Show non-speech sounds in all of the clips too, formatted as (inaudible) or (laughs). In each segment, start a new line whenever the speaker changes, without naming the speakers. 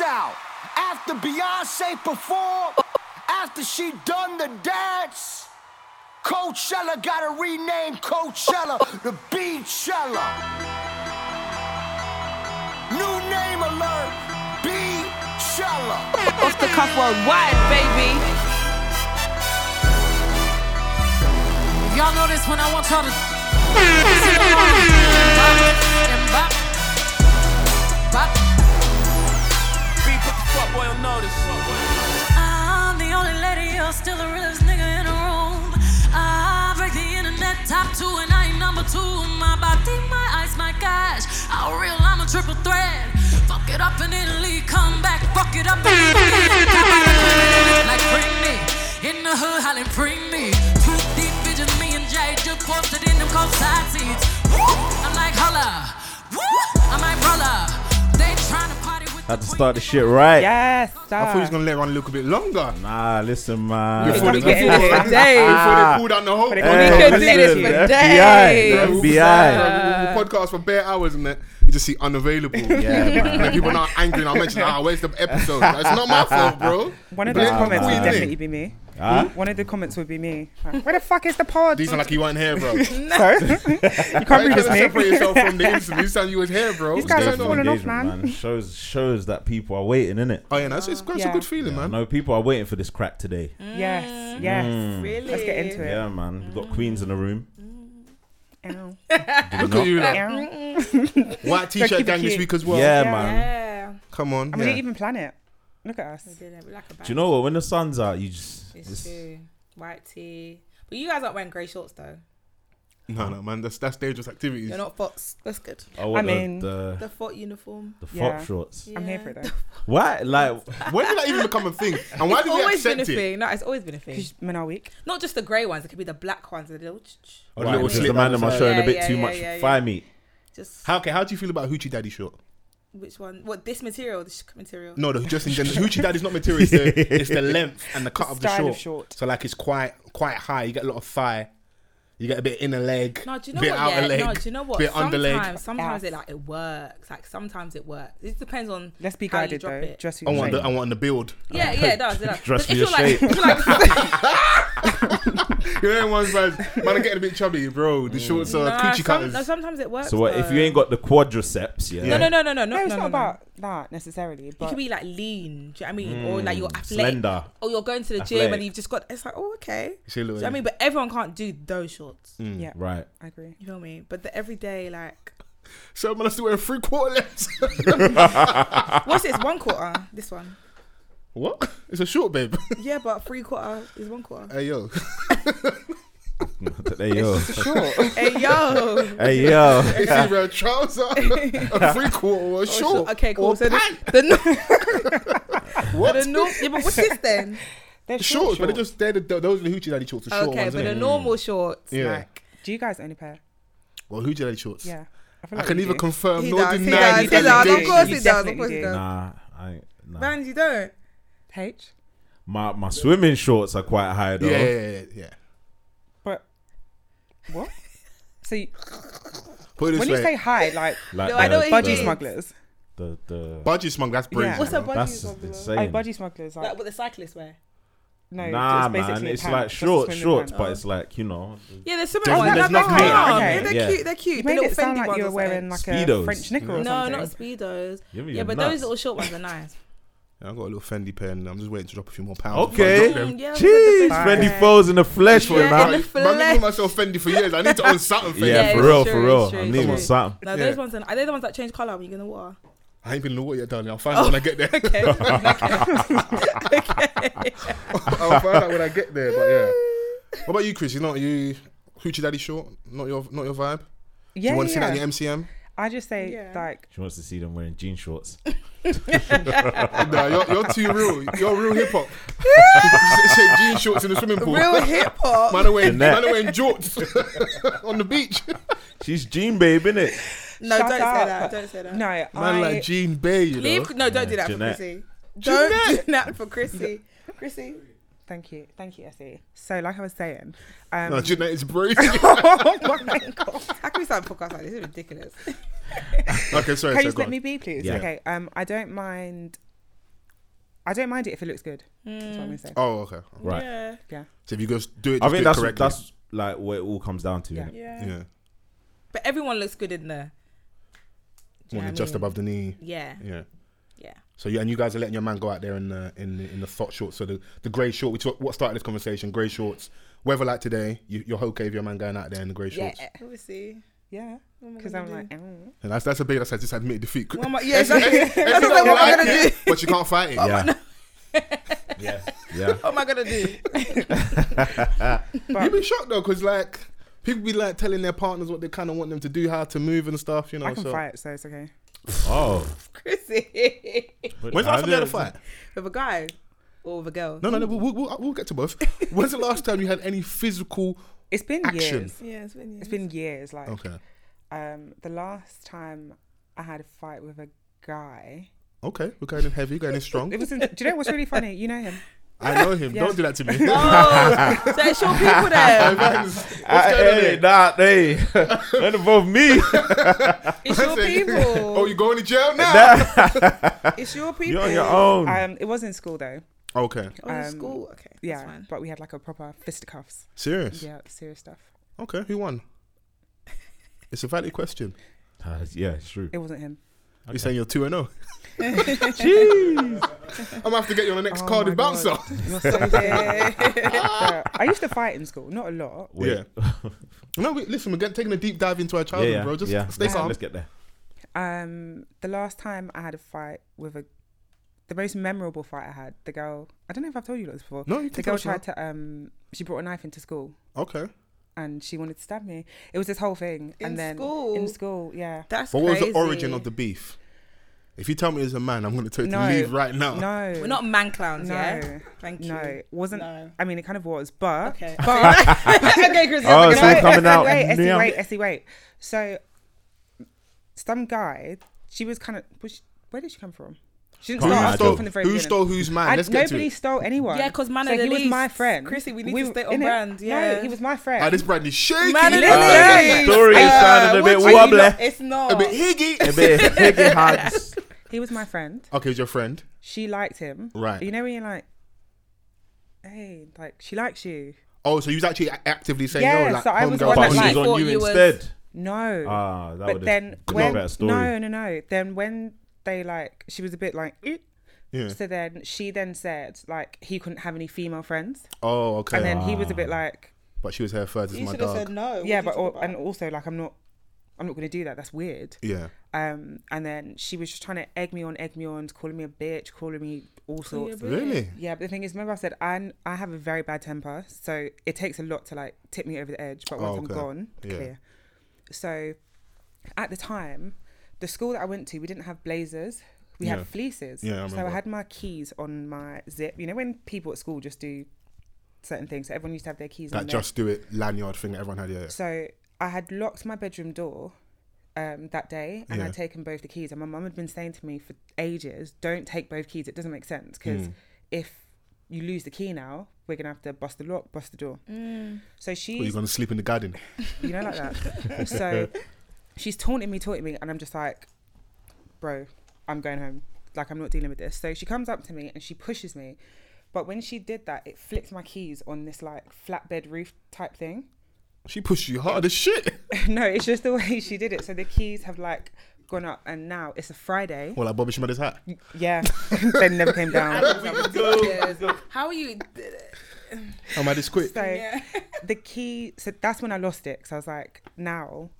now. After Beyonce performed, after she done the dance, Coachella gotta rename Coachella to Beachella. New name alert, Beachella.
Off the cuff worldwide, baby.
Y'all know this when I want y'all to. Sing along. And bop, bop.
B, put the fuck boy on notice.
I'm the only lady, you're still the realest nigga in the room. I break the internet top two, and I ain't number two. My body, my eyes, my gosh. Out real, I'm a triple threat. Fuck it up in Italy, come back, fuck it up in Italy. like bring me in the hood, hollering, bring me. Two deep visions, me and Jay just posted in them cold side seats. Woo! I'm like, holla, Woo! I'm like, brother. They trying to party with
Had to start the shit right.
Yes, sir.
I thought he was gonna let one look a bit longer.
Nah, listen, man.
Before
we
they,
get into it
before
today.
they pulled down the whole
But it-
Hey,
We could do
listen,
this for
the
days.
FBI, the FBI.
Yeah, we- we podcast for bare hours and that you just see
(laughs)
unavailable.
Yeah, man.
Like people are now angry and I mentioned, ah, where's the episode? Like, it's not my fault, bro.
One of those
Nah,
comments
man.
would definitely be me.
Huh?
One of the comments would be me. Like, Where the fuck is the pod?
These are (laughs) like you weren't here, bro.
(laughs)
you
Sorry. you can't read his
separate
name.
yourself from the interview. This time you was here, bro.
These
What's
guys are
going on?
falling off,
Engagement,
man.
Shows shows that people are waiting, innit?
Oh yeah, that's it's, it's
Yeah.
a good feeling, man.
No, people are waiting for this crack today.
Mm.
Yes, yes.
Mm.
Really?
Let's get into it.
Yeah, man.
Mm.
We've got queens in the room.
Ow,
Did we
Look at
not?
you, like,
ow.
white
keep it
t-shirt gang this
cute.
week as well.
Yeah,
Yeah.
man.
Yeah.
Come on.
And we
yeah.
didn't even plan it. Look at us.
Did it, we like a
Do you
bag.
know what? When the sun's out, you just
It's
it's-
true. White tee. But you guys aren't wearing grey shorts though.
No, no, man. That's that's dangerous activities.
You're not fox. That's good.
I want
I mean-
the
The fort uniform.
the, the
Yeah.
fuck shorts.
I'm here for it though.
What? Like
When did that even become a thing? And why
it's
did we
always been
accept
a
it?
thing. No, it's always been a thing.
'Cause men are weak.
Not just the grey ones. It could be the black ones. The little ch- ch-
A
Right,
little
because
slit
the man
down
them
the
are
side.
showing a
Yeah,
bit
yeah,
too
yeah,
much
yeah,
fire
yeah.
meat.
just
How okay? How do you feel about hoochie daddy short?
which one? What this material? This sh- material?
No, the just in (laughs) general. Hoochie daddy's not material. It's the, (laughs) it's the length and the cut of the
style
short.
of short.
So like it's quite quite high. You get a lot of thigh. You get a bit inner leg.
No, do you know
bit
what?
outer
Yeah,
leg.
no, do you know what?
Bit
sometimes,
under leg.
sometimes
Yes.
it like it works. Like sometimes it works. It depends on.
Let's be
how you
guided
drop
though.
It.
Dress
I
your
want
shape.
the I want the build. (laughs)
yeah, yeah, it does.
(laughs)
It does.
Dress
But
for
if
your
you're like, if you're
(laughs)
like,
You know, one's like, man, I'm getting a bit chubby, bro. The shorts
(laughs)
are
nah,
coochie
some,
cutters.
no, sometimes it works.
So what if
though.
you ain't got the quadriceps? Yeah.
No, no, no, no, no,
No,
no,
it's not
no, no, no.
about that necessarily. But
You could be like lean, do you know what I mean? or like you're athletic.
slender.
Or you're going to the gym
Athletic.
and you've just got, it's like, oh, okay.
See,
Do
look,
you Mm. know what I mean? But everyone can't do those shorts.
Mm,
yeah,
Right. (laughs)
I agree.
You feel me? But the everyday, like,
So man, I still wearing three quarter lengths.
what's this? One quarter? This one.
(laughs) what? It's a short, babe.
Yeah, but three quarter is one quarter.
hey (laughs) yo,
Hey yo.
Sure.
hey, (laughs) yo.
hey yo.
it's either a trouser,
(laughs)
a three quarter, or a short.
Okay, cool.
Or
So the,
pant.
(laughs) the, nor- (laughs)
what?
the normal, yeah, but what's (laughs) this then?
They're short,
shorts, but
short.
they're just they're the, those are the hoochie daddy shorts. The short
okay,
ones,
but
innit?
the normal shorts.
Yeah.
Like,
Do you guys own a pair?
Well, hoochie daddy shorts.
Yeah. feel
I
like
can
you
neither
do.
confirm
He
nor
does, he
deny.
does,
the
he does, of
allegation.
course
You
it does, of
definitely
course it
do.
does.
Nah, I ain't- nah.
Man, you don't.
H.
My my swimming shorts are quite high though.
Yeah, yeah, yeah, yeah.
But
(laughs)
what? So you,
Put it
when
this
you say
way,
high, like
Like
No, I know what
budgie
you mean.
smugglers.
the, the,
budgie smug. That's
Yeah.
brilliant.
What's
What's a budgie?
that's just
smuggle?
Oh,
insane.
budgie smugglers. Like,
Like what the cyclists wear.
no,
nah,
it's basically
man,
a
it's
pant,
like
just a
short
swimming
shorts,
pant.
but it's like you know,
Yeah, there's similar
There's-
ones.
there's
They're
nothing there.
cute. Yeah,
Okay.
They're
Yeah.
cute. They're cute.
You
The
made
little
it sound
Fendi
like
ones
you were
or something.
wearing like
Speedos.
a French nickel or
No,
something.
not speedos.
You're
Yeah, but
nuts.
those little short ones are nice.
Yeah, I've got a little Fendi pen. and I'm just waiting to drop a few more pounds.
Okay.
Fuck them.
Mm, yeah, with the
Jeez,
Fendi
Fendi
bag.
foes in the flesh,
Yeah,
man.
Yeah, in
man,
the
I've
flesh.
been myself Fendi for years. I need to own
Yeah,
something. Fendi.
Yeah,
for
it's
real,
true,
for
it's
real.
true,
I
it's
need
true.
on something.
No,
Yeah.
those ones are, are they the ones that change colour when you're gonna water?
I ain't been in the water yet, darling. I'll find out when I get there.
(laughs) Okay.
(laughs) I'll find out when I get there. But yeah. What about you, Chris? You not you hoochie daddy short? Not your not your vibe.
Yeah,
you want
yeah.
to see that in your MCM?
I just say
Yeah.
like
She wants to see them wearing jean shorts.
Nah, you're, you're too real. You're real hip
(laughs)
hop. You said- said jean shorts in the swimming pool.
Real hip hop.
Man are wearing,
that.
man are wearing jorts (laughs) on the beach.
She's jean babe, innit?
No,
shut
don't say
up.
that. Don't say that.
No,
Man
I
like Jean Bay, you know.
Leave. No, don't do that
Jeanette.
for Chrissy. Don't do that for Chrissy. Chrissy.
thank you, thank you, Essie. So like I was saying, um, (laughs)
No, Jeanette is
(laughs)
brave.
oh my god.
How can we start a podcast like this? It's ridiculous.
okay, sorry.
Can
sorry
you just
go
let
on.
me be, please?
Yeah.
Okay. Um, I don't mind I don't mind it if it looks good. That's what I'm gonna say.
Oh, okay.
Right.
Yeah.
(laughs) Yeah.
So if you guys do it,
I
just do
think
it
that's
correctly.
that's like what it all comes down to.
Yeah.
(laughs)
innit?
Yeah.
yeah.
But everyone looks good in there. Do you
Well,
know what I
just
mean?
above the knee.
Yeah.
Yeah.
Yeah.
So you and you guys are letting your man go out there in the in the, in the thought shorts. So the the grey short, which what what started this conversation, grey shorts. Weather like today, you, you're okay with your man going out there in the grey shorts.
Yeah. Obviously.
Yeah.
Oh,
Because I'm like, mm.
And that's that's a big. That's I just admitted defeat.
What am I, yeah, exactly. That's
you
what I'm
don't like
gonna do.
it, But you can't fight it.
Oh,
Yeah. yeah.
(laughs)
Yeah.
What am I gonna do?
You'd be shocked though, because like people be like telling their partners what they kind of want them to do, how to move and stuff. You know.
I can
Oh, so.
fight, so it's okay.
Oh.
Chrissy.
When's the last time you had a fight?
with a guy or with a girl?
No, no, no. We'll, we'll, we'll get to
(laughs)
both. When's the last time you had any physical?
It's been
Action.
years.
Yeah, it's been (laughs) years.
It's been years. Like,
Okay.
um, the last time I had a fight with a guy,
Okay, we're going in heavy, going in strong.
(laughs)
it was. In, do you know what's really funny? You know
(laughs)
him.
I know him. Don't do that
(laughs)
to me. (laughs)
Oh, so it's your
(laughs)
people there.
Ah, hey, nah, hey. That involved me.
It's your
(laughs)
people.
Oh, you going to jail now?
It's your people.
You're on your own.
Um, it was in school though.
Okay.
Oh, in
Um,
school. Okay. That's
Yeah,
fine.
but we had like a proper fisticuffs.
Serious.
Yeah, serious stuff.
Okay. Who
(laughs)
won? It's a valid question.
Ah, yeah, it's true.
It wasn't
(laughs)
him.
You're saying you're two and zero. (laughs) Jeez. I'm gonna have to get you on the next
Oh
card
my (laughs)
with bouncer.
You're so dead. (laughs) But I used to fight in school, not a lot.
Wait.
(laughs) No, wait, listen. We're getting, taking a deep dive into our
Yeah,
childhood,
yeah,
bro. Just
yeah.
stay
Let's-
calm.
Let's get there.
Um, the last time I had a fight with a, the most memorable fight I had, the girl. I don't know if I've told you this before.
No, you
the
can
girl
tell us
tried to. Um, she brought a knife into school
Okay.
and she wanted to stab me. It was this whole thing.
In
and then
school?
in school, yeah.
That's
What was
crazy.
the origin of the beef? If you tell me it's a man, I'm gonna tell you
No.
to leave right now.
No,
We're not man clowns,
No.
yeah. Thank you.
No, it wasn't.
No.
I mean, it kind of was, but
(laughs) Okay.
(laughs) but
okay, Chrissy.
Oh,
I'm
it's
gonna-
all coming out.
Wait, Essie,
now.
wait, Essie, wait. So, some guy, she was kind of. Was she, where did she come from? She didn't
Who
start us
stole,
off from the very
who
beginning.
stole whose man?
And
Let's get to
nobody
it.
stole anyone.
Yeah, 'cause man
so
of the
he was my
least.
friend.
Chrissy, we need to
were-
stay on
innit?
brand,
no,
yeah.
he was my
Ah,
friend.
this brand is shaky.
Man of the
Ah,
least.
yeah,
the story sounded a bit
Uh, what you
wobbly.
lot- It's not.
a bit higgy.
A
(laughs)
bit of piggy hands.
he was my friend.
Okay, he's your friend.
She liked him.
Right.
You know when you're like, hey, like she likes you.
Oh, so you was actually a- actively saying,
Yeah,
"Yo, like
so I was the
homegirl."
one
But
that
she was
like-
on
thought
you
you was-
instead.
No.
Ah, that
but
would have
then
got a
when
better story.
no, no, no. Then when they like, she was a bit like. "Eh."
Yeah.
So then she then said like he couldn't have any female friends,
Oh, okay.
and then he
Ah.
was a bit like,
but she was here first. Is
You
my
should have
dog.
said no.
yeah,
What
but
do you
or,
talk
and
about?
also like I'm not, I'm not gonna do that. That's weird.
Yeah.
Um, and then she was just trying to egg me on, egg me on, calling me a bitch, calling me all sorts. Yeah,
Really?
but the thing is, remember I said I I have a very bad temper, so it takes a lot to like tip me over the edge. But once I'm
Oh, okay.
gone,
Yeah.
clear. So, at the time, the school that I went to, we didn't have blazers. We
Yeah.
had fleeces.
Yeah, I
so I
remember.
had my keys on my zip. You know when people at school just do certain things. So everyone used to have their keys. on
That
their-
just do it lanyard thing that everyone had. Yeah. yeah.
so I had locked my bedroom door um, that day and
Yeah.
I'd taken both the keys. And my mum had been saying to me for ages, don't take both keys. It doesn't make sense because if you lose the key now, we're going to have to bust the lock, bust the door. So she,
Well, you're gonna sleep in the garden.
you know, like that. so she's taunting me, taunting me. And I'm just like, bro, I'm going home. Like, I'm not dealing with this. So she comes up to me and she pushes me. But when she did that, it flipped my keys on this like flatbed roof type thing.
She pushed you hard
(laughs)
as shit.
No, it's just the way she did it. So the keys have like gone up, and now it's a Friday.
Well, like Bobby Schmidt's hat.
Yeah, (laughs) they never came
(laughs)
down.
How are you?
Am I this quick?
(laughs) So (laughs) the key. So that's when I lost it. Because I was like, now,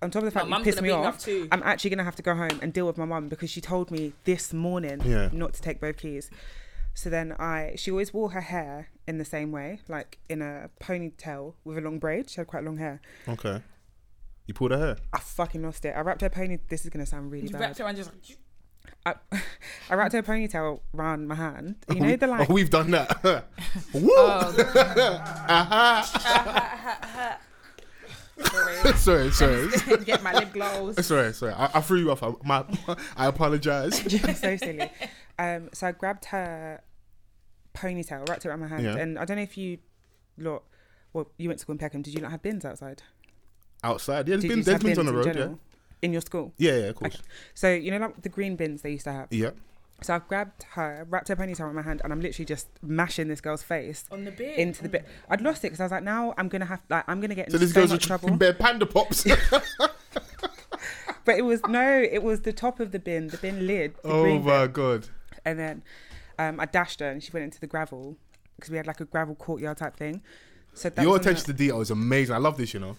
on top of the fact
mum's
you pissed
gonna
me
beat me
off,
up too.
I'm actually gonna have to go home and deal with my mum because she told me this morning
Yeah.
not to take both keys. So then I, she always wore her hair in the same way, like in a ponytail with a long braid. She had quite long hair.
Okay. You pulled her hair.
I fucking lost it. I wrapped her pony. This is gonna sound really
You
bad.
wrapped around just like,
I, (laughs) I wrapped her ponytail round my hand. You know the Oh. like.
Oh, we've
(laughs)
done that. (laughs) Woo! (laughs) sorry, sorry,
get my lip gloss.
sorry, sorry. I, I threw you off. I, my, I apologize.
(laughs) so silly. Um, so I grabbed her ponytail, wrapped it around my hand,
Yeah.
and I don't know if you lot. Well, you went to school in Peckham. Did you not have bins outside?
Outside, yeah, there's
Did
been
you just
there's
have
bins on the
in
road.
general? In your school.
Yeah, yeah, yeah, of course.
So you know, like the green bins they used to have.
Yeah,
So I grabbed her, wrapped her ponytail in my hand, and I'm literally just mashing this girl's face
On the bit.
into the bit. I'd lost it because I was like, now I'm gonna have like I'm gonna get
So
into
this
so,
goes
much
with
trouble.
bare panda
(laughs)
pops.
But it was no, it was the top of the bin, the bin lid, the
oh
green
my god.
And then um, I dashed her and she went into the gravel because we had like a gravel courtyard type thing. So that
Your
was on
attention to detail is amazing. I love this, you know.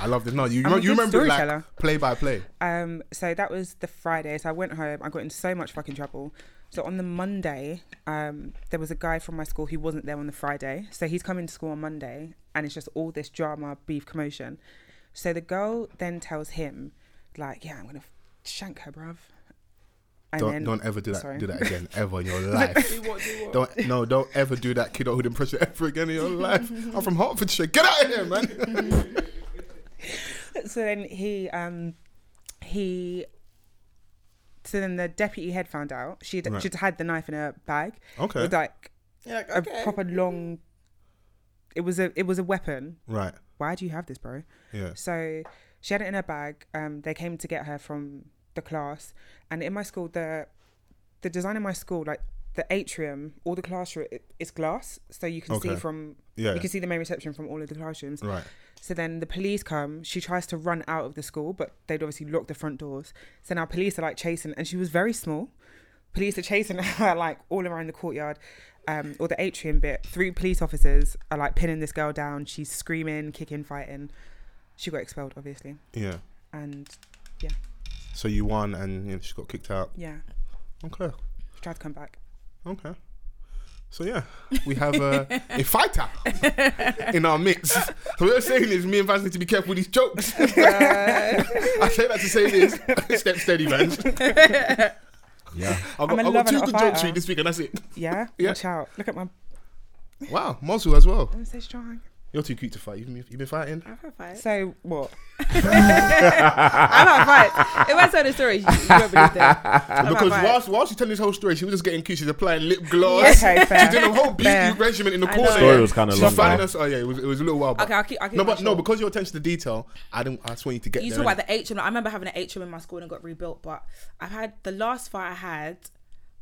I love this. No, you
I'm a
you
good
remember it
storyteller.
like play by play.
the- um, so that was the Friday. So I went home. I got into so much fucking trouble. So on the Monday, um, there was a guy from my school who wasn't there on the Friday. So he's coming to school on Monday, and it's just all this drama, beef, commotion. So the girl then tells him, like, "Yeah, I'm gonna f- shank her, bruv." And
Don't
then-
don't ever do that
Sorry.
do
(laughs)
that again ever in your life. Don't no, don't ever do that kidhood impression (laughs) ever again in your life. I'm from Hertfordshire. Get out of
(laughs)
here, man.
so then he um he so then the deputy head found out she'd
Right.
she'd had the knife in her bag
Okay.
it was like
You're like,
a
okay.
proper long it was a it was a weapon
right.
why do you have this bro
Yeah.
so she had it in her bag um they came to get her from the class and in my school the the design in my school like the atrium all the classroom it, it's glass so you can see
Okay.
from
Yeah.
you can see the main reception from all of the classrooms
Right.
so then the police come. She tries to run out of the school, but they'd obviously locked the front doors. So now police are like chasing, and she was very small. Police are chasing (laughs) her like all around the courtyard um, or the atrium bit. Three police officers are like pinning this girl down. She's screaming, kicking, fighting. She got expelled, obviously.
Yeah.
And
So you won and you know, she got kicked out.
yeah,
Okay.
she tried to come back.
Okay. So
(laughs)
yeah, we have a, a fighter in our midst. (laughs) So what I'm saying is, me and Vance need to be careful with these jokes. (laughs) I say that to say this:
(laughs)
step steady, Vance.
Yeah.
I'm
I've got,
in
I've
love
got two
and a
good jokes
fighter.
for you this week, and that's it.
Yeah?
(laughs) Yeah.
Watch out. Look at my.
Wow, Mozu as well.
I'm so strong.
You're too cute to fight. You've been, you've been fighting.
I've had fights.
So what?
(laughs)
I've had fights. If I tell the story, you, you won't believe that. I've had
Because
fights.
whilst, whilst she's telling this whole story, she was just getting cute. She's applying lip gloss.
Okay, fair.
She did a whole
Fair.
beastly regimen in the
I
corner.
know.
Story was kinda
She's
long,
finding
though.
us- Oh yeah, it was, it was a little while back.
Okay, I'll keep- I'll keep
no,
mine
but no,
short.
because your attention to detail, I didn't. I just want you to get.
You
there,
talk
innit?
about the atrium. I remember having an atrium in my school and it got rebuilt. But I've had the last fight I had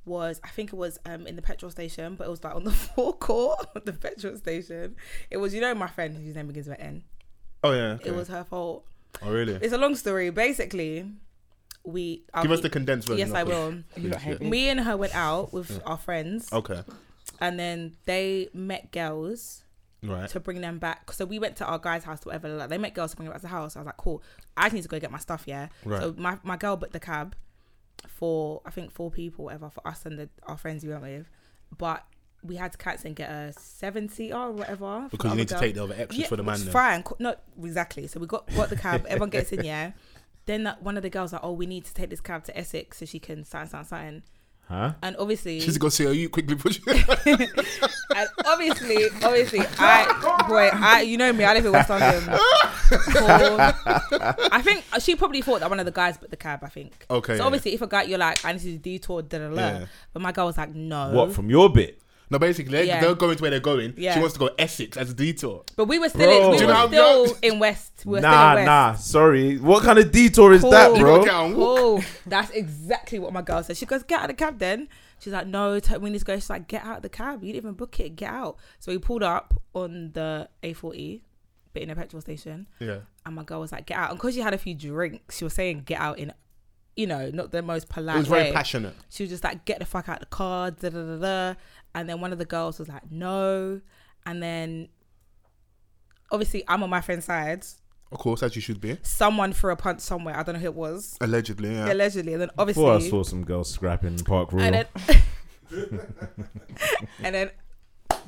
was I think it was um in the petrol station, but it was like on the (laughs) forecourt of the petrol station. It was you know my friend whose name begins with N.
Oh yeah. okay.
It was her fault.
Oh really?
It's a long story. Basically, we I'll
Give us
keep-
the condensed version.
Yes,
of
I
it.
will.
(laughs)
You lot hate me.
Me and her went out with our friends,
Okay.
and then they met girls
Right.
to bring them back. So we went to our guy's house, whatever. Like they met girls to bring them back to the house. I was like, cool. I just need to go get my stuff. Yeah.
Right.
So my, my girl booked the cab for I think four people, whatever, for us and the, our friends we went with. But we had to cancel and get a seven seater or whatever for
Because you
other
need to
girl.
take the other extras for the
which
man.
is
then.
Fine, co- no, exactly. So we got got the cab. Everyone gets in, yeah. Then that one of the girls like, oh, we need to take this cab to Essex so she can sign, sign, sign.
Huh?
And obviously,
She's gonna see you quickly (laughs) push.
and obviously, obviously, I boy, I you know me, I live in
(laughs)
West London. Cool. I think she probably thought that one of the guys booked the cab. I think.
Okay,
So
yeah.
obviously, if a guy, you're like, I need to do detour, da da
Yeah.
da. But my girl was like, no.
What from your bit?
no, basically they
Yeah.
they're going to where they're going.
Yeah.
She wants to go Essex as a detour.
But we were still, in,
Bro.
we
Do you
were
know how
I'm
still
young?
in West. We were still in
Nah,
West.
nah. Sorry. What kind of detour is that,
Cool.
You gotta
bro?
get out and walk.
Cool. That's exactly what my girl said. She goes, get out of the cab then. She's like, no, t- we need to go. She's like, get out of the cab. You didn't even book it. Get out. So we pulled up on the A40, but in a petrol station.
Yeah.
And my girl was like, get out. And because she had a few drinks, she was saying, get out in, you know, not the most polite
It was very
way.
passionate.
She was just like, get the fuck out the car. Da, da, da, da. And then one of the girls was like, no. And then obviously I'm on my friend's side.
Of course, as you should be.
Someone threw a punch somewhere. I don't know who it was
Allegedly, yeah. oh,
allegedly. And then
Before I
obviously,
saw some girls scrapping Park Royal.
and then (laughs) and then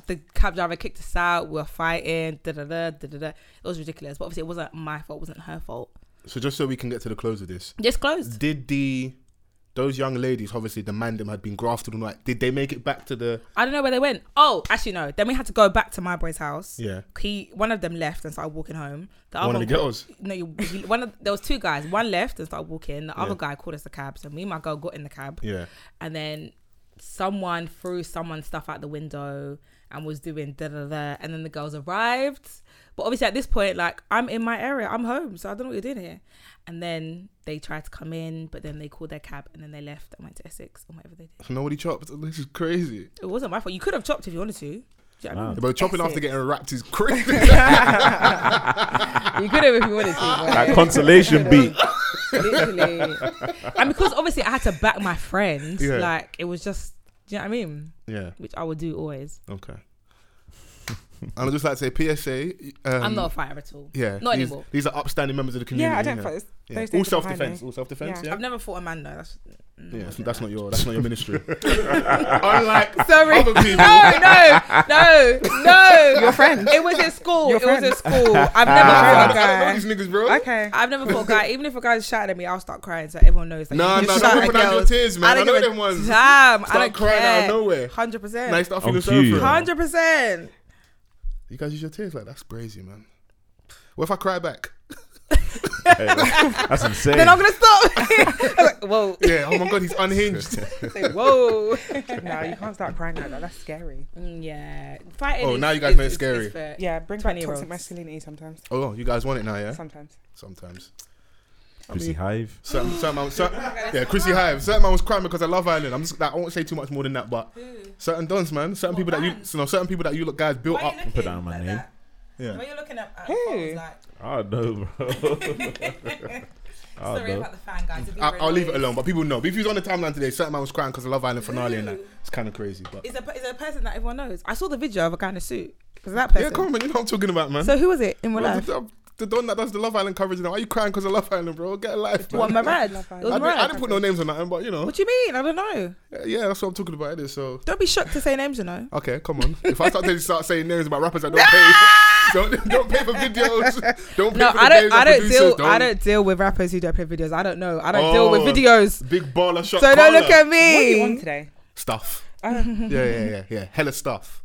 the cab driver kicked us out. We were fighting. Da da da da da. da. It was ridiculous, but obviously it wasn't my fault. It wasn't her fault.
So just so we can get to the close of this,
Just closed.
did the those young ladies, obviously the man them had been grafted all night. Did they make it back to the?
I don't know where they went. Oh, actually no. Then we had to go back to my boy's house.
Yeah.
He one of them left and started walking home. The
One of
other
the girls?
No, you, you- one of there was two guys. One left and started walking. The other
Yeah.
guy called us a cab. So me and my girl got in the cab.
Yeah.
and then someone threw someone's stuff out the window and was doing da da da. And then the girls arrived. But obviously, at this point, like, I'm in my area, I'm home, so I don't know what you're doing here. And then they tried to come in, but then they called their cab and then they left and went to Essex or whatever they did.
Nobody chopped. This is crazy.
It wasn't my fault. You could have chopped if you wanted to. Do you know what I mean?
But chopping after
Essex.
getting wrapped is crazy.
You could have if
(laughs)
you wanted to. but-
That consolation beat.
(laughs) literally. and because obviously I had to back my friend,
Yeah.
like it was just, do you know what I mean?
(laughs) yeah. (laughs)
Which I would do always.
Okay. (laughs) and I'd just like to say PSA. Um,
I'm not a fighter at all.
Yeah.
Not
these,
anymore.
These are upstanding members of the community.
Yeah, I don't
yeah.
fight. Those
Yeah.
days
All
are
self
behind
defense.
me.
All self defense.
Yeah.
Yeah.
I've never fought a man though. That's
Yeah. so that's not your. That's not
(laughs)
your ministry. (laughs) Unlike
sorry.
Ah, other people.
No, no, no,
(laughs)
no.
Your friend.
It was at school.
Your
it was
friend. (laughs)
at school. I've
I
never fought
don't
a
(laughs)
guy.
know these niggas, bro.
Okay.
I've never fought a guy. Even if a guy's shouting at me, I'll start crying so everyone knows. Like,
Nah,
you
nah,
shout
don't
at
open up your
girls.
tears, man. I
don't
know
give a
them ones.
Damn, I
Start
don't
crying out
care.
of nowhere.
Hundred
Now you
percent.
start
I'm
feeling sorry
cute.
for 'em.
Hundred percent.
You guys use your tears like that's crazy, man. What if I cry back?
Hey, that's, that's insane.
Then I'm gonna stop. I'm like, whoa,
Yeah. Oh my
(laughs)
god, he's unhinged. (laughs)
(laughs) whoa.
no, you can't start crying like that. That's scary.
Mm, Yeah, fighting.
Oh,
is-
now you guys
is-
made it
is-
scary.
is fair.
Yeah, bring back
20
toxic
-year-olds.
masculinity sometimes.
oh, you guys want it now, yeah?
Sometimes.
Sometimes.
Pussy hive.
(laughs)
Certain, certain man, certain, yeah, Chrissy Hive. Certain man was crying because I love Ireland. I'm just, like, I won't say too much more than that, but certain dons, man. Certain people that you, so, no, certain people that you look guys built
Why are
up.
you looking
Put that on my
like
name.
that?
Yeah.
Why are you looking at, at
Who?
photos, like,
I know, bro. I
sorry
know.
about the fan guys. it'd be
Ah, I,
really
I'll leave it
annoying.
alone, but people know. But if you was on the timeline today, certain man was crying because of Love Island finale and that. It's kind of crazy, but
Is a is a person that everyone knows. I saw the video of a guy in a suit. Was that person?
yeah, come on, man. You know what I'm talking about, man.
So who was it in real
Bro,
life?
the, the don that does the Love Island coverage now. Why are you crying because of Love Island, bro? Get a life, man.
What Marad? It was
I, didn't, I
Marad.
didn't put no names on that, but you know,
What do you mean? I don't know.
yeah, that's what I'm talking about. It is so.
Don't be shocked to say names. You know.
Okay, come on. If I start to start saying names about rappers that don't
(laughs)
pay, don't, don't pay for videos. Don't pay
No,
for the
I
days
don't.
of
I don't
producers,
deal. I don't deal with rappers who don't play videos. I don't know. I don't deal with
Oh,
videos.
Big baller shot.
So don't look
caller.
at
What do you want
me (laughs)
today?
stuff. (laughs) yeah, yeah, yeah, yeah. Hella stuff.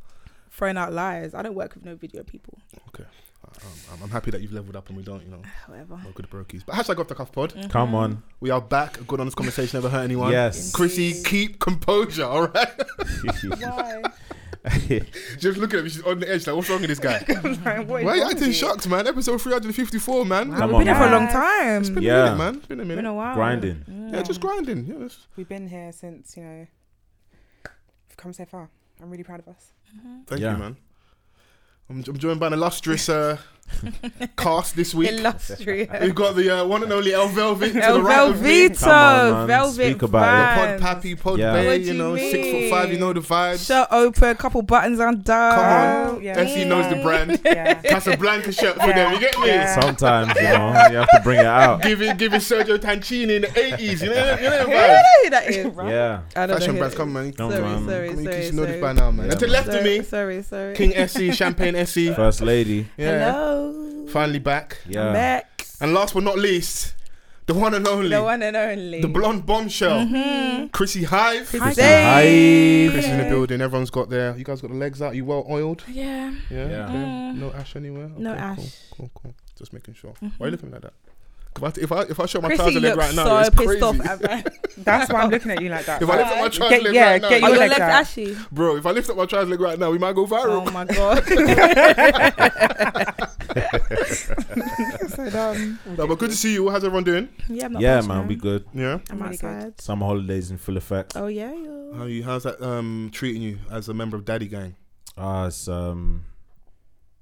throwing out lies. I don't work with no video people.
Okay, I- Um, I'm, I'm happy that you've leveled up and we don't, you know,
(laughs) However,
no good brokies. But hashtag off the cuff pod.
Come on.
We are back. A good honest conversation. Never hurt anyone.
Yes.
Chrissy, keep composure. All right. (laughs)
(laughs)
why?
Just look at me. She's on the edge. Like, what's wrong with this
(laughs)
guy?
Like, what is
Why are you
wrong with
acting shocked, man? Episode 354, man.
Come
We've
on,
been here for a
man.
long time. It's been,
Been a minute,
Yeah.
man. Been a minute.
a while.
Grinding.
Yeah, just grinding. Yeah, that's-
We've been here since, you know, we've come so far. I'm really proud of us.
Thank
Yeah.
you, man. I'm, I'm joined by an illustrious uh,
(laughs)
cast this week. (laughs)
Illustrious.
We've got the uh, one and only El Velvet to
El
the right of me.
Velveeta,
Come on, man.
Velvet
Speak about
Pod
Vines.
Pappy, Pod
Yeah.
Bay,
What
you
you
know, six foot five, you know the vibes.
Shirt open, couple buttons
Come
undone.
on.
Oh, yeah.
SE knows the brand.
(laughs)
(laughs)
Yeah.
Casablanca shirt for them, you get me?
Yeah.
Sometimes, you know, you have to bring it out.
Give it, give it Sergio Tancini in the 80s, you know, you know the vibes.
Who that is?
Yeah.
I don't
Fashion
know.
brands,
who
come man.
Come
Sorry,
on.
sorry,
Come on, you
sorry,
should know this
sorry.
by now, man.
Yeah,
and to
man.
left of
that is.
me,
Sorry, sorry.
King SE,
(laughs)
Champagne SE.
First lady.
Yeah.
Hello.
Finally back.
Yeah.
Back.
And last but not least, the one and only,
The
the,
one and only. Mm-hmm. Hmm.
blonde bombshell, Chrissy Hive.
Hi,
Hi.
Chrissy's in the building. Everyone's got their. You guys got the legs out. You well oiled.
Yeah.
Yeah.
Yeah.
okay. No ash anywhere.
No
Okay,
ash. Mm-hmm.
Cool, cool, cool. Just making sure. Why are you looking like that? 'Cause If I, if I show my
Chrissy
trouser leg
looks
right now,
so
it's
pissed
crazy.
off at
(laughs)
me.
That's why I'm looking at you like that.
if I lift up my
Get-
trouser leg
yeah,
right now,
get
Oh,
your
your
legs
left
out.
ashy.
bro, if (laughs) I lift up my trouser leg right now, we might go viral.
Oh my god.
(laughs)
so (laughs) dumb.
no, but good to see you. How's everyone doing?
Yeah, I'm not
Yeah,
punching
man,
her.
we good.
Yeah.
I'm
Really good.
outside.
Summer holidays in full effect.
Oh yeah, yeah.
How you? How's that um treating you as a member of Daddy Gang?
Ah, it's um,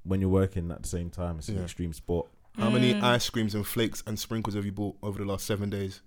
when you're working at the same time, it's an
Yeah.
extreme sport.
How many
Mm.
ice creams and flakes and sprinkles have you bought over the last seven days?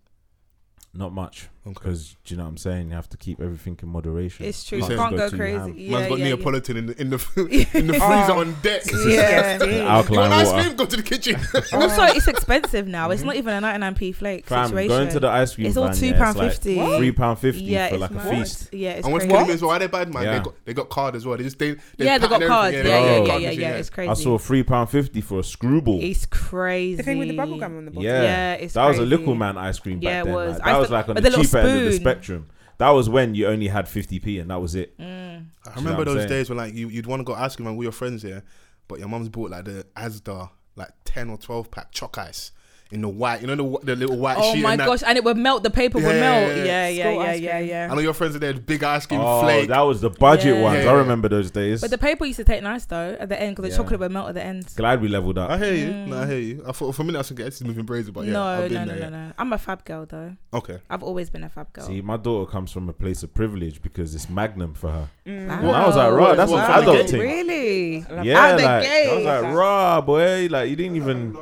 Not much,
Okay.
because do you know what I'm saying? You have to keep everything in moderation.
It's true.
You
Can't
said-
You
just
can't go
too
crazy.
ham.
Yeah,
Man's got
yeah, yeah.
Neapolitan in the in the
(laughs)
in the freezer on deck. (laughs)
Yeah.
And
You want
Alkaline
ice
water.
cream? Go to the kitchen.
Also, it's expensive now.
Mm-hmm.
It's not even a 99p flake
Fam,
situation.
going to the ice cream
It's all
van,
two
yeah,
pound
like
fifty.
three pound fifty
yeah,
for
it's
like a
mad.
feast.
Yeah, it's
and what's
crazy.
killing me is, why they bad, man?
Yeah.
They got they got card as well. They just they, they
Yeah, they got
pattern Oh,
cards. Yeah,
everything, they
yeah,
got
yeah,
card
yeah,
machine,
yeah. It's crazy.
I saw three pound fifty for a screwball.
It's crazy.
The thing with the bubble gum on the
yeah,
bottom.
Yeah, it's
that was a
crazy.
little man ice cream back
Yeah, it
then.
was.
like,
I
that was
still-
like on
but
the,
the little
cheaper end of the
spoon.
spectrum. That was when you only had fifty p and that was it.
Mm.
I remember
what I'm
those
saying?
days when like you, you'd want to go ice cream and with your friends here, but your mum's bought like the Asda like ten or twelve pack chalk ice. in the white, you know, the, the little white
Oh
sheet.
my
and that.
gosh, and it would melt. The paper would
Yeah, yeah,
melt. Yeah, yeah,
yeah.
yeah,
School
yeah,
ice
yeah,
cream.
I know your friends are there, with big ice cream
Oh,
flake.
that was the budget
Yeah.
ones.
Yeah.
I remember those days.
But the paper used to taste nice though at the end because the
Yeah.
chocolate would melt at the end.
Glad we leveled
I
up.
hear you. No, I hear you. I thought for a minute I should get this is moving brazy, but yeah,
Mm. no,
I've
no,
been
no,
there.
no, no. I'm a fab girl though.
Okay.
I've always been a fab girl.
See, my daughter comes from a place of privilege because it's Magnum for her.
Wow.
And I was like, raw, that's
Wow.
an adult
Okay.
thing.
Really?
Yeah,
Out the
like, I was
gate.
like, raw, boy. Like, you didn't even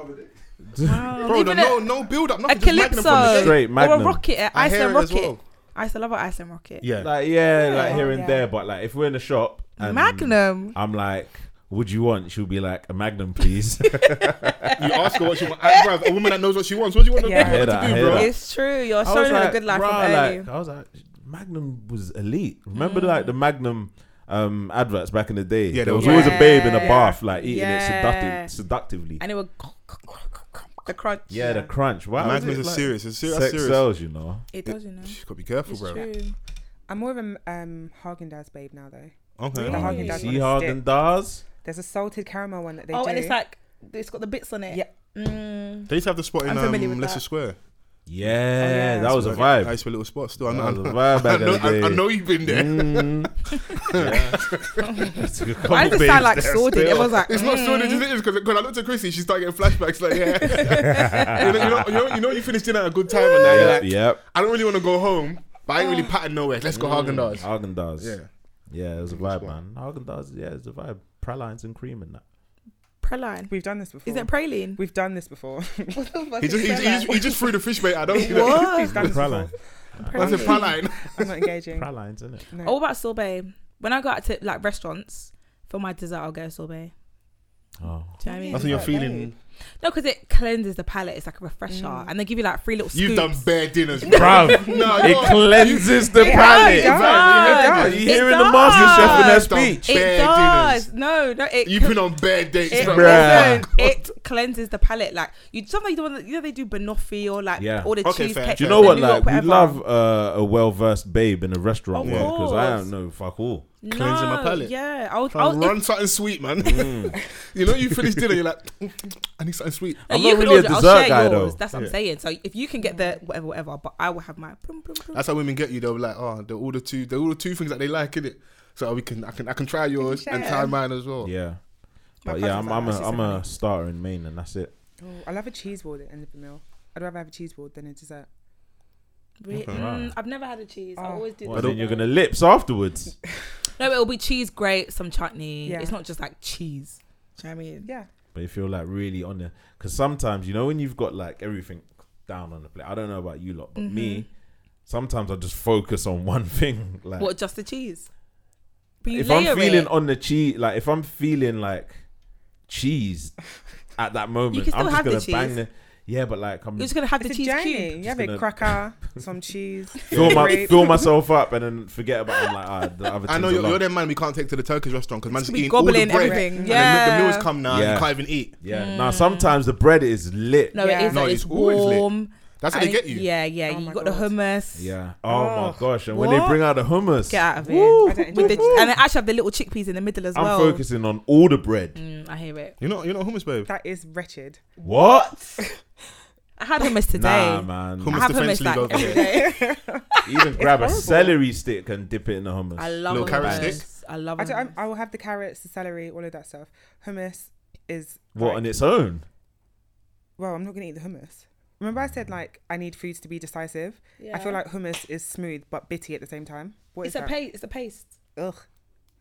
Wow.
Bro, no,
Even a-
no, no build up.
a
Nothing, just Magnum from the
calypso
straight.
straight
or a
Magnum.
rocket, a
I
ice
hear
and
it as
rocket.
well.
I used to love our ice and rocket.
Yeah.
Like, yeah, like here and
yeah.
there. But like, if we're in the shop, and
Magnum.
I'm like, "Would you want?" She'll be like, "A Magnum,
(laughs)
please."
you ask her what she wants. a woman that knows what she wants. What do you want her
Yeah.
to
I
hear
do,
that, I hear
bro?
that.
It's true. You're
I was
showing her a
like,
good life
"Bruh,"
from early.
Like, I was like, Magnum was elite. Remember like the Magnum um adverts back in the day?
Yeah,
there
they
was
were-
always a babe in a
Yeah.
bath, like eating
Yeah.
it seductive, seductively.
and it would the crunch.
yeah, the crunch. Why was
Magnums
it,
is
like,
serious. It's serious.
Sex
serious.
sells, you know.
It does, you know.
You gotta be careful,
It's
bro.
true.
I'm more of a um, Haagen Dazs babe now though.
Okay.
The Haagen Dazs
See hard and Dars.
There's a salted caramel one that they
Oh,
do.
and it's like it's got the bits on it.
Yeah.
Mm.
They used to have the spot in
I'm familiar with
um, Leicester
that.
Square.
Yeah,
yeah.
that was a
I
vibe.
used to a little spot still. I know, I
That was a
know, (laughs)
vibe
I
back in
know,
the day.
I, I know you've been there.
(laughs)
(laughs)
Mm. Yeah.
Why does it
(laughs)
sound like sordid? It was like mm.
It's not so it is because I looked at Chrissy, she started getting flashbacks. Like, yeah, (laughs)
(laughs)
you, know, you know, you know, you know, you finished dinner at a good time, and now you're
Yep,
like,
yep. Mm.
I don't really want to go home, but I ain't
Oh.
really patting nowhere. Let's go Haagen Dazs.
Haagen Dazs.
Yeah,
Yeah, it was a vibe, man. Haagen Dazs, yeah, it's a vibe. Pralines and cream and that.
praline.
We've done this before.
Is it praline?
We've done this before. (laughs)
What the fuck
he
is
just, he, he,
praline?
just, he just threw the fish bait. I
(laughs)
don't.
We've done this
Praline.
before.
(laughs) That's a praline.
I'm not engaging.
Pralines, isn't it?
No.
Oh, what about sorbet? When I go out to like restaurants for my dessert, I'll get a sorbet.
(laughs) Oh.
Do you know what I mean?
That's when you're feeling.
No, because it cleanses the palate. It's like a refresher,
Mm.
and they give you like three little. Scoops.
You've done bare dinners, bro. (laughs)
Bruv,
No,
it
you're-
cleanses the palate.
does.
Exactly.
oh It
You hear in the
does.
master chef in her
You've done
speech.
It
bare
does.
dinners.
No, no. It
You've been on bare dates,
It,
bro. (laughs)
Bruh.
(laughs)
doesn't. it cleanses the palate. Like you, sometimes you don't. want- You know they do banoffee or like
Yeah.
all the
Okay, fair.
cheesecake.
Do you
Yeah.
know
the
what?
New York
Like, we
whatever.
love uh, a well-versed babe in a restaurant
Of
because I
course.
don't know fuck all.
Cleansing my
No,
palate.
Yeah, I would. I
I'll
would
run
if,
something sweet, man.
Mm.
(laughs) you know, you finish dinner, you're like, I need something sweet.
like,
I'm
you
not
could
really a
order, I'll
dessert
share
guy,
yours.
though.
That's what I'm saying. So if you can get the whatever, whatever, but I will have my. Boom, boom, boom.
That's how women get you. They'll be like, oh, they order two, they order two things that they like, innit? So we can, I can, I can try yours and try mine as well.
Yeah,
My
but yeah,
cousin's
I'm,
like
I'm
that.
a
She's
I'm
so
a
funny.
starter in Maine, and that's it.
Oh, I love a cheese board at the end of the meal. I'd rather have a cheese board than a dessert.
Re- mm, I've never had a cheese. I
Oh.
always do.
Well,
the
then you're
dessert.
gonna lips afterwards.
No, it'll be cheese, grate, some chutney.
Yeah.
It's not just like cheese. Do you know what I mean?
Yeah.
But if you're like really on there, because sometimes you know when you've got like everything down on the plate. I don't know about you lot, but
Mm-hmm.
me, sometimes I just focus on (laughs) one thing. Like
What just the cheese? But you
if I'm
layer
feeling
it.
on the cheese, like if I'm feeling like cheese at
(laughs)
that moment,
can still
I'm just
have the
gonna bang
cheese.
the. Yeah, but like I'm
you're just gonna have
It's
the
a
cheese
journey.
cube.
You have
Just
a
gonna- (laughs)
cracker, some cheese,
fill, my,
grape.
fill myself up and then forget about it. I'm like, ah, the other
(laughs) I know
things
you're,
are
you're
love.
the man we can't take to the Turkish restaurant because man's
Just be
eating all the
gobbling
bread.
everything.
And
Yeah.
the, the meals come now,
Yeah.
you can't even eat.
Yeah. Now sometimes the bread is lit.
Mm. No,
Yeah.
it is.
No,
like,
it's
it's
always lit.
warm.
That's how they
and
get
it-
you.
Yeah, yeah.
Oh
you
my
got the
God.
hummus.
Yeah. Oh, my gosh! And when
What?
they bring out the hummus,
Get out of
Woo.
here.
I don't enjoy
With the,
those.
and I actually have the little chickpeas in the middle as
I'm
well.
focusing on all the bread.
Mm, I hear it.
You're not, you're not hummus,
Mm.
babe.
That is
(laughs)
wretched.
What?
I had hummus today.
Nah, man.
Hummus
I have
defense league
hummus like
over
every
here.
day.
Even grab a
horrible.
celery stick and dip it in the hummus.
I love
Little carrot
hummus.
stick.
I love
I, do, I'm,
hummus.
I will have the carrots, the celery, all of that stuff. Hummus is
what
like-
on its own?
well, I'm not gonna eat the hummus. Remember, I said like I need foods to be decisive. I feel
Yeah.
like hummus is smooth but bitty at the same time. What is
It's a
that?
paste. It's a paste.
Ugh,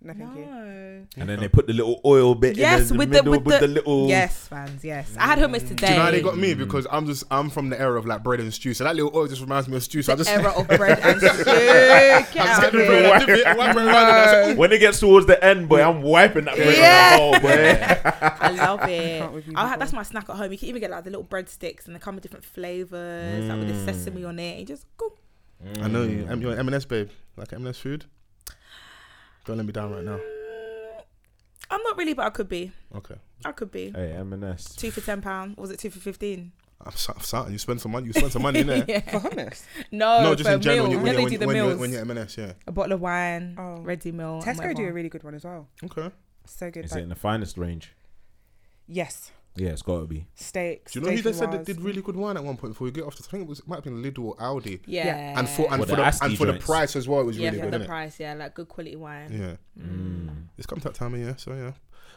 no, thank you.
No.
And then they put the little oil bit
Yes,
in the,
with the
middle
with, the,
Oh.
little
yes, fans. Yes, I had hummus today.
Do you know how they got me? Because I'm just I'm from the era of like bread and stew. So that little oil just reminds me of stew. So I just
era of bread
(laughs)
and stew. Get
I'm just
out of
getting the
here.
bread, I dip it, wipe it around, and I say,
When it gets towards the end, boy, I'm wiping that bread
Yeah.
on the bowl, boy.
I love it. Oh,
can't with you
I had,
people.
that's my snack at home. You can even get like the little breadsticks, and they come with different flavors, like with the sesame
Mm.
on it. You just go.
"Ooh." I know you. M- You're an M&S, babe. Like M&S food. Don't let me down right now.
I'm not really, but I could be.
Okay.
I could be.
Hey, M&S.
Two for ten pound. Was it two for fifteen?
I'm so- I'm sorry. You spend some money. You spend some
(laughs)
money in there.
For hummus, (laughs)
No,
No, just
for
in general.
meals.
When
yeah,
you're,
they do
when,
the
when, you're,
meals.
when you're M&S, yeah.
a bottle of wine,
Oh.
ready meal. and
Tesco do
whatever.
a really good one as well.
Okay.
So good.
Is
like-
it in the finest range?
yes,
Yeah, it's got to be.
Steaks.
Do you know who
steak
they
and
said that
wise.
did really good wine at one point before we get off this? I think it was it might have been Lidl or Aldi.
Yeah.
Yeah.
And for and
Well, the
for the,
Asti
and for the
joints.
price as well, it was
yeah,
really
for
good,
the
innit?
price, yeah, like good quality wine.
Yeah. Mm. It's come to that time of year, so yeah.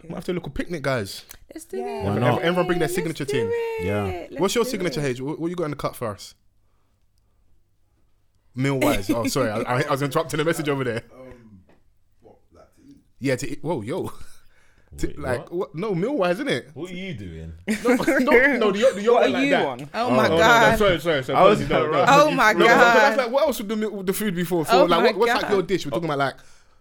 Might have to do a little picnic, guys.
Let's do
Yeah.
it.
Why
Everyone-
not?
Everyone bring their signature
Let's do
thing.
it.
Yeah.
Let's
What's your
do
signature,
it.
Hage? What, what you got in the cut for us? Meal wise. Oh, sorry. I, I, I was interrupting the message over there. Yeah, Um, to eat. Whoa, yo. To-
Wait,
like,
what?
what? no, meal
(laughs)
wise, isn't it?
What are you doing?
No, no, no the, the
What are
like
you
that.
on?
Oh my
no, no,
god.
sorry, sorry, sorry.
I was
apologies, no, no.
interrupted.
Oh my
No, but that's
god.
like what else would the, meal- the food be for? So,
Oh
like,
my
what, what's like
God.
your dish? We're talking about like,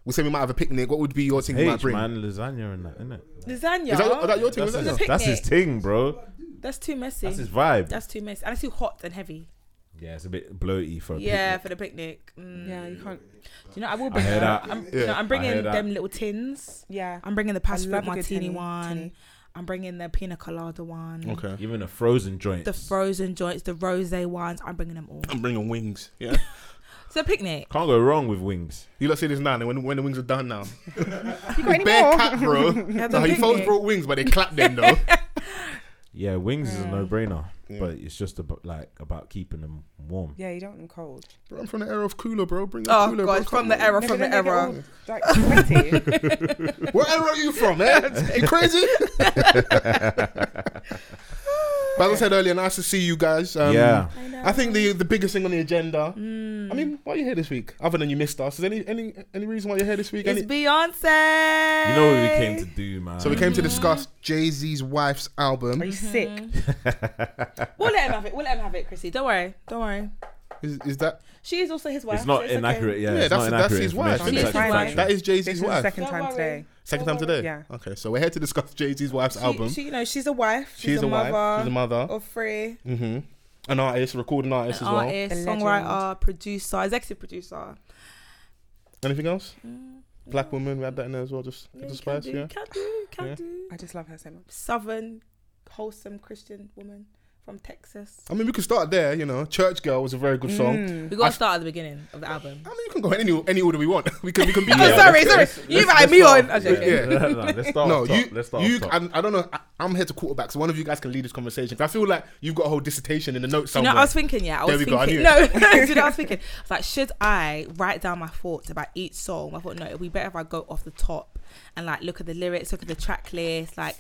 we say we might have a picnic. What would be your thing you might
H
bring?
man, lasagna and that, innit?
Lasagna.
Is that, is that your thing?
That's,
Is that
his,
yours?
picnic.
that's his thing, bro.
That's too messy.
That's his vibe.
That's too messy. And it's too hot and heavy.
yeah, it's a bit bloaty for a
Yeah,
picnic.
for the picnic. Mm.
Yeah, you can't.
You know, I will bring.
hear that.
I'm,
Yeah,
you know, I'm
I hear
bringing
that.
them little tins.
Yeah.
I'm bringing the pasta
love
fruit
a good
martini
tinny,
one.
tinny.
I'm bringing the pina colada one.
Okay.
Even a frozen joint.
The frozen joints, the rose ones. I'm bringing them all.
I'm bringing wings. Yeah.
It's
(laughs)
a picnic.
Can't go wrong with wings.
You lot see this now, and when, when the wings are done now.
You got any
Bare
more?
cat, bro. (laughs)
(laughs) That's
Nah,
a
your phones
picnic.
brought wings, but they clapped them, though.
Yeah, wings is a no-brainer,
Yeah.
but it's just about like about keeping them warm.
Yeah, you don't want them cold.
(laughs) bro, I'm from the era of cooler, bro. Bring the
Oh
cooler,
god,
bro.
from the era,
No,
from
but
the
then they get
era.
all, Like
(laughs)
sweaty.
What era are you from, man?
(laughs)
you crazy? but as I said earlier, nice to see you guys. Um,
yeah,
I think the the biggest thing on the agenda.
Hmm.
I mean, why are you here this week? Other than you missed us, is there any any any reason why you're here this week?
It's
Any-
Beyonce.
you know what we came to do, man.
so we came to discuss Jay Z's wife's album.
Are you sick?
We'll let him have it. We'll let him have it, Chrissy. Don't worry. Don't worry.
Is, is that
She is also his wife.
It's not
so okay.
inaccurate. Yeah,
yeah?
it's
that's
not
that's
inaccurate
his wife.
information.
Isn't
His
It's
it?
actually
wife.
factual.
That is Jay
This
Z's
is the
wife.
second
Don't
time
worry.
today.
Second time today.
Yeah.
Okay, so we're here to discuss Jay Z's wife's
She-
album.
She, you know, she's a wife. She's,
she's
a, mother.
wife. She's a mother.
Of three.
hmm An artist, a recording artist
An
as well.
artist,
A legend.
songwriter, producer, executive producer.
Anything else? Black woman, we had that in there as well. Just
Mm, Yeah,
just
can
spice,
do,
yeah.
can do, can
Yeah.
do.
I just love her so much.
Southern, wholesome Christian woman from Texas.
I mean, we could start there. You know, Church Girl was a very good song.
Mm.
We gotta start at the beginning of the album.
I mean, you can go any any order we want. (laughs) We can we can be.
Oh, (laughs) sorry, sorry. You invited me on. I'm joking.
Yeah.
(laughs) No, no, no, let's start.
No,
off top.
you.
Let's start.
you.
off top.
I, I don't know. I, I'm here to quarterback, so one of you guys can lead this conversation. 'Cause I feel like you've got a whole dissertation in the notes
You
somewhere.
know, I was thinking, yeah, I
There
was
we go, I
thinking.
knew
No, (laughs) do you know, what I was thinking. I was like, should I write down my thoughts about each song? I thought, no, it'd be better if I go off the top and like look at the lyrics, look at the track list, like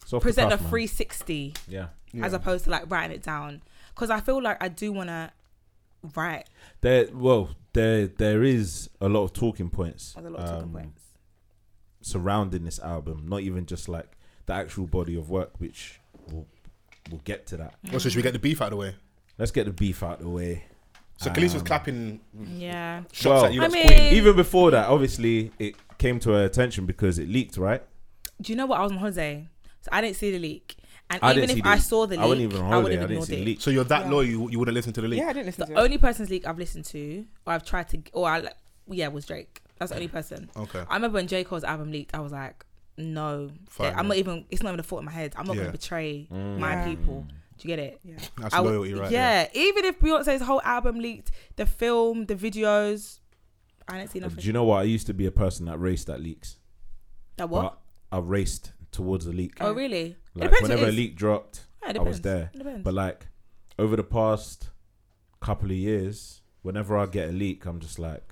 It's off the
present
cuff,
a
man.
360
Yeah,
as opposed to like writing it down. Because I feel like I do want to write
there. Well, there there is a lot of talking points.
as a lot of talking
um,
points.
surrounding this album, not even just like the actual body of work, which we'll we'll get to that.
Well, Oh, so should we get the beef out of the way?
Let's get the beef out the way.
So Khalees was clapping
Yeah.
shots
Well,
at you.
I
that's
mean-
queen.
Even before that, obviously, it came to her attention because it leaked, right?
Do you know what? I was on holiday, so I didn't see the leak. And
I
even
didn't
if
see the
I
leak.
saw the leak,
I wasn't even on
I would
holiday. I,
have
didn't
ignored
see the
it.
leak.
So you're that loyal. You you would have listened to the leak.
Yeah, I didn't listen
The
to it.
only person's leak I've listened to, or I've tried to, or I like, yeah, was Drake. That's the only person.
Okay.
I remember when J Cole's album leaked, I was like, no,
Fair
I'm
enough.
not even. It's not even a thought in my head. I'm not
Yeah.
gonna betray
Mm.
my
Yeah.
people. Do you get it?
Yeah.
That's
I would-
loyalty, right? there.
Yeah. Even if Beyonce's whole album leaked, the film, the videos, I didn't see nothing.
Do you know what? I used to be a person that raced at leaks.
that what?
But I raced towards the leak.
oh really?
Like
depends who it
whenever a
is.
leak dropped,
Yeah, it
I was
depends.
there.
It depends.
But like over the past couple of years, whenever I get a leak, I'm just like,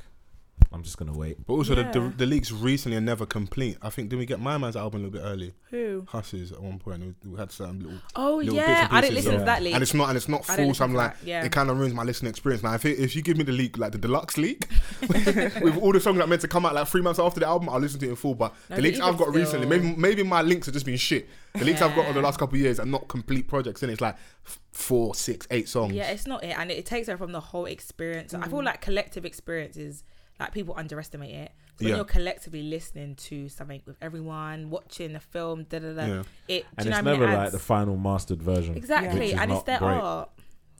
I'm just gonna wait.
But also the, the
Yeah.
the leaks recently are never complete. I think did we get My Man's album a little bit early?
Who?
Husses at one point. We, we had certain little
Oh
little
yeah,
bits and
I didn't
pieces,
listen to
yeah.
that leak.
and it's not and it's not
I didn't
full. So I'm
listen to
like,
that, yeah.
it kind of ruins my listening experience. Now, if it, if you give me the leak, like the deluxe
(laughs)
leak, (laughs) with all the songs that meant to come out like three months after the album, I'll listen to it in full. But the
No, but
leaks
even
I've got
still-
recently, maybe maybe my links have just been shit. The leaks I've got
Yeah.
over the last couple of years are not complete projects, and it's like f- four, six, eight songs.
Yeah, it's not it, and it, it takes her from the whole experience. I
Mm.
feel like collective experience is like people underestimate it. So when
Yeah.
you're collectively listening to something with everyone, watching the film, da da da,
Yeah.
it.
And
do you
it's
know what I
never
mean? It
like
adds-
the final mastered version.
exactly,
which is
and it's
not
their
great.
art,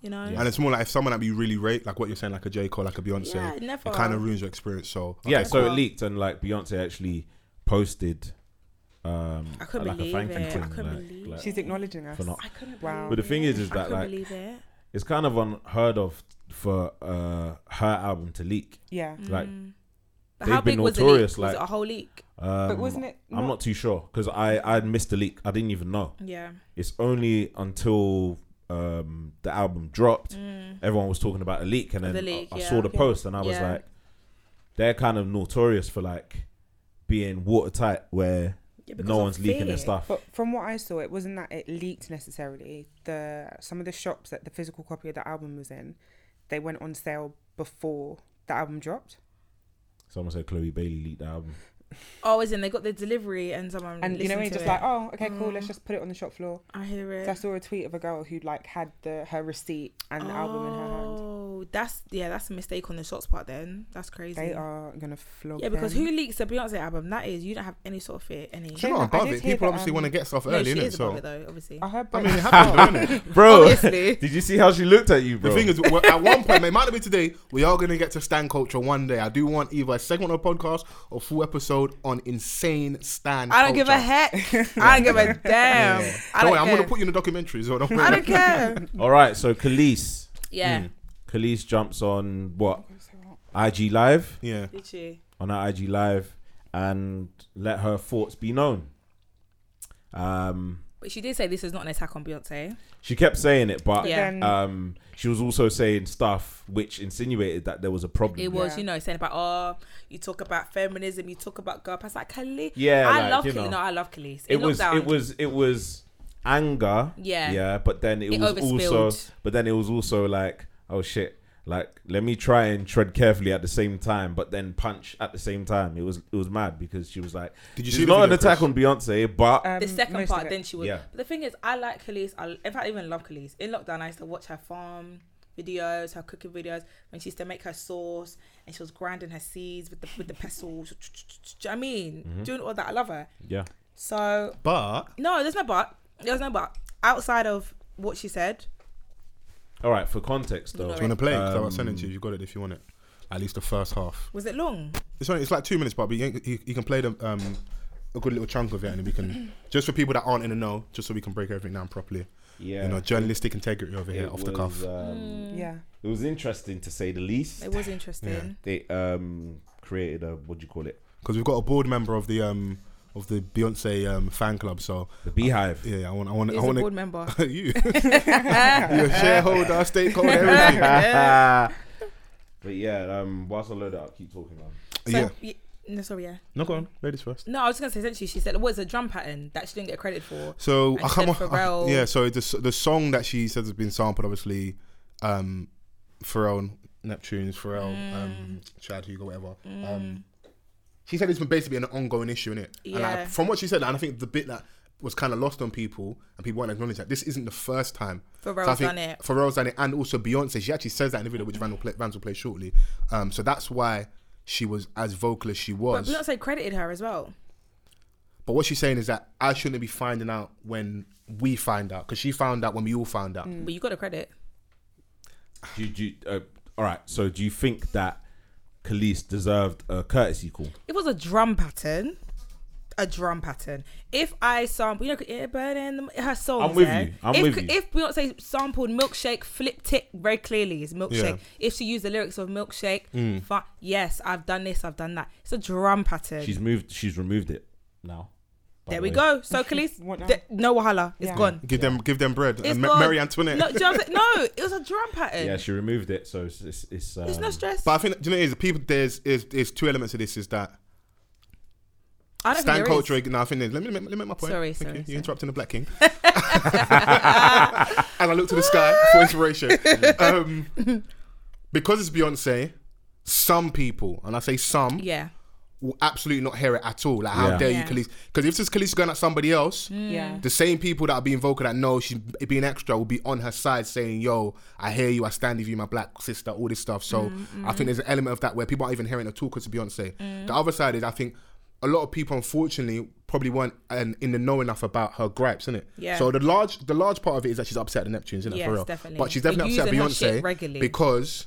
you know.
And it's more like if someone that you really rate, like what you're saying, like a J Cole, like a Beyonce,
Yeah, never.
it kind of ruins your experience. So
Yeah, so it
Well-
leaked and like Beyonce actually posted um
I couldn't
like a
believe
thank you
it. I
thing.
couldn't
like-
believe
like,
She's acknowledging us.
for not-
I couldn't
Wow.
believe
But the thing is,
it.
is
I
that,
couldn't
like-
believe it.
it's kind of unheard of for uh her album to leak.
Mm.
Mm.
Yeah.
Like
How
They've been
big was the
notorious,
leak? was it
like-
a whole leak?
Um,
wasn't it
I'm
not-
not too sure because I I missed the leak. I didn't even know.
Yeah.
It's only until um, the album dropped, everyone was talking about a leak, and then
Mm. The leak,
I, I
yeah.
saw the
Yeah.
post, and I was
Yeah.
like, they're kind of notorious for like being watertight, where
Yeah, because
no
of
one's leaking
fear.
their stuff.
But from what I saw, it wasn't that it leaked necessarily. The some of the shops that the physical copy of the album was in, they went on sale before the album dropped,
Someone said Chloe Bailey leaked the album.
Oh, as in they got the delivery and someone.
and you know, when you're
listened to
just
it. Mm.
like, oh, okay, cool, let's just put it on the shop floor.
I hear it.
So I saw a tweet of a girl who like had the her receipt and the album in her hand.
Oh, that's yeah, that's a mistake on the shots part. Then that's crazy.
They are gonna flog.
yeah, because
them.
who leaks the Beyonce album? That is, you don't have any sort of fear. Any.
She's
Yeah,
not
no, I
above
did
it.
hear
People
that,
obviously
um,
want to get stuff
no,
early,
she
innit?
is above
So
it though, obviously.
I
Mm.
heard.
I
Brit-
mean,
(laughs)
it
(laughs)
happened, though, innit?
Bro, (laughs)
Obviously.
did you see how she looked at you,
The
bro?
thing is, we're- at one point, it might not be today. We are going to get to Stan culture one day. I do want either a segment of a podcast or full episode on insane Stan.
I don't give a
(laughs)
culture.
heck. I don't give a damn. I
Don't
don't
worry, I'm
care.
going to put you in a documentary. So don't worry.
I
(laughs)
don't care.
All right, so Khalees.
Yeah.
Hmm. Khalees jumps on what? IG Live?
Yeah.
Did you?
on our IG live and let her thoughts be known. Um,
But she did say this is not an attack on Beyonce.
she kept saying it, but
Yeah.
Then
um, she was also saying stuff which insinuated that there was a problem.
It was,
Yeah.
you know, saying about oh, you talk about feminism, you talk about girl. I was like, Khalees.
Yeah,
I
like,
love
you
Khalees.
know.
No, I love Khalees.
It
In
was.
lockdown,
It was. It was anger.
Yeah.
Yeah. But then it,
It
was also.
overspilled.
But then it was also like, oh shit. Like, let me try and tread carefully at the same time, but then punch at the same time. It was it was mad because she was like,
Did you
"She's
see the
not an
video,
attack
Chris?
on Beyonce, but
um,
the second
most of
part,
it-
then she would.
Yeah.
But the thing is, I like Khalees. I, in fact, I even love Khalees. In lockdown, I used to watch her farm videos, her cooking videos, when she used to make her sauce and she was grinding her seeds with the with the pestle. Do you know what I mean?
Mm-hmm.
Doing all that. I love her.
yeah,
So
But
no, there's no but. There's no but. Outside of what she said,
all right. For context, though,
do you want to play? Because I was sending
Um,
to you. You got it if you want it. At least the first half.
was it long?
It's only it's like two minutes, but you, you, you can play the um a good little chunk of it, and then we can (clears throat) just for people that aren't in the know, just so we can break everything down properly.
yeah,
You know, journalistic integrity over here,
It
off the cuff.
was, um,
Mm.
Yeah.
It was interesting to say the least.
Hmm. It was interesting.
They um created a what do you call it?
Because we've got a board member of the um of the Beyonce um fan club, so
The beehive.
yeah, I want I want
He's
I
a
want
board member.
(laughs) you. You're a shareholder, stakeholder, everything.
(laughs) but yeah, um whilst I load it up, keep talking man.
So,
yeah.
y- no, sorry, yeah.
No, go on. Ladies first.
No, I was just gonna say essentially, she said, "What's a drum pattern that she didn't get credit for?"
So
And
I come off,
Seth
I,
Farrell.
yeah. So the s- the song that she says has been sampled, obviously, um, Pharrell, Neptune's Pharrell, um,
Mm.
Chad Hugo, whatever. Um, she said it's been basically an ongoing issue, innit? And I,
Yeah.
from what she said, and I think the bit that was kind of lost on people, and people won't acknowledge that this isn't the first time.
Pharrell's
I think
done it. Mm.
Pharrell's done it, and also Beyonce. She actually says that in the video, which Randall play, Randall will play shortly. Um, so that's why she was as vocal as she
But
was.
Beyonce credited her as well.
But what she's saying is that I shouldn't be finding out when we find out because she found out when we all found out.
But you got a credit.
Do, you- do, you- uh, all right, so do you think that Khalees deserved a courtesy call?
It was a drum pattern. A drum pattern. If I sample, you know, it burn in the- her soul.
I'm
is
with
there.
you. I'm
if,
with you.
If Beyonce sampled "Milkshake," flipped it very clearly is "Milkshake." If she used the lyrics of "Milkshake,"
Mm.
fi- yes, I've done this, I've done that. It's a drum pattern.
She's moved she's removed it now. by
there
the
we
(laughs)
way.
go. So, Khalees,
What now?
th- no wahala, It's
Yeah.
gone.
Give them, give them
Uh,
bread.
It's
and Ma-
gone.
Mary Antoinette.
No, do you know what I'm saying? no, it was a drum
(laughs)
pattern.
Yeah, she removed it, so it's it's, it's, um,
There's no stress.
but I think do you know what it is people. There's is there's two elements of this. Is that
I don't
Stan
think there is.
culture? No, I think there's- let me, let me let me make my point.
Sorry,
Thank
sorry,
you.
sorry.
You're interrupting the Black
(laughs)
King. (laughs) and I look to the sky for
(laughs)
inspiration. um, because it's Beyonce, some people, and I say some,
Yeah.
will absolutely not hear it at all. Like, how
Yeah.
dare
Yeah.
you, Khalees? Because if this Khalees going at somebody else,
Yeah.
the same people that are being vocal that know she's being extra will be on her side saying, "Yo, I hear you. I stand with you, my black sister." All this stuff. So I think there's an element of that where people aren't even hearing it at all because of Beyonce. The other side is I think a lot of people, unfortunately, probably weren't um, in the know enough about her gripes, isn't it?
Yeah.
So the large the large part of it is that she's upset at the Neptunes, isn't it?
Yes,
for real.
definitely.
But she's
They're
definitely upset at
using her shit
Beyonce
regularly.
because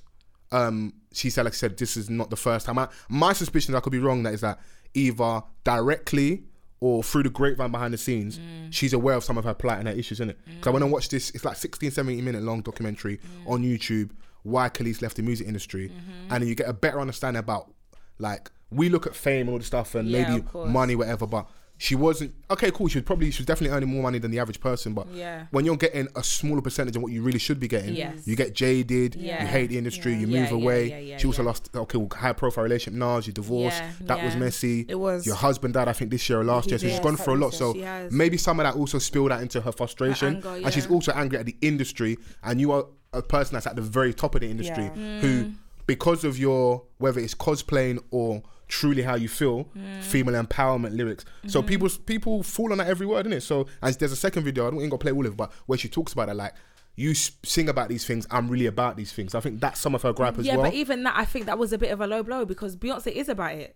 um, she said, like I said, this is not the first time. I, my suspicion, I could be wrong, that is that either directly or through the grapevine behind the scenes,
Mm.
she's aware of some of her plight and her issues, isn't it? Because I went and watched this, it's like 16, 17 minute long
Mm. Mm-hmm.
documentary on YouTube, Why Khalees Left the Music Industry. And then you get a better understanding about Like we look at fame and all this stuff and
Yeah,
maybe
of course.
money, whatever, but she wasn't okay, cool. She was probably she was definitely earning more money than the average person, but
Yeah.
when you're getting a smaller percentage of what you really should be getting,
Yes.
you get jaded,
Yeah.
you hate the industry, you
Yeah,
move
yeah,
away.
yeah, yeah,
she also
yeah.
lost okay, well, high profile relationship, Nas, you divorced.
Yeah,
that was
yeah.
messy.
It was.
your husband died, I think, this year or last
He
year. So
did.
she's gone through a lot. So
She has.
maybe some of that also spilled out into her frustration.
anger,
And she's
yeah.
also angry at the industry. And you are a person that's at the very top of the industry who,
Mm.
because of your, whether it's cosplaying or truly how you feel,
Mm.
female empowerment lyrics. So people people fall on that every word, innit? So and there's a second video, I don't ain't gonna play all of it, but where she talks about it like, you s- sing about these things, I'm really about these things. I think that's some of her gripe as
yeah,
well.
but even that, I think that was a bit of a low blow because Beyonce is about it.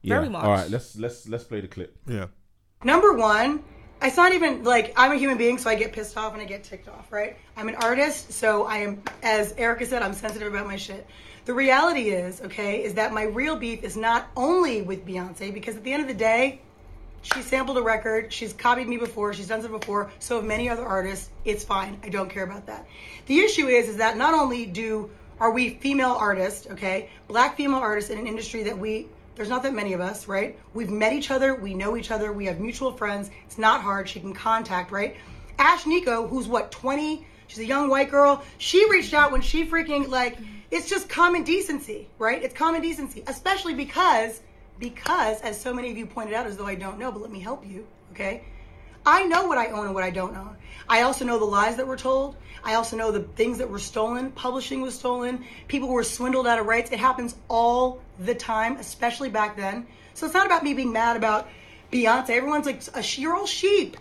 Yeah.
Very much.
All right, let's let's let's play the clip.
yeah.
Number one, it's not even like I'm a human being, so I get pissed off and I get ticked off, right? I'm an artist, so I am, as Erica said, I'm sensitive about my shit. The reality is, okay, is that my real beef is not only with Beyonce, because at the end of the day, she sampled a record, she's copied me before, she's done so before, so have many other artists. It's fine. I don't care about that. The issue is, is that not only do are we female artists, okay, black female artists in an industry that we there's not that many of us, right? We've met each other, we know each other, we have mutual friends. It's not hard. She can contact, right? Ash Nico, who's what, 20? She's a young white girl. She reached out when she freaking like it's just common decency, right? It's common decency, especially because because as so many of you pointed out as though I don't know, but let me help you, okay? I know what I own and what I don't own. I also know the lies that were told. I also know the things that were stolen. Publishing was stolen. People were swindled out of rights. It happens all the time, especially back then. So it's not about me being mad about Beyonce. Everyone's like, "A- you're all sheep.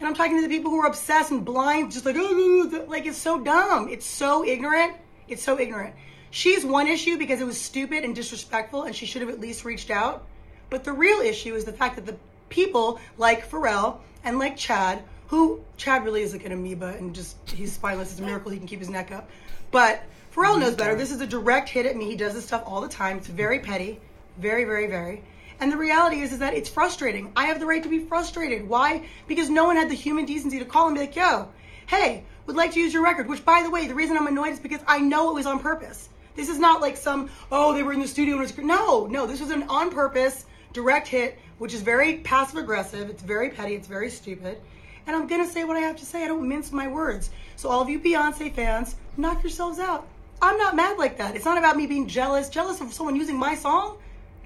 And I'm talking to the people who are obsessed and blind, just like, "Ugh," like it's so dumb. It's so ignorant. It's so ignorant. She's one issue because it was stupid and disrespectful, and she should have at least reached out. But the real issue is the fact that the people like Pharrell and like Chad, who Chad really is like an amoeba and just he's spineless. It's a miracle he can keep his neck up. But Pharrell knows better. This is a direct hit at me. He does this stuff all the time. It's very petty, very, very, very. And the reality is, is that it's frustrating. I have the right to be frustrated. Why? Because no one had the human decency to call and be like, yo, hey, would like to use your record. Which, by the way, the reason I'm annoyed is because I know it was on purpose. This is not like some, oh, they were in the studio and it's no, no. This was an on purpose direct hit, which is very passive aggressive. It's very petty. It's very stupid. And I'm gonna say what I have to say. I don't mince my words. So all of you Beyonce fans, knock yourselves out. I'm not mad like that. It's not about me being jealous, jealous of someone using my song.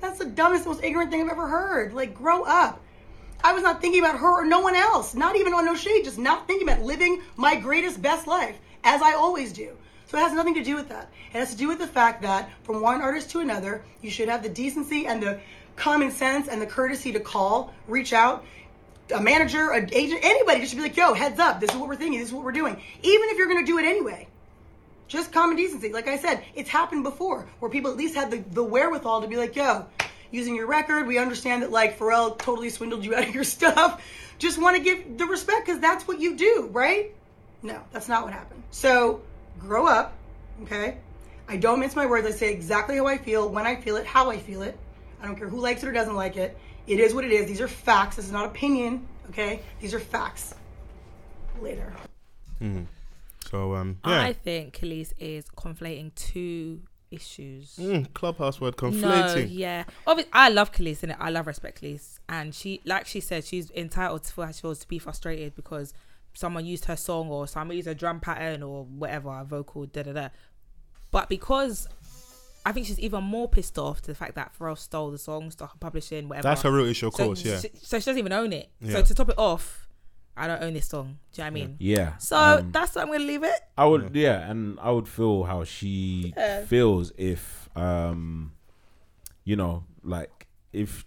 That's the dumbest, most ignorant thing I've ever heard. Like, grow up. I was not thinking about her or no one else, not even on no shade, just not thinking about living my greatest, best life, as I always do. So it has nothing to do with that. It has to do with the fact that from one artist to another, you should have the decency and the common sense and the courtesy to call, reach out, a manager, an agent, anybody just should be like, yo, heads up, this is what we're thinking, this is what we're doing. Even if you're gonna do it anyway. Just common decency. Like I said, it's happened before where people at least had the, the wherewithal to be like, yo, using your record, we understand that like Pharrell totally swindled you (laughs) out of your stuff. Just want to give the respect because that's what you do, right? No, that's not what happened. So grow up, okay? I don't mince my words. I say exactly how I feel, when I feel it, how I feel it. I don't care who likes it or doesn't like it. It is what it is. These are facts. This is not opinion, okay? These are facts. Later.
So um yeah.
I think Khalees is conflating two issues.
Mm, clubhouse word
No,
conflating.
yeah. Obviously, I love Khalees, and I love respect Khalees, and she, like she said, she's entitled to feel how she feels to be frustrated because someone used her song or someone used a drum pattern or whatever, a vocal, da da da. But because I think she's even more pissed off to the fact that Pharrell stole the song, stole her publishing, whatever.
That's her real issue, of
So
course, yeah.
She, so she doesn't even own it.
Yeah.
So to top it off, I don't own this song. Do you know what I mean?
Yeah.
So
Um,
Um,
that's what I'm gonna leave it.
I would yeah. and I would feel how she feels if um you know, like if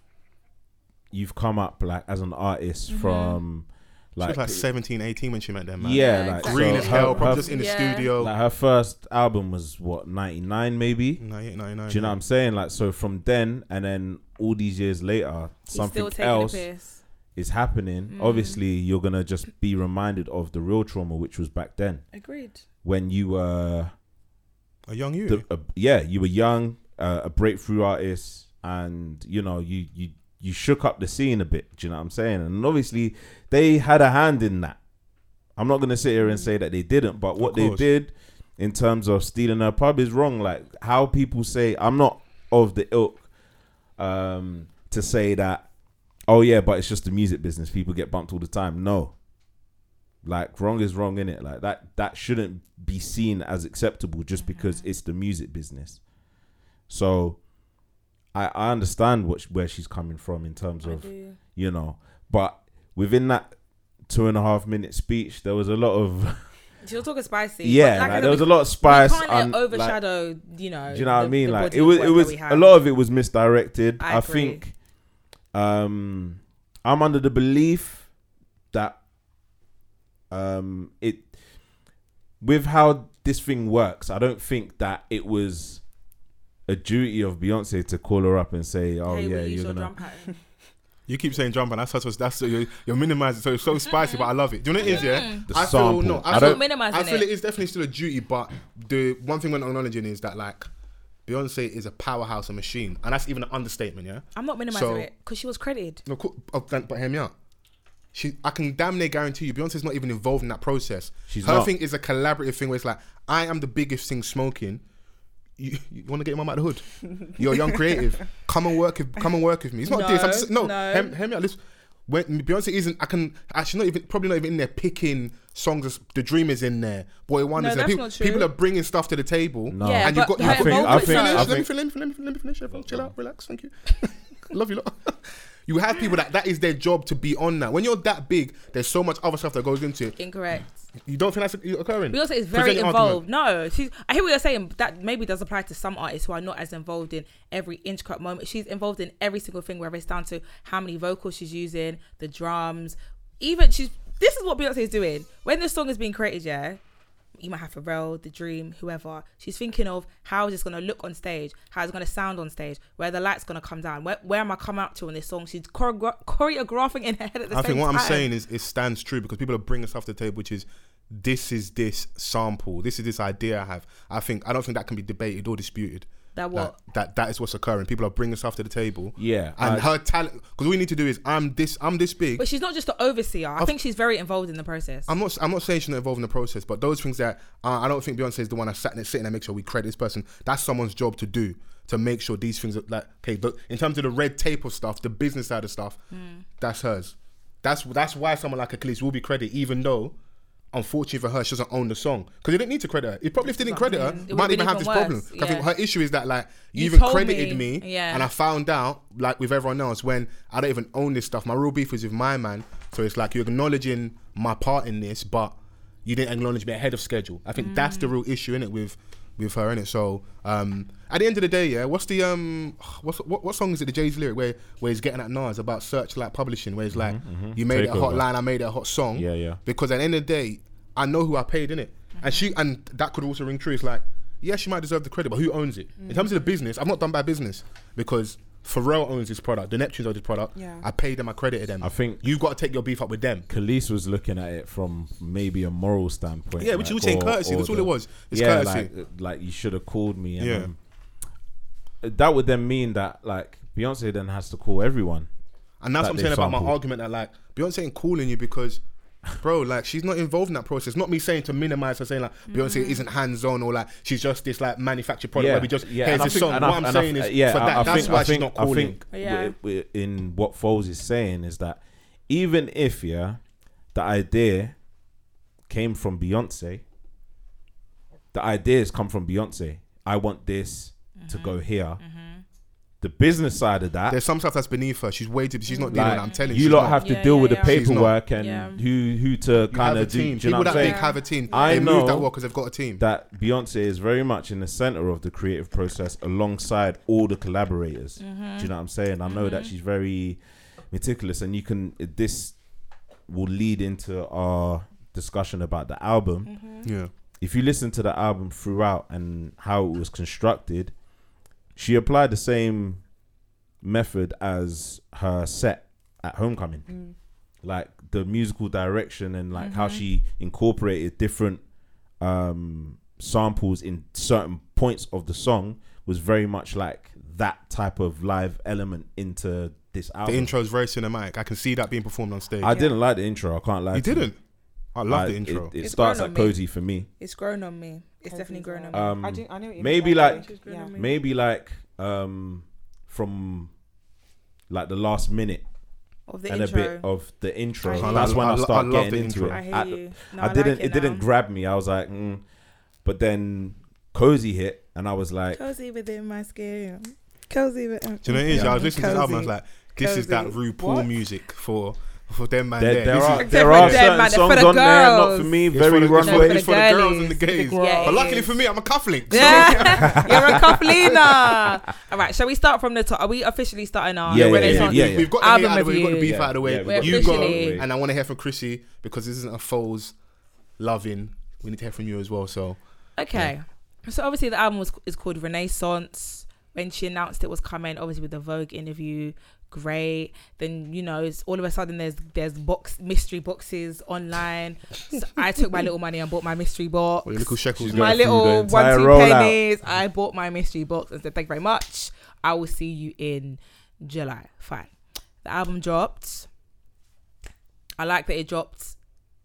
you've come up like as an artist
Mm-hmm.
from
She
like,
was like 17, 18 when she met them, man.
yeah,
Yeah,
like
Green
so
as hell,
her-
probably
her-
just in the
Yeah.
studio.
like her first album was what 99 maybe
98, 99.
do you know what i'm saying like so from then and then all these years later something
He's still taking Mm.
else
the piss.
is happening obviously you're gonna just be reminded of the real trauma which was back then
Agreed.
when you were
A young you.
the, uh, yeah you were young uh, a breakthrough artist and you know you you you shook up the scene a bit do you know what i'm saying and obviously they had a hand in that i'm not going to sit here and say that they didn't but what they
course.
did in terms of stealing her pub is wrong like how people say i'm not of the ilk um, to say that, oh yeah, but it's just the music business. People get bumped all the time. No, like wrong is wrong in it. Like that that shouldn't be seen as acceptable just
Mm-hmm.
because it's the music business. So, I I understand what sh- where she's coming from in terms of
do.
you know, but within that two and a half minute speech, there was a lot of
She was talking
(laughs)
spicy.
yeah, like, there was a lot of spice.
You can't let
and, like,
overshadow, you know.
do you know what I
the-
mean?
the
Like
body
it
of
was,
work
it
that
was
we
a
had.
lot of it was misdirected.
I
I,
agree.
think, um, I'm under the belief that, um, it with how this thing works, I don't think that it was a duty of Beyonce to call her up and say, "Oh
Hey,
yeah,
we
you're
use your
gonna."
drum pattern.
You keep saying jump, and that's such a, that's you're, you're minimizing. So it's so spicy, but I love it. Do you know what it is? Yeah,
Mm. The
I
sample.
feel no. I,
I
feel,
don't-
Minimising
I feel it
it.
is definitely still a duty, but the one thing we're not acknowledging is that like Beyonce is a powerhouse, a machine, and that's even an understatement. Yeah,
I'm not minimizing
So-
it because she was credited.
No, cool. oh, then- but hear me out. She, I can damn near guarantee you, Beyonce's not even involved in that process.
She's
Her
not.
thing is a collaborative thing where it's like, I am the biggest thing smoking. You, you want to get your mum out of the
(laughs)
hood? You're a young creative. Come and work. With, come and work with me. It's not this. I'm just, no.
no.
Hear, hear me out. Listen, when Beyonce isn't, I can actually not even probably not even in there picking songs. as- The Dream is in there. Boy Wonder.
No, that's
people,
not true.
people are bringing stuff to the table.
No.
Yeah,
and you've
but
got. you've
her
got-
involvement
I think-
Let
I
me
think-
finish, let me finish. Let me finish. Let me finish. Everyone, chill out. Relax. Thank you. (laughs) Love you lot. (laughs) You have people that that is their job to be on that. When you're that big, there's so much other stuff that goes into it.
Incorrect.
You don't think that's occurring?
Beyonce is
Present
very
your argument.
involved. No, she's. I hear what you're saying. but That maybe does apply to some artists who are not as involved in every intricate moment. She's involved in every single thing, whether it's down to how many vocals she's using, the drums, even she's. This is what Beyonce is doing when this song is being created. Yeah, you might have Pharrell, The Dream, whoever. She's thinking of how is this going to look on stage? How is it going to sound on stage? Where the light's going to come down? Where, where am I coming up to in this song? She's choreo- choreographing in her head at the
I
same
think what
time.
I'm saying is it stands true because people are bringing stuff to the table, which is this is this sample, this is this idea I have. I think I don't think that can be debated or disputed.
That what?
Like, that that is what's occurring. People are bringing stuff to the table.
Yeah,
and
I-
her talent. Because we need to do is I'm this I'm this big.
But she's not just the overseer. I think she's very involved in the process.
I'm not. I'm not saying she's not involved in the process, but those things that uh, I don't think Beyonce is the one that's sat there sitting and make sure we credit this person. That's someone's job to do to make sure these things are like okay. But in terms of the red tape of stuff, the business side of stuff,
Mm.
that's hers. That's that's why someone like Achilles will be credited, even though. Unfortunately for her, she doesn't own the song because they didn't need to credit her. It probably if they didn't credit her,
It
we
would've
might even
been
have
even
this
worse,
problem. I think
yeah.
her issue is that like you,
You
even
told
credited me,
me, yeah.
and I found out, like with everyone else, when I don't even own this stuff. My real beef is with my man. So it's like you're acknowledging my part in this, but you didn't acknowledge me ahead of schedule. I think that's
Mm.
the real issue in it with with her in it. So um, at the end of the day, yeah, what's the um, what's what, what song is it? The Jay's lyric where where he's getting at Nas about Searchlight Publishing, where he's like, you made it a hot
Mm-hmm, Takeover.
line, I made it a hot song.
Yeah, yeah.
Because at the end of the day, I know who I paid in it, and she and that could also ring true. It's like, yeah, she might deserve the credit, but who owns it? In terms of the business, I'm not done by business because Pharrell owns this product, the Neptunes own this product.
Yeah.
I paid them, I credited them.
I think-
you've got to take your beef up with them.
Khalees was looking at it from maybe a moral standpoint.
Yeah, which you would say courtesy, that's all it was. It's courtesy.
Like, uh, like you should have called me. And,
Yeah.
um, that would then mean that like Beyonce then has to call everyone.
And that's
That
what I'm
they
saying about my
sampled.
argument that like Beyonce ain't calling you because, bro, like she's not involved in that process. Not me saying to minimize her saying like Beyonce isn't hands on or like she's just this like manufactured product where we just
and
here's
I
this
think-
song.
and
What
I-
I'm
and I-
saying is,
yeah,
for
I-
that,
I
that's
think-
why
I
she's
think-
not calling.
I think
Yeah.
wi- wi- in what Foles is saying is that even if yeah, the idea came from Beyonce, the ideas come from Beyonce. I want this to
Mm-hmm.
go here. The business side of that,
There's some stuff that's beneath her. She's way too. She's not dealing.
like
with it, I'm telling you,
you
she's
lot
not.
have to
Yeah,
deal
yeah,
with
yeah.
the
She's
not.
paperwork and
Yeah.
who who to
You have
kind
a
of do.
team.
Do you know
People
what
that
I'm saying?
big have a team.
I
they move
know
that well because they've got a team.
that Beyonce is very much in the center of the creative process alongside all the collaborators. Do you know what I'm saying? I know that she's very meticulous, and you can. This will lead into our discussion about the album.
yeah.
If you listen to the album throughout and how it was constructed, she applied the same method as her set at Homecoming.
Mm.
Like the musical direction and like
Mm-hmm.
how she incorporated different um samples in certain points of the song was very much like that type of live element into this
The
album.
intro is very cinematic. I can see that being performed on stage.
I didn't like the intro, I can't lie.
you
to you.
didn't. I love
Like,
the intro.
It, it
It's
starts
grown
at
on me.
cozy for me.
It's grown on me. It's definitely grown on me.
Um,
I do, I know what you mean,
maybe
by the way.
like maybe like um from like the last minute
Of the
and
intro.
a bit of the intro.
I hear
That's
you.
when I,
I lo-
start
I love the
getting into
intro.
it.
I
hear
I,
you. No,
I
I
didn't.
like it
it didn't
now.
grab me. I was like, mm. but then cozy hit, and I was like,
Cozy within my skin. Cozy uh, within.
Do you know what it is?
Yeah.
I was listening to the album. I was like, this is that
Cozy.
RuPaul
What?
music for for them man.
there,
There,
there
This
are
is-
there
for
are
them,
certain
man, it's for
songs
the
on there not
girls.
for me.
it's for
Very
the-
rough
it's for, the- (laughs)
way.
it's for the girls and the
girlies, for the
gays.
girls.
But luckily for me, I'm a cufflink. So
(laughs) Yeah, you're a
(laughs)
cufflina. All right, shall we start from the top? Are we officially starting our
Yeah, yeah,
Renaissance?
yeah,
We've got the hate
Album
out of the way. We've got the
review.
beef out of the way.
Yeah, we've
We're
you go,
officially-
and I want to hear from Chrissy because this isn't a foes loving. We need to hear from you as well. So
Okay. So obviously the album was is called Renaissance. When she announced it was coming, obviously with the Vogue interview, great. Then you know, it's all of a sudden there's there's box mystery boxes online. so I took my little money and bought my mystery box.
with your little shekels.
She's
man.
going
my
through the
little
entire
one two
rollout.
pennies. I bought my mystery box and said thank you very much. I will see you in July. Fine. The album dropped. I like that it dropped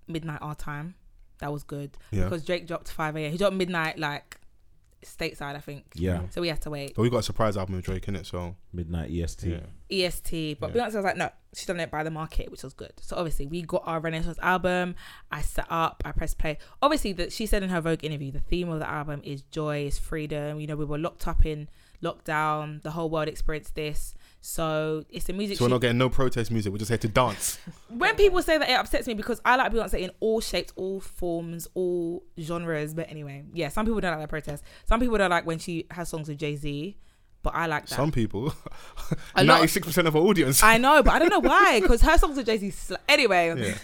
midnight our time. That was good
Yeah.
because Drake dropped five a.m. He dropped midnight like stateside, I think.
Yeah,
So we had to wait.
But we got a surprise album with Drake in it, so
midnight E EST.
yeah.
EST, E but
Yeah.
Beyonce was like, no, she's done it by the market, which was good. So obviously, we got our Renaissance album. I set up, I pressed play. Obviously, that she said in her Vogue interview, the theme of the album is joy, is freedom. You know, we were locked up in lockdown. The whole world experienced this. So it's a music.
So we're
she-
not getting no protest music. We're just here to dance.
(laughs)
when people say that, it upsets me because I like Beyonce in all shapes, all forms, all genres. But anyway, yeah, some people don't like that protest. Some people don't like when she has songs with Jay Z. But I like that.
Some people,
A
(laughs)
lot.
ninety-six percent of our audience. (laughs)
I know, but I don't know why. Because her songs with Jay Z. Sl- anyway,
Yeah.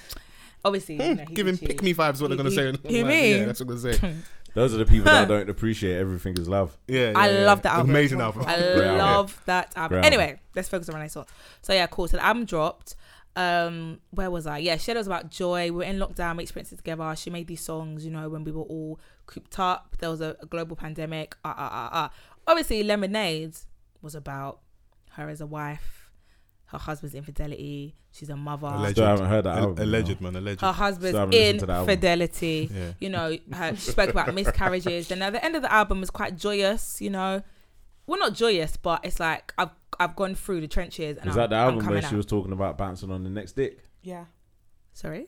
obviously, you know, he's
giving
a cheat.
Hmm, pick me vibes. What they're gonna
He-
say?
he- he
(laughs) Like,
me.
Yeah, that's what they're gonna
(laughs)
say.
Those are the people
(laughs)
that don't appreciate everything is love.
Yeah,
I
yeah, yeah.
love that album.
Amazing album.
I
Great album.
love that album.
Great album.
Anyway, let's focus on Renaissance. So yeah, cool. So the album dropped. Um, where was I? Yeah, Shadows about joy. We were in lockdown. We experienced it together. She made these songs, you know, when we were all cooped up. There was a, a global pandemic. Uh, uh, uh, uh. Obviously, Lemonade was about her as a wife, her husband's infidelity. She's a mother.
Alleged.
Still haven't heard that
A-
album, Ah.
Alleged, man. Alleged.
Her
Still haven't
husband's
listened to that album.
infidelity.
Yeah.
You know, her, she spoke about miscarriages. And at the end of the album is quite joyous, you know. Well, not joyous, but it's like I've I've gone through the trenches. And
Is
I'm,
that the
I'm
album where
coming
she
out.
was talking about bouncing on the next dick?
Yeah.
Sorry?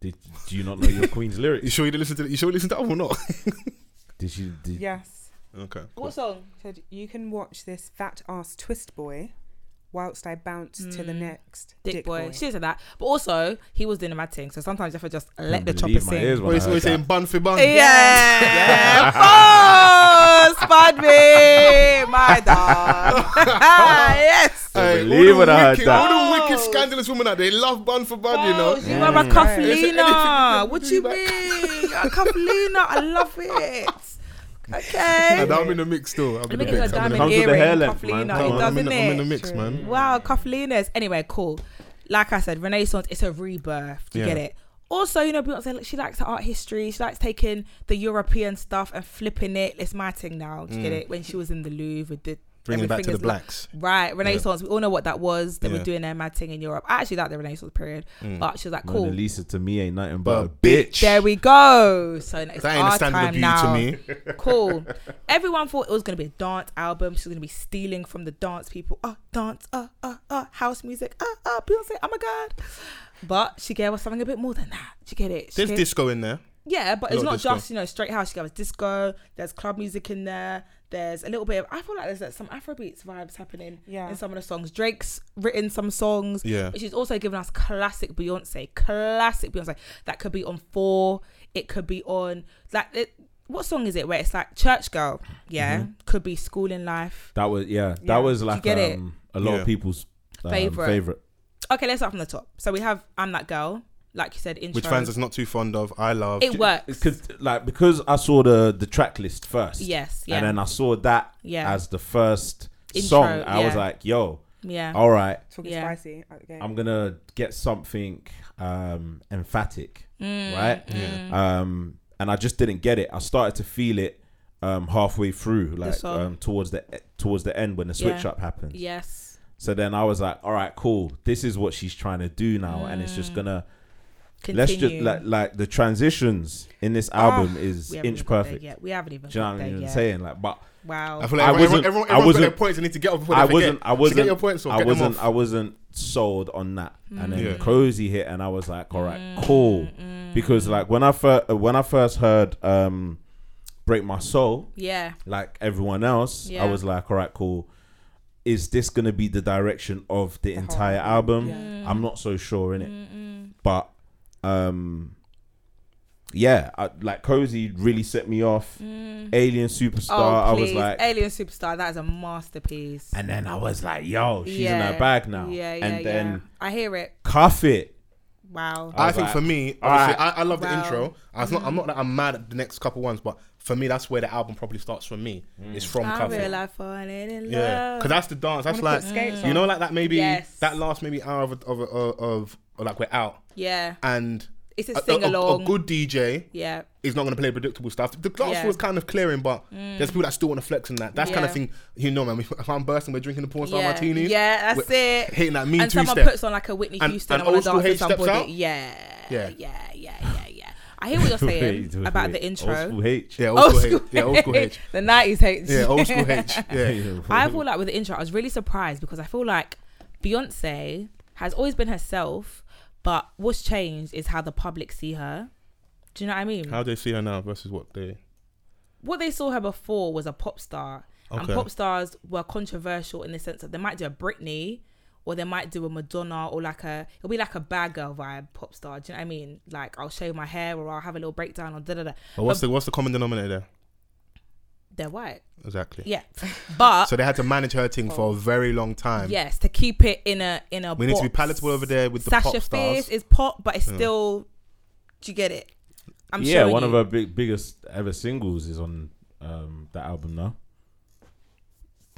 Did do you not know
(laughs)
your Queen's
You
lyrics?
sure you didn't listen to? You sure you listened to that album
(laughs)
or not?
Did she? Did,
Yes.
okay.
What song?
Said you can watch this fat ass twist boy, whilst I bounce to the next
Mm. Dick, boy. She didn't say that. But also, he was doing a mad thing. So sometimes you have to just let the chopper
Believe my ears when
sing.
I
Always,
heard
always saying
that.
bun for bun.
Yeah. Oh, spot me.
(laughs)
My dog. (laughs) yes.
Hey,
Believe
all,
when
the
I heard
wicked,
that.
all the wicked scandalous women out there, they love bun for bun, you know.
Oh, you are a
Is there anything you
cufflina.
can
What
do
you
back?
mean? A cufflina. I love it.
(laughs) And
Okay.
I'm in the mix still. I'm in the
Let me get
mix.
your
I'm in the
diamond
comes
mix.
with the hair
earring.
length, man. Come
Cufflina. It
on.
I'm in
doesn't
the- I'm in the mix,
it?
man.
Wow, cufflinas. Anyway, cool. Like I said, Renaissance. It's a rebirth. You
Yeah.
get it. Also, you know, Beyonce, like, she likes her art history. She likes taking the European stuff and flipping it. It's my thing now. Do you get it? When she was in the Louvre with the
Bringing it Mm. back to
everything
the
is lo-
blacks.
Right, Renaissance. We all know what that was. They
Yeah. Mm.
were doing their mad thing in Europe. I actually like the Renaissance period, but she was like,
Mona
"Cool,
Lisa to me ain't nothing but
But
a
bitch.
there we go. So it's
That ain't
our
a standard
time
of beauty
now.
to me.
(laughs) Cool. Everyone thought it was gonna be a dance album. She was gonna be stealing from the dance people. Oh, dance. Uh, uh, uh, house music. Uh, uh, Beyonce. Oh my god. But she gave us something a bit more than that. Do you get it? She
There's
gave-
disco in there.
yeah, but it's
lot
not
of disco.
just you know straight house. She gave us disco. There's club music in there. There's a little bit of. I feel like there's like, some Afrobeats vibes happening
Yeah.
in some of the songs. Drake's written some songs.
Yeah.
but she's also given us classic Beyonce, classic Beyonce that could be on four. It could be on like it, what song is it where it's like church girl? Yeah,
Mm-hmm.
could be school in life.
That was yeah. That
Yeah.
was like
get it?
um, a lot
Yeah.
of people's um, favorite.
Favorite. Okay, let's start from the top. So we have I'm that girl, like you said, intro.
Which fans is not too fond of. I love.
it works.
Because like because I saw the the track list first.
Yes, yeah.
And then I saw that
Yeah.
as the first
Intro,
song. I was
yeah.
like, yo,
Yeah.
all right,
Talking
Yeah.
spicy at the game.
I'm gonna get something um emphatic,
Mm.
right? Um, and I just didn't get it. I started to feel it um halfway through, like
song.
um towards the towards the end when the switch
Yeah.
up happens.
Yes. Mm.
So then I was like, all right, cool. This is what she's trying to do now, and it's just gonna Let's
continue.
just like like the transitions in this album
Ah,
is
we haven't
inch
even got there
perfect.
yet. We haven't even
Do you know
got
what
there
I'm
yet.
saying? Like, but
Wow.
I feel like
I
everyone,
wasn't-
everyone,
I
everyone got their
wasn't-
points. They need to get off before they
I
forget.
wasn't, I
So
wasn't,
get your points or
I
get them
wasn't,
off. Mm.
I wasn't sold on that. And then
Yeah.
Cozy hit, and I was like, all right,
Mm,
cool, because like when I first when I first heard um, "Break My Soul,"
Yeah.
like everyone else,
Yeah.
I was like, all right, cool. Is this gonna be the direction of the, entire album?
Mm.
I'm not so sure in it, but um, yeah, I, like Cozy really set me off. Alien Superstar, I
Oh, Mm. please.
was like,
Alien Superstar, that is a masterpiece.
and then I was like, yo, she's in
Yeah.
her bag now.
Yeah, yeah,
and
yeah.
then
I hear it.
cuff it.
Wow.
I
was
think
like,
for me,
all
obviously,
right.
I, I love the
Wow.
intro. I was not, I'm not that I'm mad at the next couple ones, but for me, that's where the album probably starts for me.
Mm.
It's from
I
cover.
real life falling in
Yeah,
love.
because that's the dance. That's
Wanna
like
put skates
you know,
on.
like that maybe
Yes.
that last maybe hour of of, of, of like we're out
yeah.
and
It's a
a- a-
sing-along.
A, good DJ
Yeah.
is not going to play predictable stuff. The dance
Yeah. Mm.
floor is kind of clearing, but there's people that still want to flex in that. That's kind of
Yeah.
thing you know, man. If I'm bursting, we're drinking the porn star
Yeah.
martinis.
Yeah, that's
We're
it.
Hitting that mean
and
two
someone
step.
puts on like a Whitney
And-
Houston
and
and, I want
old
to
school
dance with
H steps
somebody.
out?
Yeah,
Yeah.
yeah, yeah, yeah, yeah. I hear
(laughs)
what you're
(laughs)
saying
Wait, wait,
about
wait.
the
Old
intro.
school H.
Yeah, old
(laughs) Old
school H.
school
Yeah, old school
(laughs)
H.
the nineties H.
Yeah, old school H. Yeah.
(laughs) I feel like with the intro, I was really surprised because I feel like Beyonce has always been herself, but what's changed is how the public see her. Do you know what I mean?
How they see her now versus what they.
what they saw her before was a pop star. And
Okay.
pop stars were controversial in the sense that they might do a Britney or they might do a Madonna or like a it'll be like a bad girl vibe pop star. Do you know what I mean? Like I'll show my hair or I'll have a little breakdown or da da da.
But what's the what's the common denominator there?
They're white.
Exactly.
Yeah. Oh. But
So they had to manage her thing for a very long time.
yes, to keep it in a in a
We need to be
box.
palatable over there with the
Sasha
pop stars.
Fierce is pop, but it's still do you get it? I'm
yeah,
showing
one of
you.
her big, biggest ever singles is on um, that album now.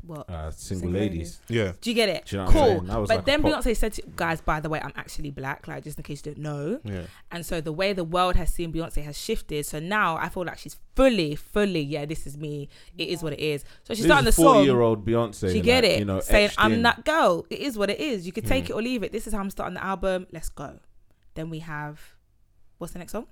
What?
Uh, Single, Ladies.
yeah.
Do you get it?
Do you know what I'm
cool.
saying? That was
But
like a
then
pop-
Beyonce said to guys, by the way, I'm actually black, like just in case you don't know.
Yeah.
And so the way the world has seen Beyonce has shifted. So now I feel like she's fully, fully, yeah, this is me. It is what it is. So she's
This
starting the
is
song.
year old Beyonce.
Do you get
like,
it?
You know,
Saying
etched
I'm
in. Mm.
that girl. It is what it is. You could take it or leave it. This is how I'm starting the album. Let's go. Then we have what's the next song?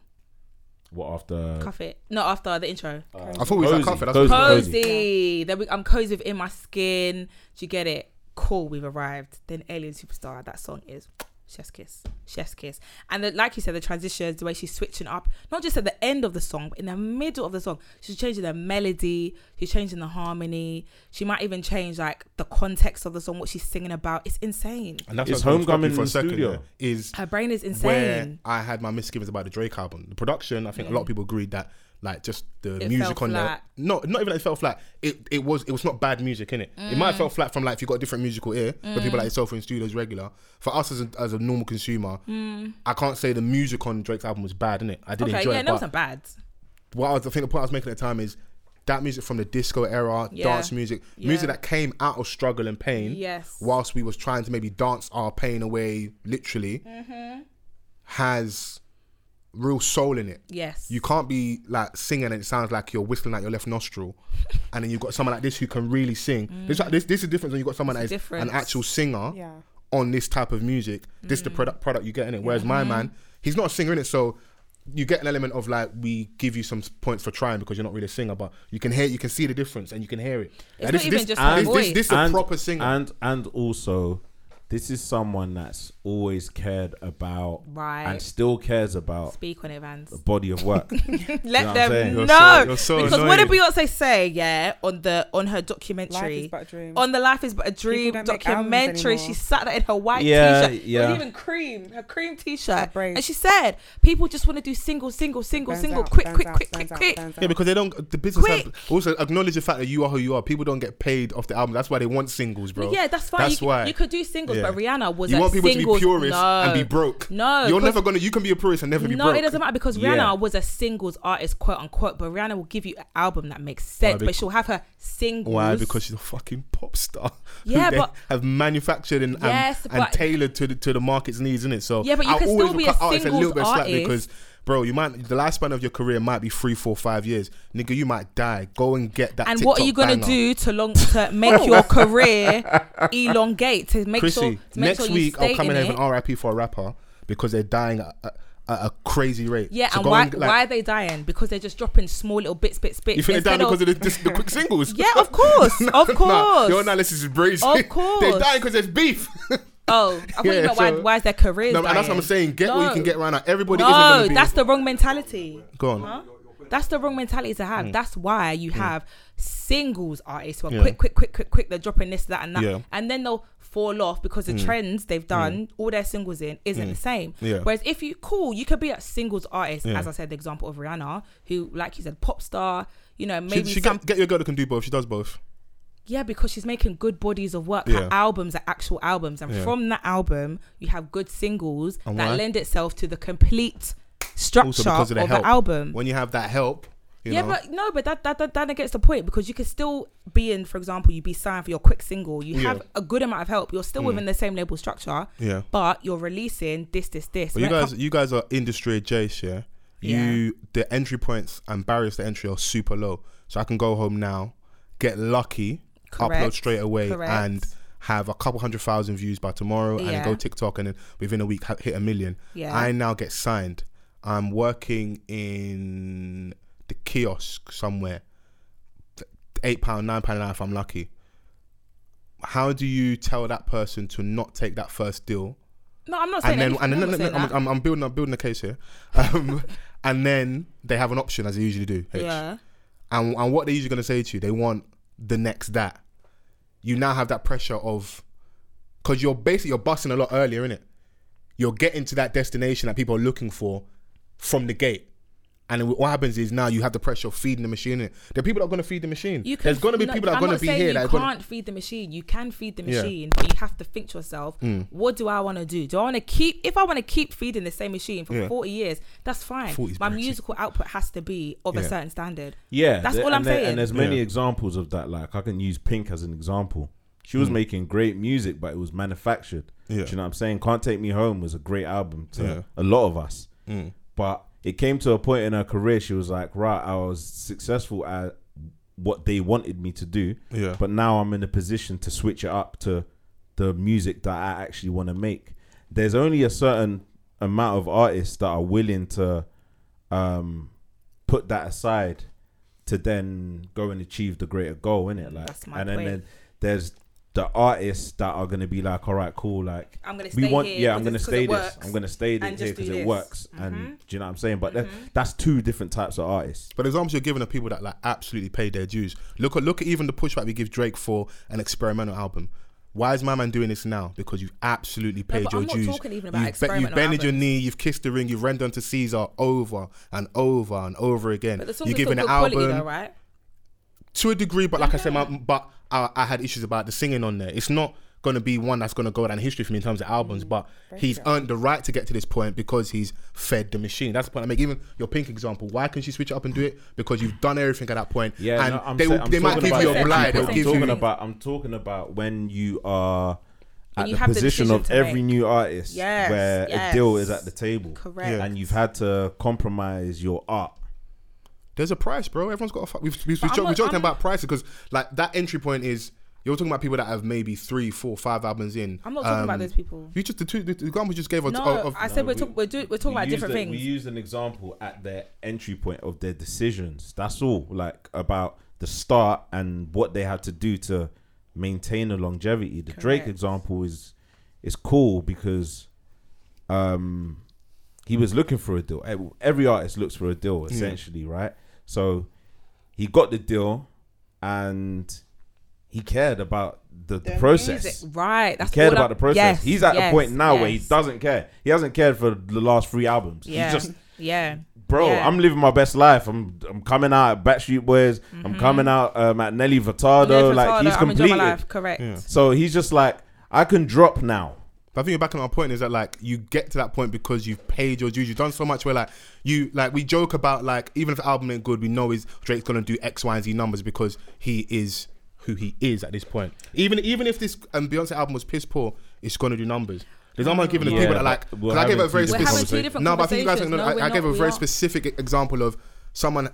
What after?
Cuff it. No, after the intro.
I thought we was
Cozy,
like comfort. That's
cozy.
what
Cozy. Then we, I'm cozy within my skin. Do you get it? Cool, we've arrived. Then Alien Superstar. That song is Chef's Kiss. Chef's Kiss. And the, like you said, the transitions, the way she's switching up, not just at the end of the song, but in the middle of the song. She's changing the melody, she's changing the harmony. She might even change like the context of the song, what she's singing about. It's insane.
And that's
It's
what I was gonna
Homecoming
stop you for
in the
a second
studio.
there, Is
Her brain is
where
insane. Mm.
I had my misgivings about the Drake album. The production, I think a lot of people agreed that like just the
It
music
fell
on there.
flat.
No, not even that it felt flat. It it was it was not bad music in it. It
Mm.
might have felt flat from like if you got a different musical ear, but people like yourself who are in studios regular. For us as a, as a normal consumer, I can't say the music on Drake's album was bad in it. I did
Mm. okay,
enjoy
yeah,
it. but
no, it wasn't bad.
what I, was, I think the point I was making at the time is that music from the disco era,
Yeah.
dance music,
Yeah.
music that came out of struggle and pain.
Yes.
Whilst we was trying to maybe dance our pain away, literally,
Mm-hmm.
has real soul in it.
Yes.
You can't be like singing and it sounds like you're whistling out your left nostril, and then you've got someone like this who can really sing. This, this this is different when you've got someone
It's
that
a
is an
difference.
actual singer
Yeah.
on this type of music. This is
Mm.
the product product you get in it. Whereas
Mm-hmm.
my man, he's not a singer in it, so you get an element of like we give you some s- points for trying because you're not really a singer, but you can hear, you can see the difference, and you can hear it. It's
not even just her
this,
voice.
This, this is a proper singer.
And and also, this is someone that's always cared about,
Right.
and still cares about
Speak on it, Vans.
body of
(laughs)
work.
Let
You know what I'm saying?
them
You're
know.
so- you're so
because what did
annoying.
Beyonce say? Yeah, on the on her documentary,
But a Dream.
on the Life is But a Dream
don't make albums
documentary, she
anymore.
sat there in her white
Yeah,
t-shirt,
yeah.
It wasn't even cream, her cream t-shirt,
braids.
and she said people just want to do single, single, single,
Burns
single,
out,
quick,
burns
quick,
out,
quick,
burns
quick,
out,
quick.
burns
yeah,
out.
because they don't. The business
Quick.
have, also acknowledge the fact that you are who you are. People don't get paid off the album. That's why they want singles, bro.
Yeah, that's fine.
That's
you, could-
why
you could do singles,
Yeah.
but Rihanna was
You
a
want people
singles.
to be purists
no.
and be broke.
No,
you're
'cause-
never gonna. You can be a purist and never be
no,
broke.
it doesn't matter because
Yeah.
Rihanna was a singles artist, quote unquote. But Rihanna will give you an album that makes sense,
Why?
but she'll have her singles.
Why? Because she's a fucking pop star. (laughs) who
Yeah,
they
but-
have manufactured and and-
Yes,
and,
but-
tailored to the to the market's needs, isn't it? So
Yeah, but you
I
can still
always
be
will
a
cut artists
singles
slack
artist.
because. Bro, you might the lifespan of your career might be three, four, five years, nigga. You might die. Go and get that.
And what are
TikTok
you gonna
banger.
do to long to
(laughs)
make your career elongate to make
Chrissy?
sure to make
next
sure you
week
stay
I'll come
in
and have
it?
an RIP for a rapper because they're dying a, a, at a crazy rate.
Yeah,
So
and
go
why
like-
why are they dying? Because they're just dropping small little bits, bits, bits.
You think they're
instead
dying because of the, this, the quick singles?
Yeah, of course,
(laughs)
of
Nah, your
course.
analysis is brazen. (laughs)
Of
they're
course.
dying because there's beef. (laughs)
(laughs) Oh, I thought you
Yeah,
meant why,
so-
why is their career?
no, and that's what I'm
dying?
saying. Get what you can
No.
get around that. Everybody isn't
No,
going to be.
that's the wrong mentality.
Go on.
Huh? That's the wrong mentality to have. That's why you have singles artists who are
Mm. Yeah.
quick, quick, quick, quick, quick. They're dropping this, that, and that,
Yeah. Mm.
and then they'll fall off because the trends they've done, all their singles in, isn't the same.
Yeah.
Whereas if you cool, you could be a singles artist,
Yeah.
as I said, the example of Rihanna, who, like you said, pop star. You know,
She,
maybe
she
some
get, get your girl that can do both. She does both.
Yeah, because she's making good bodies of work.
Yeah.
Her albums are actual albums, and
Yeah.
from that album, you have good singles
And
that
why?
lend itself to the complete structure
Also because of
of,
the help.
the album.
When you have that help, you
yeah,
know.
but no, but that that that, that gets the point because you could still be in, for example, you be signed for your quick single. You
Yeah. Mm.
have a good amount of help. You're still within the same label structure.
Yeah.
but you're releasing this, this, this.
But you
When it
guys,
com-
you guys are industry adjacent. Yeah? You the entry points and barriers to entry are super low. So I can go home now, get lucky, upload
Correct.
straight away,
Correct.
and have a couple hundred thousand views by tomorrow, and then
Yeah.
go TikTok, and then within a week ha- hit a million.
Yeah.
I now get signed. I'm working in the kiosk somewhere, eight pound, nine pound an hour if I'm lucky. How do you tell that person to not take that first deal?
no, I'm not saying.
and then
anything-
and then
I'm not
no, no,
saying
no, I'm,
that.
I'm, I'm building I'm building a case here, (laughs) um, and then they have an option as they usually do. H.
yeah,
And and what they're usually going to say to you, they want the next that. You now have that pressure of, because you're basically you're busting a lot earlier in it. You're getting to that destination that people are looking for from the gate. And then what happens is now you have the pressure of feeding the machine. Innit? The people that are going to feed the machine.
You can,
There's going to be
no,
people that are
I'm
going to
not
be
saying
here.
You
That are
can't
gonna,
feed the machine. You can feed the
Yeah. Mm.
machine, but you have to think to yourself: What do I want to do? Do I want to keep? If I want to keep feeding the same machine for
Yeah.
40 years, that's fine.
40 is
My
pretty.
musical output has to be of
Yeah.
a certain standard.
Yeah,
that's
the-
all I'm
and there-
saying.
And there's many
Yeah.
examples of that. Like I can use Pink as an example. She was making great music, but it was manufactured.
Hmm. Yeah.
Do you know what I'm saying? Can't Take Me Home was a great album to
Yeah. Hmm.
a lot of us. But it came to a point in her career, she was like, right, I was successful at what they wanted me to do.
Yeah.
But now I'm in a position to switch it up to the music that I actually want to make. There's only a certain amount of artists that are willing to um, put that aside to then go and achieve the greater goal, innit? Like,
That's my
and then,
point.
then there's the artists that are gonna be like, all right, cool, like
I'm gonna
we
stay
want,
here
yeah,
'cause
I'm gonna
it's- 'cause
stay
it
this,
works.
I'm gonna stay
And
this here
just
because
do
it
this. Mm-hmm.
works, and do you know what I'm saying? But that, that's two different types of artists.
But examples you're giving are people that like absolutely pay their dues. Look at look at even the pushback we give Drake for an experimental album. Why is my man doing this now? Because you've absolutely paid
but
your
I'm not
dues.
talking even about
you've, you've
experimental
bended your
albums.
knee, you've kissed the ring, you've rendered unto Caesar over and over and over again.
But the song
You're
is still
giving
good
an
quality,
album
though, right?
to a degree, but like I said, my, but I, I had issues about the singing on there. It's not going to be one that's going to go down in history for me in terms of albums,
Mm,
but he's earned the right to get to this point because he's fed the machine. That's the point I make. Even your pink example, why can she switch it up and do it? Because you've done everything at that point,
Yeah,
and
no, I'm
they,
sa-
will,
I'm
they might
talking
give you
about
a lie. They'll
I'm
give
talking
you.
about. I'm talking about when you are at
you
the
have the
position
decision
of
to
every
make.
new artist,
Yes,
where
yes.
a deal is at the table,
Correct. Yeah.
and you've had to compromise your art.
There's a price, bro. Everyone's got a. Fu- we've we've, we've,
I'm
joked,
not-
we've joked
I'm-
about prices because like that entry point is. You're talking about people that have maybe three, four, five albums in. Um,
I'm not talking about those people.
You just the two the, the example you just gave us.
No,
of, of,
I said we're,
we-
talk, we're, do, we're talking about
used
different
a-
things.
We used an example at their entry point of their decisions. That's all. Like about the start and what they had to do to maintain the longevity. The Drake
Correct.
example is is cool because um he was looking for a deal. Ev- Every artist looks for a deal, essentially, right? So he got the deal and he cared about the, the, process.
Music, right? That's
He cared
all
about
I'm-
the process.
Yes,
he's at the
yes,
point now where he
yes.
doesn't care. He hasn't cared for the last three albums.
Yeah,
He's just,
yeah,
bro,
Yeah.
I'm living my best life. I'm I'm coming out at Backstreet Boys. I'm coming out um, at Nelly Furtado.
Mm-hmm. Nelly
like
Furtado,
he's
I'm enjoying
completed.
my life. Correct.
So he's just like, I can drop now.
But I think you're back on our point is that like you get to that point because you've paid your dues. You've done so much where like you like we joke about like even if the album ain't good, we know is Drake's gonna do X, Y, and Z numbers because he is who he is at this point. Even even if this um, Beyonce album was piss poor, it's gonna do numbers. The
Um,
example I'm giving the
Yeah,
people that
but
like,
we're
because I gave it a
having
very
two
We're having two
specific.
different
No, but I think you guys.
conversations.
don't know.
No,
I,
we're
I gave
not.
a
We
very
are.
specific example of someone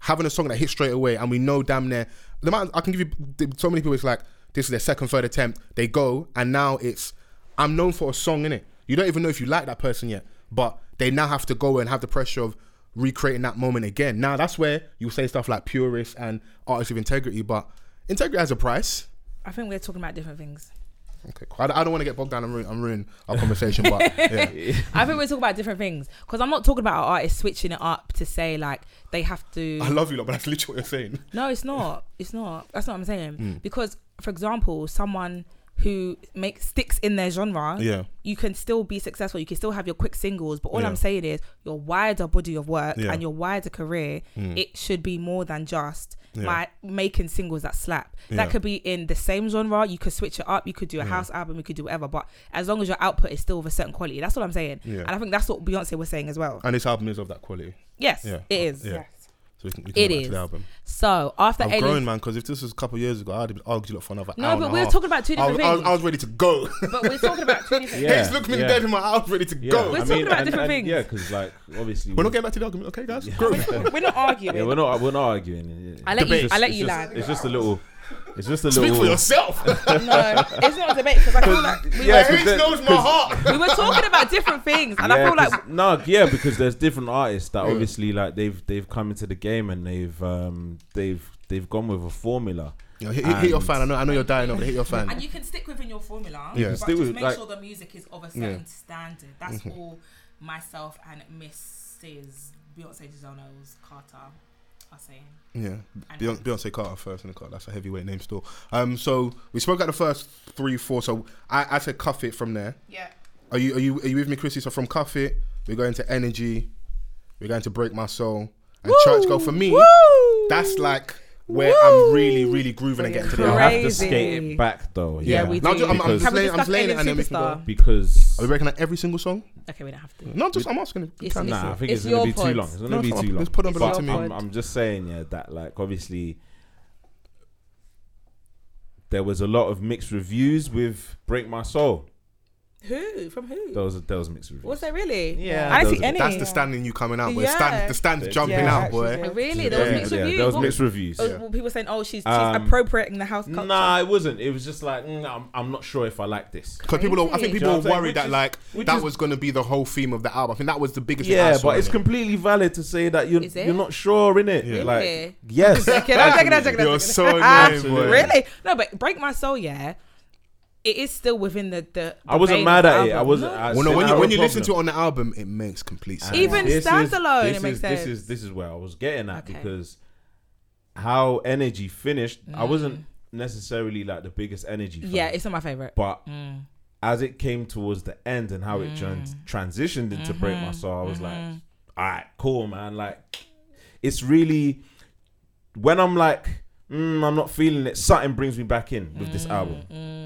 having a song that hits straight away, and we know damn near the amount I can give you so many people. It's like this is their second, third attempt. They go, and now it's I'm known for a song in it. You don't even know if you like that person yet, but they now have to go and have the pressure of recreating that moment again. Now that's where you say stuff like purist and artist of integrity, but integrity has a price.
I think we're talking about different things.
Okay, cool. I, I don't want to get bogged down and ruin, and ruin our conversation,
(laughs)
but yeah.
I think we're talking about different things because I'm not talking about our artists switching it up to say like they have to.
I love you, lot, but that's literally what you're saying.
No, it's not. It's not. That's not what I'm saying.
Hmm.
Because, for example, someone who makes sticks in their genre,
Yeah.
you can still be successful. You can still have your quick singles. But all
Yeah.
I'm saying is your wider body of work
Yeah. Hmm.
and your wider career, it should be more than just
Yeah.
my making singles that slap.
Yeah.
That could be in the same genre. You could switch it up. You could do a house album. You could do whatever. But as long as your output is still of a certain quality, that's what I'm saying.
Yeah.
And I think that's what Beyonce was saying as well.
And this album is of that quality.
yes,
Yeah.
it is.
Yeah. So we can, we can
It
go back
is.
to the album.
So after
I'm
Alien's-
growing, man, because if this was a couple of years ago, I'd have argued it for another
No,
hour and
but
a
we were
half.
talking about two
I was-
different
I was, I
things.
was ready to go. (laughs)
but we're talking about two different.
Yeah,
He's looking me
yeah.
dead in my eye. I was ready to
Yeah,
go.
I
talking
mean,
about
and-
different
and-
things.
Yeah, because like obviously
We're not getting back to the argument, okay, guys? Grow.
(laughs)
We're not arguing.
Yeah, we're not we're not arguing.
I let you-
It's
I let
it's
you
just-
lie.
It's just a little. It's just a little.
Speak for (laughs) yourself.
No, it's not a debate because I feel like we,
(laughs)
Yeah,
were,
Harris
that-
knows my heart.
we were talking about different things, and I
yeah,
feel like
'cause- no, yeah, because there's different artists
(laughs)
that obviously like they've they've come into the game and they've um they've they've gone with a formula.
(laughs) Yo, hit, hit- hit your
And-
fan. I know, I know you're dying over. Hit your fan.
you can stick within your formula.
Yeah.
but
Stick with- like- Mm-hmm.
the music is of a
Yeah.
standard. That's all myself and Mrs. Beyonce Gisonos Carter are saying.
Yeah,
I know.
Beyonce, Beyonce Carter first in the car. That's a heavyweight name still. Um, so we spoke about the first three, four. So I, I said cuff it from there.
Yeah.
Are you are you are you with me, Chrissy? So from cuff it, we're going to energy. We're going to break my soul and church go for me. That's like where I'm really really grooving and getting to the.
You
Crazy.
album.
have to skate it back though. Yeah,
we
Now
do.
ju- I'm, I'm
Because-
just
Have we
laying, I'm just
discussed
laying it
Alien
and then we can
Superstar?
go.
because
Are we breaking out every single song?
Okay, we don't have to.
No, just I'm asking.
Yes,
Can-
it is.
Nah, I think it's,
It's
gonna
your
be too
pod.
long. It's
No,
gonna be
it's
too
not.
long.
Let's put it below
But
to me.
I'm, I'm just saying, yeah, that like obviously there was a lot of mixed reviews with "Break My Soul."
Who from who?
There was there was mixed reviews.
Was there really?
Yeah,
I
there
didn't
was
see
a-
any.
That's the standing you coming out, boy.
Yeah.
Stand, the stand's jumping
Yeah,
out, boy.
actually,
Really, there
Yeah,
was mixed
yeah,
reviews.
there was
What-
mixed reviews.
Oh, well, people saying, "Oh, she's she's
Um,
appropriating the house culture."
Nah, it wasn't. It was just like mm, I'm, I'm not sure if I like this.
Because people, are, I think
Crazy.
Do you know
people were
what I'm saying?
worried that
Which is-
like
which
that
is-
was going to be the whole theme of the album. I think that was the biggest. thing I
Yeah,
saw
but
in
it's
it.
completely valid to say that you're
Is it?
you're not sure in it.
Yeah.
Like
Really?
yes,
(laughs) Check it out, check it out, check it out,
You're
check it
so
out.
annoying, boy.
Really? No, but break my soul, yeah. It is still within the the.
I wasn't
the vein
mad
of the
at it. I
album.
wasn't.
No.
I
Well, no,
said
when
I
you
had
when
a
you listen to it
problem.
on the album, it makes complete sense.
Even
This is-
standalone,
this
it makes
is-
sense.
This is this is where I was getting at
Okay.
because how energy finished. I wasn't necessarily like the biggest energy. Fan,
Mm. Yeah, it's Mm. not my favorite.
but as it came towards the end and how it trans-
Mm.
transitioned into break my soul, I was
Mm-hmm.
like, all right, cool, man. Like, it's really when I'm like, mm, I'm not feeling it. Something brings me back in with this album.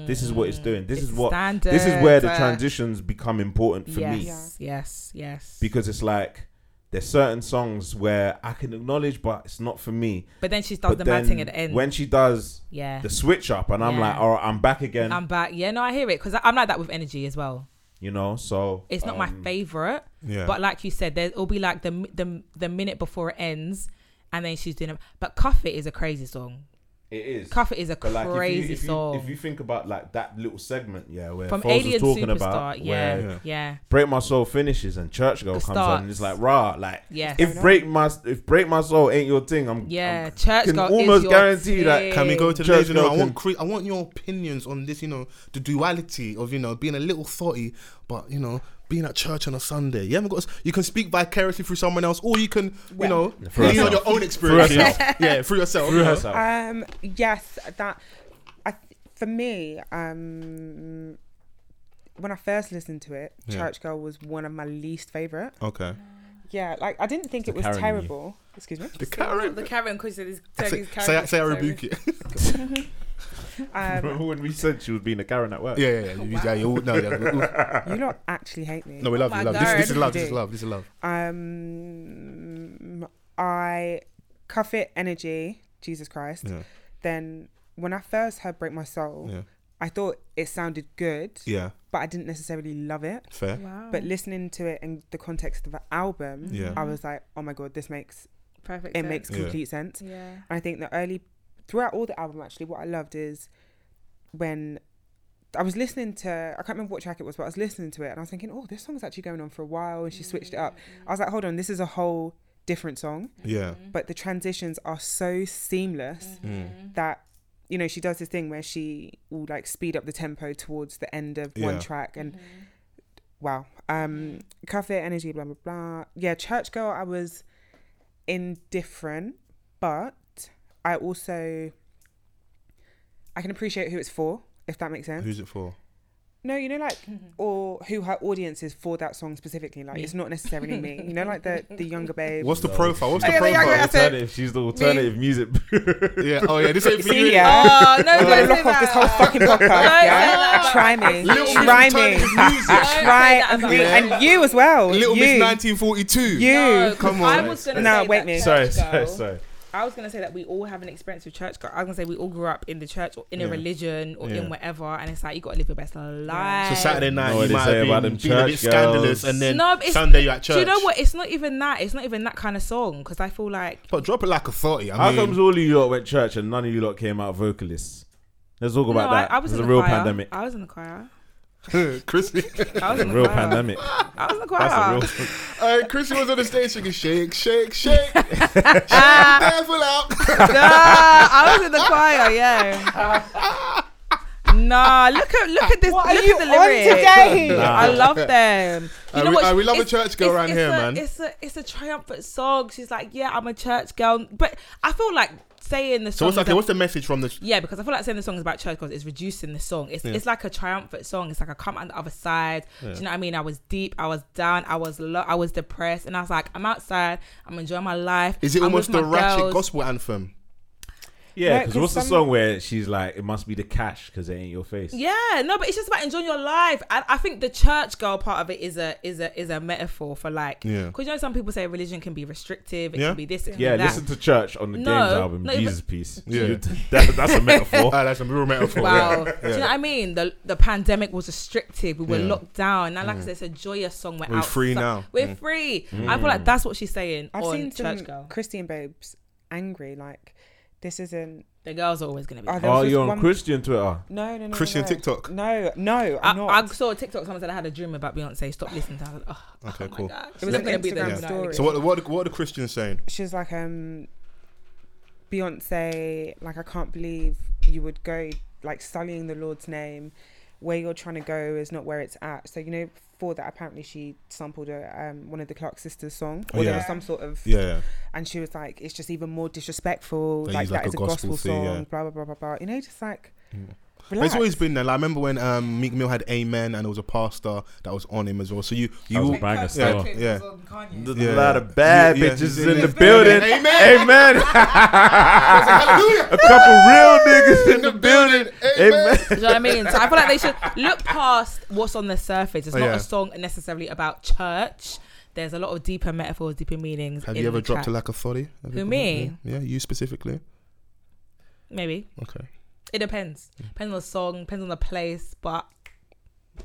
This is what it's doing. This
Mm-hmm. It's
is what. This is
standard,
where the
uh,
transitions become important for me
yes, yes, yes.
because it's like there's certain songs where I can acknowledge, but it's not for me.
But then she does
But
the mad
then
thing at the end.
when she does
yeah,
the switch up, and I'm
Yeah.
like, all right, I'm back again.
I'm back. Yeah, no, I hear it because I'm like that with energy as well.
you know, so
It's not
um,
my favorite,
yeah.
but like you said, there will be like the mi- the the minute before it ends, and then she's doing it. But cuff it is a crazy song.
It is.
Cuff It is a
But, if you-
crazy
if you,
song.
If you think about like that little segment, yeah, where
From
Foles was
Alien
talking
Superstar,
about,
yeah,
where
yeah, yeah.
Break My Soul finishes and Church Girl
Good
comes
start.
on, and it's like, rah, like
Yes.
if Break My if Break My Soul ain't your thing, I'm I'm,
Church
can
Girl is
almost
your
guarantee that
thing.
Can we go to the
Church
ladies' room? I
Girl
want cre- I want your opinions on this. You know, the duality of you know being a little thoughty, but you know being at church on a Sunday. You haven't got. s- You can speak vicariously through someone else, or you can you know
For
lean on
herself.
your own experience.
herself.
(laughs) yeah, through yourself.
through
you know.
herself.
Um, yes, that. I th- for me, um, when I first listened to it,
Yeah.
Church Girl was one of my least favorite.
Okay.
Yeah, like I didn't think it was
Karen in you.
terrible. Excuse me.
The Karen.
The Karen because this
Say, say, say I rebuke it. (laughs)
Um,
(laughs) Remember when we said she was being a Karen at work?
yeah, yeah, yeah. You, yeah you, all- no, yeah,
you lot actually hate me.
no, we love
my
you, love. you. This, this is
God.
love. This is love. This is love.
Um, I cuff it energy. Jesus Christ.
Yeah.
Then when I first heard "Break My Soul,"
Yeah.
I thought it sounded good,
Yeah.
but I didn't necessarily love it.
Fair.
But listening to it in the context of an album,
Yeah.
I was like, oh my god, this makes
perfect.
it makes
Yeah.
complete sense. And
Yeah.
I think the early throughout all the album actually, what I loved is when I was listening to I can't remember what track it was, but I was listening to it and I was thinking, oh, this song's actually going on for a while, and she switched it up. I was like, hold on, this is a whole different song,
Yeah.
but the transitions are so seamless that you know she does this thing where she will like speed up the tempo towards the end of one
Yeah.
track and. Wow. Um, cafe energy, blah blah blah. Yeah, church girl. I was indifferent, but I also I can appreciate who it's for, if that makes sense.
Who's it for?
no, you know, like or who her audience is for that song specifically. Like, it's not necessarily me. You know, like the the younger babe.
(laughs) What's the profile? What's the
Okay, there you go,
profile?
that's it.
Alternative. She's the alternative music. (laughs)
Yeah. Oh yeah. This ain't for you.
(laughs)
(laughs)
See ya.
Oh, no,
I'm gonna
don't say
lock off this whole
that.
fucking podcast. yeah?
that.
Try me.
Little Miss
Try me.
Alternative music.
Don't say that
Try
about
me.
me.
And you as well.
Little
you.
Miss 1942.
You.
No, 'cause
Come
I
on.
was gonna
No,
say
wait
that
a minute.
church
sorry,
girl-
sorry, sorry.
I was gonna say that we all have an experience with church. girl. I was gonna say we all grew up in the church or in a
Yeah.
religion or
Yeah.
in whatever, and it's like you gotta live your best life.
So Saturday
Know
night
what
you
they
might
say
have
about
been,
them
been a bit
church girls.
scandalous, and then
Um, No, but it's-
Sunday you're at church.
Do you know what? It's not even that. It's not even that kind of song because I feel like
But drop it like a thirty. I
How
mean, (laughs)
comes all of you lot went church and none of you lot came out vocalists? Let's talk about
no,
that.
I, I was
There's
in
a
the
real
choir.
pandemic.
I was in the choir.
Chrissy,
I was in the
Real
choir.
pandemic.
I was in the choir. (laughs)
That's a real.
uh, Chrissy was on the stage singing "Shake, Shake, (laughs) Shake." shake the devil out.
Nah, I was in the choir. Yeah. Nah, look at look at this.
What are
look
you
at the
on
lyrics.
today? Nah.
I love them. You
Uh,
know
we-
what?
uh, we love a
It's-
church girl
it's-
around
it's
here,
a-
man.
It's a it's a triumphant song. She's like, yeah, I'm a church girl, but I feel like saying
(laughs)
the
So
song.
what's,
is
okay,
a-
what's the message from the?
yeah, because I feel like saying the song is about church because it's reducing the song. It's, it's like a triumphant song. It's like I come on the other side. Do you know what I mean? I was deep. I was down. I was low. I was depressed, and I was like, I'm outside. I'm enjoying my life.
(laughs) Is it
I'm
almost
with
the
my
ratchet
girls.
gospel anthem?
Yeah,
No,
because
'cause
what's the
some-
song where she's like, "It must be the cash because it ain't your face."
Yeah, no, but it's just about enjoying your life. And I think the church girl part of it is a is a is a metaphor for like,
Yeah.
because you know some people say religion can be restrictive. It
Yeah.
can be this. It can
Yeah,
be that.
listen to church on the
No,
Games album,
no,
Jesus piece.
Yeah.
You- that- that's a
(laughs)
metaphor.
Ah, that's a real metaphor.
Wow.
yeah.
Do you know
Yeah.
what I mean? The the pandemic was restrictive. We were
Yeah. Mm.
locked down. Now, like I said, it's a joyous song. We're,
We're free
outside.
now. Mm.
We're free. I feel like that's what she's saying
I've
on
seen
Church
some
Girl.
Christian babes angry. Like, this isn't.
The girls are always going to be.
Oh,
there.
there was
Oh,
this
you're on
one-
Christian Twitter.
No, no, no.
Christian
no.
TikTok.
No, no, I'm
I,
not.
I saw a TikTok. Someone said I had a dream about Beyonce. Stop listening to her. I was like, Oh,
Okay,
oh my
cool.
gosh.
was
Not
an
gonna be there
Instagram
tonight.
story.
So what? What? What are the Christians saying?
she was like um beyonce like i can't believe you would go like sullying the lord's name where you're trying to go is not where it's at so you know for that apparently she sampled a, um, one of the clark sisters song or there
Oh, yeah.
was some sort of
Yeah, yeah.
and she was like it's just even more disrespectful
They
like
use,
that
like,
is
a
a
gospel
gospel,
thing,
song
yeah. Mm.
blah blah blah blah blah you know just like
But it's
relax.
always been there. Like, I remember when um, Meek Mill had Amen, and there was a pastor that was on him as well. So you, you,
That was
all-
a banger
yeah,
still.
yeah.
There's
Yeah.
a lot of bad
Yeah, yeah.
bitches
Yeah.
in the building.
Amen.
Amen.
Hallelujah.
(laughs) a couple real niggas in the building.
Amen.
Amen.
Do you know what I mean? So I feel like they should look past what's on the surface. It's
Oh,
not
yeah.
a song necessarily about church. There's a lot of deeper metaphors, deeper meanings.
Have
in
you ever
the
dropped
track.
a like a thotty? Have you
Who,
ever-
me?
Yeah, you specifically.
Maybe
Okay.
it depends. Depends on the song. Depends on the place. But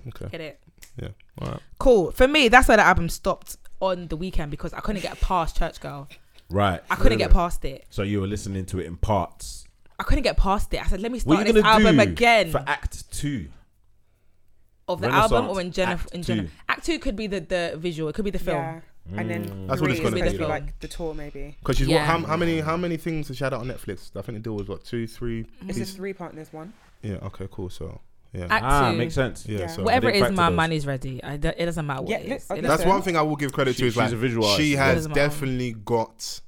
Okay.
get it.
Yeah. All right.
Cool. For me, that's where the album stopped on the weekend because I couldn't get past Church Girl.
Right.
I couldn't get past it.
So you were listening to it in parts.
I couldn't get past it. I said, let me
What are
start
you
this
gonna
album
do
again
for Act Two?
of the album
Renaissance
or in Jennifer.
Act
in Jenna-
Two.
Act two could be the the visual. It could be the film.
yeah and then
Mm. That's what
three
it's
is supposed
gonna
be,
to be
though.
like the tour maybe
Because she's
Yeah.
what? How, how many? How many things has she had out on Netflix? I think the deal was what two, three.
it's a
piece-
three part and there's one
Yeah. Okay. Cool. So. Yeah.
Act
Ah,
two.
makes sense.
yeah.
yeah.
So.
Whatever
They
it is, my
factor
money's ready. I, it doesn't matter what
Yeah,
it
look,
is.
I
It
guess
That's
so.
one thing I will give credit
She-
to is
she's
like
a visual artist,
she
yeah.
has
Doesn't matter.
definitely got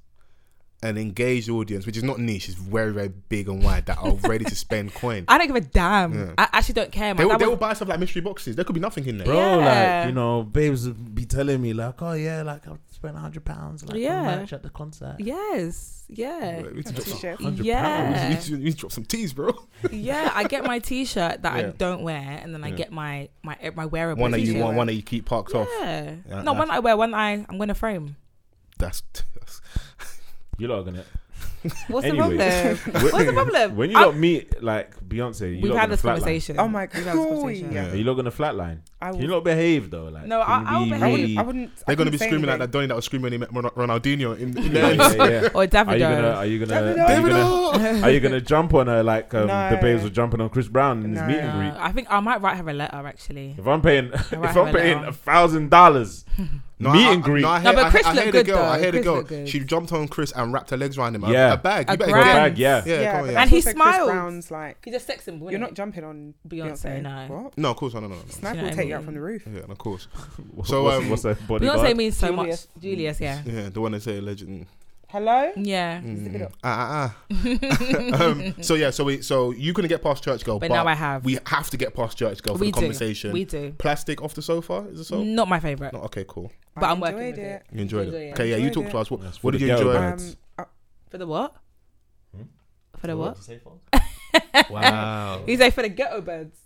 an engaged audience, which is not niche. It's very, very big and wide that are ready to (laughs) spend coin.
I don't give a damn.
Yeah.
I actually don't care. My
They will,
dad
they
was-
will buy stuff like mystery boxes. There could be nothing in there.
Bro,
Yeah.
like, you know, babes would be telling me, like, oh, yeah, like, I've spent £100 like,
Yeah.
on merch at the concert.
yes, yeah,
We need to drop some-
T-shirt.
£100.
Yeah.
(laughs) we need to- we need to drop some teas, (laughs) bro.
yeah. I get my T-shirt that
Yeah.
I don't wear, and then I
Yeah.
get my my my wearable.
One that you
t-shirt.
want, one that you keep parked off.
Yeah.
Yeah,
no, one I wear, one I I'm gonna frame.
(laughs) That's, that's
You lot are going to
What's
Anyway,
the
(laughs)
problem?
(laughs) when-
What's the problem?
When you
I'm-
got meet like Beyonce, you
We've
lot
had
gonna
this
flatline.
conversation.
Oh my
We've had this
God.
conversation.
Yeah.
Are you not gonna flatline?
I
Can you
will-
not behave though? Like,
No,
can
I-
you
I'll
be
I
behave.
really-
wouldn't. I
(laughs)
wouldn't
They're going to be screaming like
like
that Donny that was screaming when he met Ron- Ronaldinho in, in
Yeah,
the end.
yeah, yeah. (laughs)
Or
Are you gonna?
Oh, Davido.
Are you gonna?
Davido.
Are you gonna,
Davido!
are you gonna jump on her like um, the
No.
babes were jumping on Chris Brown in his
No.
meet and
Uh,
greet?
I think I might write her a letter actually.
If I'm paying, (laughs)
write
if
her
I'm
a
paying
letter.
a thousand dollars (laughs)
No,
meet
I-
and
I-
greet,
No, I
a
hear,
but
I,
Chris
hear- I
looked
hear
good,
the girl.
though.
I hear the
Chris
girl.
looked good.
She jumped on Chris and wrapped her legs around him. A-
Yeah.
A bag.
A
You better
grand.
go.
bag, yeah.
Yeah,
Yeah,
go,
but
yeah.
And he
also
smiles.
Chris Brown's like,
He's a sex symbol.
you're not jumping on
Beyonce,
Beyonce.
no.
What?
No, of course, no, no, no. no.
Snap
know
will
what I
take you out
mean?
from the roof.
Yeah, and of course. So,
So what's,
um,
what's her bodyguard?
Beyonce means so
Julius.
much. Julius, yeah.
Yeah, the one that say legend.
Hello.
Yeah.
Mm.
Zip it up.
Ah, ah, ah.
(laughs)
um, so yeah, so we, so you couldn't get past church girl,
But now I have.
We have to get past church girl for
We
the
do.
conversation. Oh.
We do.
Plastic off the sofa is it so?
Not my favorite.
No, okay, cool.
But
I
I'm working
enjoyed
with it.
You enjoyed
Enjoy
it.
it.
Okay, yeah, you
Enjoyed
talk
it.
to us. What,
That's
what
for
did
the
you
girl
enjoy?
guides.
Um, uh,
For the what? For the what? (laughs)
Wow.
You say for the ghetto birds.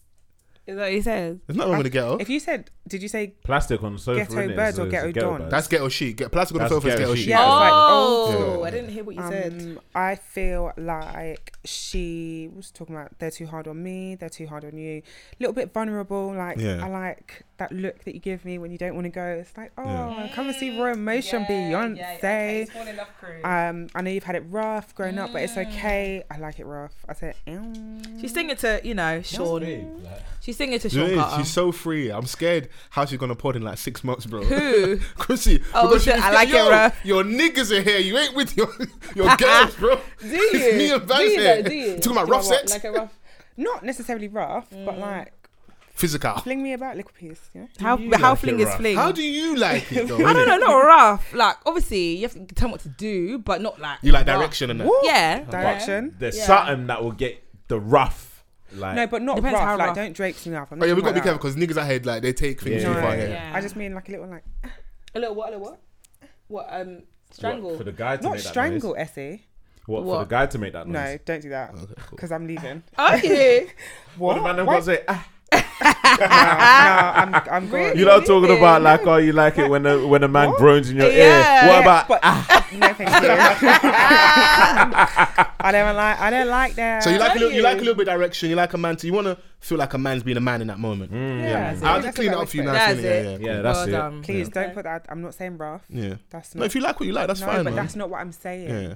Is that what he says?
There's nothing wrong with the ghetto.
if you said, did you say
Plastic on the sofa.
Ghetto
innit?
birds
So
or
it's a
ghetto don?
bird.
That's ghetto chic. Get plastic on the
That's
sofa is
ghetto
ghetto
chic.
chic.
Yeah, it's like,
oh,
oh.
I didn't hear what you said.
Um, I feel like she was talking about they're too hard on me, they're too hard on you. A little bit vulnerable. Like
Yeah.
I like that look that you give me when you don't want to go. It's like oh,
Yeah.
come and see raw emotion, Beyonce. Um, I know you've had it rough growing up, but it's okay. I like it rough. I said, "Mm."
She's singing to, you know, Sean. She's singing to
Do you
Sean
know what it is?
Carter.
She's so free. I'm scared how she's gonna pod in like six months, bro. Who? Chrissy. (laughs)
Oh,
because she
shit,
was
I like
scared,
it,
"Yo, Your
bro."
niggas are here. You ain't with your (laughs)
(laughs)
your girls, bro.
Do you?
(laughs) It's me and Vance
do you,
here.
though? Do you?
Talking about
Do I
rough
want,
sex?
Like a rough.
(laughs) not necessarily rough, but like
Physical.
fling me about little piece, you know."
How,
you
how
like it
fling is
rough?
fling?
How do you like it though?
(laughs) I don't
innit?
know, not rough. Like obviously, you have to tell them what to do, but not like
You like
rough.
direction and that.
Yeah,
Direction.
There's
Yeah.
something that will get the rough. Like
No, but not rough.
Depends how
Like
rough.
don't drape me off. I'm
Oh
not
yeah, we
talking
gotta be
about
careful because niggas I hate like they take things
Yeah.
too far.
No.
Yeah.
Yeah.
that. I just mean like a little like
A little what? A little what? What? Um, strangle.
what, for the guy to
not
make that
strangle,
Noise.
Essie.
What, for
What?
the guy to make that noise?
No, don't do that because I'm (laughs) leaving.
Are you?
What the man them
Why-
got to say? Ah.
no, I'm, I'm gone.
You know, talking about like, oh, you like it when a when a man groans in your
Yeah.
ear. What
Yeah,
about? Ah,
But- no,
(laughs)
thank you. I don't like. I don't like that.
So you like a
Are
little, you
you?
like a little bit of direction. You like a man. To, you want to feel like a man's being a man in that moment.
Mm.
Yeah, so
I'll
that's
just clean it
what I
up for you
would
now.
say.
That's
Yeah, yeah,
it.
yeah.
Yeah, that's
well
it.
done.
Please don't put that. I'm not saying rough.
Yeah.
That's not.
No, if you like what you like, that's
no,
fine.
but
man.
that's not what I'm saying.
yeah.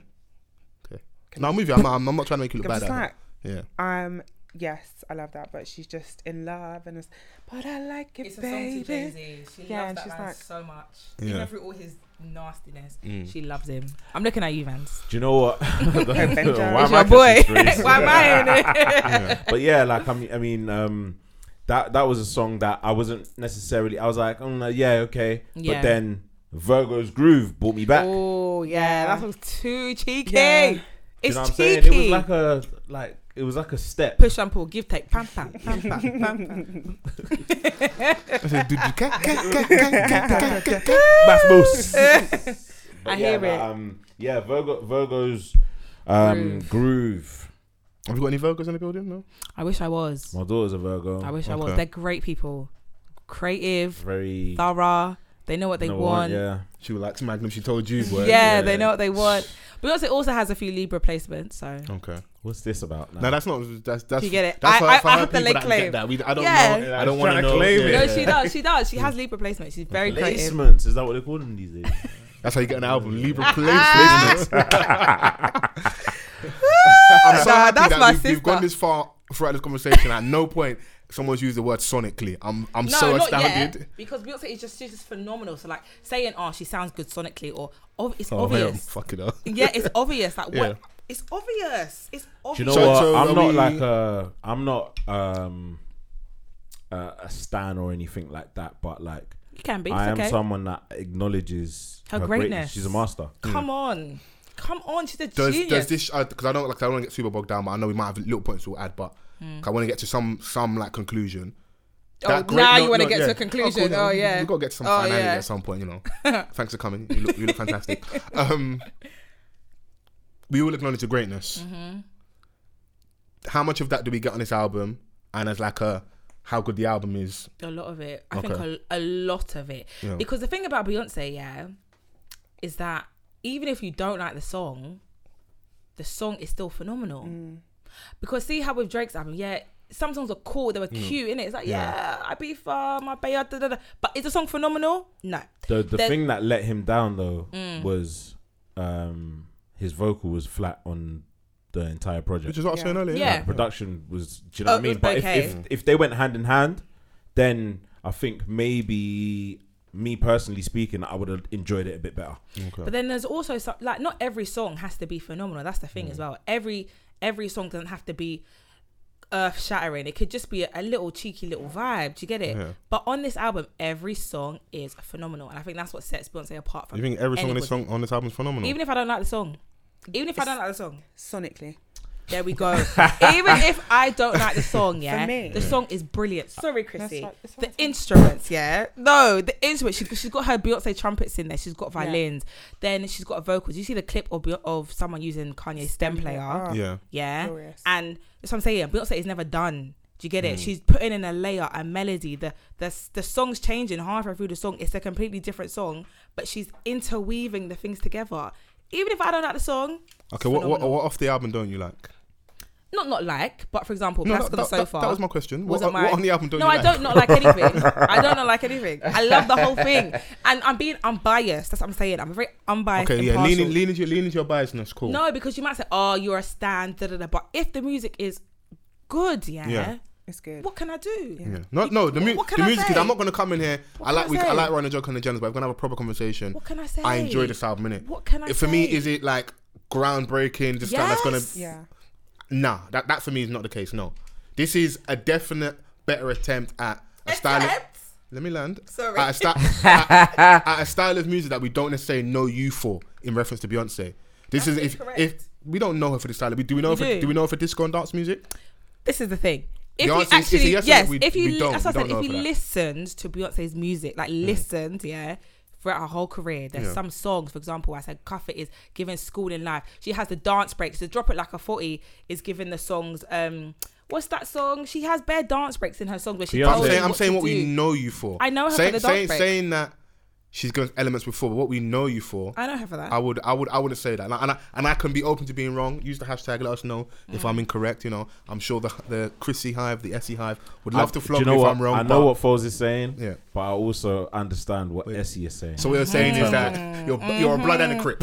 Okay. No, I'm with you. I'm, I'm, I'm not trying to make you look
I'm
bad.
just
at
like,
it. Yeah.
(laughs)
um, yes, I love that, but she's just in love and it's. But I like it,
It's a song to Jay
baby.
Z. She
Yeah, and
loves that
she's
man
like-
so much.
Yeah.
Even through all his nastiness,
Mm.
she loves him. I'm looking at you, Vance.
Do you know what? (laughs) Why am
It's
I
Your boy.
catching
(laughs)
strays?
Why am I in it?
but yeah, like I mean, I mean, um, that that was a song that I wasn't necessarily. I was like, mm, like, yeah, okay,
Yeah.
but then Virgo's Groove brought me back.
Oh yeah, that was too cheeky.
Yeah.
Do
It's
you know what I'm saying?
cheeky.
It was like a like it was like a step.
Push and pull, give take, pam pam
(laughs)
pam pam.
I said, "Did you- ka- ka- ka- ka- ka- ka- ka-
(laughs)
ka."
Basmos.
I
But
hear
but,
it.
Um, yeah, Virgo, Virgo's um, groove.
Have you got any Virgos in the building? No.
I wish I was.
My daughter's a Virgo.
I wish I
Okay.
was. They're great people, creative,
Very
thorough. They know what they
number one,
want. Yeah,
Yeah.
She likes Magnum. She told you. boy.
they know what they want. Beyonce also has a few Libra placements, so
Okay.
What's this about? Now?
No, that's not. That's that's.
You get it?
That's
I-
for-
I-
for
I
her
have to
people
lay
that
claim.
Get that. We, I don't
Yeah.
know.
Like,
I don't want to
trying to
know.
claim it.
no, she does. She does. She has Libra placements. She's very creative.
Placements is that what they call them these days?
That's how you get an album.
(laughs)
Libra plays business. I'm so
Nah,
happy
that's
that
my
we've, we've
sister.
gone this far throughout this conversation. At no point someone's used the word sonically. I'm I'm
No,
so
not
astounded.
yet. Because Beyonce is just she's just phenomenal. So like saying, "Oh, she sounds good sonically," or "Oh, it's
Oh, man, I'm
obvious."
fucking up.
Yeah, it's obvious. Like
Yeah.
what? It's obvious. It's obvious.
Do you know
So-
what?
so are
I'm not
we-
like a. I'm not um a, a stan or anything like that. But like,
You can be. It's
I am
okay.
someone that acknowledges
Her greatness.
She's a master.
Come on, come on. She's
(laughs)
a
Does does
genius.
this because I don't like I don't want to get super bogged down, but I know we might have little points we'll add, but I want to get to some some like conclusion.
Hmm. oh,
That great-
now
no,
you want to
no,
get
yeah.
to a conclusion.
Of course,
Oh yeah.
we got to get to some
oh,
finality
yeah.
at some point. You
(laughs)
know, thanks for coming. You look you look fantastic. Um, we all acknowledge the greatness.
Mm-hmm.
How much of that do we get on this album? And as like a how good the album is.
A lot of it. I
Okay.
think a, a lot of it.
Yeah.
Because the thing about Beyonce, yeah, is that even if you don't like the song, the song is still phenomenal. Because see how with Drake's album, yeah, some songs are cool, they were
Mm.
cute, innit? It's like, yeah, I beat far, my bay, da, da, da. But is the song phenomenal? No.
The the
There's-
thing that let him down though
Mm.
was um his vocal was flat on the entire project.
Which is what I was saying earlier.
Yeah.
The production was do you know
Oh,
what I
it
mean?
was
But
okay.
if, if if they went hand in hand, then I think maybe me personally speaking, I would have enjoyed it a bit better.
Mm.
But then there's also some, like not every song has to be phenomenal. That's the thing
Mm.
as well. Every every song doesn't have to be earth shattering. It could just be a, a little cheeky little vibe. Do you get it?
Yeah.
But on this album, every song is phenomenal, and I think that's what sets Beyonce apart from.
You think every song on this
anybody.
song on this album is phenomenal?
even if I don't like the song, even if I don't like the song,
sonically.
there
(laughs)
we go. even if I don't like the song, yeah,
me. Oh,
the song is brilliant. Sorry, Chrissy.
right. It's
The
alright.
instruments, yeah, no, the instruments. She's, she's got her Beyonce trumpets in there. She's got violins. Then she's got vocals. You see the clip of Bey- of someone using Kanye's stem player,
Oh.
yeah.
yeah.
Glorious. Mm.
And that's what I'm saying. Beyonce is never done. Do you get it? She's putting in a layer, a melody. The the the song's changing halfway through the song. It's a completely different song, but she's interweaving the things together. Even if I don't like the song,
Okay, what, what
phenomenal.
what off the album don't you like?
not not like, but for example,
No,
Black
that-
on the
that- that-
Sofa.
that was my question. What-
wasn't
what
mine.
on the album don't
No,
you
I
like?
don't not
(laughs)
like anything. I don't not like anything. I love the whole thing, and I'm being unbiased. That's what I'm saying. I'm a very unbiased.
Okay, yeah,
impartial.
lean, in, lean into your lean into your biasness. Cool.
No, because you might say, "Oh, you're a stand." Da, da, da. But if the music is good, yeah,
Yeah.
It's good.
what can I do?
Yeah. No, no. The, mu-
what can
the
I
music is.
say?
I'm not gonna come in here. I
can
like
I
we, I
say?
like running a joke on the genders, but we're gonna have a proper conversation.
What can I say?
I enjoy this album, innit?
What can I
For me,
say?
is it like groundbreaking? Just that that's
Yes.
gonna.
Yeah.
Nah, that that for me is not the case. No, this is a definite better attempt at a style.
Attempt?
Let me land.
Sorry.
At a, sti-
(laughs)
at, at a style of music that we don't necessarily know you for in reference to Beyonce. This is if,
incorrect.
if we don't know her for the style. We do we know her for,
do.
do we know her for disco and dance music?
This is the thing. If
The
you
answer is- it's a
actually,
yes
yes,
or we-
if you,
we don't-
that's what I
we
said,
don't
if
know
you
for that.
listened to Beyonce's music, like listened, yeah, throughout her whole career, there's
Yeah.
some songs, for example, I said Cuff It is giving school in life. She has the dance breaks. The Drop It Like a 40 is giving the songs, um, what's that song? She has bare dance breaks in her songs where she
Beyonce.
But I'm
tells you
saying, I'm
what
saying
to
what we
do.
know you for.
I know her
saying,
for the dance
saying,
break.
saying that she's going to elements before, but what we know you for.
I know her for that.
I would, I would, I would say that, and I, and I can be open to being wrong. Use the hashtag. Let us know
Mm.
if I'm incorrect. You know, I'm sure the the Chrissy Hive, the Essie Hive, would love
I-
to
do
flog
you know
me
what?
if I'm wrong.
I know
but-
what Foles is saying,
Yeah.
but I also understand what Essie is saying.
So what you're saying is
Mm-hmm.
that you're you're a blood and a crip.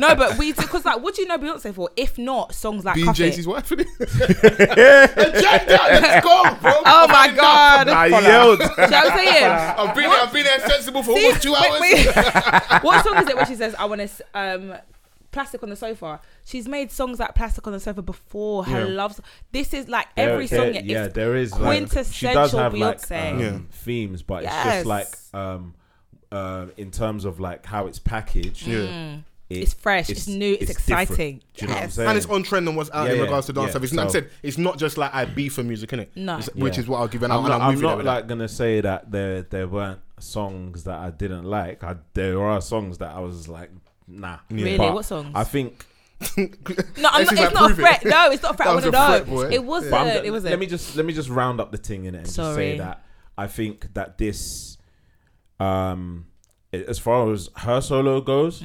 no, but we, because like, what do you know Beyonce for? If not
(laughs)
songs
(laughs)
like
Being
Cuff It.
Jay-Z's wife. Agenda,
(laughs)
let's go, bro.
Oh my God.
I yelled.
Do you know what
(laughs)
I'm saying?
I've been there, I've been there sensible for almost two hours.
Wait,
(laughs)
wait. what song is it where she says, "I want to um, plastic on the sofa"? She's made songs like "Plastic on the Sofa" before. Her
Yeah.
loves. This is like
There-
every
there-
song. Yeah,
yeah,
it's
there is like she
quintessential
does have like
Beyonce.
um,
Yeah.
themes, but it's just
Yes.
like um, uh, in terms of like how it's packaged.
Yeah.
it-
Mm. It's fresh, it's new, it's
different.
exciting.
Do you know what I'm
Yes.
saying?
And it's on trend and what's out
Yeah,
in
yeah,
regards to dance
yeah,
stuff. It's, like I
so-
said, it's not just like I beef for music, innit?
No.
It's- Which
Yeah.
is what I'll give. And
I'm
I'm,
not,
I'm,
I'm
moving
not,
it with
like gonna say that there there weren't songs that I didn't like. I, there are songs that I was like, nah.
Really?
But
What songs?
I think.
that.
no, I'm
This
not,
is
it's
like,
not a
prove it.
threat. No, it's not a threat.
That
I
was
want to
a
know.
threat, boy.
It wasn't.
but I'm ju-
it wasn't.
Let me just let me just round up the thing in it and just say
Sorry.
that I think that this, um, a- as far as her solo goes,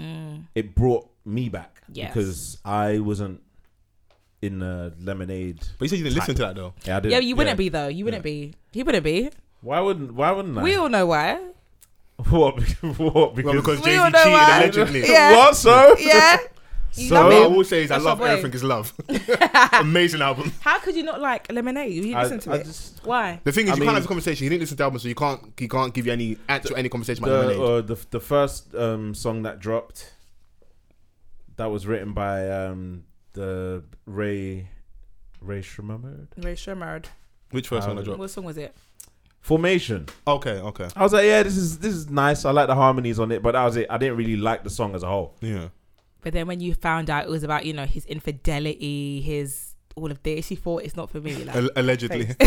it brought me back
Mm. Yes.
because I wasn't in the lemonade.
But you said you didn't listen to that though.
Yeah, I didn't.
yeah, you wouldn't
Yeah.
be though. You wouldn't be. He wouldn't be.
Why wouldn't Why wouldn't I?
We all know why.
(laughs) what? what?
(laughs)
Because,
Well, because
We
Jay Z
all
cheated
know why.
allegedly.
(laughs)
(laughs)
Yeah.
what? So
Yeah. You
So-
love
What I
him.
will say is, I
That's
love
my boy.
everything is love. Amazing album.
How could you not like Lemonade? You
I-
listen to
I
it.
just-
Why?
The thing is,
I
you
mean-
can't have a conversation. You didn't listen to the album, so you can't. He can't give you any actual any conversation about
the
lemonade.
uh, the the first um, song that dropped that was written by um, the Ray Ray Shremmerd
Ray Shermard.
Which first one I
uh,
dropped?
What song was it?
Formation.
Okay, okay,
I was like, yeah, this is this is nice. I like the harmonies on it, but that was it. I didn't really like the song as a whole.
yeah.
But then when you found out it was about, you know, his infidelity, his all of this, she thought it's not for me. Like,
Al- allegedly,
(laughs)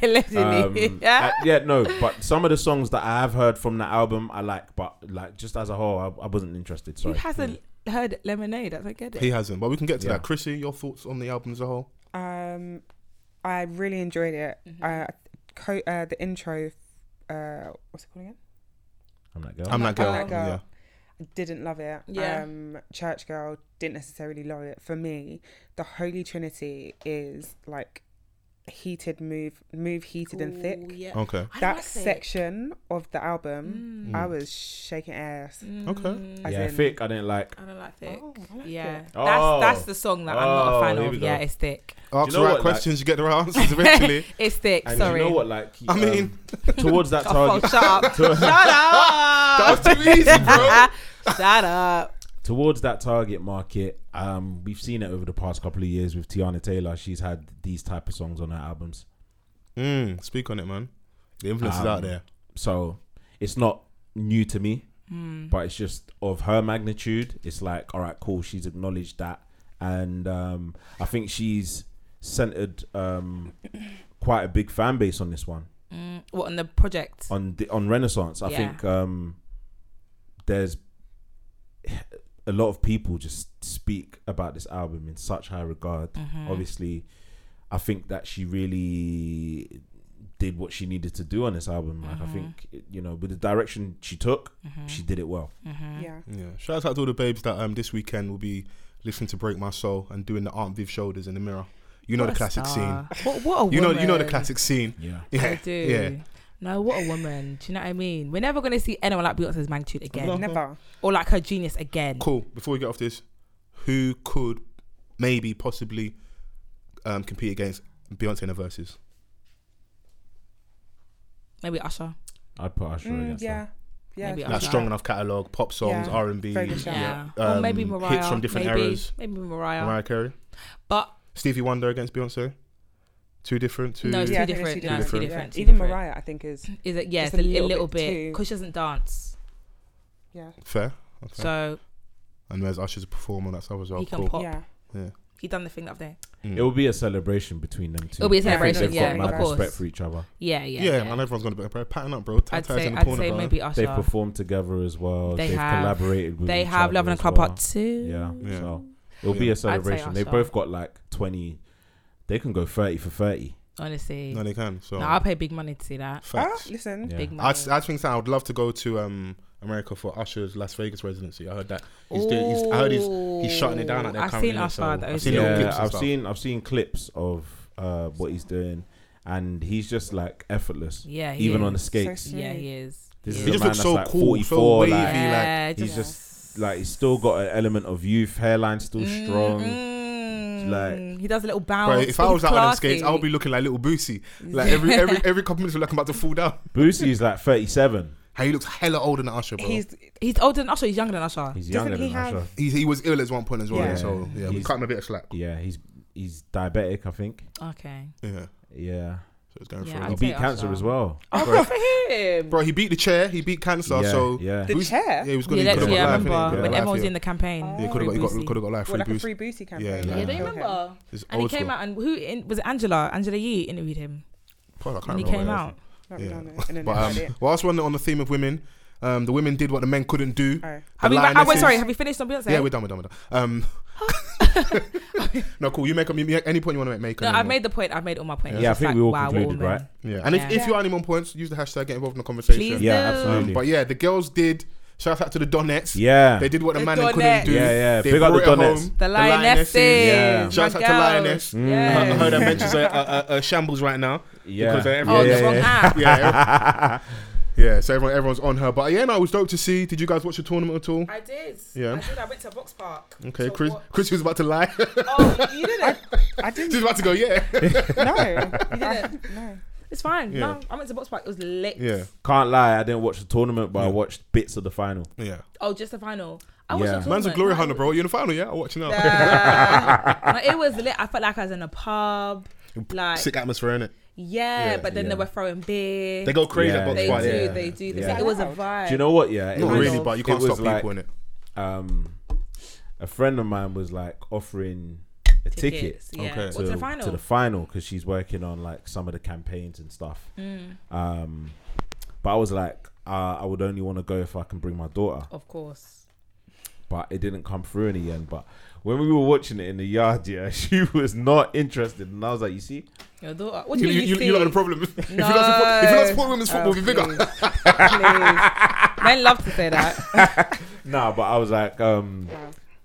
allegedly. (laughs)
Um,
yeah.
I- yeah, no, but some of the songs that I have heard from that album, I like, but like just as a whole, I, I wasn't interested.
Who
Sorry.
hasn't heard Lemonade? I don't get
(laughs)
it.
he hasn't. But we can get to
Yeah.
that. Chrissy, your thoughts on the album as a whole?
Um, I really enjoyed it.
Mm-hmm.
Uh, co- uh, the intro. Uh, what's it called again?
I'm not girl.
I'm that girl.
That Girl.
Yeah.
I didn't love it.
Yeah.
Um, Church Girl didn't necessarily love it. For me, the Holy Trinity is like heated move, move heated and thick.
Ooh,
Oh.
yeah.
Okay.
I
That
like thick. Mm.
section of the album,
Mm.
I was shaking ass.
Okay.
as
Yeah,
in-
thick. I didn't like.
I Mm. don't like thick. yeah,
Oh.
that's that's the song that I'm not a fan
Oh, here
of.
we go.
Yeah, it's thick.
Ask
you
the
know
right
what, like-
questions, you get the right answers eventually.
It's thick.
And
sorry.
you know what? Like,
(laughs) I mean-
um, towards
(laughs)
that
Oh,
target, (laughs)
shut up! shut up! Ah,
that was too easy, (laughs) bro.
shut up!
towards that target market um we've seen it over the past couple of years with tiana taylor she's had these type of songs on her albums
Mm, speak on it, man. The influence is
Um,
out there.
so it's not new to me but it's just of her magnitude it's like all right cool she's acknowledged that and um i think she's centered um quite a big fan base on this one
Mm, What on the project?
on the, on Renaissance. I
Yeah.
think um, there's a lot of people just speak about this album in such high regard.
Mm. Mm-hmm,
Obviously, I think that she really did what she needed to do on this album. Like
Mm-hmm.
I think you know, with the direction she took,
Mm.
she did it well.
Yeah.
Yeah. Shout out to all the babes that um this weekend will be listening to Break My Soul and doing the Aunt Viv shoulders in the mirror. You know
What
the
a
classic
star.
scene.
What, what a
You know you know the
woman.
classic scene.
Yeah.
Yeah.
I do.
Yeah.
No, what a woman. Do you know what I mean? We're never gonna see anyone like Beyonce's magnitude again,
No.
Never.
or like her genius again.
Cool. Before we get off this, who could maybe possibly um, compete against Beyonce in a versus?
Maybe Usher.
I'd put Usher
Mm,
against
yeah.
her.
Yeah.
Maybe
That
Usher.
strong enough catalog, pop songs,
Yeah.
R and B,
Very good shout.
Yeah.
Yeah.
or maybe
Um,
Mariah.
hits from different
maybe,
eras.
Maybe Mariah.
Mariah Carey,
But
Stevie Wonder against Beyonce. Two different. Two.
No, it's
Yeah,
too
I think it's
different.
too
No, it's too
different.
different.
Yeah.
Too
Even
different.
Mariah, I think, is.
is it? Yeah,
Just
it's a, little, bit
too-
because she doesn't dance.
Yeah.
Fair. Okay.
So
and there's Usher's a performer. That's how as well.
He can
Cool. Mm.
pop.
Yeah.
he done the thing the other day.
It will be a celebration between them two.
It'll be a
I think
celebration,
They've
yeah,
got mad
of course.
respect for each other.
Yeah, yeah.
Yeah, and everyone's gonna be better. Pattern up, bro.
I'd
Tie-tie's
say
in the
I'd
corner,
say
bro.
maybe Usher.
They've performed together as well.
They
They've
have.
collaborated with
they
each
have
other
Love and
as
a Club
well.
Part Two.
Yeah.
Yeah.
So it'll be
Yeah.
a celebration. They
Usher.
both got like 20. They can go 30 for 30.
Honestly,
No, they can. So.
no, I'll pay big money to see that.
Ah,
facts.
listen.
Yeah.
Big money.
I, s- I think so. I would love to go to um, America for Usher's Las Vegas residency. I heard that he's, doing, he's I heard he's he's shutting it down at there
I've
currently.
seen Usher,
so
though,
I've
so-
seen little
Yeah,
clips and
I've
stuff.
seen I've seen clips of uh, what he's doing, and he's just like effortless.
Yeah, he
even
is.
on the skates.
So
yeah,
Mm.
he is.
This
he
is
He
a
just
man
looks
that's
so
like
cool, so
44.
wavy,
like
yeah,
he's just like he's still got an element of youth. Hairline still
Mm-hmm.
strong.
Mm, he does a little bounce.
Bro, if I
but
was
he's
out on them
classy.
skates, I would be looking like little
(laughs)
Boosie. Like every every every couple minutes, we look like I'm about to fall down.
Boosie's like 37.
How he looks hella older than Usher, bro.
He's.
He's older than Usher. He's younger than Usher.
He's
Doesn't
younger
he
than
have-
Usher.
He, he was ill at one point as well,
Yeah.
so yeah, we
He's-
cut him a bit of slack.
Yeah, he's he's diabetic. I think.
Okay.
Yeah, so
Yeah,
it's going
Yeah,
for a
I'd
he
lot.
say
beat cancer
Usher.
as well.
Oh,
Bro.
good for him.
Bro, he beat the chair. He beat cancer.
Yeah,
so
yeah.
The
Boosie-
chair?
Yeah, he was good.
Yeah,
he
that's,
could
yeah,
have
I
got life.
remember
Yeah,
when
life,
everyone was in the campaign.
Yeah, could have got,
Free
he could have got life.
Well,
Free
like a
Boosie.
free booty campaign.
Yeah,
Yeah,
Yeah.
do you
Kill him.
remember?
It's
And he
old
came
school.
out and who in, was it Angela? Angela Yee interviewed him
Bro, I can't
when he
remember
came
what it was.
out.
Not
Yeah.
Rihanna, and then
But um,
that's it.
whilst we're on the, on the theme of women, um, the women did what the men couldn't do.
Oh.
The
Have we, oh, wait,
lionesses-
sorry, have we finished on Beyonce?
yeah, we're done. We're done. We're done.
(laughs)
Um, (laughs) no, cool. You make up you make any point you want to make. make
No,
and
I've
then-
made the point. I've made all my points.
Yeah, I
It's
think
like,
we all
wow, we're
concluded,
men.
right?
Yeah, and if,
Yeah.
if you are any more points, use the hashtag. Get involved in the conversation. Um,
Please
Yeah,
do.
absolutely.
But yeah, the girls did. Shout out to the Donettes.
Yeah.
They did what the,
The
man couldn't
Donettes.
do.
Yeah, yeah.
They
Big up the
brought it
Donettes.
home.
The lionesses.
Yeah. Mm.
my
Shout out to
girls.
Lioness. I
Yes.
heard her mentions a, a, a, a uh, shambles right now.
Yeah.
Because uh,
Yeah,
Oh,
everyone,
the
yeah,
wrong
yeah.
(laughs)
app.
yeah. yeah, so everyone, everyone's on her. But yeah, no, it was dope to see. Did you guys watch the tournament at all?
I did.
Yeah.
I did. I went to Vox Park.
Okay,
So
Chris.
what-
Chris was about to lie.
Oh, you didn't.
(laughs)
I
She's
didn't.
about to go. Yeah.
No. You didn't. No.
It's fine.
Yeah.
No, I went to Vox Park. It was lit.
Yeah.
Can't lie, I didn't watch the tournament, but I
Yeah.
watched bits of the final.
Yeah.
Oh, just the final. I watched
Yeah.
the
Man's a
tournament.
glory
No,
hunter, bro. You in the final? Yeah, I watch now.
(laughs)
(laughs)
Uh, like, it was lit. I felt like I was in a pub. Like,
Sick atmosphere in it.
yeah,
Yeah,
but then
yeah.
they were throwing beer.
They go crazy
Yeah,
at box
They
fight.
do.
Yeah.
They do.
Yeah.
It was a
Is
vibe.
Do you know what? Yeah, it
Not
was-
really, but you
it
can't
was
stop
like,
people in it.
Um, a friend of mine was like offering a ticket
Yeah.
Okay.
What,
to,
to the final.
to the final because she's working on like some of the campaigns and stuff.
Mm.
Um, but I was like, uh, I would only want to go if I can bring my daughter.
of course.
but it didn't come through in the end. But when we were watching it in the yard, yeah, (laughs) she was not interested, and I was like, "You see,
Your daughter. What do
You,
you, mean
you,
you,
you, you lot are
see?
the problem. (laughs) if you don't support, if you don't support women's
Oh,
football, be bigger.
Please. Men love to
(laughs)
say that.
nah." But I was like, um,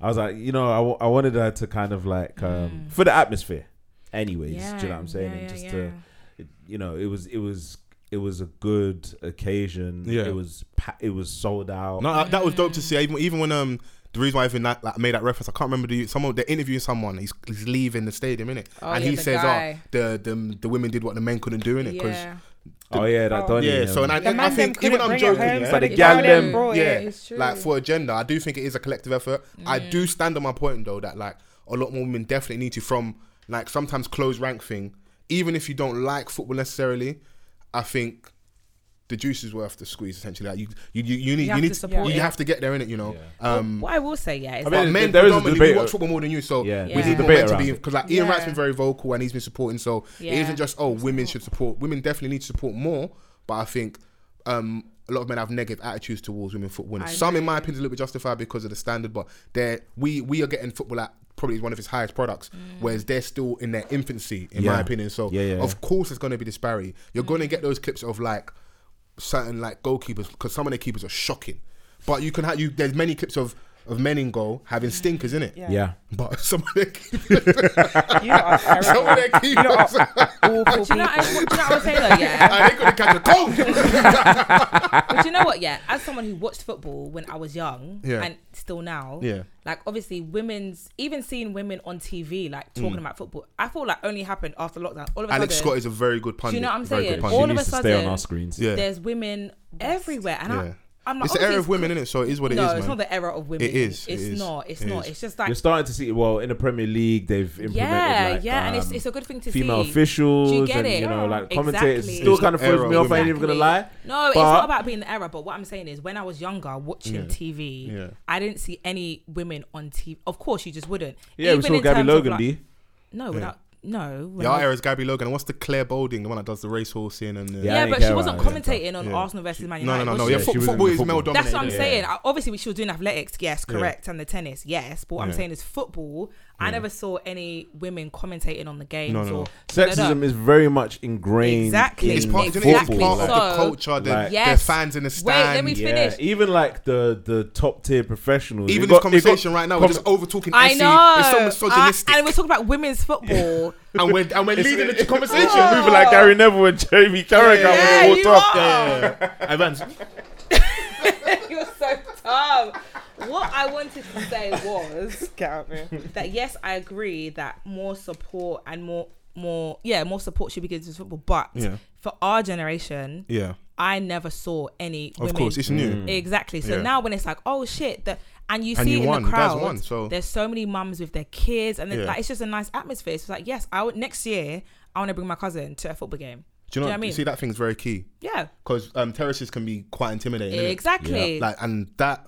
I was like, you know, I, w- I wanted her to kind of like um, for the atmosphere, anyways. do you know what I'm saying?
Mm.
and
Yeah, yeah,
just
yeah.
to, it, you know, it was it was it was a good occasion.
Yeah.
it was pa- it was sold out.
No, that- that was dope to see. Even, even when um the reason why I even that, like, made that reference, I can't remember the someone they're interviewing someone. He's, he's leaving the stadium, innit?
Oh,
and
yeah,
he
the
says,
guy.
"Oh, the, the the women did what the men couldn't do, innit?" Because
Yeah.
oh yeah, that
yeah,
Donny.
so and I,
The
and I
man them
think even
couldn't
I'm
bring
joking,
it home,
yeah,
so the
But the
gal
gal
them
them-
brought
yeah,
it.
Oh, it's true. Mm.
like for agenda, I do think it is a collective effort. I do stand on my point though that like a lot more women definitely need to from like sometimes close rank thing. Even if you don't like football necessarily, I think the juice is worth the squeeze. Essentially, like you, you, you, you need, you,
have
need
to
to
support
you
it.
have to get there in it. You know, um,
What I will say, yeah, is
I mean,
that
but men
there is a
predominantly
debate-
we watch football more than you, so
Yeah,
we
there's a
need more
debate
men to be
around it.
because like Ian
Yeah.
Wright's been very vocal and he's been supporting. So
Yeah.
it isn't just oh women should support. Women definitely need to support more, but I think um, a lot of men have negative attitudes towards women football. Some, in my opinion, a little bit justified because of the standard, but they we we are getting football at probably one of its highest products,
Mm.
whereas they're still in their infancy, in my
Yeah.
opinion. So
Yeah, yeah.
of course, it's going to be disparity. You're going
Mm.
to get those clips of like certain like goalkeepers because some of their keepers are shocking. But you can have you. There's many clips of of men in goal having stinkers in it.
yeah.
But (laughs) some of their keepers,
You lot
(laughs)
are
some
terrible.
of
(laughs)
their keepers,
Awful
(laughs)
Do you know,
people.
what I- do you know what I would say though? Yeah,
I ain't gonna catch a cold.
(laughs) but you know what? Yeah, as someone who watched football when I was young
Yeah.
and still now,
Yeah.
like obviously women's even seeing women on TV like talking about football, I feel like only happened after lockdown. All of a
Mm. Alex
sudden,
Scott is a very good pundit.
Do you know what I'm
very
saying?
Good
All
pundit.
of a
needs to stay on
sudden,
our screens.
Yeah.
there's women everywhere, and
yeah.
I, I'm like,
it's the
obviously
era of women, innit? So it is what it is,
no,
man.
it's not the era of women.
It is, it
It's
is,
not. It's
it
not.
is.
It's just like
You're starting to see well in the Premier League they've implemented
yeah,
like,
yeah, and it's,
um,
it's a good thing to
female
see.
officials
Do you get
and
it?
you know like
Exactly.
commentators it still
It's
kind of
an era
throws me
of
off. I ain't even
Exactly.
gonna lie.
No, it's
But-
not about being the error. But what I'm saying is, when I was younger, watching TV,
Yeah.
I didn't see any women on TV. Of course, you just wouldn't.
Yeah, we
Even
saw
in
Gabby
terms of,
Logan.
like-
D.
No, without no. when
Yeah, our
I-
era is Gabby Logan. And what's the Claire Boulding, the one that does the racehorsing and the,
Yeah, I
yeah,
didn't
but she
care
wasn't
about it.
commentating on
Yeah.
Arsenal versus
No,
Man
no,
United.
no,
was
no.
she?
Yeah,
she
fo-
was in
football
the
is
football.
male dominated.
That's what I'm
yeah.
saying. I- Obviously, we she was doing athletics, yes, correct, and the tennis, yes. But what I'm
Yeah.
saying is football. I never saw any women commentating on the games.
No, no, no.
or
Sexism is very much ingrained.
Exactly.
in
It's part,
Exactly.
it's
football.
part
like,
of the
So-
culture, the,
Like-
their
Yes.
fans in the
Wait,
stand.
let me
yeah,
finish.
even like the the top tier professionals.
Even
It
this
got- it got
conversation right now, we're
com- (laughs)
just over talking.
I
SE.
know.
It's so misogynistic.
I- and we're talking about women's football.
and we're, and we're leading (laughs) the conversation.
You're moving like Gary Neville and Jamie Carragher
Yeah,
when they
you
walked off.
are.
I ran.
You're so dumb. What I wanted to say was
(laughs) Get out of here.
that yes, I agree that more support and more more yeah more support should be given to football, but
Yeah.
for our generation,
Yeah,
I never saw any.
of
women.
course, it's new.
Mm.
exactly. So
Yeah.
now when it's like oh shit that. And you see
And you
in
won.
the
You guys
crowd,
won, so-
there's so many mums with their kids, and then,
Yeah.
like, it's just a nice atmosphere. It's like, yes, I would next year I want to bring my cousin to a football game.
Do you know?
what I mean?
You see, that thing's very key
yeah,
because um, terraces can be quite intimidating. innit?
exactly.
Like, and that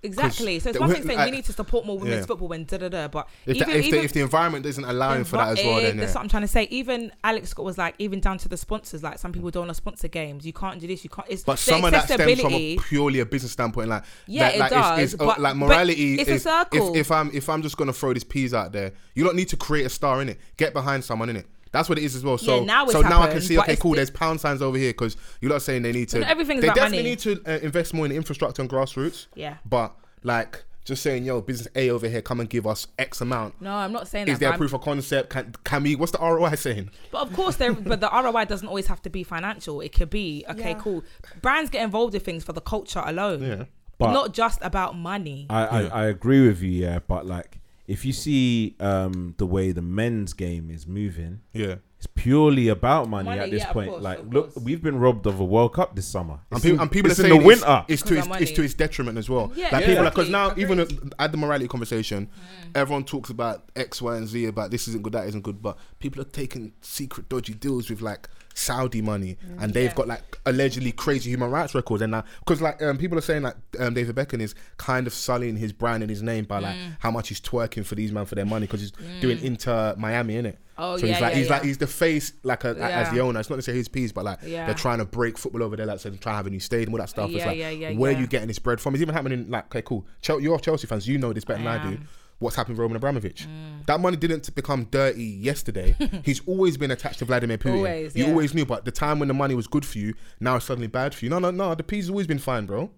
Exactly. So it's
the
one
wo-
thing saying
like-
we need to support more women's
Yeah.
football when da da da, but
if,
even,
the, if,
even
the, if the environment isn't allowing for that as well,
Right,
then
that's
yeah.
what I'm trying to say. Even Alex Scott was like, even down to the sponsors, like some people don't want to sponsor games. You can't do this. You can't. It's
But
the
some of that stems from a
accessibility-
purely a business standpoint, like
Yeah,
like,
it
like, it's- It's,
does,
uh,
but-
like
but
morality.
it's a
is,
circle.
If, if I'm if I'm just gonna throw these peas out there, you don't need to create a star in it. Get behind someone in it. That's what it is as well. So
Yeah, now it's
so now I can
happened,
see
but
okay,
it's
cool.
the-
There's pound signs over here because you're not saying they need to.
But everything's
they
about
definitely
money.
need to uh, invest more in infrastructure and grassroots.
Yeah.
but like just saying, yo, business A over here, come and give us X amount.
no, I'm not saying
Is
that.
there
but,
proof of concept? Can, can we? What's the ROI saying? (laughs)
I'm- but of course, there. But the ROI doesn't always have to be financial. It could be okay,
Yeah.
cool. Brands get involved with things for the culture alone.
Yeah.
But-
not just about money.
I, I, I agree with you, yeah, but like if you see um, the way the men's game is moving,
Yeah.
it's purely about money,
Money,
at this
yeah, of
point.
course,
like,
of
look,
course.
we've been robbed of a World Cup this summer.
And,
It's
people,
in-
and people
it's
are
in
saying
the winter.
It's, it's
Because
to
of
its,
money.
it's to its detriment as well.
Yeah,
like people,
exactly.
because now even at the morality conversation, everyone talks about X, Y, and Z about this isn't good, that isn't good, but people are taking secret dodgy deals with like Saudi money,
Mm.
and they've got like allegedly crazy human rights records, and because like um, people are saying like um, David Beckham is kind of sullying
Mm.
his brand and his name by like how much he's twerking for these men for their money because he's doing Inter Miami in it.
Oh,
so
yeah,
he's like
yeah,
he's like
yeah.
he's the face like a, as the
Yeah.
owner. It's not necessarily his piece, but like
Yeah.
they're trying to break football over there, like so they try to have a new stadium, all that stuff. it's
Yeah,
like
yeah, yeah,
where
yeah.
you getting this bread from? It's even happening in like okay, cool. Chel- you're Chelsea fans, you know this better than I do. What's happened with Roman Abramovich?
Mm.
That money didn't become dirty
(laughs)
yesterday. He's always been attached to Vladimir Putin.
Always,
you
yeah.
always knew, but the time when the money was good for you, now it's suddenly bad for you. No, no, no. The P's always been fine, bro.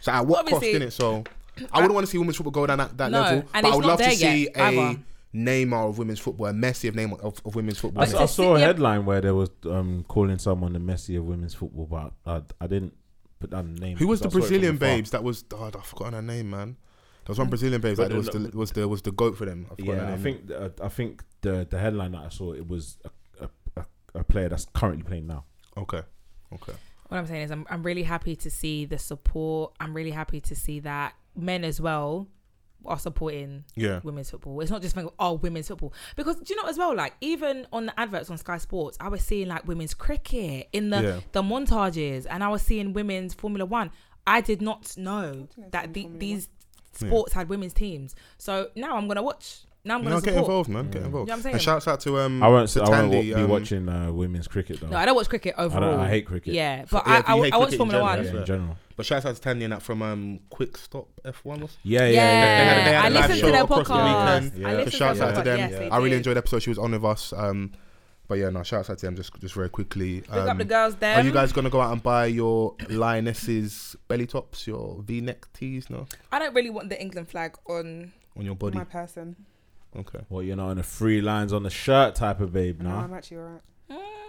So at what
Obviously-
cost, innit?
(clears throat)
So I wouldn't want to see women's football go down that, that
No,
level,
and
but
it's
I would
not
love to
there yet
see a
either.
Neymar of women's football, a Messi of Neymar of, of women's football.
I,
innit?
saw- I
to
saw a
see- yeah.
headline where there was um, calling someone the Messi of women's football, but I, I didn't put that name.
Who was the
because I saw it from
Brazilian
afar.
babes that was? Oh, I've forgotten her name, man. There was one Brazilian babes that was the was the was the goat for them. I've forgotten her
Yeah, I
name.
think uh, I think the the headline that I saw it was a, a, a, a player that's currently playing now.
Okay, okay.
what I'm saying is I'm, I'm really happy to see the support. I'm really happy to see that men as well are supporting
Yeah.
women's football. It's not just think, oh women's football. Because do you know as well, like even on the adverts on Sky Sports, I was seeing like women's cricket in the
Yeah.
the montages and I was seeing women's Formula One. I did not know that the, these sports had women's teams. So now I'm gonna watch. Now I'm gonna
No, get
support.
involved, man. Get involved.
You know what I'm saying?
and shouts out to um.
I won't.
to
I won't
Tandy,
be
um,
watching uh, women's cricket though.
No, I don't watch cricket
I,
overall.
don't, I hate cricket.
Yeah, but
Yeah,
I,
you
I,
hate
I watch
cricket in
Formula
general,
One.
Yeah, in general.
But shouts out to Tandy and that from um Quick Stop F One.
Yeah, yeah,
Yeah,
yeah.
They had- they had
I
a live
listened to
show
their
across the
podcast.
weekend.
Yeah.
I
So
listened
So
to
shouts
their
out to
podcast.
them.
Yes, they
I really
did.
enjoyed the episode. She was on with us. Um, but yeah, no, shouts out to them. Just just very quickly. Um,
Look up the girls. Them.
Are you guys gonna go out and buy your lionesses belly tops, your V neck tees, no,
I don't really want the England flag on.
on your body?
My person.
Okay.
Well, you're not on a three lines on the shirt type of babe
No,
now.
Oh,
I'm actually alright.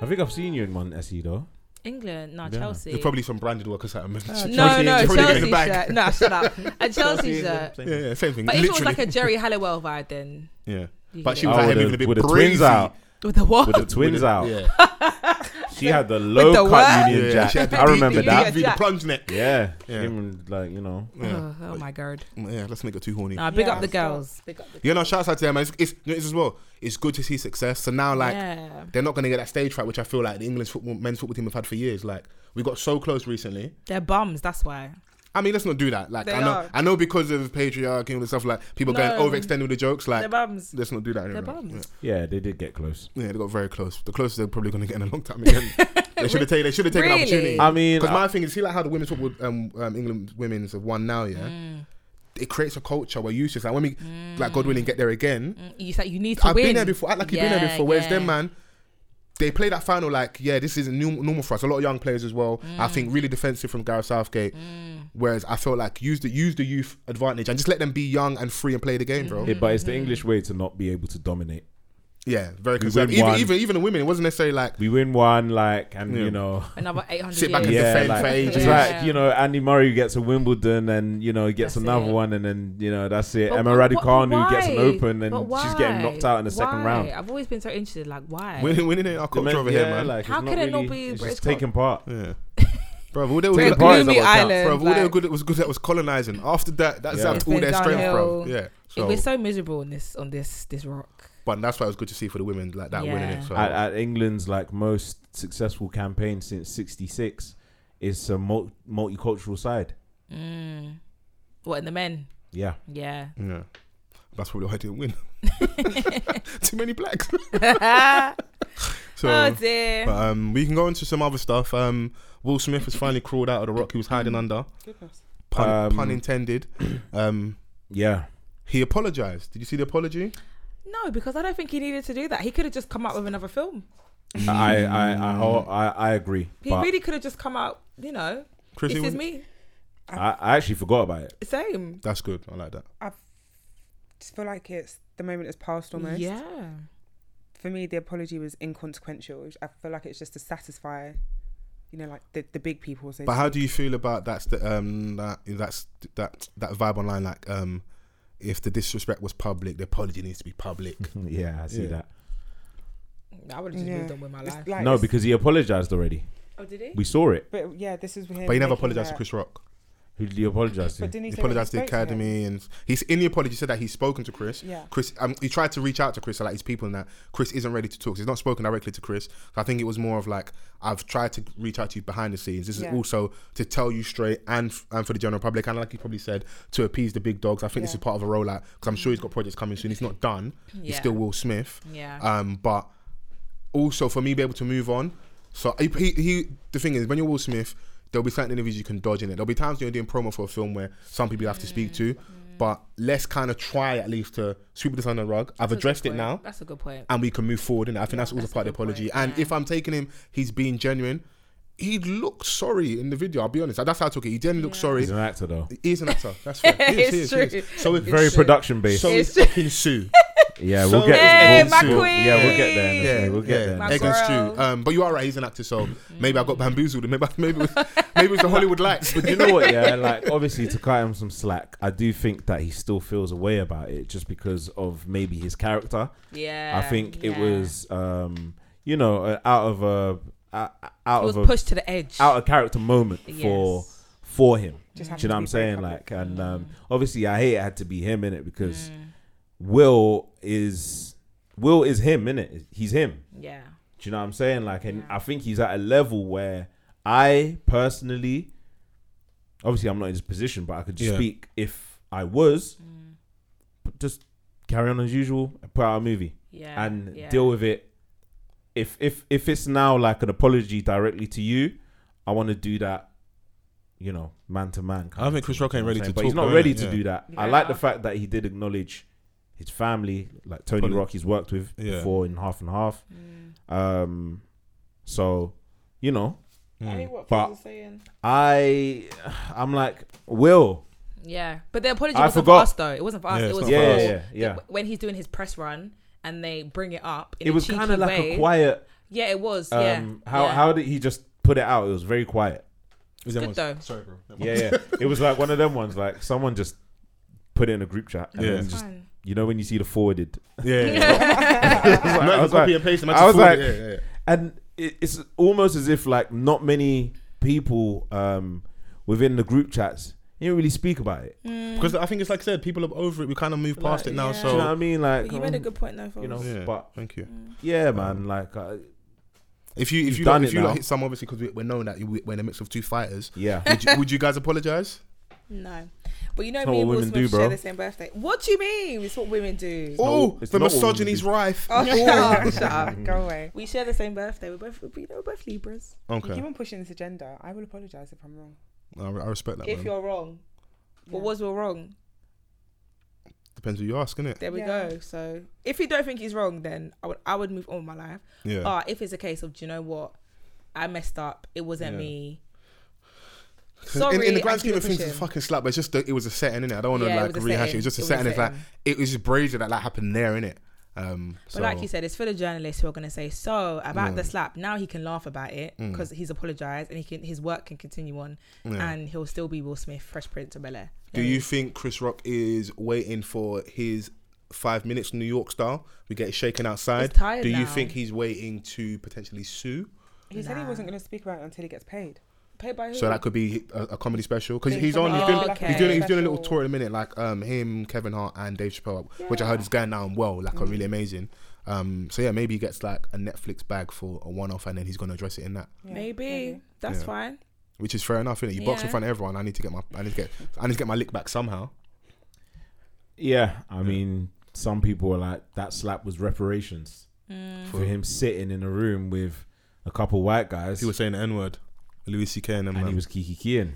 I think I've seen you in one SE
(laughs)
though.
England, no
Yeah.
Chelsea.
It's probably some branded workers at a
Uh, no,
Probably
no,
get in the
Chelsea
bag.
shirt. No, shut
(laughs)
up. A Chelsea shirt.
Yeah, yeah, same thing.
But if it was
Literally.
like a Jerry Halliwell vibe, then
yeah.
You
But
get
she
it.
was
Oh,
like
with
him
the-
even a bit
with the
breezy.
twins out.
with the
(laughs)
what?
With (laughs) the twins out,
Yeah.
she had the low
the
cut
what?
Union
Yeah,
Jack.
she had the
I
deep-
remember
the
that.
deep V, the
Jack.
plunge neck.
Yeah,
Yeah.
Him, like you know.
oh, oh my god.
Yeah, let's make it too horny.
Nah, big
Yeah,
up the
stop.
girls. Big up the
You know, shouts out to them. man. It's, it's, it's as well. It's good to see success. So now, like,
Yeah.
they're not going to get that stage fright, which I feel like the England's football, men's football team have had for years. Like, we got so close recently.
They're bums. That's why.
I mean, let's not do that. Like,
They
I know,
are.
I know, because of patriarchy and all this stuff. Like, people
No.
going overextending with the jokes. Like,
They're bums.
let's not do that.
They're
anymore.
bums.
Yeah.
Yeah, they did get close.
Yeah, they got very close. The closest they're probably going to get in a long time
(laughs)
again. they should have taken. They should have taken an
Really?
opportunity.
I mean,
because
I-
my thing is, see, like how the women's football, um, um, England women's have won now, yeah.
Mm.
It creates a culture where you just like when we, like God willing, get there again.
You said you need Mm. to
I've
win.
been there before. Act like you've been there
Yeah,
before. Whereas
yeah.
them man, they play that final like, yeah, this is new, normal for us. A lot of young players as well. I
Mm.
think really defensive from Gareth Southgate. Whereas I felt like use the use the youth advantage and just let them be young and free and play the game,
Mm.
bro.
Yeah, but it's the English way to not be able to dominate.
Yeah, very
win
conservative. Even,
one.
even even the women, it wasn't necessarily like
We win one, like, and
Yeah.
you
(laughs)
know,
Another 800
Sit back and
years.
yeah,
defend
like,
for ages.
it's
Yeah.
like you know, Andy Murray gets a Wimbledon, and you know, he gets
That's
another
it.
one, and then you know, that's it.
But
Emma
wh- wh-
Raducanu gets an
why?
Open, and
But
she's getting knocked
why?
out in the second
Why?
round.
I've always been so interested. Like why?
winning winning ain't our culture
Yeah,
over here, man.
Like,
How
it's
can it not
really-
be
it's
British
just taking part?
Yeah. Bro, all they were
Take
good,
a part is
Gloomy
about that.
Island.
bro, all they were
like-
good was good that was colonizing. After that, that's
Yeah.
um,
It's
all
been
their strength, bro.
downhill.
Yeah.
It-
So,
We're so miserable on this on this this rock.
but that's why it was good to see for the women like that winning it.
Yeah.
So
At, at England's like most successful campaign since '66 is a mul- multicultural side.
Mm. What in the men?
Yeah,
Yeah. (laughs)
yeah, that's probably why I didn't win. (laughs) Too many
(laughs)
blacks. so,
oh dear.
but, um, we can go into some other stuff. Um, Will Smith has finally crawled out of the rock he was hiding under.
Goodness.
Pun, pun
Um, (clears throat)
intended. Um,
yeah.
he apologized. Did you see the apology?
No, because I don't think he needed to do that. He could have just come out with another film.
I I I, whole- I, I agree.
He
but
really could have just come out, you know,
Chrissy,
this is
what-
me.
I, I actually forgot about it.
Same.
That's good. I like that.
Just feel like it's the moment is past almost.
Yeah.
For me, the apology was inconsequential. I feel like it's just to satisfy, you know, like the, the big people. So
But how do you feel about that's the um that that's that that vibe online like um if the disrespect was public, the apology needs to be public.
Yeah, I see
Yeah.
that.
Mm,
I would have just moved on with my life.
No, because he apologized already.
oh, did he?
We saw it.
But yeah, this is him.
But he
making
never apologized to
that-
Chris Rock.
Who did you apologize to?
But didn't he,
He
say
apologized to the
when he spoke him?
academy, and he's in the apology said that he's spoken to Chris.
Yeah.
Chris, um, he tried to reach out to Chris, like his people, and that Chris isn't ready to talk. He's not spoken directly to Chris. So I think it was more of like I've tried to reach out to you behind the scenes. This
Yeah.
is also to tell you straight, and and for the general public, and like you probably said, to appease the big dogs. I think this
Yeah.
is part of a rollout because I'm sure he's got projects coming soon. He's not done. He's
Yeah.
still Will Smith.
Yeah.
Um, but also for me be able to move on. So he, he, he the thing is when you're Will Smith, there'll be certain interviews you can dodge in it. There'll be times when you're doing promo for a film where some people you have to speak to, but let's kind of try at least to sweep this under the rug. I've addressed it now,
That's a good point.
and we can move forward. And I think that's also
that's a
part of the
good
apology.
point,
And
yeah.
if I'm taking him, he's being genuine. He looked sorry in the video. I'll be honest. That's how I took it. He didn't look sorry.
He's an actor though.
He is an actor.
(laughs)
That's fair. He is, he is,
It's
he is.
true.
So if
Very production based.
so is
It's
fucking Sue.
(laughs)
yeah,
so-
we'll get.
Hey,
we'll,
my
we'll-
queen!
Yeah, we'll get there.
Yeah,
Yeah, we'll get there.
yeah.
Next-
Egg and
girl.
stew. Um, but you are right. He's an actor, so maybe I got bamboozled. Maybe (laughs) maybe it
(laughs)
was, maybe it was the Hollywood (laughs) lights. But
But you know what? Yeah, like obviously to cut him some slack, I do think that he still feels a way about it, just because of maybe his character.
Yeah.
I think it
yeah.
was, um, you know, uh, out of a uh, out
It was
of a
pushed to the edge.
out of character moment for
Yes.
for him.
Just
Do you
happened to
know what I'm
be
saying?
very Mm.
Like, and um, obviously, I hate it had to be him in it because Will is Will is him in it. He's him.
Yeah.
Do you know what I'm saying? Like, and I think he's at a level where I personally, obviously, I'm not in his position, but I could just
Yeah.
speak if I was,
Mm.
but just carry on as usual, and put out a movie,
Yeah.
and
yeah.
deal with it. If if if it's now like an apology directly to you, I want to do that. You know, man to man.
I don't think Chris Rock ain't
You know what
ready
I'm
to
saying? But
talk
he's not
though,
ready
innit?
to
Yeah.
do that. I
Yeah.
like the fact that he did acknowledge his family, like Tony
Probably.
Rock, he's worked with
Yeah.
before in half and half.
Mm.
Um, so you know,
I
Mm.
think what
But-
Fizz is saying.
I I'm like Will,
Yeah. But the apology
I
wasn't
forgot.
for us though. It wasn't for us.
Yeah,
it
it's
was
not
for
for us.
the-
Yeah, yeah, yeah.
when he's doing his press run and they bring it up. In
it was
kind of
like
way.
a quiet.
Yeah, it was.
Um,
yeah.
how
yeah.
how did he just put it out? It was very quiet.
Is
good though.
Sorry, bro.
Yeah, yeah. it was like one of them ones. Like someone just put it in a group chat. And
Yeah.
then
It's
just,
fine.
you know when you see the
(laughs)
forwarded. (laughs)
yeah. yeah.
I
I
was
was copy
like-
and paste.
I was like-
yeah, yeah.
and it, it's almost as if like not many people um within the group chats you don't really speak about it.
because I think it's like I said, people are over it. We kind of moved past it now.
yeah.
Do you know what I
So
mean? Like um,
you made a good point though. For
you know,
Mm. yeah,
but
thank you.
yeah, man, like uh,
mm. If you
You've
if you
done
lot, if
it
you lot
now.
hit some, obviously, because we're knowing that you- we're in the midst of two fighters.
yeah.
Would you, would you guys apologize?
no, but you know
It's not
me and
what
Will
women
Smith
do, bro.
share the same birthday. What do you mean? It's what women do.
Oh,
it's
the
not what we
misogyny's
do.
rife.
Oh, shut up, shut
(laughs)
(laughs)
up.
Go away.
We share the same birthday. We're both, we know, we're both Libras.
You keep
Okay,
on pushing this agenda. I will apologize if I'm wrong.
I I respect that.
If
man.
you're wrong,
Yeah.
what was we wrong?
Depends who you ask, innit?
There we
Yeah.
go. So if you don't think he's wrong, then I would I would move on with my life.
Yeah.
Ah, if it's a case of do you know what, I messed up. It wasn't
Yeah.
me.
In-
Sorry.
in, the grand
and keep
scheme
it
of things, it's
pushing.
fucking slap. But it's just that it was a setting, innit? I don't want to
Yeah, it
like
was a
rehash it.
setting.
It's just a
It was a
setting. It's like
setting.
it was just brazen that like happened there, innit? Um,
But like you said, it's for the journalists who are going to say, "So about the slap, now he can laugh about it because he's apologized and he can his work can continue on,
Mm. Yeah.
and he'll still be Will Smith, Fresh Prince of Bel Air."
do you think Chris Rock is waiting for his five minutes New York style? We get shaken outside.
He's tired
do you
now.
think he's waiting to potentially sue?
He said he wasn't going to speak about it until he gets paid.
(laughs) Paid by who?
So that could be a, a comedy special because
Big
he's on. He's
comedy
doing,
Oh, special.
he's doing. He's doing a little
Okay.
tour in a minute, like um him, Kevin Hart, and Dave Chappelle, which I heard is going down well, like are really
Mm.
amazing. Um, so yeah, maybe he gets like a Netflix bag for a one-off, and then he's gonna address it in that,
Yeah,
maybe. that's
Yeah.
fine.
which is fair enough, innit? You box in
Yeah.
front of everyone. I need to get my. I need to get. I need to get my lick back somehow.
Yeah, I mean, some people are like that slap was reparations
Mm.
for him sitting in a room with a couple white guys
He was saying the N-word, Louis C.K. and them.
and he
man.
was kiki keying.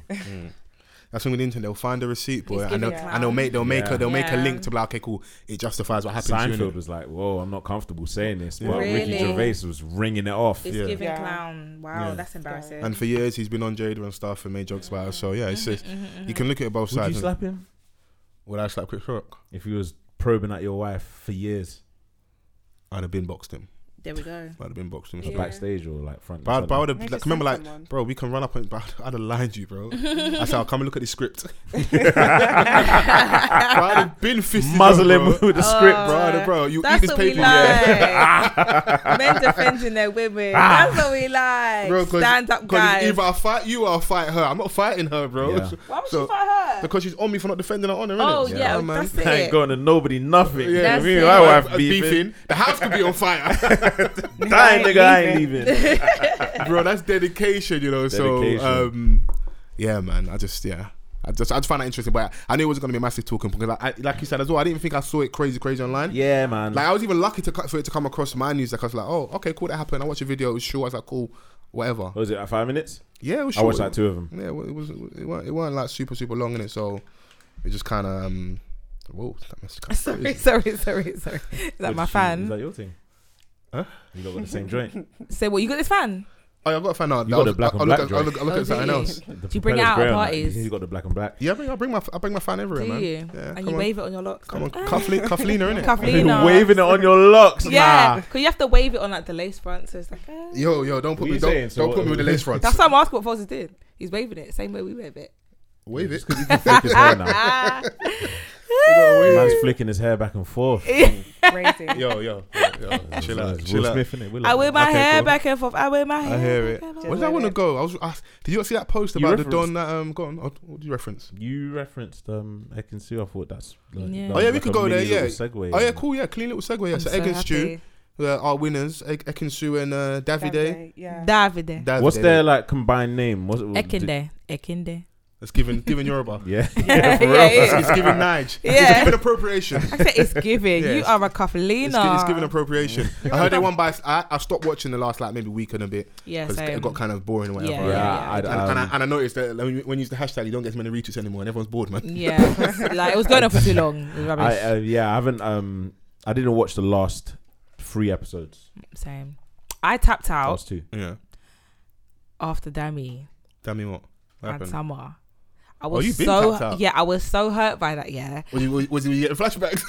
That's when with the internet, they'll find a receipt, boy,
He's
and they'll,
giving
and they'll make they'll make a
Yeah.
they'll make a
Yeah.
link to be like, okay, cool. It justifies what happened to you.
Seinfeld
innit?
was like, "Whoa, I'm not comfortable saying this," but Ricky
Really?
Gervais was ringing it off.
It's
Yeah.
giving
Yeah.
clown. Wow,
Yeah.
that's embarrassing.
And for years, he's been on Jada and stuff and made jokes about her. So yeah, it's just you can look at it both
Would you
sides.
slap him
Would I slap Chris Rock?
if he was probing at your wife for years?
I'd have been boxed him.
There we go.
Might have been boxed in.
Yeah.
Backstage or like front. and
But, I-
center?
but I would have
Maybe
like,
just
remember
send
like,
someone.
bro, we can run up and but I'd have lied you,
(laughs)
bro. I said, I'll come and look at the script. (laughs) Bro, I'd have been fisted.
muzzle
up,
him (laughs)
bro.
with the script,
bro. I'd have- bro, Oh, you eat
Oh, That's
this
what we
paper.
like. Men defending their women. That's what we like.
Bro, Ah. 'cause-
Stand up
'cause
guys. Oh,
Either I fight you or I fight her. I'm not fighting her, bro. (laughs)
Yeah.
Why would
So-
you fight her?
Because she's on me for not defending her honor,
Oh
innit?
yeah, that's it.
I ain't going to nobody nothing.
Yeah.
Yeah,
That's
me
it.
and my
Like,
wife
uh,
beefing.
beefing. The house could be on fire,
(laughs) Dying nigga, I ain't leaving.
(laughs)
bro. That's dedication, you know.
Dedication.
So, um, yeah, man. I just, yeah, I just, I just find that interesting. But I, I knew it was gonna be a massive talking point because, I, I, like you said as well, I didn't think I saw it crazy, crazy online.
Yeah, man.
Like I was even lucky to cut- for it to come across my news. Like I was like, oh, okay, cool, that happened. I watched a video. It was short. I was like, cool, whatever.
what was it? At five minutes?
Yeah, it was
I
short.
watched like two of them.
Yeah, it wa- it was. It weren't, it weren't like super, super long in it. So it just kind of. Um, whoa, that
(laughs)
must have come
(laughs) Sorry,
crazy.
sorry, sorry, sorry. Is that my
Is that
fan?
your thing?
Huh?
You got the same
(laughs)
joint.
Say what? You got this fan?
Oh, yeah, I got to find
You
out. That
got
was-
a black
I-
on
I look
black
at- I look- I look
Oh,
at something
do you? (laughs)
else.
The
you bring
propeller's
it out at
grey on that.
parties?
You got the black and black.
Yeah, I bring, I bring my I bring my fan everywhere,
Do
man.
you?
Yeah,
and
come
you
on.
wave it on your lock. Ah,
Come on, cufflink, cufflina, innit?
Cufflina.
waving it on your locks.
Yeah,
Nah.
because you have to wave it on like the lace front, so it's like. ah.
Yo, yo, don't
What
put
you
me,
saying?
don't,
So
don't
what-
put me with the lace front.
That's what I'm asking what Fozzes did. He's waving it same way we wave it.
Wave it.
Because he can flick his hair now.
Ah,
(laughs)
Man's flicking his hair back and forth.
Crazy.
Yo, yo, yo, yo, chill
Will
out, chill out.
Smith, innit? Will
I wear my
Okay,
hair
cool.
back and forth. I wear my hair.
I hear it.
back and forth.
Where did I want to go? I was. I, did you not see that post
You
about the
referenced-
don that um gone? Oh, what did you reference?
You referenced um Ekansu. I thought that's like,
Yeah.
that
Oh,
was
yeah, we
like
could
a
go there,
mini little Segue.
Oh yeah, cool. Yeah, clean little segue. Yeah,
I'm
so,
so
Egg and Stew
happy.
uh, are winners. Egg, Ekansu and uh, Davide.
Davide, Yeah.
Davide.
Davide.
What's their like combined name? What's it?
Ekinde. Ekinde.
It's given given Yoruba.
Yeah.
(laughs) Yeah,
for real.
yeah, yeah.
It's given Nige. It's
Yeah.
given appropriation.
I said
(laughs)
it's giving.
Yeah,
you
it's-
are a ah. cufflina.
It's, gi- it's given appropriation. I heard they won by. I, I stopped watching the last like maybe week and a bit
Yeah,
because
same.
it got kind of boring. Or whatever.
Yeah,
Yeah,
yeah,
I'd,
And, and, I,
um,
and I noticed that like, when you- when you use the hashtag, you don't get as many retweets anymore, and everyone's bored, man.
yeah, 'cause, like it was going on for too long. It was
I,
Rubbish.
uh, yeah, I haven't. Um, I didn't watch the last three episodes.
Same. I tapped out
Last two.
(laughs) Yeah.
after Dami
Tell me what
and
happened.
Summer. I
you
was
been tapped
so
out?
yeah, I was so hurt by that. Yeah.
(laughs) Was he, was he getting flashbacks?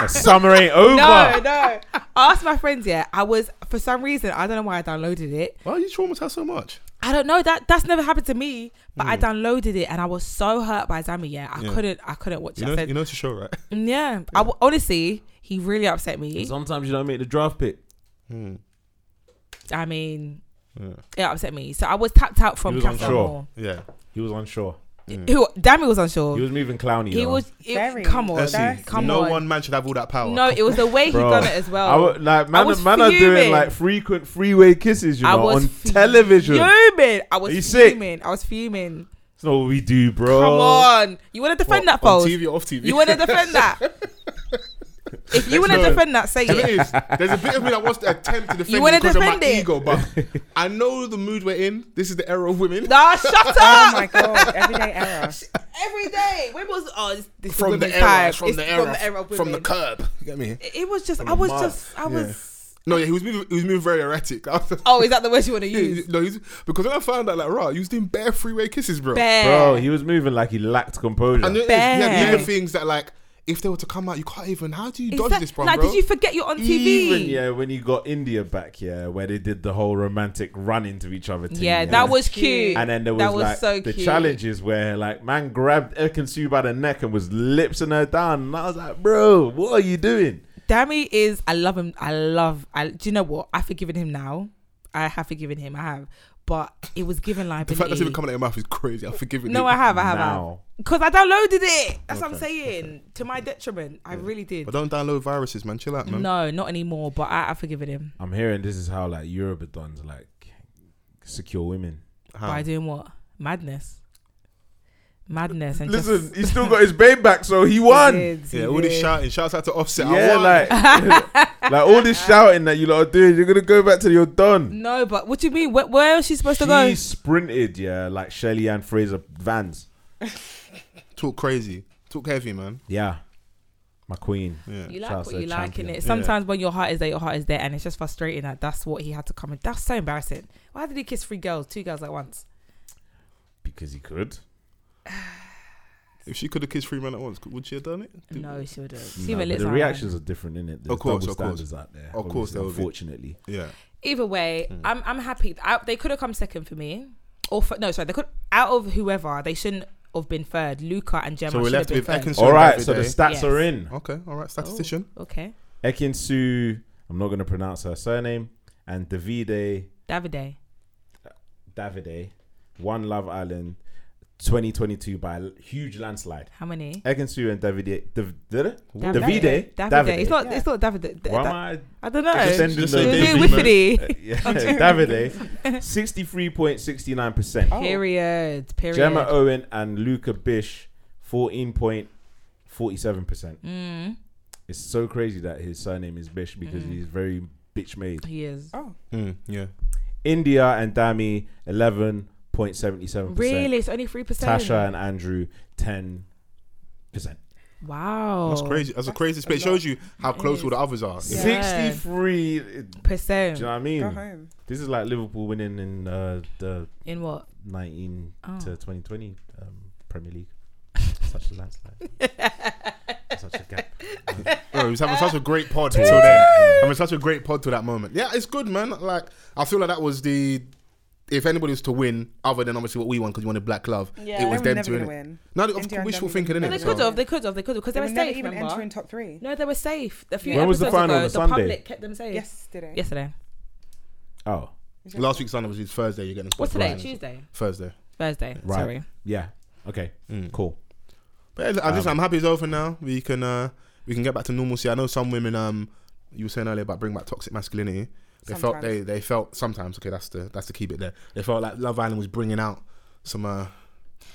(laughs)
(laughs)
The summer ain't over.
No, no. I asked my friends. Yeah, I was for some reason I don't know why I downloaded it.
Why are you traumatized so much?
I don't know that that's never happened to me, but I downloaded it and I was so hurt by Dami. Yeah, I
Hmm. Yeah.
couldn't, I couldn't watch
You
it. I
know,
said,
you know it's a show,
(laughs)
right?
"Mm, yeah, I w- honestly, he really upset me.
Sometimes you don't make the draft pick.
I mean,
Hmm. Yeah.
it upset me. So I was tapped out
He
from
was
Castle
unsure.
Moore.
Yeah.
He was unsure.
Who Dami was unsure.
He was moving clowny.
He
though.
was. It,
Very.
come on,
Let's see.
come
no
on.
one man should have all that power.
no, it was the way he
Bro,
done it as well.
I would- like man,
was
man are doing
fuming.
like frequent freeway kisses, you
I
know,
was
on
fu-
television.
Fuming. I was
Are you sick?
fuming. I was fuming.
That's not what we do, bro.
Come on, you want to
What,
defend that
on
post?
TV or off TV.
You want to defend that? if you want to
No.
defend that, say
And
it.
(laughs) it is. There's a bit of me that wants to attempt to defend
wanna
it because of my
defend it?
ego, but
(laughs)
I know the mood we're in. This is the era of women.
Nah, shut
Oh
up.
my god, everyday
(laughs)
error.
Every day, when was oh, this, this is
From the,
women's
era,
time.
from
It's
the era, from the
of women.
curb. You get me?
It- It was just, I was just, I was.
No, yeah, he was moving, he was moving very erratic. (laughs) I was-
Oh, is that the word (laughs) you want to
Yeah, he-
use?
no, he's, because when I found out, like, right, you was doing bare freeway kisses,
bro.
bro.
Bear.
He was moving like he lacked composure.
And then yeah,
Bare.
these are things that, like, if they were to come out, you can't even. How do you
Is
dodge
that-
this, bro?
like,
bro?
did you forget you're on TV?
Even yeah, when you got India back, yeah, where they did the whole romantic run into each other. Thing,
Yeah, that was cute.
And then there was,
that was
like
so
the
cute.
challenges where like man grabbed Ekansu by the neck and was lipsing her down, and I was like, bro, what are you doing?
Dammy is. I love him. I love. I, do you know what? I've forgiven him now. I have forgiven him. I have. But it was given
The fact that's
liability.
even coming out of your mouth is crazy. I forgive it.
No, I have. I have.
Now.
Because I downloaded it. That's what I'm saying. To my detriment, I really did.
But don't download viruses, man. Chill out, man.
No, not anymore. But I, I've forgiven him.
I'm hearing this is how like Eurobadons like secure women.
How?
By doing what? Madness. Madness. And
Listen, he still got his babe back, so
(laughs)
he won.
Yeah, all this shouting. Shouts out to Offset. I
Yeah,
won.
like (laughs)
(laughs)
like all this shouting that you lot are doing, you're gonna go back to your don.
No, but what do you mean? Where, where is she supposed to go?
She sprinted, yeah, like Shelly and Fraser Vans.
talk crazy, talk heavy, man.
Yeah. My queen.
Yeah.
You
Shout out
like what
to
you
the
like in
champion.
it. Sometimes when your heart is there, your heart is there, and it's just frustrating that that's what he had to come in. That's so embarrassing. Why did he kiss three girls, two girls at once?
Because he could.
If she could have kissed three men at once, could- would she have done it? Do-
No, she wouldn't.
No,
See
Mm. but
my lips
the
are
reactions are different, isn't it? There's
Of course,
double
of course.
standards out there.
Of course
obviously,
there will be.
unfortunately.
Yeah.
Either way,
Mm.
I'm I'm happy. I, they could have come second for me, or for, no, sorry, they could out of whoever they shouldn't have been third. Luca and Gemma.
So we're
should
left
have
with
been third.
Ekansu.
All right, so the
Yes.
stats are in.
Okay. All right. Statistician.
Okay,
Ekinsu, I'm not going to pronounce her surname, and Davide
Davide.
Davide, One Love Island, 2022 by a huge landslide.
How many?
Ekansu and Davide, Dav, Davide,
Davide.
Davide.
It's not. It's not Davide.
Why am I?
(laughs) I don't know.
Just ending
Just
the-
say
We're
Davide,
with
man.
it.
(laughs) Yeah,
(laughs)
Davide, sixty-three point sixty-nine percent.
Oh. Period. Period.
Oh. Gemma oh. Owen and Luca Bish, fourteen point forty-seven percent.
Mm,
It's so crazy that his surname is Bish because he's very bitch made.
He is.
Mm, yeah.
India and Dami, eleven point seventy-seven percent.
Really, it's only three percent.
Tasha and Andrew, ten percent.
Wow.
That's crazy. That's a crazy split. It shows you how close all the others are.
Yeah.
Sixty-three. Do
Percent
you know what I mean?
Go home.
This is like Liverpool winning in uh, the
in what?
19
Oh.
to 2020 um, Premier
(laughs)
League. Such a landslide. Such a gap.
(laughs)
Oh, he was having such a great pod till then. I mean, such a great pod till that moment. Yeah, it's good, man. Like, I feel like that was the. If anybody was to win, other than obviously what we won because we wanted Black Love,
Yeah.
it was
They were
them
never
to
gonna
win.
win.
No, of
India
course,
and
wishful
Dami
thinking,
were
innit?
No, they
never
So-
gonna
could have. They could have. They could have because
They
they,
were
were
never
safe.
even
remember?
entering top three.
No, they were safe. A few
When was the
episodes
final on
ago,
the
the
Sunday?
public kept them safe.
Yesterday.
Yesterday.
Oh,
Last week's Sunday was his Thursday. You're getting
What's
spotted.
today?
Right.
Tuesday.
Thursday.
Thursday.
right.
Sorry. Mm.
Yeah. Okay. Cool.
But yeah, I just,
Um,
I'm happy it's over now. We can uh, we can get back to normalcy. I know some women. Um, you were saying earlier about bringing back toxic masculinity. They felt
Sometimes.
they they felt sometimes. Okay, that's the that's the key bit there. They felt like Love Island was bringing out some. Uh,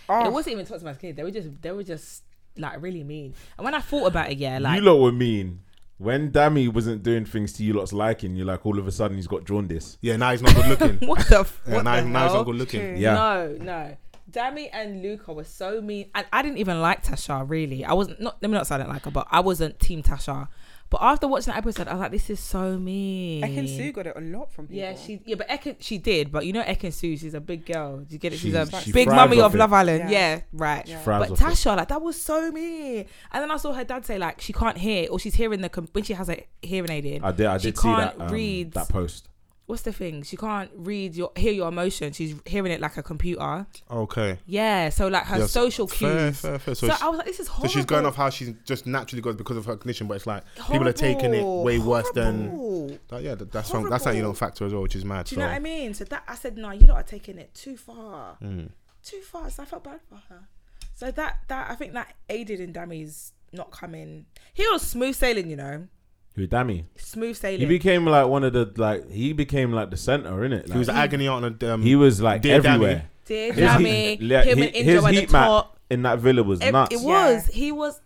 Oh,
It wasn't even towards my kid. They were just. They were just like really mean. And when I thought about it, yeah, like
you lot were mean. When Dammy wasn't doing things to you lot's liking, you're like, all of a sudden he's got jaundice.
yeah, now he's not good
(laughs)
looking.
(laughs) what
(laughs)
the. F-
yeah,
what
now,
the
now he's not
hell?
good looking.
Yeah.
No, no. Dami and Luca were so mean, and I didn't even like Tasha really. I wasn't not. Let me not say I didn't like her, but I wasn't team Tasha. But after watching that episode, I was like, this is so mean.
Ekansu got it a lot from people.
Yeah, she yeah, but Ekin she did, but you know Ekin Sue, she's a big girl. Do you get it? She's,
She's-
a
she
big
thrives
mummy
off
of
it.
Love Island.
Yeah.
Yeah, right.
Thrives
But
off it.
Tasha, like that was so mean. And then I saw her dad say like she can't hear or she's hearing the com- when she has a hearing aid in.
I did. I
she
did see
can't
that. Um,
read
that post.
what's the thing? She can't read your hear your emotion. She's hearing it like a computer.
Okay.
Yeah, so like her
Yes.
social cues.
Fair, fair, fair. So
So,
she-
I was like, this is
So
horrible.
she's going off how she just naturally goes because of her condition, but it's like people are taking it
Horrible.
way worse than.
Horrible.
Like, yeah, that- that's wrong. That's how you don't factor as well, which is mad.
Do
So
you know what I mean? So that I said, no, you lot are taking it too far,
Mm.
too far. So I felt bad for her. So that that I think that aided in Dammy's not coming. He was smooth sailing, you know,
Who Dammy?
smooth
He
sailing.
became like one of the like. He became like the center, innit? Like,
he was an agony aunt. And, um,
he was like
Dear Dami.
everywhere.
Dear
(laughs) His
Dammy,
heat- like,
him
he-
and Injo at the top.
in that villa was
It,
nuts.
it was. He was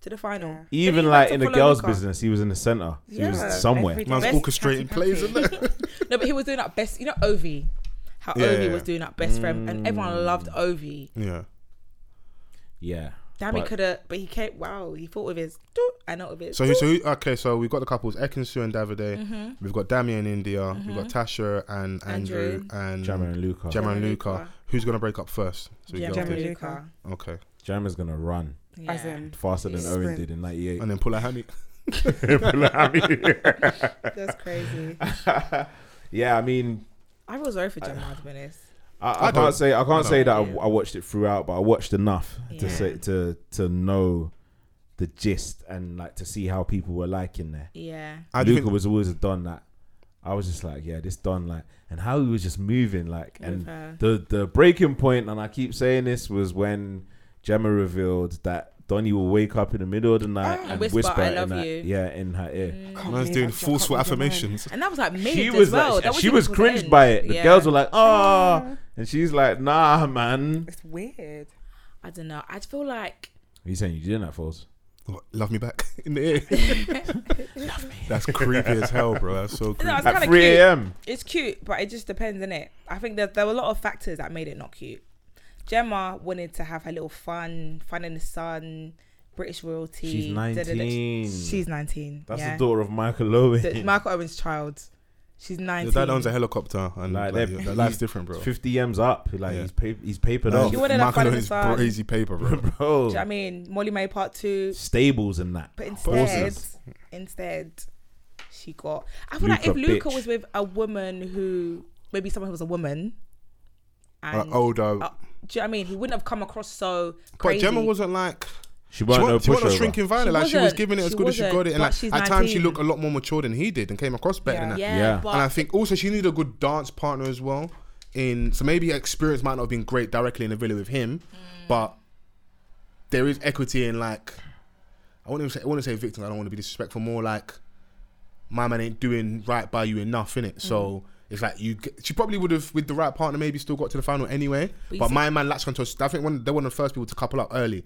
to the final. Then
Even
he
like
went
in
to
the
follow
girls'
Luca.
business, he was in the center. He
Yeah.
was somewhere.
Every
man's
day.
orchestrating plays, isn't it?
(laughs) No, but he was doing that best. You know, Ovi. How
Yeah,
Ovi
yeah,
was
yeah.
doing that best friend,
Mm.
and everyone loved Ovi.
(laughs) yeah.
Yeah.
Dammy
But-
could have, but he came. Wow, he fought with his. doot and not with his.
So, who- so who- okay, so we've got the couples Ekansu and Davide.
Mm-hmm.
We've got Damian in India. We've got Tasha and Andrew,
Andrew.
and
Jammer and Luca.
Gemma and
Gemma and
Luca.
Luca.
Who's gonna break up first? So we
Gemma
go
Gemma
with-
and
Luca.
Okay,
Jammer's gonna run
As
Yeah.
in,
faster than Owen
Sprint.
did in '98.
and then pull a honey.
That's crazy.
yeah, I mean,
I feel sorry for Gemma, to be honest.
I, I,
I don't-
can't say I can't say that I,
Yeah.
I watched it throughout, but I watched enough
Yeah.
to say to to know the gist and like to see how people were liking there.
Yeah.
I do
Luca
think,
was always a don that. I was just like, yeah, this don like, and how he was just moving like, and
her.
the the breaking point, and I keep saying this was when Gemma revealed that Donnie will wake up in the middle of the night and whisper,
Ah, whisper, "I
in
love
her-
you."
yeah, in her ear.
can't
man's
believe
doing
I just
forceful
can't believe I'm
affirmations.
And that was like
She
minutes
was
as well.
like,
that
she
wasn't
was
towards
cringed
end.
by it. The
Yeah. Mm.
girls were like, ah, and she's like, nah, man.
It's weird.
I don't know. I feel like
Are you saying you didn't that, Foles?
What, love me back (laughs) in the ear. That's creepy as hell, bro. That's so creepy.
no, it's kind
At
of
3
cute.
a.m.
It's cute, but it just depends, innit? I think that there were a lot of factors that made it not cute. Gemma wanted to have her little fun, fun in the sun, British royalty.
She's
da, da, da.
19.
She's nineteen.
That's (laughs)
yeah.
the daughter of Michael Owen.
The- Michael Owen's child. She's 19.
Your dad owns a helicopter, and like,
they're-
your- life's different, bro.
Fifty m's up. Like
Yeah.
he's paid, he's papered
Like,
off,
You wanted a
Michael
fun
on his
facade.
crazy paper, bro.
(laughs) bro.
Do you know what I mean? Molly May part two.
Stables and that.
But instead,
Horses.
instead, she got. I feel like if
Luca,
Luca
bitch.
was with a woman who, maybe someone who was a woman, and
Like, older.
uh, do you know what I mean? He wouldn't have come across so
But
crazy.
Gemma wasn't like
She
she
wasn't
wa-
no
she wasn't a
pushover.
shrinking violet.
She
Like she was
wasn't.
giving it as
She
good as she
wasn't,
got it, and
but
like
she's
at times she
19.
looked a lot more mature than he did, and came across better than that.
Yeah,
Yeah.
but
And I think also she needed a good dance partner as well. In so maybe experience might not have been great directly in the villa with him, but there is equity in like I wouldn't even say I wouldn't say victim. I don't want to be disrespectful. More like my man ain't doing right by you enough in it. So
Mm.
it's like you. g- She probably would have with the right partner maybe still got to the final anyway. But,
you see-
my man latched onto. us. I think one they were one of the first people to couple up early.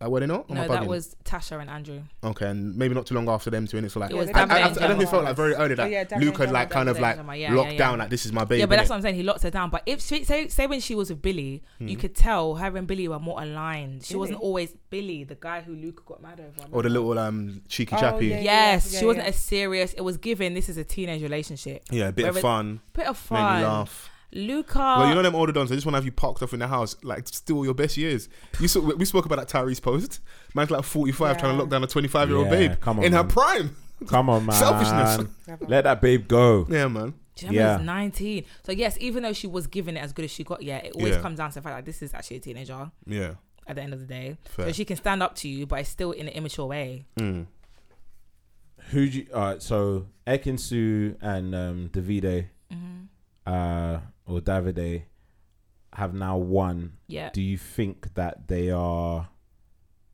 Like, were they not? Am I
no, that
bugging?
was Tasha and Andrew.
okay, and maybe not too long after them too. And it's so like
It was
I, I, I,
Davide
I
and
definitely
Gemma.
felt like very early that
Oh, yeah, Davide
Luke had
and
like
Gemma,
kind of
Davide and
like
Gemma. Yeah,
locked
yeah, yeah.
down like this is my baby.
yeah, but that's
innit?
what I'm saying. He locked her down. But if she, say, say when she was with Billy,
Hmm.
you could tell her and Billy were more aligned. She wasn't always Billy, the guy who Luke got mad over.
or the little um cheeky
Oh,
chappy.
yeah,
Yeah.
Yes,
Yeah,
she wasn't
yeah.
as serious. It was given. This is a teenage relationship.
a bit
Whereas-
of fun,
Bit of
made me
fun. Oh.
laugh.
Luca.
Well, you know them older dons. I just want to have you parked off in the house, like still your best years. You saw, we spoke about that Tyrese post. Man's like forty five, trying to
Yeah.
lock down a twenty five year old
Yeah,
babe
come on,
in her
man.
(laughs) prime.
Come on, man.
Selfishness.
Let that babe go.
Yeah, man.
Gemma
Yeah.
is 19. So, yes, even though she was given it as good as she got, yeah, it always
Yeah.
comes down to the fact that this is actually a teenager
Yeah,
at the end of the day.
Fair.
So she can stand up to you, but it's still in an immature way.
Who? Do you, all right. So Ekinsu and um, Davide,
Mm-hmm.
uh, or Davide, have now won.
Yeah.
Do you think that they are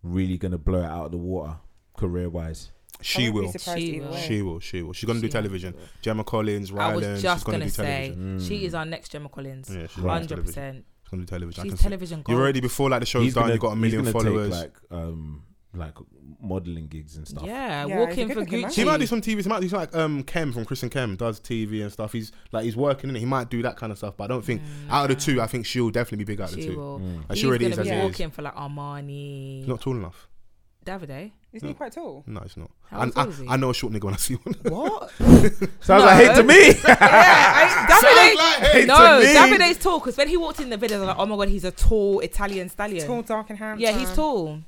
really gonna blow it out of the water, career wise?
she will.
She will.
She will. She will. She's gonna do
She
television.
will.
Gemma Collins,
I
Ryland.
was
she's
just
gonna,
going to
do
say,
television. Mm.
she is our next Gemma Collins.
Yeah, she's gonna do
100%.
television. She's gonna do television. I
She's
can see-
television
You're
gold.
already before like the show's done. You got a million
he's gonna
followers.
Take, like um, like modeling gigs and stuff.
Yeah,
Yeah,
he's a
walking
good
for
looking man.
Gucci.
He might do some TV. He might do like um Kem from Chris and Kem does TV and stuff. He's like he's working in it. He might do that kind of stuff. But I don't think out of the two, I think she'll definitely be big out of the
She
two.
will.
Mm. Like,
He's
she already
gonna
is as
be
it is.
walking for like Armani.
He's not tall enough.
Davide.
Isn't he quite tall?
No, he's not.
How
And
tall
I,
is he?
I know a short nigga when I see
(laughs)
one.
What?
Sounds like hate to
(laughs)
me.
yeah, I, Davide.
like hate
no,
to me.
Davide's tall because when he walked in the video, I was like, oh my god, he's a tall Italian stallion.
Tall, dark, and handsome.
Yeah, he's tall.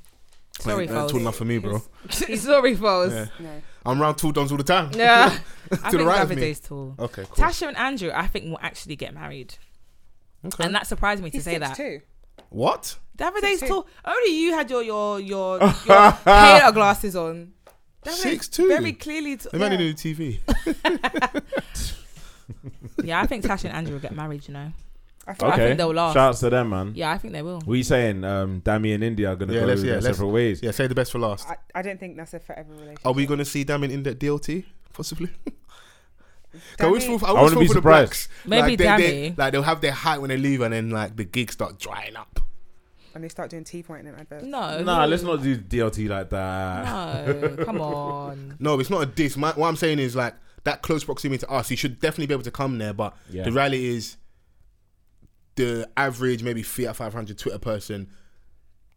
Sorry,
Ain't- ain't
folks.
uh, tall enough for me, bro.
(laughs) Sorry, folks.
Yeah.
No.
I'm round tall dons all the time.
Yeah.
(laughs)
I
To the
think
right of me.
Davide's tall.
Okay, cool.
Tasha and Andrew, I think, will actually get married.
Okay.
And that surprised me to
He's
say
six
that.
two.
What?
Davide's
Six two.
tall. Only you had your
(laughs)
your your, your hair glasses on. Davide's
Six two.
Very clearly. T-
The man in the TV.
yeah, I think Tasha and Andrew will get married. You know.
I thought
I
okay.
think they'll last.
Shouts to them, man.
Yeah, I think
(laughs)
they will.
What are you saying? Um, Dami and India are gonna
Yeah,
go
let's- yeah,
their
let's-
separate ways.
yeah, say the best for last.
I, I don't think that's a forever relationship.
Are we gonna see Damien in that DLT possibly? (laughs) I always
Dami-
fall, I
wouldn't
always fall
be
for the
surprised.
blacks.
Maybe
like, they, they,
Dami.
like they'll have their height when they leave, and then like the gigs start drying up.
And they start doing tea pointing in adverts.
No.
Nah,
who- (laughs)
let's not do DLT like that.
No, come on.
No, it's not a diss. My, what I'm saying is like that close proximity to us, you should definitely be able to come there. But
Yeah.
the reality is, the average maybe Fiat 500 Twitter person,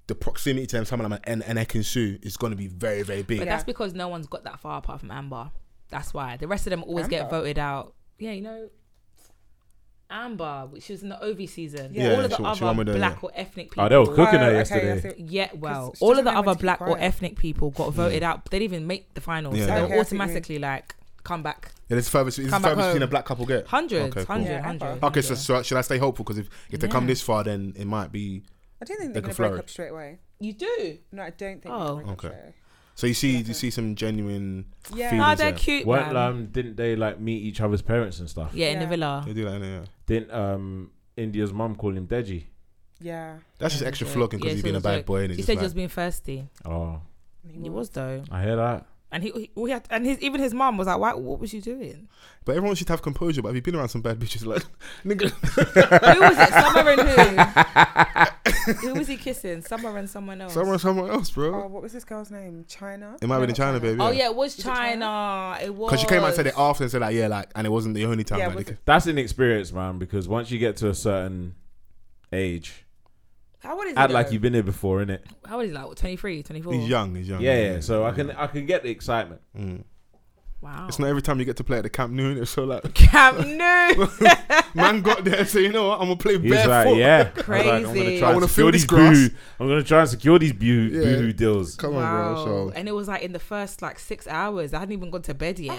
the proximity to them, someone like an an Ekinsu is going to be very very big.
But that's because no one's got that far apart from Amber. That's why the rest of them always get
Amber?
voted out. Yeah, you know, Amber. She was in the OV season.
Yeah,
all of the
she- she
other
won with her,
black
yeah.
or ethnic people.
Oh, they were cooking
Oh,
her
okay, I
yesterday.
see.
Yeah, well,
'Cause she
all of
doesn't
the
know when
other
to keep
black or
quiet.
ethnic people got voted out. They didn't even make the finals,
Mm. Yeah.
so
I see
Okay,
what
they're
you
automatically like come back.
Yeah, there's further, there's
Come
further
back
between a
home.
black couple get
Hundreds,
Okay, cool.
hundred,
Yeah,
hundred.
Amber.
Okay, so,
yeah.
so should I stay hopeful? Because if, if they come this far, then it might be.
I don't think
They
they're going
can
to break
flourish.
up straight away.
you do.
No, I don't think.
Oh.
they're gonna break
Okay.
Up straight away.
So you see, you see some genuine.
Yeah.
feelings
Ah, they're
there.
cute,
Weren't
man.
um didn't they like meet each other's parents and stuff?
yeah, in the
Yeah.
villa.
They do that, innit, yeah.
Didn't um India's mum call him Deji?
Yeah.
That's just extra flogging because
Yeah,
he's
so
been a
it's
bad
like-
boy, and
She
it's
said
just
he was
like,
being thirsty.
Oh,
He was though.
I hear that.
And he, he, we had, and his even his mom was like, "Why? What was you doing?
but everyone should have composure. But have you been around some bad bitches? (laughs) Like, nigga,
who was it? Summer and who? who was he kissing? Summer and someone else.
somewhere, somewhere else,
Oh,
bro.
what was this girl's name? China.
It might have been in China, baby.
Oh yeah, it was
it
China. It was
Because she came out and said it after and said like, yeah, like, and it wasn't the only time.
Yeah,
like,
was
they could-
That's an experience, man. Because once you get to a certain age,
How old is he?
act like
though?
you've been here before, innit?
How old is he? Like 23, 24?
he's young, he's young.
Yeah, yeah. So I can I can get the excitement.
Wow.
It's not every time you get to play at the Camp Noon. It's so like, (laughs)
Camp Nou.
man got there, so you know what? I'm gonna play
He was
barefoot.
like, yeah. I was like, I'm gonna
Crazy.
try
I
and secure
wanna feel this
these
grass.
boohoo. I'm gonna try and secure these boo-
Yeah.
boohoo deals.
Come on,
wow.
bro. So
And it was like in the first like six hours. I hadn't even gone to bed yet.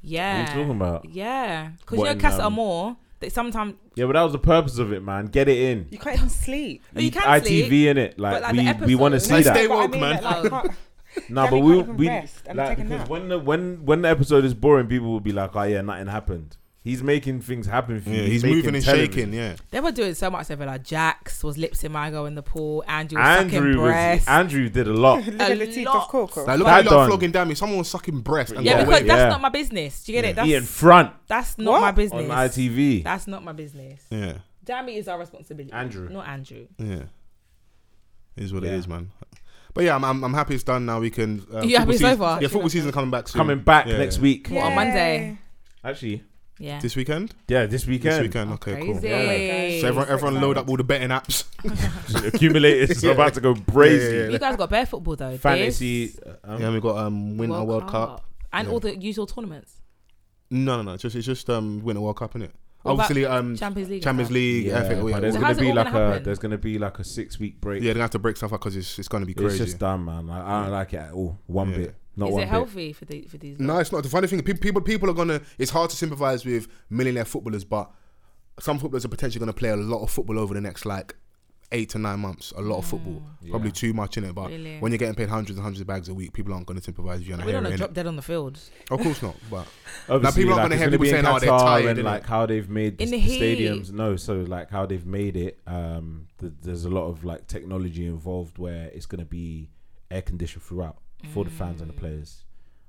Yeah.
What are you talking about?
Yeah. Because you
What
know
in,
Casa
um,
Amor, they sometimes
Yeah, but that was the purpose of it, man. Get it in.
You can't even sleep.
No,
E
you can
ITV
sleep,
in it, like,
like,
we,
the
we want to
episodes-
see
Like,
that.
stay
That's what I
woke,
mean,
man.
like, like,
(laughs)
No, but
Gabby
we
can't even
we
rest and
like,
take a
because
nap.
when the when when the episode is boring, people will be like, "Oh yeah, nothing happened." He's making things happen for you.
yeah, he's
making
moving and
television.
shaking. Yeah,
they were doing so much ever. Like Jax was lip Imago in the pool. Andrew was
Andrew
sucking
was,
breast.
Andrew did a lot.
look at
A
Latif
lot.
of Coco.
like look
That
at you lot
done.
flogging down me. Someone was sucking breast. And
yeah,
got
because
away.
that's
Yeah.
not my business. Do you get it? (laughs) That's
He in front
that's not
What?
my
on
business.
ITV.
That's not my business.
yeah,
Jamie is our responsibility.
Andrew.
Not Andrew.
yeah. Is what
Yeah.
it is, man. But yeah, I'm, I'm, I'm happy it's done now. We can. Uh,
You
football
happy it's
season-
over?
Yeah, football season coming back soon.
coming back
Yeah,
next
yeah.
week.
What, on Monday?
Actually,
Yeah.
This weekend?
yeah, this weekend. (laughs)
This weekend. Okay, cool.
Oh, Crazy. Uh-huh.
So everyone, everyone load up all the betting
(laughs)
apps.
Accumulators is about to go crazy.
(laughs) Yeah, yeah,
You guys got bare football though.
Fantasy.
This
um,
yeah, we got um Winter World, Cup.
and
Yeah.
all the usual tournaments.
No, no, no. It's just it's just um Winter World Cup, innit?
What about
Obviously, um
Champions League. and
Champions
stuff?
League.
yeah,
Yeah, FA, oh,
but
yeah.
there's
So
gonna
how's it
be
all
like
gonna
a
happen?
there's gonna be like a six week break.
yeah, they're gonna have to break stuff up because it's, it's gonna be
it's
crazy.
just done, man. Like, I don't like it at all. One
Yeah.
bit, not
Is
one
it
bit.
healthy for the for these?
No, it's not. The funny thing, people, people, people are gonna. It's hard to sympathize with millionaire footballers, but some footballers are potentially gonna play a lot of football over the next like eight to nine months. A lot of football, probably too much in it. But
Really?
when you're getting paid hundreds and hundreds of bags a week, people aren't gonna sympathize with you. And I
we
hear
don't
it,
know, drop
innit?
dead on the field.
Of course not. But
Obviously,
people aren't
like, it's
gonna hear
be
people
in
saying, "Oh, they're
Qatar
tired,"
and
innit?
like how they've made the,
In the
s-
heat.
stadiums. No, so like how they've made it. Um, th- there's a lot of like technology involved where it's gonna be air conditioned throughout for the fans
Mm.
and the players.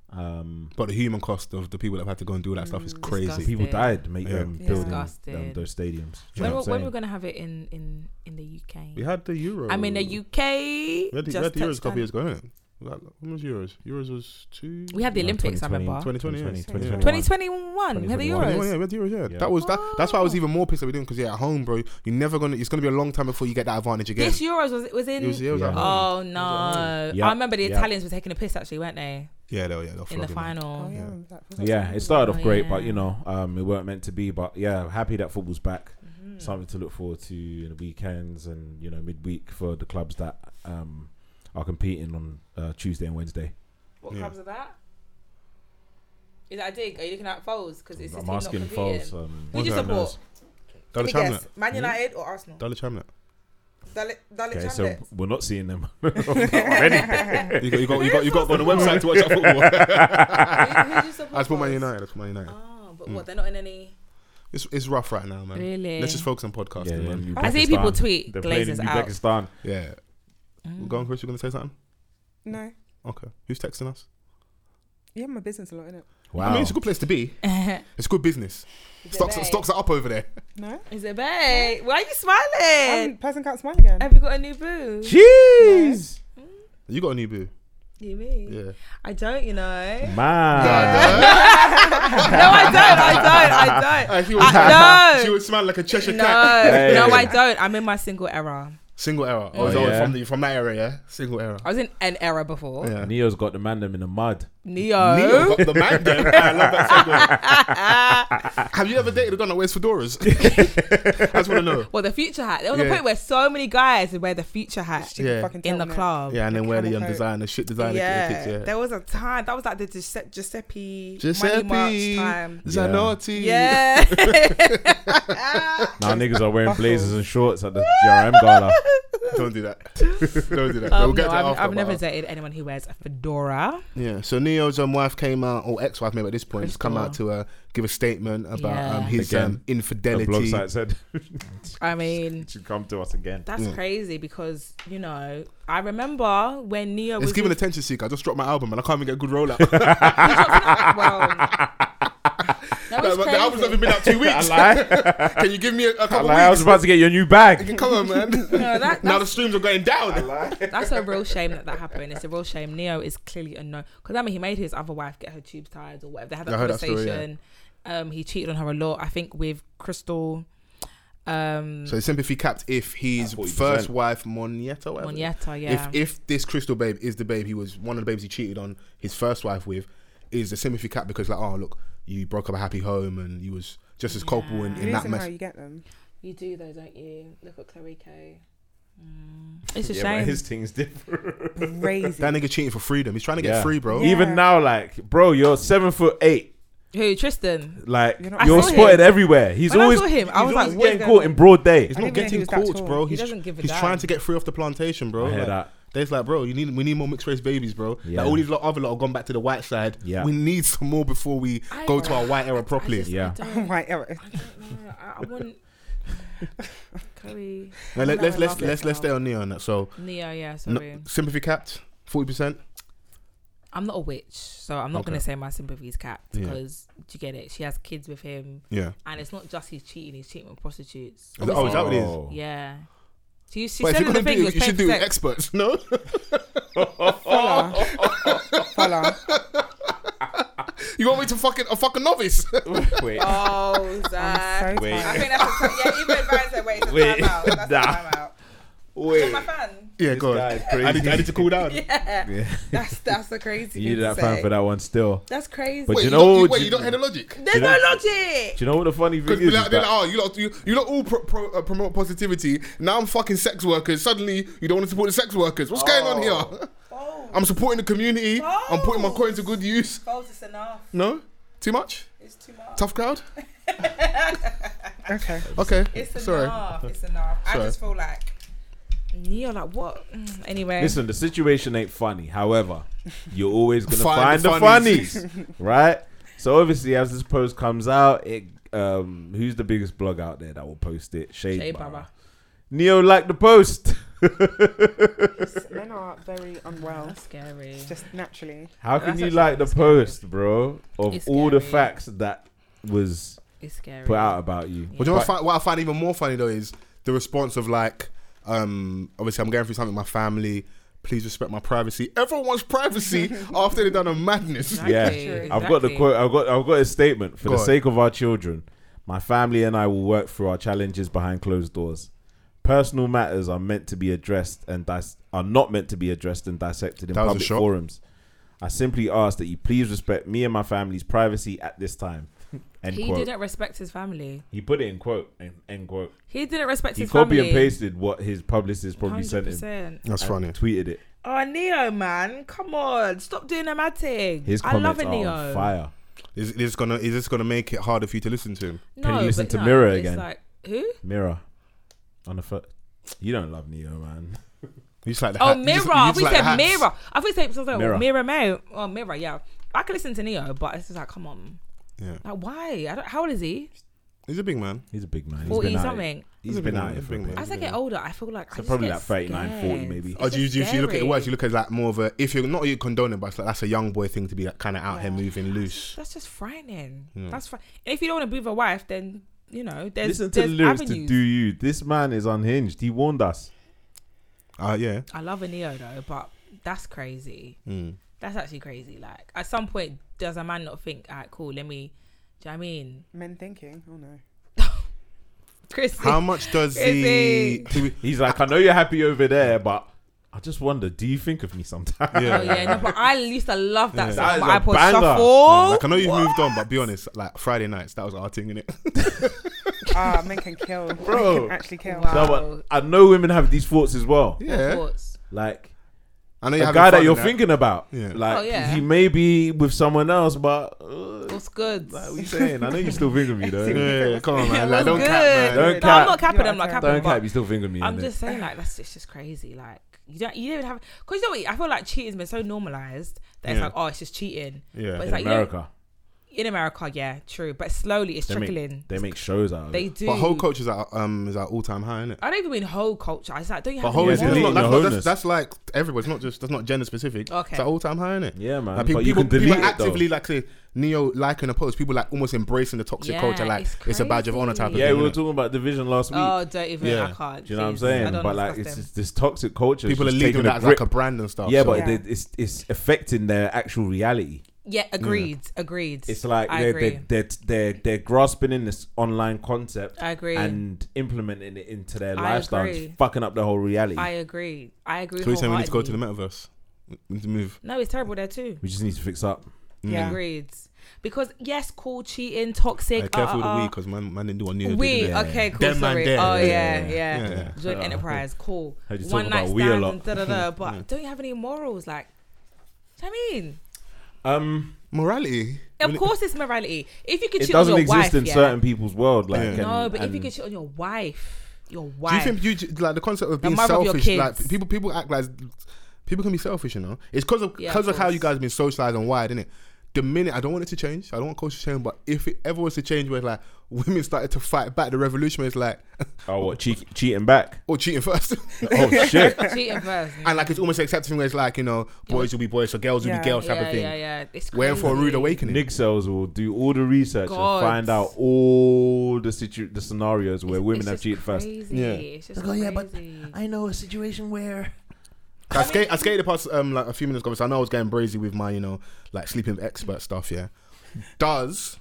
Um,
but the human cost of the people that have had to go and do all that stuff is
Mm.
crazy.
disgusting.
people died to make
Yeah.
them building um,
Disgusting.
those stadiums. Do you
When,
know what
we're,
I'm
when we're
saying?
gonna have it in in in the UK?
We had the Euro.
I'm in the UK.
We had the, we
just
had the Euros a
touched
couple
on-
years ago, innit? Like, When was Euros? Euros was two.
We had the Olympics. I
2020,
2020,
remember.
yeah.
2020,
2021. We had the
2021.
Oh, yeah,
Euros.
we had the Euros, yeah.
Yeah.
That was that. That's why I
Oh.
was even more pissed that we didn't because yeah, at home, bro, you're never gonna. It's gonna be a long time before you get that advantage again.
This Euros was was in.
It was, yeah, it was
Yeah.
at home.
Oh no!
Yeah.
I remember the
Yeah.
Italians were taking a piss actually, weren't they?
Yeah, they'll, yeah, they'll
In the
flog him, man.
final.
Oh, yeah.
Yeah, it started off
Oh,
great,
yeah.
but you know, um, it weren't meant to be. But yeah, happy that football's back.
Mm-hmm.
Something to look forward to in the weekends and you know midweek for the clubs that um, are competing on uh, Tuesday and Wednesday.
What
Yeah.
clubs are that? Is that a dig? Are you looking at Foles? Because it's
I'm asking false. Um,
Who do you
who knows?
support?
Dollar Chamlet.
Man United or Arsenal?
(laughs)
Dollar Chamlet.
Dalit
Okay, so
Chamlet.
we're not seeing
(laughs)
them (laughs) already.
You got, you got, you got, you got to go on the website to watch
(laughs)
that football.
who, who do you support?
I support Man
Foles?
United. I support Man United.
Oh, but what? They're not in any.
It's, it's rough right now, man.
Really?
Um, Let's just focus on podcasting,
Yeah,
man.
yeah,
I see people
Uzbekistan.
tweet
They're playing in
Glazers out.
Uzbekistan.
Yeah.
Mm.
We're going, Chris. You gonna say something?
No.
Okay. Who's texting us?
Yeah, my business a lot, innit?
Wow.
I mean, it's a good place to
(laughs)
be. it's good business. Stocks,
mate?
stocks are up over there.
No?
Is it babe? Why are you
Um,
smiling?
person can't smile again.
Have you got a new boo?
Jeez,
You got a new boo.
You mean? (laughs)
Yeah. Uh,
I don't,
(laughs)
you know.
man.
No, I don't.
(laughs)
I
Hey,
don't. I
she
don't.
was-
I,
She
no.
would smile like a Cheshire
No,
cat.
no, I don't. I'm in my single era.
Single error. Oh, is that
yeah.
from the from that area? Yeah. Single error.
I was in an era before.
Yeah.
Neo's got the man them in the mud.
Neo.
Neil got the man then.
(laughs)
I love that single. Have you ever dated a guy that
(laughs)
wears fedoras? I just want to know.
Well, the future hat. There was a
Yeah.
point where so many guys would wear the future hat
You
Yeah.
can fucking
in
tell,
the
innit?
club.
Yeah, and then wear the
kinda
young
coat.
designer, shit designer
Yeah,
kicks. Yeah.
there was a time that was like the Giuse- Giuseppe, Giuseppe
Giuseppe
Money March time.
Zanotti.
Yeah, (laughs)
Now niggas are wearing blazers and shorts at the GRM gala.
Don't do that.
(laughs)
Don't do that. (laughs) we'll
um,
get to
no,
that
I've,
after,
I've
but- uh,
never dated anyone who wears a fedora.
Yeah. So Neo's um, wife came out, or ex-wife maybe at this point, has come
Crystal.
out to uh, give a statement about
Yeah.
um, his
Again,
um,
The blog
infidelity.
site said (laughs)
I mean,
should come to us again.
that's crazy because you know I remember when Neo
It's
was
giving
with-
attention seek. I just dropped my album and I can't even get a good
(laughs)
rollout.
he dropped it
(laughs)
out- (laughs) well, that was
the
crazy.
album's not even been
(laughs)
out two weeks. (laughs) Can you give me a, a couple
Like, I was
weeks?
about to get your new bag.
Come
(laughs)
on, man.
No, that-
now the streams are going down.
That's a real shame that that happened. It's a real shame. Neo is clearly a no. Because I mean, he made his other wife get her tubes tied or whatever. They had that
I heard that story,
conversation. um, he cheated on her a lot. I think with Crystal, um,
So sympathy capped if his
At 40%.
first wife Monietta, whatever.
Monietta. Yeah.
If if this crystal babe is the babe he was one of the babes he cheated on his first wife with, is the sympathy cap because like, oh look, you broke up a happy home and you was just as culpable in, in that
Reason how
mess.
you get them.
You do though, don't you? Look at Chloe K. Mm.
It's a
Yeah,
shame.
but his thing's different.
Crazy.
(laughs) That nigga cheating for freedom. He's trying to get
Yeah.
free, bro.
Even now, like, bro, you're seven foot eight.
Who Tristan?
Like
You're
you're,
not-
I saw
spotted
him.
everywhere. He's
When I
always
saw him, I
he's
was
always
like, what
getting
is
caught
going
in broad day.
He's
I
not
didn't even
getting
know he was that
caught,
tall.
bro.
He
He's,
doesn't give a
he's
damn.
trying to get free off the plantation, bro.
I hear
like,
that.
They's like, bro, you need we need more mixed race babies, bro.
Yeah.
Like all these lot, other lot have gone back to the white side.
Yeah.
We need some more before we
I-
go to our white era
I
properly.
just,
Yeah.
I (laughs) don't,
Right, Eric.
I don't know. I,
(laughs)
I wouldn't. Chloe.
Now, let,
No,
us
I
let's let's
love
let's
it now.
stay on Neo on that. So
Neo, yeah,
no-
sorry.
sympathy capped, forty percent.
I'm not a witch, so I'm not
Okay.
gonna say my sympathy's capped
Yeah.
because do you get it? She has kids with him,
Yeah.
and it's not just he's cheating; he's cheating with prostitutes.
Is that- oh, is that what it is?
Oh.
(laughs) Yeah. She, she
But if
said
you're
in the
gonna
thing,
do
it
it,
was
you should do
paying for
it with experts.
sex.
(laughs) No,
Fella. Fella.
you want me to fucking a fucking novice? (laughs)
Wait,
(laughs)
Oh, Zach.
Uh,
I'm so
Wait.
I
tired.
think that's a, yeah. Even Brian said, "Wait, it's a
Wait,
time out. That's
nah.
a time out."
(laughs) wait.
My fan.
yeah,
This
go on.
guy is
I need, I
crazy.
need to cool down.
That's that's a crazy.
You
thing
did that
to
fan
say.
for that one still.
That's crazy.
But
Wait,
you
you
know,
don't, you,
do
wait,
you-
you don't hear the logic?
There's no
know-
logic.
Do you know what the funny thing
Because
is?
they're
is
like, they're like,
that-
oh, you lot, you, you lot all pro, pro, uh, promote positivity. Now I'm fucking sex workers. Suddenly, you don't want to support the sex workers. What's going on here? (laughs) I'm supporting the community. I'm putting my coin to good use.
Goals is enough.
No? Too much?
It's too much.
Tough crowd?
Okay.
Okay.
It's
Sorry.
enough. It's enough. I
Sorry.
just feel like
Neo, like what? Mm, Anyway,
Listen, the situation ain't funny. However, you're always gonna
Find
find,
the
the funnies, right? So obviously, as this post comes out, it um, who's the biggest blog out there that will post it? Shade,
Shade
Barra.
Barra.
Neo liked the post.
Men are very unwell,
that's scary.
just naturally.
How can
That's
you
actually
like the
scary.
post, bro? Of
It's
all the
scary.
facts that was
It's scary.
put out about you.
But you know what,
But-
I find, what I find even more funny though is the response of like, um, obviously I'm going through something with my family. Please respect my privacy. Everyone wants privacy after they've done a madness.
Exactly,
yeah, I've got the
exactly.
quote. I've got. I've got a statement for
Go
the
on.
sake of our children. My family and I will work through our challenges behind closed doors. Personal matters are meant to be addressed and dis- are not meant to be addressed and dissected in
That was a
public
shock.
forums. I simply ask that you please respect me and my family's privacy at this
(laughs)
time. End
He
quote.
didn't respect his family.
He put it in quote. End, end quote.
He didn't respect
He
his
copy
family.
and pasted what his publicist probably sent him.
100%.
That's funny.
Tweeted it.
Oh, Neo, man, come on, stop doing that mad thing.
His
I love
comments
it,
are
Neo.
on fire.
Is is this gonna is this gonna make it harder for you to listen to him?
No,
you listen
but
to
no,
Mirror
it's
again?
Like, who?
Mirror on the foot. You don't love Neo, man.
You just like the
Oh,
hat- you
Mirror.
just- you just
we
like the
said
hats.
Mirror. I think it's like
Mirror.
Mirror, Mirror, May. Oh, Mirror. Yeah, I can listen to Neo, but it's just like, come on,
Yeah,
like why? I don't, how old is he?
he's a big man.
He's a big man. He's
Forty
been out here-
something.
He's
He's a
been
big
out
man,
here
he's
for
a
a
big
bit.
man.
As I get older, I feel like I
So
just
probably
get
like 39, 40
scared.
maybe.
Oh, do you,
just
do you, so you look at it worse?
scary.
You look at it like more of a if you're not you're condoning, but it's like that's a young boy thing to be like, kind of out here moving loose.
That's just frightening. That's fri- if you don't want to be with a wife, then you know there's
Listen to the
there's
lyrics
avenues.
to "Do You." This man is unhinged. He warned us.
Uh, yeah,
I love a Neo though, but that's crazy.
Hmm.
That's actually crazy. Like at some point, does a man not think, alright, cool, let me. Do you know what I mean?
Men thinking. Oh no.
Chris, (laughs)
how much does the
Is
do we,
He's like, I know you're happy over there, but I just wonder, do you think of me sometimes?
Oh yeah, no, but I used to love that song.
That is
my
a
iPod
banger.
(laughs)
shuffle.
like I know you've moved on, but be honest, like Friday nights that was our thing, innit?
(laughs)
Ah, men can kill.
Bro.
Men can actually kill.
Wow.
(laughs) No, but I know women have these thoughts as well.
Of
yeah,
course.
Like
I know
the
you
guy that you're thinking about.
Yeah.
Like
Oh, yeah.
he may be with someone else, but uh,
What's good?
like what you saying? I know you still think of me though.
(laughs) Yeah, come on, man. Like,
What's
don't
good?
cap,
Don't
man.
No,
cap.
I'm not capping.
You
I'm not
are
capping.
Don't
but
cap, you still think of me.
I'm
innit?
just saying, like that's it's just crazy. Like you don't, you don't even have because you know what? I feel like cheating's been so normalized that it's
Yeah.
like, oh, it's just cheating.
Yeah.
but it's
in
like, you don't-
America.
in America, yeah, true. But slowly, it's
They
trickling.
make, they make shows out of
They
it.
do.
But whole culture is at um is at all time high, innit?
I don't even mean whole culture. I just like, don't you
But
have?
whole
Yeah, it's
is that's,
deleting
not, that's,
your
not, that's,
whones.
that's like everywhere. It's not just that's not gender specific.
Okay.
it's at all time high, innit?
Yeah, man.
Like,
But
people,
you can
people-
delete
people
it, though.
actively like say neo liking a post. People like almost embracing the toxic
Yeah,
culture, like
it's
it's, a badge of honor
crazy.
type of
Yeah,
thing.
we were
innit?
talking about division last week.
Oh, don't even. I
Yeah.
can't.
Do you know what I'm
Jeez.
saying?
I don't
But like,
discuss
it's
them.
just this toxic culture. is
people are
just
leading
taking a
that as like
grip.
a brand and stuff.
Yeah,
so-
but they- it's it's affecting their actual reality.
yeah, agreed, agreed.
It's like
I
they're,
agree.
they're they're they're they're grasping in this online concept.
I agree.
And implementing it into their
I
lifestyle,
agree.
It's fucking up the whole reality.
I agree. I agree.
so we're saying we need to go to the
wholeheartedly.
metaverse. We need to move.
No, it's terrible there too.
we just need to fix up.
Yeah.
Agreed. Because yes, cool, cheating, toxic.
Hey, careful with
uh,
the
uh,
we, because man, man didn't do one new.
We
didn't they?
okay, cool.
Them man
sorry.
there.
oh yeah, yeah.
yeah.
Joint enterprise, cool.
Heard you
One
talk about
night
we a
stands
lot.
and da
(laughs)
da da. But don't you have any morals? Like, do you know what I mean,
Um,
Morality.
of
Really-
course, it's morality. If you could
it
cheat on
doesn't
your
exist
wife,
in
yeah.
certain people's world. Like,
Yeah.
and-
no, but if you
and-
could cheat on your wife, your
Do you
wife. (laughs)
think you ju- like the concept of being
mother of your
selfish? Like
kids.
people, people act like people can be selfish. You know, it's because of
Yeah, of
because of how
course.
you guys been socialized and wired, is it? The minute I don't want it to change, I don't want culture to change. But if it ever was to change, where like women started to fight back, the revolution was like, (laughs)
oh, what cheat, cheating back?
oh, cheating
(laughs)
first,
Oh shit!
cheating first?
(laughs) and like it's almost accepting where it's like you know, boys will be boys, so girls will
Yeah.
be girls type
yeah,
of thing.
yeah, yeah. It's crazy.
Waiting for a rude awakening.
Nick cells will do all the research
God.
and find out all the situ- the scenarios where women
It's
have
just
cheated first.
crazy.
Yeah.
It's just crazy.
oh, I know a situation where.
I, skate, I skated past um like a few minutes ago, so I know I was getting brazy with my you know like sleeping with expert stuff. Yeah, does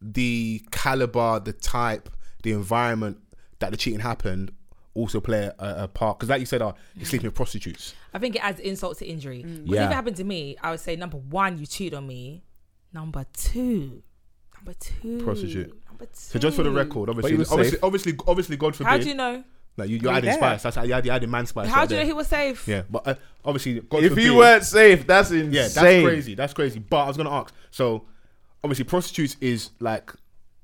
the caliber, the type, the environment that the cheating happened also play a, a part? Because like you said, uh, you're sleeping with prostitutes.
I think it adds insult to injury. But
Yeah.
If it happened to me, I would say number one, you cheated on me. Number two, number two,
Prostitute.
Number two.
So just for the record,
you
obviously,
were
obviously,
safe.
obviously, obviously, God forbid,
how do Mm. you know?
like you, you're adding
there.
spice. That's you added, you added man spice.
How
right
do you know
there.
he was safe?
Yeah, but uh, obviously, God
If
forbid,
you weren't safe, that's insane.
Yeah, that's crazy. That's crazy. But I was gonna ask. So obviously, prostitutes is like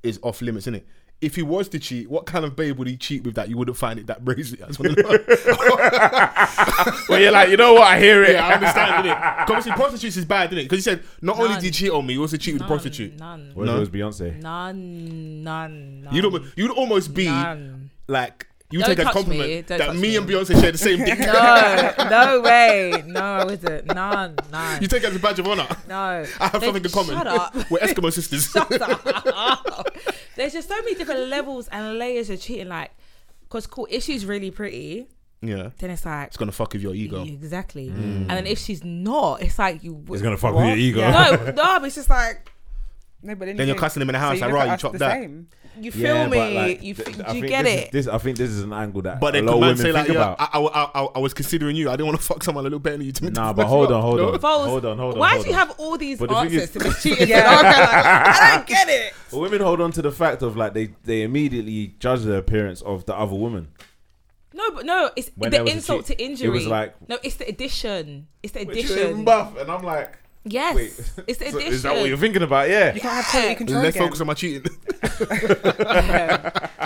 is off limits, isn't it? If he was to cheat, what kind of babe would he cheat with that you wouldn't find it that (laughs) brazy? I just want to know.
Well, you're like, you know what? I hear it.
yeah, I
(laughs)
understand, innit? 'Cause Obviously, prostitutes is bad, isn't it? Because he said not only
None.
did he cheat on me, he also cheated with a
None,
prostitute.
None.
Where
No.
was Beyonce?
None. None. none.
You'd almost, you'd almost be
None. (laughs)
like you
Don't
take a
touch
compliment
me, don't
that
touch
me,
me.
and Beyonce share the
(laughs)
same dick.
No, no way. No, I wouldn't. None. None.
You take it as a badge of honor.
no.
(laughs) I have
They-
something in common.
(laughs)
Shut up.
(laughs)
(laughs)
We're Eskimo sisters.
There's just so many different levels and layers of cheating. Like, cause cool, if she's really pretty,
(laughs) yeah,
then it's like
it's gonna fuck with your ego.
Yeah, exactly.
Mm.
And then if she's not, it's like you.
It's gonna fuck with your ego.
No,
(laughs)
no, but it's just like
No, but then,
Then
you
you're
think-
cussing him in the house,
you
like,
look
right,
at
you
us
chopped
the
that.
Same.
you feel
Yeah,
me.
but, like,
you
th-
f-
I
do you
think
get
this is-
it?
this, I think this is an angle that
But
a
then
lot
could
of
man
women
say like,
think
yo,
about.
I, I, I, I- I was considering you. I didn't want to (laughs) fuck someone a little better than you. to-
Nah,
to
but
fuck
hold
you
on,
up.
hold
No.
on.
False.
Hold on, hold on.
Why
hold
do you
on.
have all these
But the thing
answers
is- (laughs)
to this cheating?
Yeah.
scenario? Like, I don't get it.
But women hold on to the fact of like they they immediately judge the appearance of the other woman.
No, but no, it's
When there
the
was a
insult
cheat-
to
it was
injury.
like-
no, it's the addition. It's the
But you're
addition.
buff, and I'm like,
Yes,
wait,
it's
(laughs)
the
so
addition.
is that what you're thinking about? Yeah.
You can't have quality control
(laughs) Let's
again.
focus on my cheating. (laughs)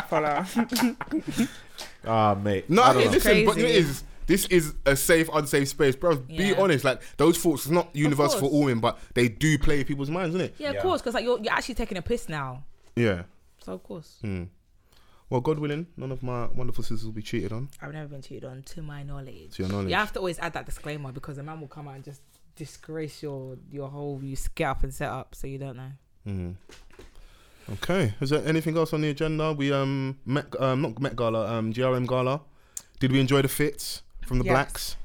Follow.
Ah, mate.
no,
I
I
don't know.
listen, but it
Crazy.
is. This is a safe, unsafe space, bro. Be
Yeah.
honest. Like those thoughts, is not universal for
course.
all women, but they do play in people's minds, isn't it?
yeah, of
Yeah.
course, because like you're, you're actually taking a piss now.
Yeah. Hmm.
So of course,
Well, God willing, none of my wonderful sisters will be cheated on.
I've never been cheated on, to my knowledge.
To your knowledge.
You have to always add that disclaimer because the man will come out and just disgrace your your whole you get up and set up, so you don't know.
Mm. Okay. Is there anything else on the agenda? We um Met um not Met Gala um GRM Gala. Did we enjoy the fits from the
Yes.
blacks?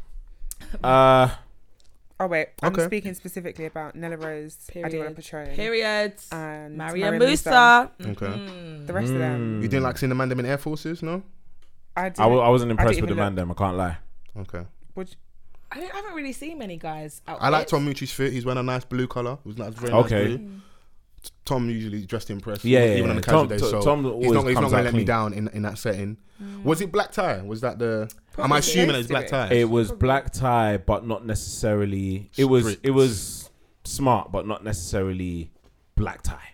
Uh,
Oh wait, I'm
Okay.
speaking specifically about Nella Rose, Adiola
Period.
Petrone,
Periods.
and
Maria
Mariam
Musa. Mm.
Okay.
Mm-mm.
The rest of them,
You didn't
Mm.
like seeing the man them in Air Forces, no?
I, didn't,
I, w- I wasn't impressed
didn't
with the
even
man. Them, I can't lie.
Okay.
Would-
I, don't- I haven't really seen many guys. Out
I like Tom Mucci's fit. He's wearing a nice blue color. It was nice, very
Okay.
Nice blue. T- Tom usually dressed impressed.
Yeah, yeah,
even
yeah.
on the casual
Tom-
day.
Tom-
So
Tom
he's
always
not, he's not
comes
gonna
out
let me
clean.
down in, in that setting. Was it black tie? Was that the? am I
Probably.
assuming it was black tie?
It was black tie, but not necessarily. It was
Strict.
it was smart, but not necessarily black tie.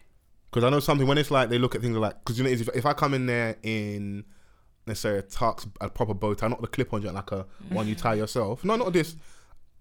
Because I know something when it's like they look at things like because you know if, if I come in there in let's say a tux, a proper bow tie, not the clip on like a one you tie yourself. No, not this.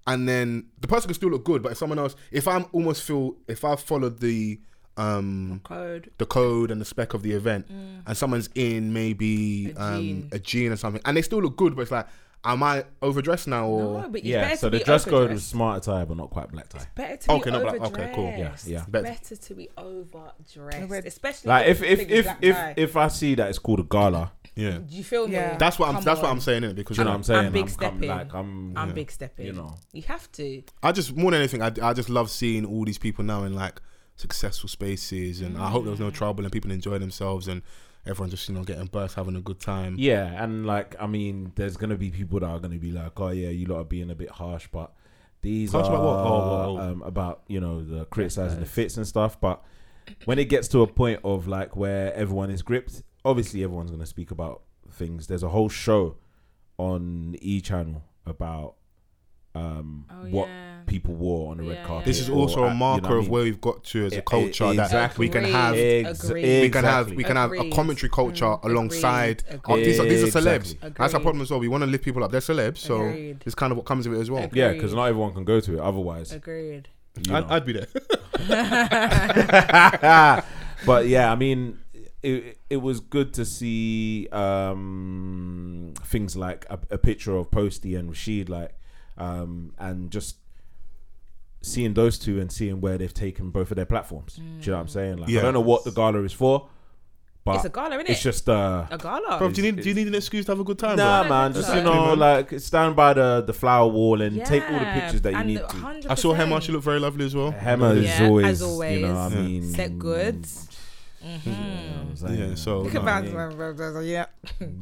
And then the person can still look good, but if someone else, if I'm almost feel if I followed the um
Code.
the code and the spec of the event, and someone's in maybe
Mm. A
um,
jean.
a jean or something, and they still look good, but it's like, am I overdressed now or
No, but you
Yeah.
better
So
to
the
be
dress code was
overdressed.
smart tie, but not quite black tie.
better to
Oh, Okay,
be
no, but-
overdressed.
okay, cool. Yeah,
yeah.
Better.
Better. to be overdressed,
Over-
especially
Like if
if
if
big
if
black
if,
tie.
if I see that it's called a gala,
yeah?
Do you feel me?
Yeah.
That's what I'm.
Come
that's what
on.
I'm saying, innit? Because
do you know what I'm saying?
big
come-
stepping.
Like I'm.
I'm
yeah.
big stepping.
You know.
you have to.
I just more than anything, I, I just love seeing all these people now in like successful spaces, and I hope there was
Mm.
no trouble and people enjoy themselves and everyone just you know getting burst, having a good time.
Yeah, and like I mean, there's gonna be people that are gonna be like, "Oh yeah, you lot are being a bit harsh," but These
Culture
are
about what? Oh, oh, oh.
Um, about you know the criticizing the fits and stuff. But when it gets to a point of like where everyone is gripped, obviously everyone's going to speak about things. There's a whole show on E Channel about um
Oh,
what
yeah.
people wore on the
Yeah,
red carpet.
yeah,
This is
or
also
at- you know
a
what
marker
I
of
mean?
where we've got to as
E-
a culture
e-
that we can
Agreed.
have
Ex-
Agreed.
we can have
exactly.
we can have a
Agreed.
commentary culture
Mm,
alongside.
agreed,
Oh, these, are, these are celebs.
Exactly.
That's our
Agreed.
problem as well. We want to lift people up. They're celebs, so
Agreed.
it's kind of what comes with it as well.
Agreed.
Yeah, because not everyone can go to it. Otherwise,
Agreed.
you know.
I'd, I'd be there. (laughs)
but yeah, I mean, it it was good to see um, things like a, a picture of Posty and Rashid, like, um, and just seeing those two and seeing where they've taken both of their platforms. Do you know what I'm saying? Like, I
Yeah.
don't know what the gala is for, but
It's a gala, innit?
It's just uh,
A gala.
Bro, do you need do you need an excuse to have a good time?
nah,
bro?
man. Just you
Exactly,
know,
man.
like stand by the the flower wall and take all the
Yeah,
pictures that you
and
need
the-
to.
100%.
I saw Hema. She looked very lovely as well.
Hammer is
Yeah, as
always, you
always.
know, what I
Yeah.
mean,
Set good.
Yeah, so
Look at
nah.
Vans- Yeah.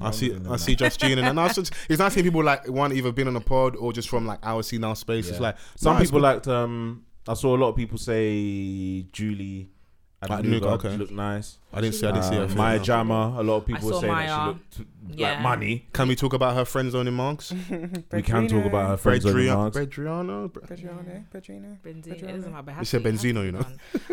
I see, I see Justine, and, and (laughs) I just, it's nice seeing people like one either been on a pod or just from like our scene, our space. It's
Yeah.
like
Some
nice,
people
but-
liked. Um, I saw a lot of people say Julie
Ah,
Anuga
Anuga, okay.
looked nice.
I didn't see, I didn't see her.
Um,
film,
Maya
no.
Jama, a lot of people
I
were
saw
saying that she
Maya.
looked like
Yeah.
money.
Can we talk about her (laughs) friend zoning marks?
We can talk about her friends over
Bredriano,
marks.
Bredriano, Bre-
Pedrino, Pedrino.
Benzino. It doesn't matter, but it
You
has
said
to be-
Benzino, you know.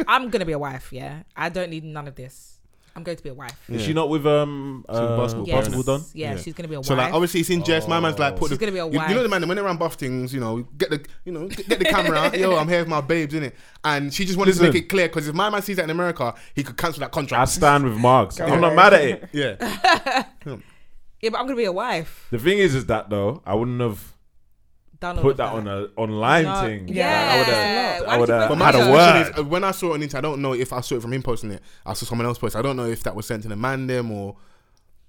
I'm gonna be a wife. Yeah, I don't need none of this. I'm going to be a wife.
Is
Yeah.
she not with um
She's a
uh,
basketball
basketball,
Yes.
done?
Yeah,
Yeah.
she's gonna be a wife.
So like, obviously it's in jest. My man's like, put
She's
the,
gonna be a
you, you know the
wife.
man when they ran buff things, you know, get the, you know, get, get the camera
(laughs)
out. Yo, I'm here with my babes, innit? And she just wanted to
Listen.
make it clear because if my man sees that in America, he could cancel that
I
contract.
stand with
(laughs)
Marks. I'm not
on.
mad at it.
yeah,
yeah, but I'm gonna be a wife.
The thing is, is that though, I wouldn't have
Done all
put
of
that on a online
No.
thing.
Yeah.
Like,
Why
I
did
would
you
have. I
But
would
put
my
have had a
question is,
word.
uh, when I saw it on Insta, I don't know if I saw it from him posting it. I saw someone else post. it. I don't know if that was sent to the man them or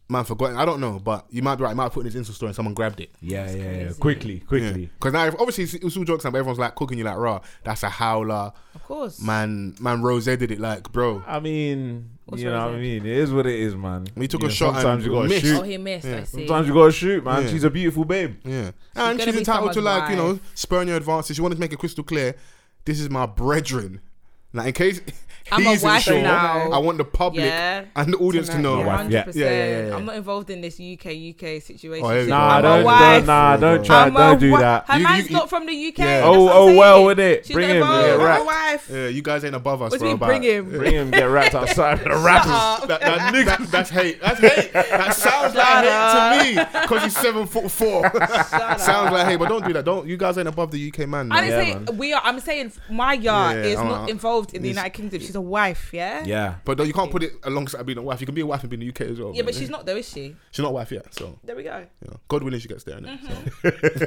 man forgotten. I don't know, but you might be right. You might have put it in his Insta story and someone grabbed it.
Yeah, yeah, yeah.
crazy.
Quickly, quickly.
Because now, if, obviously, it's, it's all jokes now, but everyone's like cooking you like raw. That's a howler,
Of course.
man. Man, Rose did it like, bro.
I mean,
What's
you
wrong
know
with
what I mean? It is what it is, man.
We took
You
a
know,
shot
Sometimes
and
you gotta
missed.
shoot.
oh, he missed.
Yeah.
I see.
Sometimes you gotta shoot, man.
Yeah.
She's a beautiful babe.
Yeah, and
gonna
she's
be
entitled to
someone's
like you know
wife.
spurn your advances. She wanted to make it crystal clear, this is my brethren. Like in case
I'm
(laughs)
a
he's
wife
unsure,
now.
I want the public
Yeah.
and the audience to
Tonight,
know.
yeah.
wife. Yeah.
100%.
Yeah, yeah, yeah, yeah.
I'm not involved in this UK UK situation.
Oh, here we go.
Nah,
I'm
don't,
a
don't,
wife.
nah, don't try,
I'm
don't
a
do
wi-
that.
Her
You-
man's
you-
not from the UK.
Yeah.
that's
Oh,
what I'm
oh,
saying.
well with it.
She's
Bring
not
him,
involved.
yeah,
I'm a
right.
wife.
Yeah, you guys ain't above us,
What do
bro.
you mean,
but-
bring Ah, him?
(laughs) Bring him, get wrapped outside with the rappers.
That, that, that, that's hate. That's hate.
(laughs)
That sounds like hate to me because he's seven foot four. sounds like hate, but don't do that. Don't. You guys ain't above the UK man.
I
man.
didn't
Yeah,
say we are. I'm saying my yard
Yeah,
is
I'm
not
out.
involved in the
It's-
United Kingdom. She's a wife, yeah.
(laughs) Yeah.
But don't, you can't put it alongside being a wife. You can be a wife and be in the UK as well.
Yeah, but
man.
she's not though, is she?
She's not a wife yet. So
There we go.
you know, God willing, she gets there. innit? So. (laughs) everything's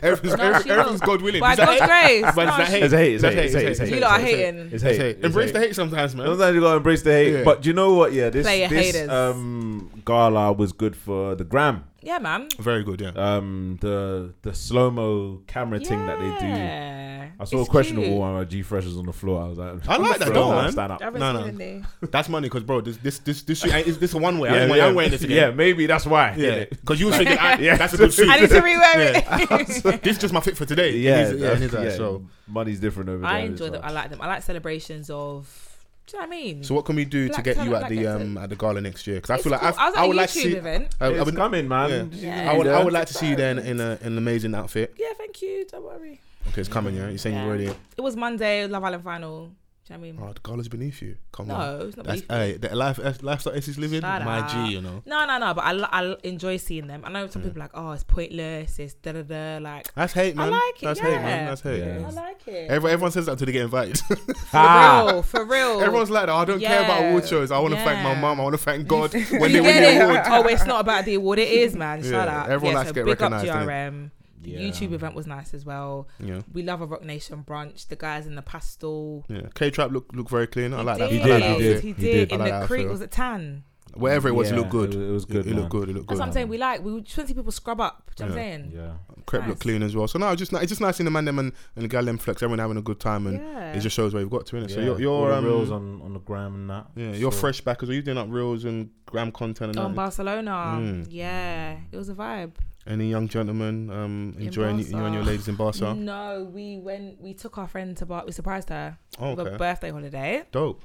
Mm-hmm. No,
everything-
she will.
everything's God willing.
By
Is that
God's
hate?
grace.
But is
No,
that
she-
hate?
It's hate, it's
That's
hate, it's hate,
it's
it's hate.
You lot are
it's hate.
hating.
It's
It's
hate.
hate.
it's
Embrace
hate.
the hate sometimes, man.
Sometimes you gotta embrace the hate.
Yeah.
But do you know what? Yeah, this,
Player
this
haters.
um, gala was good for the gram.
Yeah, man.
Very good, yeah.
Um, the the slow mo camera thing that they do.
Yeah.
I saw
It's
a questionable
cute.
one where G Fresh was on the floor. I was like,
I like that
Throw
though,
that,
man.
Stand up.
I've
No,
no,
no.
seen
(laughs)
no.
That's money because, bro, this this this this shit ain't- is this a one way. I'm, wearing- I'm wearing this
(laughs)
again.
yeah, maybe that's why.
Yeah,
innit?
because you
(laughs)
was thinking, I,
Yeah.
that's a
(laughs)
good suit.
I need to rewear it. (laughs)
Yeah. this is just my fit for today.
yeah,
He's-
that's-
he's like,
yeah,
So,
money's different over there.
I
as
enjoy them.
well.
I like them. I like celebrations of. Do you know what I mean?
so what can we do to
Black
get you
talent,
at the
black
um at the gala next year? Because I
It's
feel like
cool.
I've-
I was at
I
a
would like to
YouTube
see.
event.
I, I
It's
would,
coming, man.
Yeah.
I would I would like to see you there in, in, a, in an amazing outfit.
yeah, thank you. Don't worry.
Okay, it's coming. Yeah, you're saying
Yeah.
you're already.
It was Monday, Love Island final. Do you know what I mean?
Oh, the gala's beneath you. Come on.
no, it's not
That's
beef.
hey, the life eh, lifestyle is living.
Shut
my
up.
G, you know. Mm.
No, no, no. But I, lo- I lo- enjoy seeing them. I know some people are like, oh, it's pointless. It's da da da. Like,
That's hate,
I
man.
like it,
That's hate, man.
yeah.
That's hate.
Yeah.
I like it.
Everyone, everyone says that until they get invited. (laughs)
Ah.
For real, for real.
Ah. Everyone's like, that, I don't care about
Oh, Yeah.
award shows. I want to thank my
Yeah.
mum. I want to thank
(laughs)
God when
when
they
you
win
get
the
it. (laughs)
award.
Oh, it's not about the award. It
(laughs)
is, man. Shut
Yeah,
up.
everyone
yeah,
likes
so
to get
big
recognised,
up
innit?
GRM.
Yeah.
YouTube event was nice as well.
Yeah.
We love a Rock Nation brunch. The guys in the pastel.
Yeah, K Trap look look very clean. I like that.
He
I
he
like that
did.
did,
outfit.
He
he did.
did. In
I like
the
that
creek,
outfit.
was it tan?
Whatever it was, it
Yeah,
looked good.
it- it was good,
It, looked
man.
good. It looked good.
That's what I'm saying. We like. We just want to see people scrub up. Do you know what I'm saying?
Yeah.
Crepe looked
Nice.
clean as well. So now it's just ni- it's just nice seeing the man them and, and the gal them flex. Everyone having a good time and
Yeah.
it just shows where you've got to innit. So
Yeah.
you're,
All
you're
the
um,
reels on, on the gram and that.
yeah, you're fresh back as well. You're doing up reels and um, gram content and
On
that.
Barcelona.
Mm.
Yeah, it was a vibe.
Any young gentlemen um,
In
enjoying you, you and your
Barca.
ladies in
(laughs)
Barca?
No, we went. We took our friend to bar. We surprised her
Oh,
with
okay.
a birthday holiday.
Dope.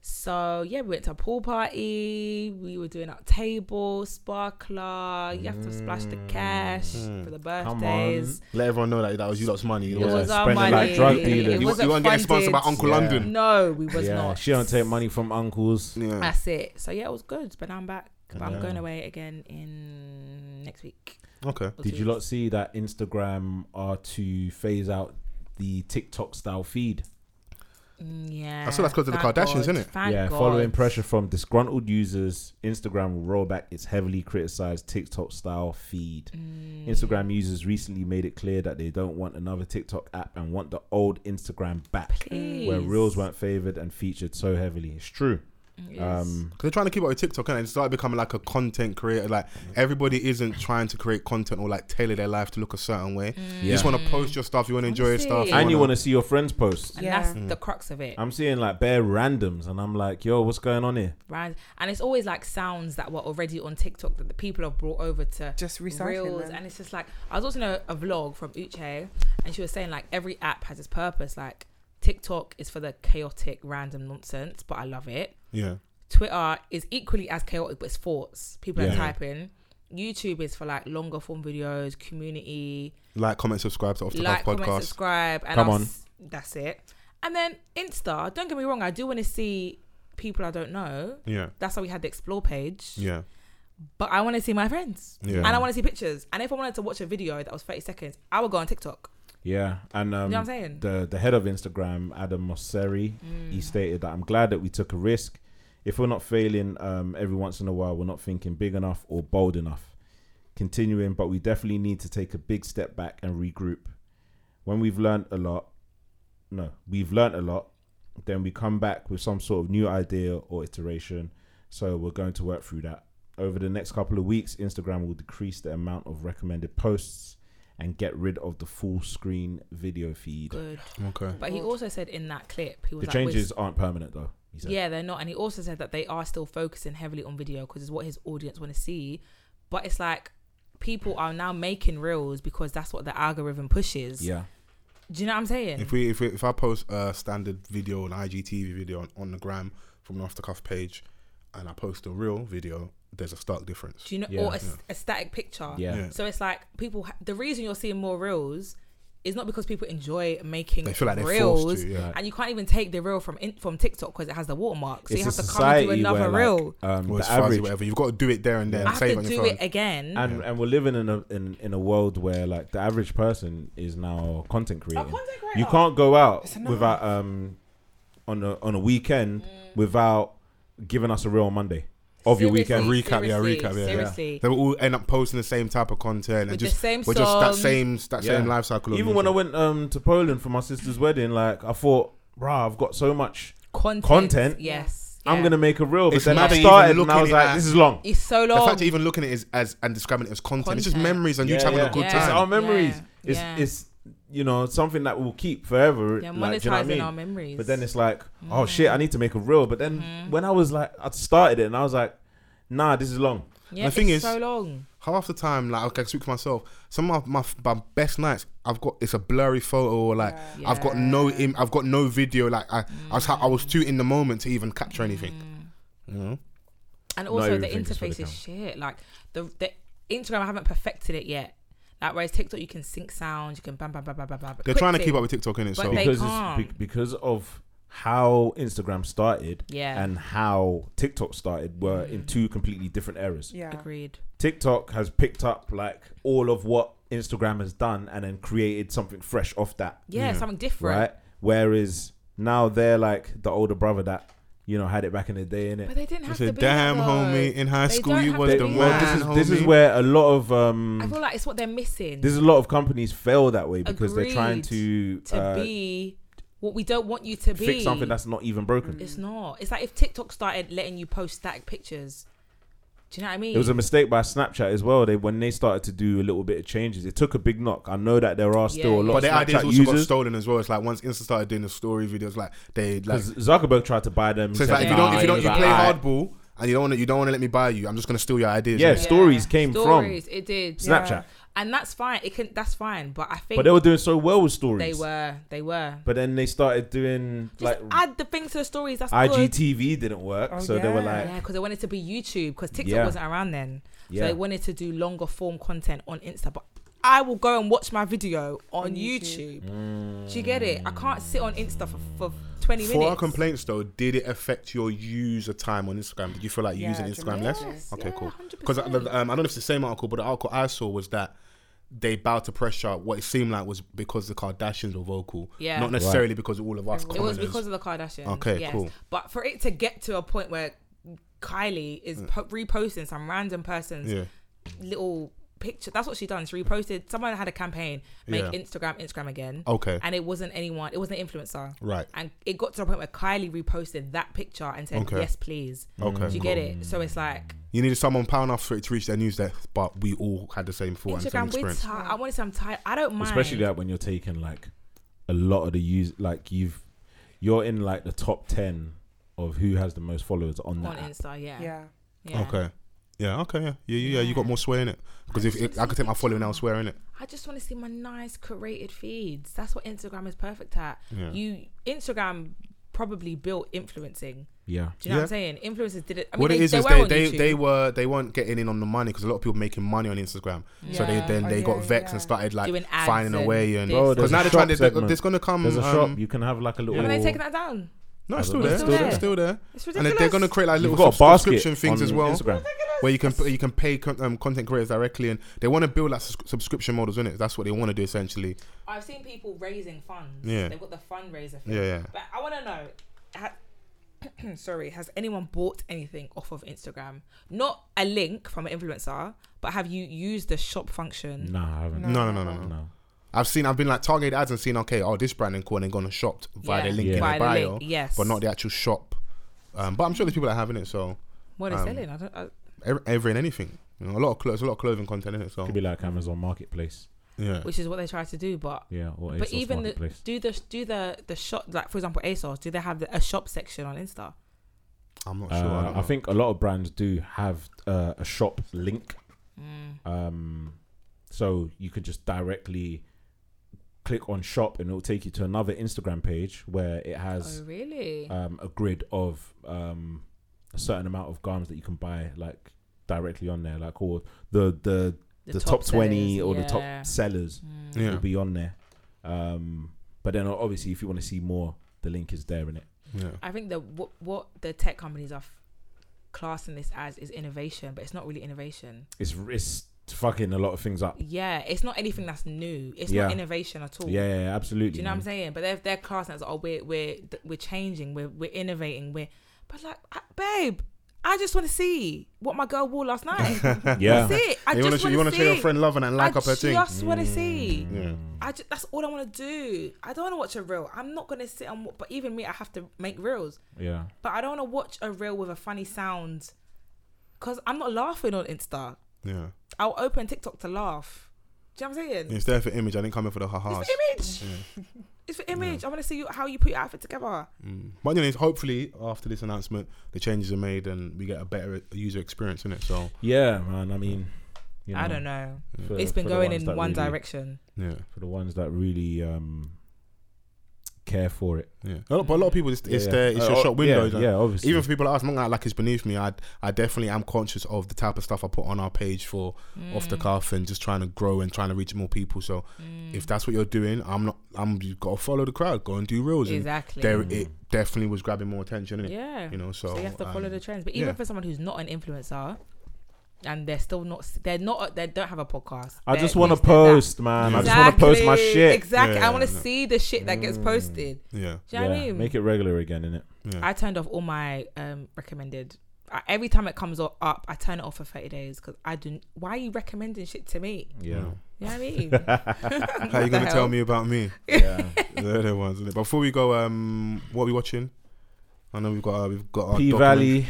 So yeah, we went to a pool party. We were doing our table sparkler. You have to splash the cash for the birthdays.
Let everyone know that that was you lot's money.
Yeah.
It was our
Spending
money.
like drug dealers.
It
you,
wasn't
you weren't getting sponsored by
funded.
Uncle
Yeah.
London.
No, we was
yeah,
not.
she don't take money from uncles.
Yeah.
That's it. So yeah, it was good. But now I'm back. But
Yeah.
I'm going away again in next week.
Okay.
or
Did
two
you
weeks.
lot see that Instagram are to phase out the TikTok style feed?
Mm, Yeah.
I saw that's 'cause of the
Thank
Kardashians,
God.
innit?
Thank
yeah,
God.
following pressure from disgruntled users, Instagram will roll back its heavily criticized TikTok style feed.
Mm.
Instagram users recently made it clear that they don't want another TikTok app and want the old Instagram back, where
Please.
reels weren't favored and featured so heavily. It's true.
Yes.
Um,
Because they're trying to keep up with TikTok and it started becoming like a content creator. Like everybody isn't trying to create content or like tailor their life to look a certain way. You just
Yeah.
want to post your stuff. You want to enjoy your
see
stuff.
it.
and you want to see your friends post.
and
Yeah.
that's
Mm.
the crux of it.
I'm seeing like bare randoms, and I'm like, yo, what's going on here?
right? And it's always like sounds that were already on TikTok that the people have brought over to
Just recycling
reels,
them.
and it's just like I was watching a, a vlog from Uche, and she was saying like every app has its purpose. Like TikTok is for the chaotic, random nonsense, but I love it.
Yeah.
Twitter is equally as chaotic, but it's thoughts. People
Yeah.
are typing. YouTube is for like longer form videos, community,
Like, comment, subscribe to Off the
like,
Cuff
comment,
podcast.
subscribe, and
Come
I'll
on.
s- that's it. And then Insta. Don't get me wrong, I do want to see people I don't know.
Yeah.
That's why we had the explore page.
Yeah.
But I want to see my friends,
Yeah.
and I want to see pictures. And if I wanted to watch a video that was thirty seconds, I would go on TikTok.
Yeah, and um,
know what I'm saying? Mm.
the the head of Instagram, Adam Mosseri, he stated that I'm glad that we took a risk. If we're not failing um, every once in a while, we're not thinking big enough or bold enough. Continuing, but we definitely need to take a big step back and regroup. When we've learned a lot, no, we've learned a lot, then we come back with some sort of new idea or iteration. So we're going to work through that. Over the next couple of weeks, Instagram will decrease the amount of recommended posts and get rid of the full screen video feed.
Good.
Okay.
But he also said in that clip, he was
The
like,
changes
"We're-
aren't permanent though. He said.
yeah, they're not. And he also said that they are still focusing heavily on video because it's what his audience want to see. But it's like people are now making reels because that's what the algorithm pushes.
Yeah.
Do you know what I'm saying?
If we if we, if I post a standard video, an IGTV video on, on the gram from an off the cuff page, and I post a real video, there's a stark difference.
Do you know,
Yeah.
or a, s- a static picture?
Yeah. Yeah.
So it's like people. ha- The reason you're seeing more reels is not because people enjoy making
They feel like they're
reels,
forced to, yeah.
and you can't even take the reel from in, from TikTok because it has the watermark. So
It's
you have
a
to come and do
society
another
where like,
reel.
um,
Or it's
the
fuzzy,
average
whatever. You've got to do it there and then. and
I have
save it
to
on
do
your phone.
it again.
and and we're living in a in, in a world where like the average person is now content creating.
Oh, content
You
creator.
can't go out without um on a on a weekend without giving us a reel on Monday of your weekend.
Mm.
recap,
Seriously.
yeah, recap, yeah. yeah.
Seriously.
They will all end up posting the same type of content and
With the
just
same
we're just that
song.
same that
Yeah.
same life cycle. of
Even when I
music.
went um to Poland for my sister's wedding, like I thought, rah, I've got so much.
content.
Content.
Yes.
I'm
yeah.
gonna make a reel, but
It's
then
mad
I
that you
started
even
and I
looking
was like,
at-
this is long.
It's so
the
long.
fact of even looking at it as, as and describing it as content, it's just
Content.
memories and you
Yeah,
just having
yeah.
a good
Yeah.
It's
time.
our memories.
Yeah,
It's
yeah.
it's you know something that we'll keep forever.
yeah, monetizing
like, do you know what I mean?
our memories.
But then it's like, oh shit,
Mm.
I need to make a reel. But then
Mm-hmm.
when I was like, I started it and I was like, nah, this is long.
yeah,
the thing
it's
is-
so long.
Half the time, like I can speak for myself. Some of my, my best nights, I've got it's a blurry photo or like I've got no Im- I've got no video. Like I I was ha- I was too in the moment to even capture
Mm.
anything. You know,
And also the
everything is for the
interface is shit. Like the the Instagram, I haven't perfected it yet. Like whereas TikTok, you can sync sound, you can bam bam bam bam bam bam.
they're trying to keep up with TikTok in it.
But
So
They
Because
can't.
it's be- because of how Instagram started
Yeah. Mm.
and how TikTok started were in two completely different eras.
Yeah.
Agreed.
TikTok has picked up like all of what Instagram has done and then created something fresh off that.
Yeah, something different.
Right? Whereas now they're like the older brother that, you know, had it back in the day, innit?
But they didn't
I
have to
said,
be.
"Damn,
though.
homie, in high
They
school
don't
you
have
was
They-
to
the
be
well,
that.
this
man,
is this is
homie."
where a lot of
I
um
feel like it's what they're missing.
There's a lot of companies fail that way because they're trying to,
Agreed. to
uh,
be what we don't want you to be.
fix something that's not even broken.
It's not. It's like if TikTok started letting you post static pictures. Do you know what I mean?
It was a mistake by Snapchat as well. They when they started to do a little bit of changes, it took a big knock. I know that there are still
Yeah,
a lot
But
of
their ideas
Snapchat
also got
users
stolen as well. It's like once Insta started doing the story videos, like they like
because Zuckerberg tried to buy them.
So
he
it's
said,
like if you
"Nah,"
don't, if you don't,
he
you
was
play
like, "Alright."
hardball and you don't want to, you don't want to let me buy you. I'm just gonna steal your ideas.
Yeah, stories came
stories. It did.
from Snapchat,
And that's fine. It can. That's fine. But I think
but they were doing so well with stories.
they were. They were.
But then they started doing
Just
like
add the things to the stories. That's good.
IGTV didn't work,
Oh,
so they were
yeah.
like,
Yeah, because they wanted to be YouTube because TikTok
Yeah.
wasn't around then.
Yeah.
So they wanted to do longer form content on Insta. But I will go and watch my video on, YouTube.
Mm.
Do you get it? I can't sit on Insta for, for 20 minutes.
For our complaints though, did it affect your user time on Instagram? Did you feel like you
Yeah,
using Instagram less?
dramatically. Yes,
okay,
yeah,
cool.
100%.
Because um, I don't know if it's the same article, but the article I saw was that they bowed to pressure. What it seemed like was because the Kardashians were vocal,
Yeah.
not necessarily because of all of us.
It was
commoners.
because of the Kardashians.
Okay,
yes.
cool.
But for it to get to a point where Kylie is po- reposting some random person's
Mm. yeah,
little picture. That's what she done. She reposted. Someone had a campaign make
Yeah.
Instagram Instagram again.
Okay.
And it wasn't anyone. It wasn't an influencer.
Right.
And it got to a point where Kylie reposted that picture and said,
Okay. Mm.
"Yes, please."
Okay,
Do you
cool.
get it? So it's like
you needed someone pound off for it to reach their news desk, but we all had the same thought and same
Instagram. We're
experience.
ti- I want to say I'm tired. I don't mind.
especially that when you're taking like a lot of the use, like you've you're in like the top ten of who has the most followers on that.
on
app.
Insta. Yeah.
Yeah.
Yeah.
Okay. Yeah, okay, yeah. Yeah, yeah, yeah, you got more sway in it. Because if, if I could take my following elsewhere in it.
I just want to see my nice curated feeds. That's what Instagram is perfect at.
Yeah.
You Instagram probably built influencing.
Yeah,
Do you know what
Yeah.
I'm saying? Influencers did it. I mean,
what
they,
it is
they
is
were
they
on
they,
YouTube.
they were they weren't getting in on the money because a lot of people making money on Instagram. So they
Yeah.
then they
Oh,
got
yeah,
vexed
yeah.
and started like
Doing ads
finding a
and
way and
this Bro,
because
there's
now
a
they're trying
shop
to they,
segment.
there's gonna come
there's a
um,
shop you can have like a little.
Haven't they taken that down?
no
I
it's still
don't
there
know.
it's still there it's still there and
It's
they-
ridiculous.
they're gonna create like
You've
little
got a
subs-
basket
subscription things
on
as well
Instagram.
where you can you can pay con- um, content creators directly and they want to build like sus- subscription models in it that's what they want to do essentially
I've seen people raising funds.
Yeah.
They've got the fundraiser thing.
yeah yeah
But I want to know. Ha- (clears throat) sorry, has anyone bought anything off of Instagram? Not a link from an influencer, but have you used the shop function?
Nah, I haven't.
no no no no, no.
No.
I've seen I've been like targeted ads and seen okay oh this brand and cool and then gone and shopped via
Yeah.
the link
Yeah.
in
Via
their
the
bio
link, yes.
but not the actual shop um, but I'm sure there's people that are having it so
What are
Um,
they selling? I don't. I,
every, every and anything you know a lot of clothes a lot of clothing content in it so
Could be like Amazon Marketplace.
yeah
which is what they try to do, but
Yeah, or
but
ASOS
even the,
Marketplace.
do the do the the shop like for example ASOS do they have the, a shop section on Insta?
I'm not
Uh,
sure don't
I
know.
think a lot of brands do have uh, a shop link,
Mm.
um, so you could just directly click on shop and it'll take you to another Instagram page where it
Oh
has
really?
um, a grid of um, a certain amount of garments that you can buy like directly on there, like or the the the, top, twenty
sellers,
or the
yeah. Mm.
top sellers
yeah
will be on there. Um, but then obviously, if you want to see more, the link is there in it.
yeah
I think the what, what the tech companies are f- classing this as is innovation, but it's not really innovation.
It's it's fucking a lot of things up.
Yeah, it's not anything that's new. It's
Yeah.
not innovation at all.
Yeah, yeah, yeah, absolutely.
Do you know what
man.
I'm saying? But they're they're classing it as oh we're we're th- we're changing, we're we're innovating, we're but like I- babe, I just want to see what my girl wore
(laughs)
last night.
Yeah.
That's it. I
you want
just
to you
want
want
to
show your friend love and then like
I
up her thing Mm.
just want to see.
Mm.
yeah
I ju- that's all I want to do. I don't want to watch a reel. I'm not gonna sit and. wa- But even me, I have to make reels.
Yeah.
But I don't want to watch a reel with a funny sound, cause I'm not laughing on Insta.
yeah
I'll open TikTok to laugh. Do you know what I'm saying?
it's there for image I didn't come in for the ha-has
It's for image.
Mm.
It's for image. I want to see you, how you put your outfit together.
Mm. but anyways hopefully after this announcement the changes are made and we get a better user experience in it so
Yeah, man. I mean, you know,
I don't know.
for-
it's been
for the
going
ones
in
that
one
really-
direction.
yeah
For the ones that really um, care for it,
Yeah, a lot, but a lot of people, it's, it's
Yeah,
their,
yeah.
it's
Uh,
your
oh,
shop window.
yeah,
like,
yeah, obviously.
Even for people like us, I'm not gonna act like it's beneath me. I, I definitely am conscious of the type of stuff I put on our page for off
Mm.
the cuff and just trying to grow and trying to reach more people. So
Mm.
if that's what you're doing, I'm not. I'm you gotta follow the crowd, go and do reels. and
Exactly.
There, it definitely was grabbing more attention. Innit?
Yeah.
you know, so,
So you have to follow
um,
the trends. But even
yeah.
for someone who's not an influencer, and they're still not, they're not, they don't have a podcast.
I
they're-
just want to
it's- they're that.
post, man. I just want to post my
Exactly,
shit. Mm.
Exactly.
Yeah,
I want to
yeah.
see the shit that gets posted.
Yeah,
Do you know what I
Yeah,
mean?
Make it regular again, innit?
I turned off all my um, recommended. I, every time it comes up, up, I turn it off for 30 days because I do. Why are you recommending shit to me?
Yeah.
You know what I
(laughs)
mean? What
how are you
the
gonna
hell?
tell me about
(laughs)
me?
Yeah.
(laughs) They're the ones. Innit? Before we go, um, what are we watching? I know we've got uh, we've got our
P
documentary.
Valley.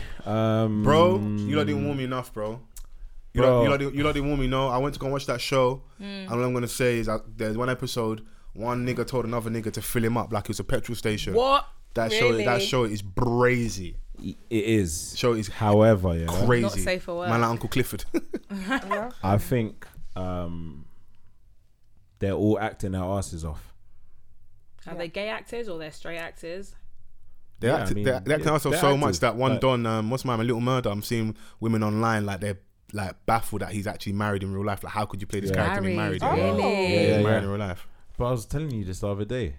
Um,
Bro, you lot didn't warn me enough, bro. You,
Mm. Bro.
Lot, you, lot, didn't- you lot didn't warn me. No, I went to go and watch that show,
Mm.
and all I'm gonna say is I, there's one episode. One nigga told another nigga to fill him up like it was a petrol station.
What?
That show, that show is brazy.
it is.
Show is
However, yeah,
crazy.
Not safe for work.
Man, like Uncle Clifford. (laughs)
I think um, they're all acting their asses off.
Are they gay actors or they're straight actors?
They
Yeah,
act,
I mean,
they, they act
yeah,
out so
they're actors,
much that one
like-
Don, um, what's my name, Little Murder. I'm seeing women online like they're like baffled that he's actually married in real life. Like, how could you play this
Yeah.
character and he married?
Married, Oh.
in real life?
really?
Yeah, yeah,
He's
yeah.
married in real life.
But I was telling you this the other day.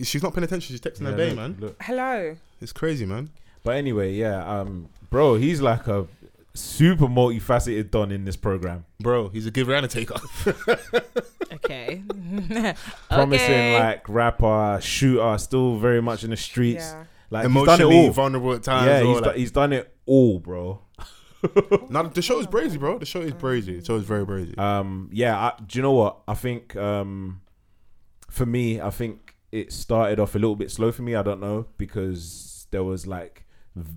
She's not paying attention. She's texting
Yeah,
her bae,
look,
man.
look.
Hello.
It's crazy, man.
But anyway, yeah, um, bro, he's like a super multifaceted don in this program,
Bro, he's a giver and a taker. (laughs)
Okay. (laughs)
promising
Okay.
like rapper, shooter, still very much in the streets.
Yeah.
Like he's done it
Emotionally
all.
vulnerable at times.
Yeah,
or,
he's,
like-
do- he's done it all, bro.
No, the show is brazy, bro. The show is brazy. The show is very brazy.
Um, yeah, I, do you know what? I think um, for me, I think it started off a little bit slow for me. I don't know because there was like v-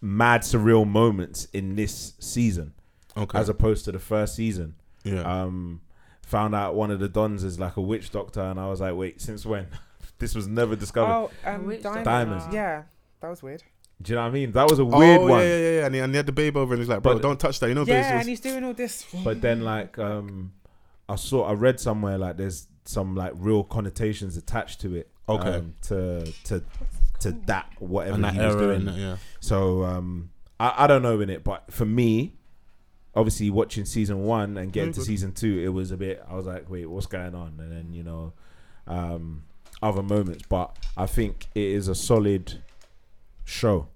mad surreal moments in this season
okay.
as opposed to the first season.
yeah.
Um, found out one of the dons is like a witch doctor, and I was like, wait, since when? (laughs) this was never discovered.
Oh, um,
Which
diamonds.
Diamonds.
Yeah, that was weird.
Do you know what I mean? That was a weird
oh,
one.
Yeah, yeah, yeah. And he, and he had the babe over and he's like, bro,
But-
don't touch that. You know,
yeah,
yeah,
and he's doing all this.
But then like um I saw I read somewhere like there's some like real connotations attached to it.
Okay.
Um, to to to that whatever
and that
he was
error.
doing.
And, yeah.
So um I, I don't know in it, but for me, obviously watching season one and getting
Very
to
good.
season two, it was a bit I was like, wait, what's going on? And then, you know, um other moments. But I think it is a solid show.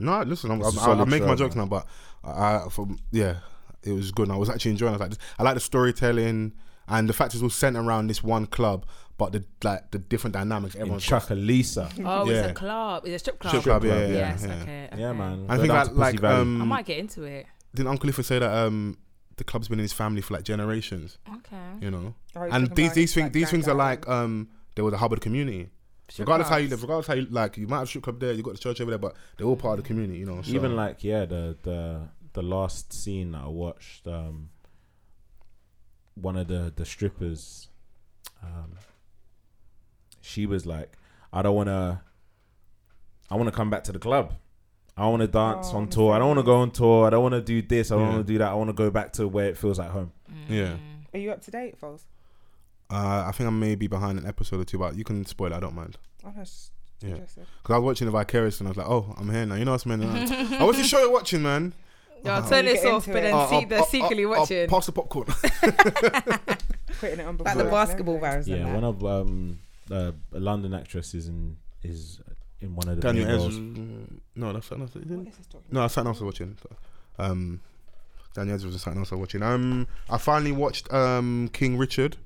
No, listen, I'm,
It's
I'm,
a
I'm,
solid
making my
show,
jokes now, but I, I- from, yeah, it was good. And I was actually enjoying. it. I was like, I like the storytelling and the fact it's all centered around this one club, but the like the different dynamics.
In
Everyone's got.
Chakalisa.
(laughs)
oh,
Yeah.
it's a club. It's a strip club.
Strip club, yeah, yeah, yeah,
yes.
yeah.
Okay, okay.
Yeah, man.
I
Go
think
down
like-
to Pussy
like,
Valley.
um,
I might get into it.
Didn't Uncle Clifford say that um the club's been in his family for like generations?
Okay.
You know,
Oh, he's
and
talking about
these
his,
these things
like,
these things are
granddad.
like um they were the hub of the community.
Strip
Regardless how you
clubs.
live, regardless how you like, you might have strip club there, you got the church over there, but they're all part of the community, you know. So.
Even like yeah, the the the last scene that I watched, um, one of the the strippers, um, she was like, "I don't want to. I want to come back to the club. I want to dance
Oh,
on
Miss
tour. I don't want to
Evans.
go on tour. I don't want to do this. I don't
Yeah.
want to do that. I want to go back to where it feels like home."
yeah,
Are you up to date, Foles?
uh, I think I may be behind an episode or two, but you can spoil. it, I don't mind.
Oh, no, it's
Yeah.
interesting.
Because I was watching the Vicarious and I was like, oh, I'm here now. You know what's man. I was the show you're watching, man.
Yeah, I'll turn
You
this
get
off,
into
but
it.
then
Uh,
see,
I'll-
they're
I'll-
secretly
I'll- I'll
watching.
pass
(laughs)
the popcorn.
Putting it on
Like the
before and
basketball
everything.
virus.
yeah,
and
one
that.
of um uh, a London actress is in is in one of the
Daniel
main
Ez.
roles.
mm, No, that's something else. that you
What
didn't-
is this document?
No, that's something else I was watching. Um, Daniel Ez was something else I was watching. Um, I finally watched um, King Richard.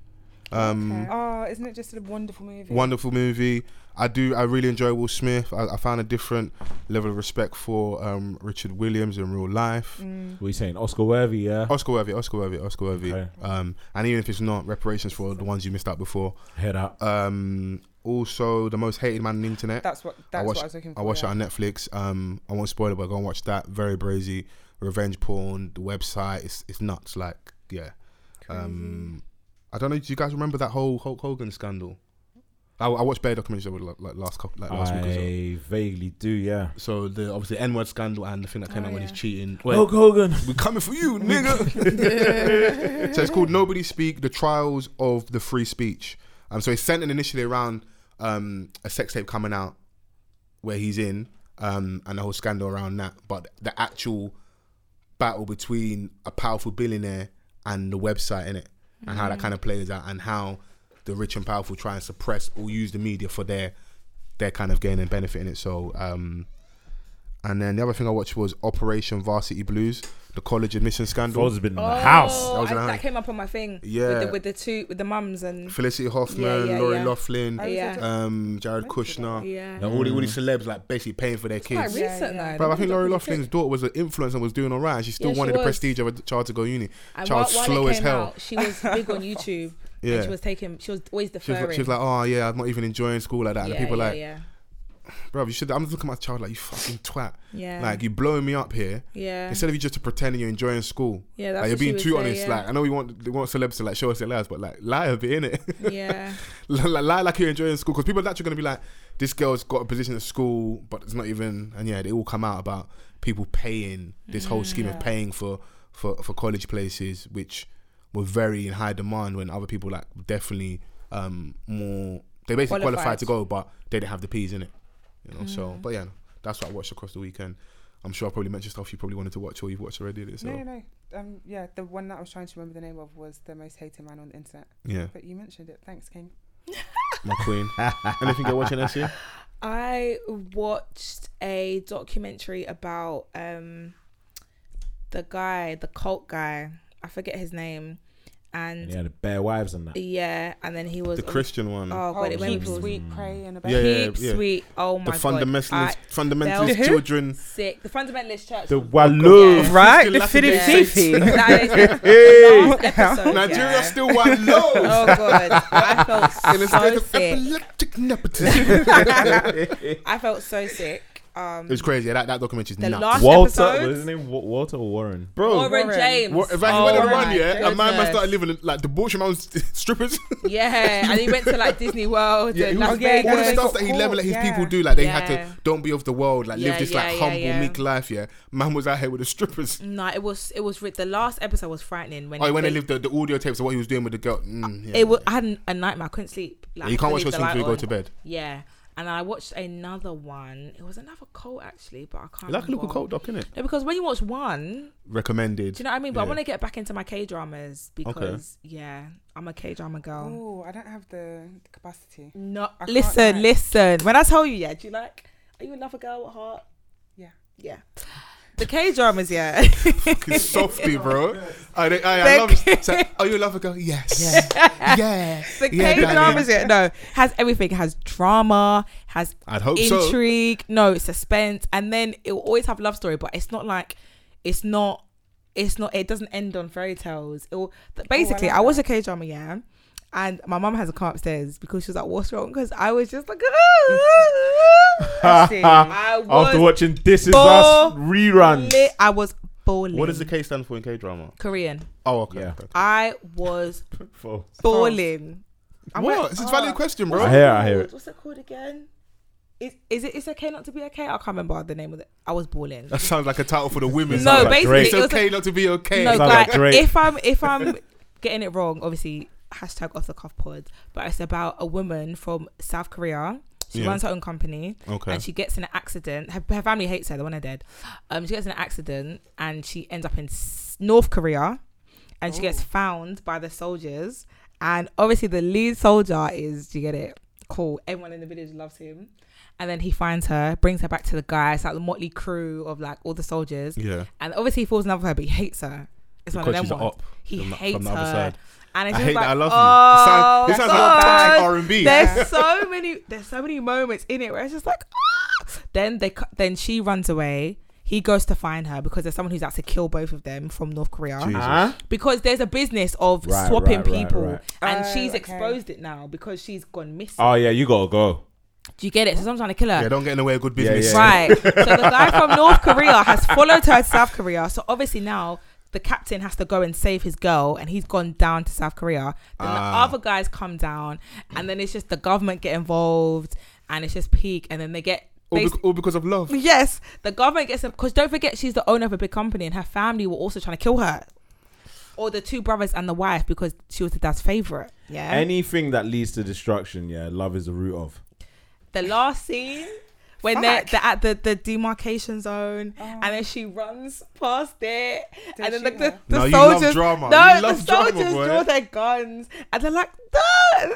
Um,
Oh, isn't it just a wonderful movie?
Wonderful movie. I do. I really enjoy Will Smith. I, I found a different level of respect for um, Richard Williams in real life.
What are you saying, Oscar worthy? Yeah,
Oscar worthy, Oscar worthy, Oscar worthy.
Okay.
Um, and even if it's not, reparations for the ones you missed out before.
head up.
Um, also, the most hated man on the internet.
That's what. That's
I watched,
what I was looking for.
I watched
yeah.
it on Netflix. Um, I won't spoil it, but go and watch that. Very brazy, revenge porn. The website, it's it's nuts. Like, yeah. Um, I don't know. Do you guys remember that whole Hulk Hogan scandal? I, I watched Bear documentaries over like, like last couple, like last
I
week or so.
vaguely do, yeah.
So the obviously N word scandal and the thing that came out when he's cheating.
Hulk Hogan.
We're coming for you,
(laughs)
nigga. so it's called Nobody Speak: The Trials of the Free Speech. Um, so it's centered initially around um, a sex tape coming out where he's in, um, and the whole scandal around that. But the actual battle between a powerful billionaire and the website in it, and how that kind of plays out, and how the rich and powerful try and suppress or use the media for their their kind of gain and benefit in it. So. Um, and then the other thing I watched was Operation Varsity Blues, the college admission scandal.
Foles has been in the house.
(laughs)
That
Oh,
was
I,
an eye.
that came up on my thing.
Yeah.
With the, with the two, with the mums and
Felicity Hoffman,
Yeah, yeah,
Laurie
yeah.
Loughlin,
I was
Yeah.
looking-
um, Jared Kushner,
yeah.
Like, all, the, all these celebs like basically paying for their
Quite
kids.
Yeah,
recent
yeah.
though.
Bro, I think Laurie Loughlin's daughter was an influencer and was doing all right. and She still
Yeah, she
wanted the
was.
prestige of a child to go uni.
And
Child's
while- while
slow
it
as
came
hell.
out, she was
(laughs)
big on YouTube.
Yeah.
And she was taking. She was always
She was,
deferring.
like, she was like, oh yeah, I'm not even enjoying school like that.
yeah,
and people
yeah,
are like,
yeah,
bro, you should. I'm just looking at my child like, you fucking twat.
yeah,
Like you blowing me up here.
yeah.
Instead of you just to pretending you're enjoying school.
Yeah, that's
like, you're
what she
being
would
too
say,
honest.
yeah.
Like I know we want we want celebs to like (laughs) show us their lives, but like lie a bit in it.
yeah,
(laughs) lie, lie like you're enjoying school because people are actually going to be like this girl's got a position at school, but it's not even. And yeah, they all come out about people paying this whole scheme of paying for for for college places, which were very in high demand when other people like definitely um more. They basically qualified,
Qualified.
to go, but they didn't have the P's in it. You know, so but yeah, that's what I watched across the weekend. I'm sure I probably mentioned stuff you probably wanted to watch or you've watched already. innit? So
No, no, no. Um, yeah, the one that I was trying to remember the name of was the most hated man on the internet. (laughs)
yeah,
But you mentioned it. Thanks, King.
my queen. Anything you're watching this year?
I watched a documentary about um the guy, the cult guy. I forget his name. And
And
yeah,
he had bare wives and that.
and then he was
The Christian one.
Oh god, it went
keep
people
sweet, pray, and obey.
Mm. Yeah, yeah,
Keep
yeah.
sweet. Oh my
the fundamentalist,
god. I-
fundamentalist
felt (laughs)
children.
sick. The fundamentalist church.
The Waloo.
Yeah.
Right,
Christian
the
Latin
fitty
dance.
fifi.
(laughs) That
(laughs)
is- last episode,
Nigeria
yeah.
still went
(laughs)
low.
Oh god, I
(laughs)
felt
In a
so
state of
sick.
epileptic nepotism.
(laughs) I felt so sick. Um,
it was crazy. Yeah, that, that documentary's
The
nuts.
last-
Walter,
episodes?
what is his name? Wa- Walter or Warren? (laughs)
Bro,
Warren
Warren.
James.
what- if Oh. I
Oh
went and
my
run, yeah, a man must
goodness.
start living like debauchery man was (laughs)
(laughs)
strippers.
Yeah, and he went
(laughs)
to like Disney World
Yeah, he
and
was-
Las
all
Vegas.
the
they
stuff
got
that he
caught,
level let his
yeah.
people do, like they had
Yeah.
to don't be of the world, like
Yeah,
live this
yeah,
like
yeah,
humble,
yeah. Mm.
meek life. Yeah, man was out here with the strippers.
No, it was it was ri- the last episode was frightening when
Oh, when they
they-
lived the, the audio tapes of what he was doing with the girl. Mm, yeah.
It was, I had an- a nightmare. I couldn't sleep.
Yeah, you
Like, I
can't
couldn't
watch
leave
those
the
things till
light
you go to
on.
bed.
Yeah, and I watched another one. It was another cult actually, but I can't.
Like a
remember.
little cold doc, innit?
No, because when you watch one,
Recommended.
do you know what I mean? But I
Yeah.
want to get back into my K dramas because yeah, I'm a K drama girl.
Oh, I don't have the capacity.
No,
I can't
listen,
like-
listen. When I tell you, yeah, do you like? Are you in love with a girl at heart?
Yeah.
yeah. The K dramas, yeah. (laughs)
Fucking softy, bro. I, don't- I, I
Thank
love it. So, oh, you love a girl? Yes. Yeah. yeah.
(laughs) The
Yeah,
K
darling.
dramas, yeah. No, has everything. It Has drama. Has
I'd hope so.
intrigue. No suspense, and then it will always have love story. But it's not like it's not. It's not. It doesn't end on fairy tales. It will, th- basically,
Oh, like
I, watched a K drama, yeah. And my mum has a car upstairs because she was like, "What's wrong?" Because I was just like, (laughs)
(laughs)
I
After
was
watching This Is Us
Bo-
reruns.
lit. I was bawling.
What does the K stand for in K drama?
Korean?
Oh, okay.
Yeah.
okay.
I was
(laughs) False.
bawling.
what? this is a valid question, bro.
I hear it, I hear it.
oh, What's it called again? Is, is it it's okay not to be okay? I can't remember the name of it. I was balling.
That sounds like a title for the women.
No,
Sounds like,
basically,
Drake.
it's
it was
okay not to be okay.
no,
Sounds like
guy,
Drake.
if I'm if I'm (laughs) getting it wrong, obviously hashtag off the cuff pod. But it's about a woman from South Korea. She
Yeah.
runs her own company
Okay.
and she gets in an accident. Her, her family hates her. The one are dead. Um, she gets in an accident and she ends up in S- North Korea, and she
Oh.
gets found by the soldiers. And obviously, the lead soldier is. Do you get it? Cool. Everyone in the village loves him. And then he finds her, brings her back to the guys, like the motley crew of like all the soldiers.
Yeah.
And obviously he falls in love with her, but he hates her. It's one of
Because
them
she's a
ones.
op
He
from the-
hates
from the
her.
other side.
And it's
I
just
hate
like,
that. I love
oh,
you. It sounds, it sounds
God.
like bad R&B.
There's so many. There's so many moments in it where it's just like, ah. Then they. cu- Then she runs away. He goes to find her because there's someone who's out to kill both of them from North Korea.
Jesus.
Huh?
Because there's a business of
Right,
swapping
right, right,
people,
right.
and
Oh,
she's
okay.
exposed it now because she's gone missing.
Uh,
Oh yeah, you gotta go.
Do you get it? So I'm trying to kill her.
Yeah, don't get in the way of good
Yeah,
business.
yeah.
Right.
(laughs)
So the guy from North Korea has followed her to South Korea. So obviously now the captain has to go and save his girl, and he's gone down to South Korea. Then
Ah.
the other guys come down, and then it's just the government get involved, and it's just peak, and then they get.
All,
they-
bec- all because of
(laughs)
love.
yes, the government gets because don't forget she's the owner of a big company, and her family were also trying to kill her, or the two brothers and the wife because she was the dad's favorite. Yeah.
Anything that leads to destruction, yeah, love is the root of.
the last scene when they're, they're at the, the demarcation zone and then she runs past it and then the,
shoot
the,
her?
the
No, you love
soldiers
drama.
no
You love
the
drama,
soldiers
boy.
draw their guns and they're like "No!"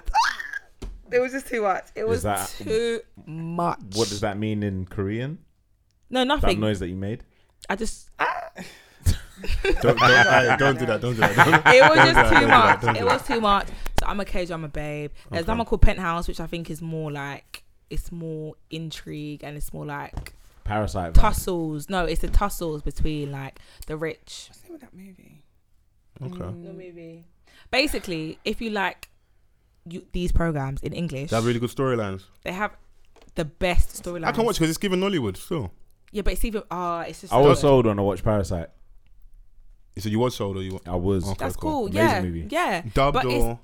it was just too much it was
that-
too much
What does that mean in Korean?
no
That
nothing
noise that you
(laughs)
made.
(laughs)
i just ah.
don't, don't, aye, don't do that. Don't do that.
it was just
that,
too
don't do that, don't
much
do
it
that.
was too much so i'm a cage i'm a babe there's
Okay.
one called penthouse which i think is more like it's more intrigue and it's more like
Parasite. vibe.
tussles. No, it's the tussles between like the rich.
What's the name of that movie?
Don't. Okay.
movie. Mm. Basically, if you like you, these programs in English,
They have really good storylines.
they have the best storylines.
I can watch because it's given Nollywood still.
Yeah, but it's even ah, it's just.
I was sold when I watched Parasite.
So you was sold or you
I was.
Okay.
that's
cool.
cool.
Amazing
Yeah,
movie.
yeah.
dubbed
But it's-
or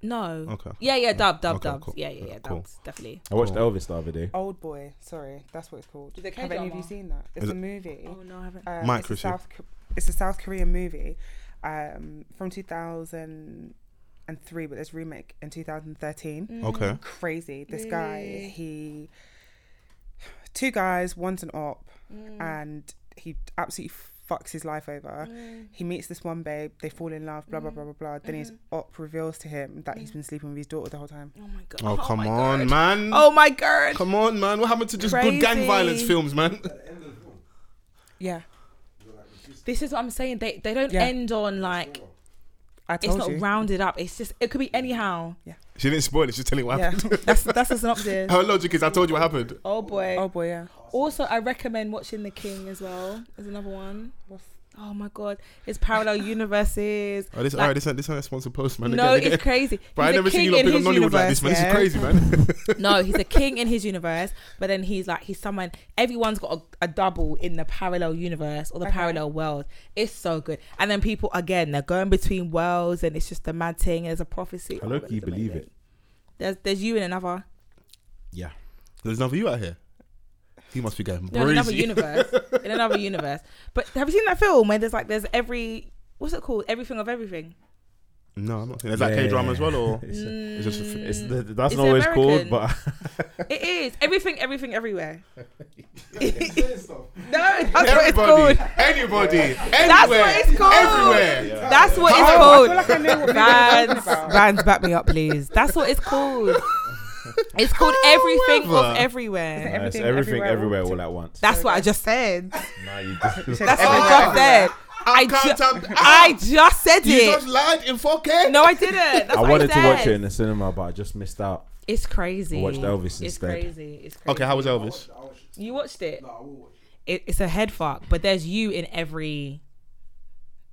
No.
Okay.
Yeah, yeah, dub, dub,
Okay,
dub.
cool.
Yeah, yeah, yeah,
Cool.
dubs, definitely.
I watched
Cool.
Elvis the other
Oh,
day.
Old Boy. Sorry, that's what it's called.
Is it
Have any of you
K-drama?
seen that? It's
Is
a
it-
movie.
Oh no, I haven't.
Uh,
Mike
it's, a
Chrissy.
South, Ko- it's a South Korean movie um, from 2003, but there's remake in 2013.
Okay.
Crazy. This guy, he. Two guys, one's an op,
Mm.
and he absolutely fucks his life over.
Mm.
He meets this one babe, they fall in love, blah, blah, blah, blah, blah. Then his op reveals to him that he's been sleeping with his daughter the whole time.
Mm-hmm. Mm. Oh my god.
Oh, come
my
on,
God.
man.
Oh my god.
Come on, man. What happened to just good gang
Crazy.
violence films, man?
Yeah.
This is what I'm saying. They they don't
Yeah.
end on like
I
it's
told
not
you.
rounded up. It's just it could be (laughs) anyhow.
She didn't spoil it. She's telling what
Yeah.
happened. (laughs)
That's that's a synopsis.
Her logic is, I told you what happened.
Oh boy.
oh, boy, yeah.
Also, I recommend watching The King as well. Is another one. Oh my god, it's
(laughs)
parallel universes.
Oh, this,
Like-
all right, this ain't this ain't a sponsored post, man.
No,
Again, again.
it's crazy.
But I
He's a
never seen you
king
lot
in
big on
his
Nollywood like this, man. This is
universe,
crazy, man.
(laughs) No, he's a king in his universe, but then he's like he's someone. Everyone's got a, a double in the parallel universe or the
Okay.
parallel world. It's so good. And then people again, they're going between worlds, and it's just a mad thing. There's a prophecy.
Hello,
Oh,
can you
it's
believe
amazing.
it?
There's there's you in another.
Yeah.
There's none for you out here. He must be going
No, in another
breezy.
universe. in another universe. But have you seen that film where there's like there's every what's it called? Everything of everything.
no, I'm not saying. Is that K drama as well, or
It's,
is just a f-
it's the, that's
Is
not
it
what it's called,
Mm. American?
but (laughs)
It is everything, everything, everywhere.
Everybody,
No, that's what (laughs) it's called.
anybody, anywhere,
what it's called.
everywhere.
That's what it's
How?
called.
I know what
Vans, Vans, back me up, please. That's what it's called. It's called everything of
However.
everywhere.
Nah, it's
Everything,
everything
everywhere,
everywhere
all
all at once.
That's what I just said.
Nah, you just-
(laughs) That's what I
Everywhere.
just said. I,
can't
ju-
have-
I just said
You
it.
just lied in 4K.
No, I didn't. That's
I
what
wanted to
said.
watch it in the cinema, but I just missed out.
It's crazy.
I watched Elvis
it's
instead.
Crazy. It's crazy.
Okay, how was Elvis?
You watched it? No, I will watch it. It's a head fuck, but there's you in every.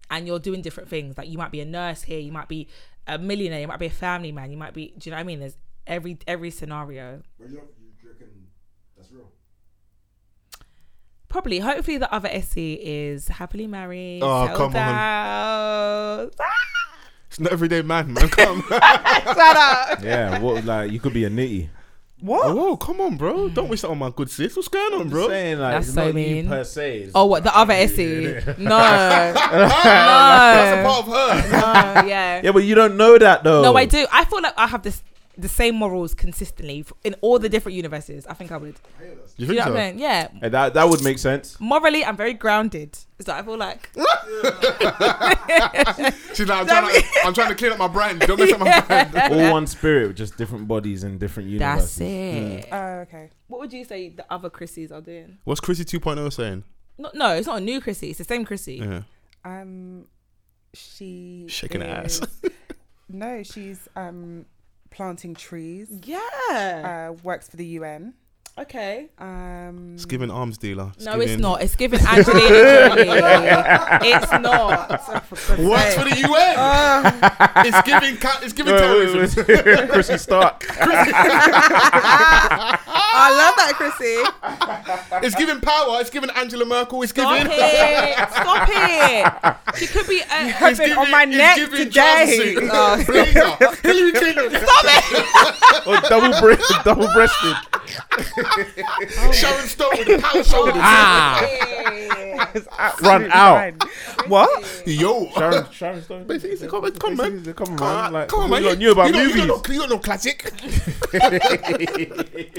And you're doing different things. Like you might be a nurse here, you might be a millionaire, you might be a family man, you might be. Do you know what I mean? There's every every scenario. Probably, hopefully, the other Essie is happily married.
Oh,
settled
come on.
down.
It's not everyday man, man.
(laughs)
Come.
Shut up.
Yeah, what like you could be a nitty.
What?
oh, come on, bro. Don't waste that on my good sis. What's going on, bro?
Saying, like,
That's
it's
so
not you
mean.
per se. it's-
Oh, what the other Essie? (laughs)
(laughs)
No, no,
E? That's a part of her.
yeah.
Yeah, but you don't know that though.
No,
Oh.
I do. I feel like I have this the same morals consistently f- in all the different universes. I think I would.
(laughs) You
Do you
think
know what I'm
so?
saying? Yeah.
And That that would make
(laughs)
sense.
Morally, I'm very grounded. So I feel like
She's like, I'm trying, to, I'm trying to clean up my brand. Don't mess up
(laughs)
my brand.
All one spirit, just different bodies and different universes.
that's
Mm.
it.
Oh, okay.
What would you say the other Chrissies are doing?
What's Chrissy 2.0 saying?
No, no, it's not a new Chrissy. It's the same Chrissy.
Yeah.
Um, she
Shaking her
is-
ass. (laughs)
No, she's um planting trees.
Yeah.
Uh, works for the UN.
Okay.
Um,
It's giving arms dealer.
No, it's
giving-
not.
(laughs)
It's giving Angelina Jolie. It's not.
Works for the UN.
Uh.
it's giving. ca- It's giving terrorism.
(laughs) Chrissy Stark.
I love that Chrissy.
It's giving power. It's giving Angela Merkel. It's
Stop
giving.
it. Stop it. She could be uh, a,
(laughs) It's
a
giving,
on my
it's
neck
giving
today.
jumpsuit.
Oh,
(laughs) Blazer. Hillary
(laughs)
Clinton.
Or double breasted double breasted.
Sharon Stone with the power shoulders.
Ah. (laughs)
(laughs)
Run out.
What?
Yo. (laughs)
Sharon Sharon Stone.
It's- it's- Come on, come on, man.
Come on,
Come on,
man. Like,
come on, man.
You lot knew about
you don't-
movies.
You don't know, you don't know classic.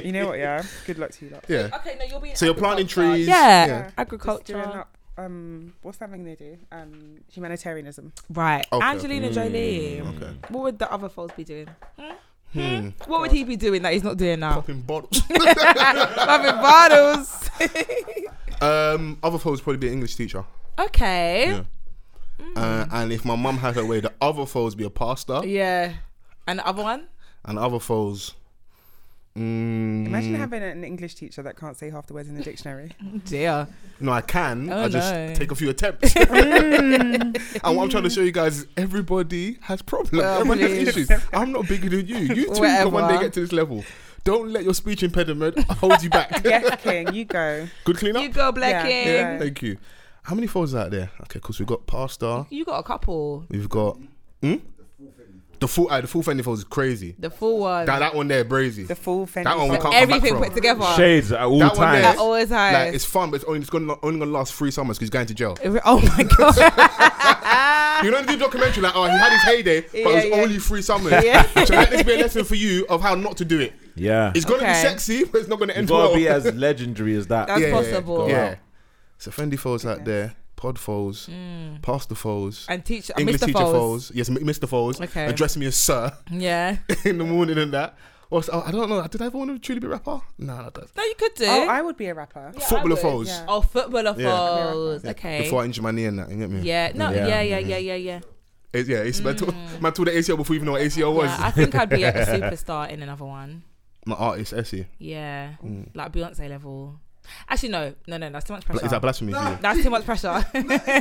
You know what? Yeah. Good luck to you. Lot.
Yeah.
Okay, no, you'll be. in
So you're planting
agriculture.
trees.
Yeah,
Just doing
agriculture.
up, um, what's that thing they do? Um, humanitarianism.
Right,
Okay. Hmm.
Angelina Jolie.
Okay.
What would the other folks be doing? Hmm? What would he be doing that he's not doing now?
Popping bottles.
Loving bottles.
(laughs)
(laughs)
um, other foe would probably be an English teacher.
okay.
Yeah. Uh, and if my mum had her way, the other foe would be a pastor.
Mm. Yeah. And the other one?
And the other foes. Mm,
Imagine having an English teacher that can't say half the words in the dictionary.
Dear.
no, I can.
Oh,
I just
no. Mm.
take a few
(laughs)
attempts. and what I'm trying to show you guys is everybody has problems. everybody has
Oh, please.
issues. I'm not bigger than you. You two
Whatever.
can one day get to this level. Don't let your speech impediment hold you
(laughs)
back.
yes, King, you go.
Good clean up.
You go, Black
Yeah,
King.
yeah.
Thank you. How many foes are out there? Okay, cool. So we've got pastor.
You got a couple.
We've got. Hmm? The full, uh, the full Fendi fold is crazy.
The full one.
That that one there, brazy.
The full Fendi.
That one we
fold.
can't
Everything
come back
put
from.
together.
Shades at all
That one there-
times.
At all
Like,
times.
it's fun, but it's only, it's gonna, only gonna last three summers because he's going to jail.
Every- (laughs) oh
(laughs)
my god.
You know the new documentary, like, oh, he had his heyday, but it
Ah. Yeah,
was
yeah.
only three summers. (laughs) So let this be a lesson for you of how not to do it.
Yeah.
It's gonna
Okay.
be sexy, but it's not gonna
You
end
(laughs)
well.
gotta be as legendary as that.
(laughs)
That's
Yeah, yeah, yeah.
possible.
yeah. So Fendi foes out there, pod foes, pasta foes,
Hmm. And teach I
English
Mr.
teacher
Foles.
foes. Yes, m- Mr. Foles.
Okay.
Address me as sir (laughs)
Yeah.
in the morning and that. Or so, I don't know. Did I ever want to truly be a rapper? No, no, that's
No, you could do.
Oh, I would be a rapper.
footballer
would,
foes.
yeah.
Oh, footballer
Yeah.
foes. Okay.
Before I injure my knee and that, you get me?
yeah. No.
Yeah.
Yeah. Yeah. Yeah. Yeah. Yeah.
It's, yeah, it's my, tool, (laughs) my tool the ACL before you even know what ACL was.
Mm. Yeah, I think
(laughs)
I'd be a superstar in another one.
my artist, Essie.
Yeah. Like Beyonce level. Actually, no. No. No. That's too much pressure.
Mm. Is that blasphemy for
(laughs)
you?
That's too
(laughs)
much pressure. (laughs)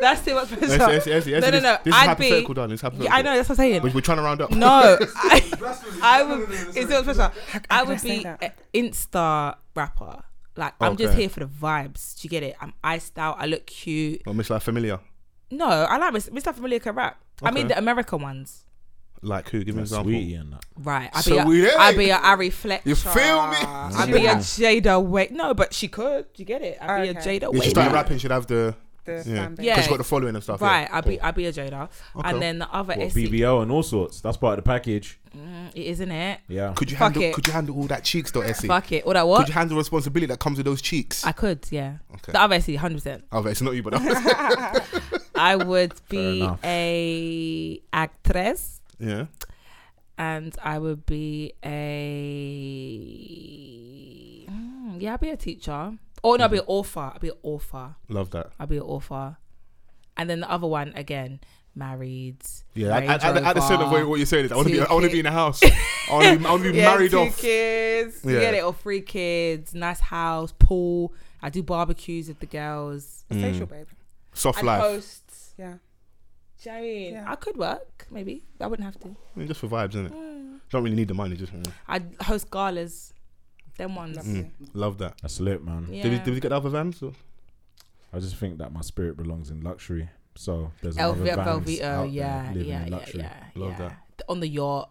that's too much pressure.
Essie, Essie, Essie, Essie,
no, no,
this-
no.
This is
I'd
hypothetical,
be.
darling. It's hypothetical.
Yeah, I know. That's what I'm saying.
We- We're trying to round up. (laughs)
No, I, (laughs) I would. It's not pressure. I would
say
be
that?
an Insta rapper. Like I'm just
Okay.
here for the vibes. Do you get it? I'm iced out. I look cute.
Or Miss Life Familiar.
No, I like Mr. Mr. Familiar can rap. I mean
Okay.
the American ones.
Like who? Give me an example.
Sweetie and that.
Right. I'd
So
be
we
a,
there.
I'd be a Ari Fletcher.
You feel me?
I'd be a Jada Wait. No, but she could. Do you get it? I'd be
Okay.
a Jada
If she
Wait.
started rapping, she'd have the.
The
Yeah.
fan base.
Yeah.
Because she got the following and stuff.
Right,
yeah.
I'd be I'd be a Jada,
Okay.
and then the other
What,
is
BBL and all sorts. That's part of the package.
it isn't it?
Yeah.
Could you
Fuck
handle?
it.
Could you handle all that cheeks though, Essie?
Fuck it, all that
Could
what?
you handle the responsibility that comes with those cheeks?
I could, yeah.
Okay.
The other is hundred percent.
oh, but it's not you, but (laughs)
(laughs)
that
(laughs)
I would be
enough.
a actress
yeah.
and I would be a Mm, yeah, I'd be a teacher. Oh no, I'd
Mm-hmm.
be an author. I'd be an author.
Love that.
I'd be an author. And then the other one again, married.
Yeah, I, I,
married
I, at the center of
over,
what you're saying is, I want to be,
two
I want to be
ki-
in a
(laughs)
house. I want to be, I want to be
yeah,
married
two
off.
kids. You
Yeah.
get it, or three kids, nice house, pool. I do barbecues with the girls.
A facial babe.
Soft
I
life,
post.
Yeah.
Do you know what I mean?
Yeah.
I could work, maybe. I wouldn't have to.
I mean, just for vibes, isn't it?
Mm.
Don't really need the money, just mm,
I'd host galas. Them ones.
mm, love that.
That's lit, man.
Yeah.
Did, we, did we get the other vans? or-
I just think that my spirit belongs in luxury. So there's another
Elvia
Vans out
Velveto,
there
yeah,
living
yeah,
in
yeah,
luxury.
yeah,
Love
yeah.
that.
Th- On the yacht.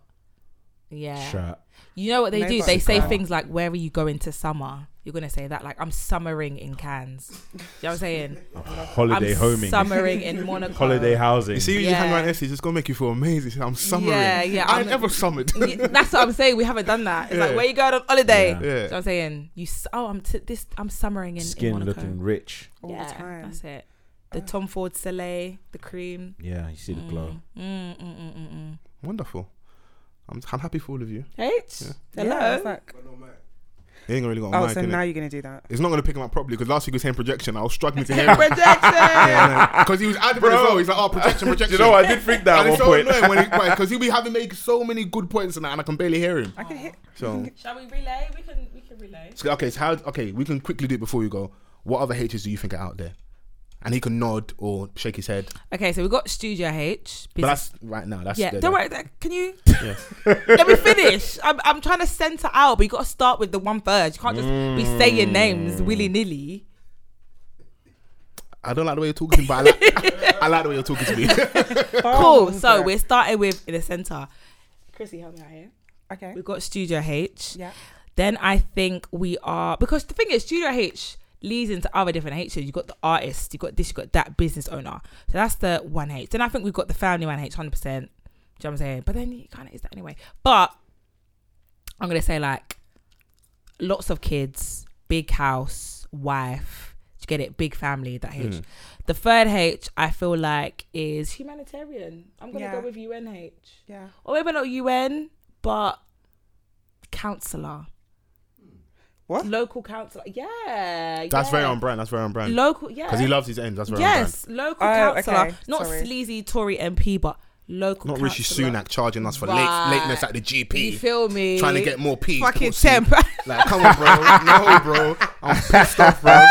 Yeah.
Shirt.
You know what they
No
do?
boat.
They say
Car.
things like, Where are you going to summer? You're gonna say that like I'm summering in Cannes. Do you know what I'm saying?
(laughs) Holiday
I'm
homing.
summering in Monaco.
Holiday
(laughs)
housing.
You see, you just hang around
Yeah.
Essie, it's gonna make you feel amazing. She said, I'm summering.
Yeah, yeah,
I
I'm-
never summered. (laughs)
Y- That's what I'm saying. We haven't done that. It's
Yeah.
like where you going on holiday?
Yeah.
Do you know what I'm saying? You s- oh I'm t- this I'm summering in, in
Skin
Monaco.
looking rich.
All the time.
That's it. The Tom Ford Soleil, the cream.
Yeah, you see the glow.
Mm, mm, mm, mm, mm.
Wonderful. I'm, I'm happy for all of you.
H. Hello.
Yeah, I was like,
It ain't really got a
oh,
mic
so
in
now
it.
you're gonna do that.
It's not gonna pick him up properly because last week he was saying projection. I was struggling
(laughs)
to hear him
Projection.
because he was adamant as well. He's like, oh, projection, projection.
(laughs) You know, I did think that
and
at
it's
one
so
point.
annoying when
(laughs)
he because he be having made so many good points and that, and I can barely hear him.
I can hit.
So,
Shall we relay? We can. We can relay.
so, okay, so how? Okay, we can quickly do it before we go. What other H's do you think are out there? And he can nod or shake his head.
Okay, so we got Studio H.
But
business-
that's right now. That's
yeah,
they're
don't
there.
worry. that- Can you (laughs) let me finish? I'm, I'm trying to center out, but you got to start with the one third. You can't just be saying names willy nilly.
I don't like the way you're talking, but I
(laughs)
like, I like the way you're talking to me.
Oh,
Cool. So we're starting with in the center. Chrissy, help me out here.
okay.
We've got Studio H.
Yeah.
Then I think we are because the thing is Studio H leads into other different H's. You got the artist, you got this, you got that business owner. So that's the one H. Then I think we've got the family one H, hundred percent. Do you know what I'm saying? But then you kind of is that anyway. But I'm gonna say like lots of kids, big house, wife. Do you get it? Big family. That H. The third H I feel like is humanitarian. I'm gonna
Yeah.
go with UNH
Yeah.
or maybe not UN, but counselor.
What?
Local counselor. Yeah.
That's
yeah.
very on brand. That's very on brand.
Local. Yeah.
Because he loves his ends. That's very
yes, local
Oh,
counselor,
okay,
not
sorry.
sleazy Tory MP, but local.
on brand. Not Rishi
councillor.
Sunak charging us for
Right.
late, lateness at the
You
GP.
feel me?
Trying to get more peas.
fucking
pussy.
temp.
(laughs) Like, come on, bro. No, bro. I'm pissed off,
(laughs)
bro.
Mm.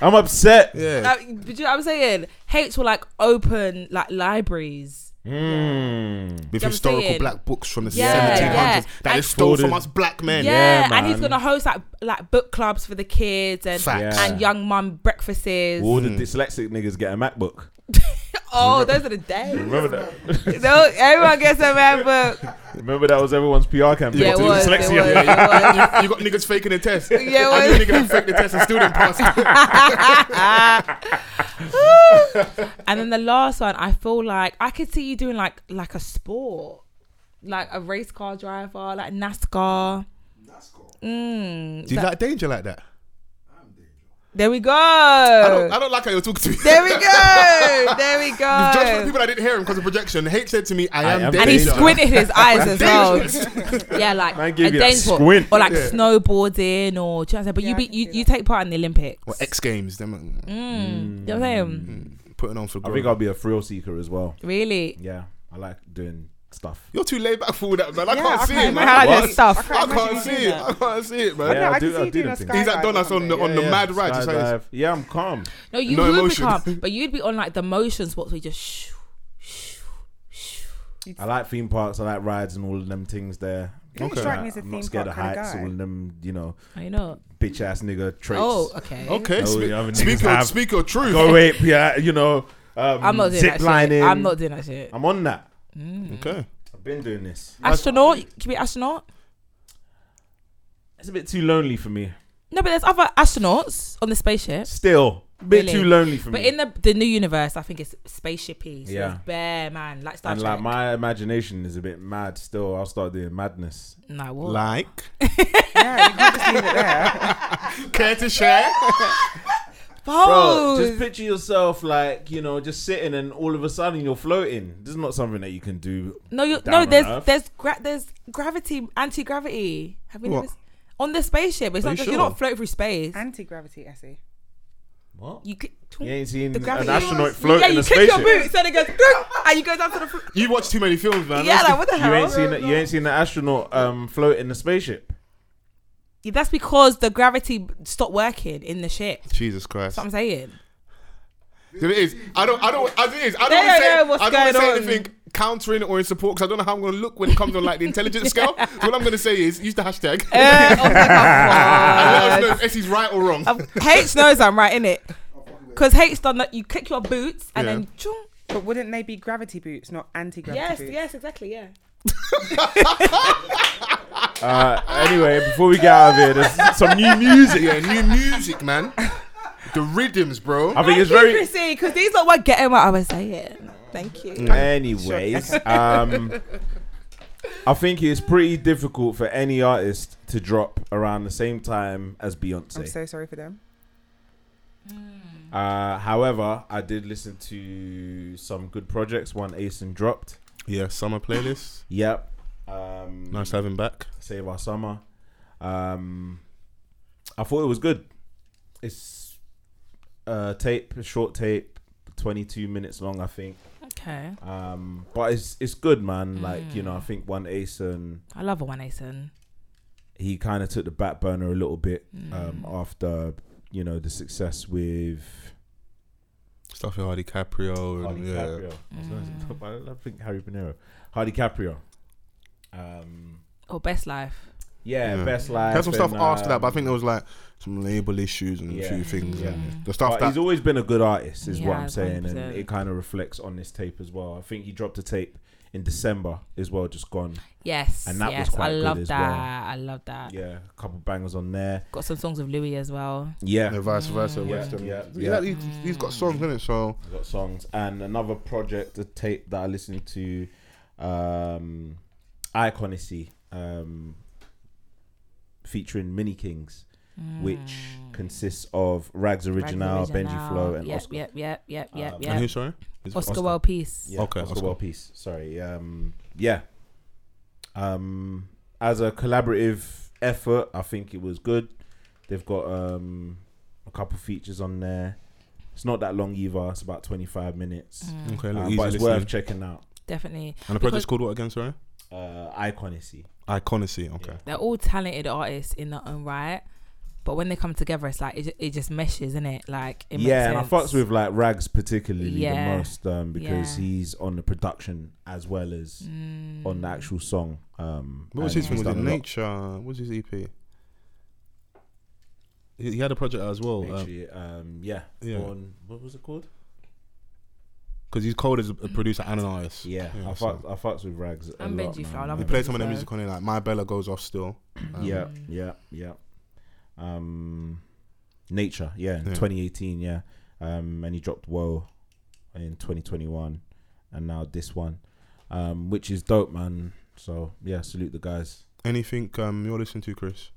I'm upset.
Yeah.
Like, do you know what I'm saying? Hates will like open like libraries.
Mm.
With
I'm
historical
saying-
black books from the
Yeah,
1700s
yeah.
that they
And-
stole from
Gordon.
us black men.
Yeah,
Yeah,
and he's
man.
gonna host like like book clubs for the kids and
Facts.
Yeah.
and young mum breakfasts.
Mm. All the dyslexic niggas get a MacBook.
Oh, those are the
(laughs)
days.
Remember that?
No, everyone gets a man book.
(laughs) Remember that was everyone's PR campaign.
Yeah, it
to (laughs)
was. It was.
dyslexia.
It was.
you, you got niggas faking the test.
(laughs) Yeah,
I knew
well-
a nigga that faked the test and still didn't pass.
(laughs) and then the last one, I feel like I could see you doing like like a sport, like a race car driver, like NASCAR. Mm,
Do you like danger like that?
there we go.
I don't, I don't like how you're talking to me. (laughs)
there we go. There we
Just for the
go.
people that didn't hear him because of projection, H said to me, I,
I
am,
am
danger.
And he
Dangerous.
(laughs)
squinted his eyes as well. Yeah, like
Man
a
gave you that
danger-
squint.
or like
Yeah.
snowboarding or do you know what I'm saying? But
Yeah,
you
I
be,
can
you,
see
you take part in the Olympics.
Or X Games, them
Mm, You know what I'm saying?
mm, putting on for
I think
growth.
I'll be a thrill seeker as well.
Really?
Mm-hmm.
Yeah, I like doing stuff.
You're too laid back for all that, man. I
Yeah,
can't
I
see
can't
it,
I
man.
had
What?
that stuff.
I
imagine
can't
you
see
doing
it.
that.
I can't see it, man.
Yeah,
I
I
can
do-
see you
I do
doing
them
a
things.
skydive
He's at Donna's
or
on the
something.
on the mad ride. Just like this.
skydive. Yeah, I'm calm.
No, you
No
would
emotion.
become,
(laughs)
but you'd be on like the motions. What we just shh, shh.
I like theme parks. I like rides and all of them things there.
You
Okay.
strike me as a
I'm
theme
not scared
park
of
kind of
heights.
guy.
All of them, you know,
I know.
bitch ass nigga traits.
Oh, okay.
Okay,
No,
speak,
the other
speak,
niggas
your,
have-
speak your truth.
Go rape. Yeah, you know. Um,
I'm not doing
zip
that
lining.
shit. I'm not doing that shit.
I'm on that.
Okay.
I've been doing this.
Astronaut? Can you be astronaut?
It's a bit too lonely for me.
No, but there's other astronauts on the spaceship.
Still, a bit
Really?
too lonely for
But
me.
in the the new universe, I think it's spaceshipy. So
Yeah.
yeah. Bear man, like Star
and
Trek.
like my imagination is a bit mad. Still, I'll start doing madness.
no, what?
Like,
Yeah, you can't just leave it there.
care to share?
Bro,
Pose.
just picture yourself like you know, just sitting, and all of a sudden you're floating. This is not something that you can do.
no, you
down
no.
on
There's
Earth.
there's gra- there's gravity, anti gravity. Have you
What?
never s- on the spaceship? It's
Are
not
you
just, you're
sure?
not floating through space.
Anti gravity, Essie.
What?
you could.
You ain't seen
The
an
gravity-
astronaut float
yeah,
in
you
a
kick
spaceship.
your boots and it goes, "Dunk," and you go down to the.
(laughs)
Fl-
You watch too many films, man.
yeah, like what the hell?
You ain't seen you ain't seen an astronaut um, float in a
(laughs)
spaceship.
Yeah, That's because the gravity stopped working in the ship. That's
Jesus Christ.
what I'm saying.
(laughs)
As it is. I don't. I don't. As it is. I don't
Yeah,
wanna say.
yeah, what's
I don't wanna
going
say
on?
anything countering or in support because I don't know how I'm going to look when it comes on like the intelligence
(laughs)
scale. So what I'm going to say is use the hashtag.
Uh, oh
(laughs) and let us
my
know
(laughs) God.
if Essie's right or wrong.
H knows I'm right in it, because H done that. You kick your boots and
Yeah.
then. Chung.
But wouldn't they be gravity boots, not anti gravity
Yes,
boots?
yes, exactly. Yeah.
Uh, anyway, before we get out of here, there's some new music.
(laughs) yeah, new music, man. The rhythms, bro.
I think it's
Very
very.
Chrissy, because these are what getting what I was saying. Thank you.
Anyways,
(laughs)
um, I think it's pretty difficult for any artist to drop around the same time as
I'm
Beyonce.
so sorry for them.
Uh, however, I did listen to some good projects. One Aeson dropped.
Yeah, summer playlist.
Yep. Um,
Nice to have him back.
Save Our Summer. Um, I thought it was good. It's a tape, a short tape, 22 minutes long, I think.
Okay,
Um, but it's it's good, man. Like you know, I think one Aeson
I love a one Asen.
he kind of took the back burner a little bit
Mm.
um, after you know the success with
Stuff with Hardy Caprio.
Hardy Caprio.
Mm.
I don't think Harry Panero. Hardy Caprio. Um,
or best life.
yeah,
Yeah.
best life.
Had some stuff
and,
after that, but I
um,
think there was like some label issues and a
Yeah,
few things.
yeah.
And the stuff
but
that
he's always been a good artist, is what
Yeah,
I'm saying, and
100%.
it kind of reflects on this tape as well. I think he dropped a tape in December as well, just gone.
Yes,
And that was
yes,
quite
I
good
love
as
that.
well.
I love that.
Yeah, a couple bangers on there.
Got some songs with Louis as well.
Yeah,
Yeah, vice versa.
Yeah,
Western.
yeah,
He's
yeah.
like- he's- he's got songs in it, so
I've got songs and another project, a tape that I listened to, um, Iconicy, um, featuring Mini Kings, which consists of Rags Original,
Rags
Benji Flow, and
yep,
Oscar.
Yep, yep, yep, yep,
Um,
yep.
And who, sorry? Is-
Oscar,
Oscar.
Wilde piece.
Yeah,
Okay,
Oscar
Oscar.
Wilde piece. Sorry. Um, yeah. Um, as a collaborative effort, I think it was good. They've got um, a couple features on there. It's not that long either. It's about twenty-five minutes,
Mm.
Okay,
Um,
look,
but
easy
it's
listening.
worth checking out.
Definitely.
And the
Because
project's called what again, sorry?
Uh, Iconicy.
Iconicy. Okay.
they're all talented artists in their own right, but when they come together, it's like it, ju- it just meshes, isn't it? Like it
yeah, and I
makes
fucks
sense.
with like Rags particularly
Yeah.
the most um, because
Yeah.
he's on the production as well as
Mm.
on the actual song. Um,
What was
and
his thing?
he's
Was it
done a lot.
Nature? What was his E EP? He, he had a project as well. uh,
Nature, um, yeah,
yeah.
Born, what was it called?
because he's cold as a, a producer and an artist.
Yeah, I
so-
fucked I fucked with Rags. a
And
lot,
Benji
man.
Flow, I love
He
it.
played some of the
So-
music on it, like My Bella Goes Off Still. Um,
Yeah,
Mm.
yeah, yeah. Um, Nature, yeah, in 2018, yeah. Um, and he dropped Whoa in 2021, and now this one, um, which is dope, man. So yeah, salute the guys.
Anything um, you're listening to, Chris?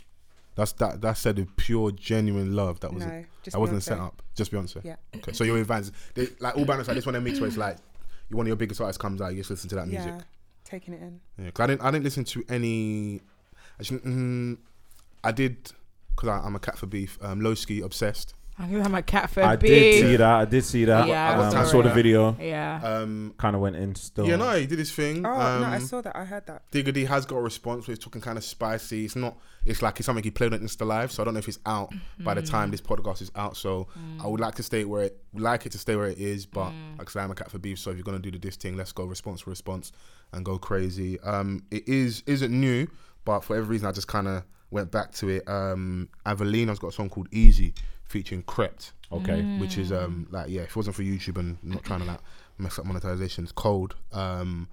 That's that. That said, with pure, genuine love. That was
No,
it.
just
That wasn't set
Beyonce.
up. Just Beyonce.
Yeah.
Okay. So your advance, they, like all bands like this one, they mix where it's like, you one of your biggest artists comes out, you just listen to that music.
Yeah, taking it in.
Yeah, 'cause I didn't. I didn't listen to any. Actually, mm, I did because I'm a cat for beef. Um, Lowski obsessed.
I'm gonna have my cat for
I
a
did
big.
see that. I did see that.
Yeah,
I was
um, I saw
sorry.
the video.
Yeah.
Um,
Kind of went in still.
yeah, no, he did his thing.
Oh
um,
no, I saw that. I heard that.
Diggity has got a response, but it's talking kind of spicy. It's not. It's like it's something he played on Insta Live, so I don't know if it's out by the time this podcast is out. So I would like to stay where it would like it to stay where it is, but like I said, I'm a cat for beef. So if you're gonna do the diss thing, let's go response for response and go crazy. Um, it is isn't new, but for every reason, I just kind of went back to it. Um, Avelina's got a song called Easy featuring Crept.
Okay.
Which is um like yeah, if it wasn't for YouTube and not trying to like mess up monetization, it's cold. Um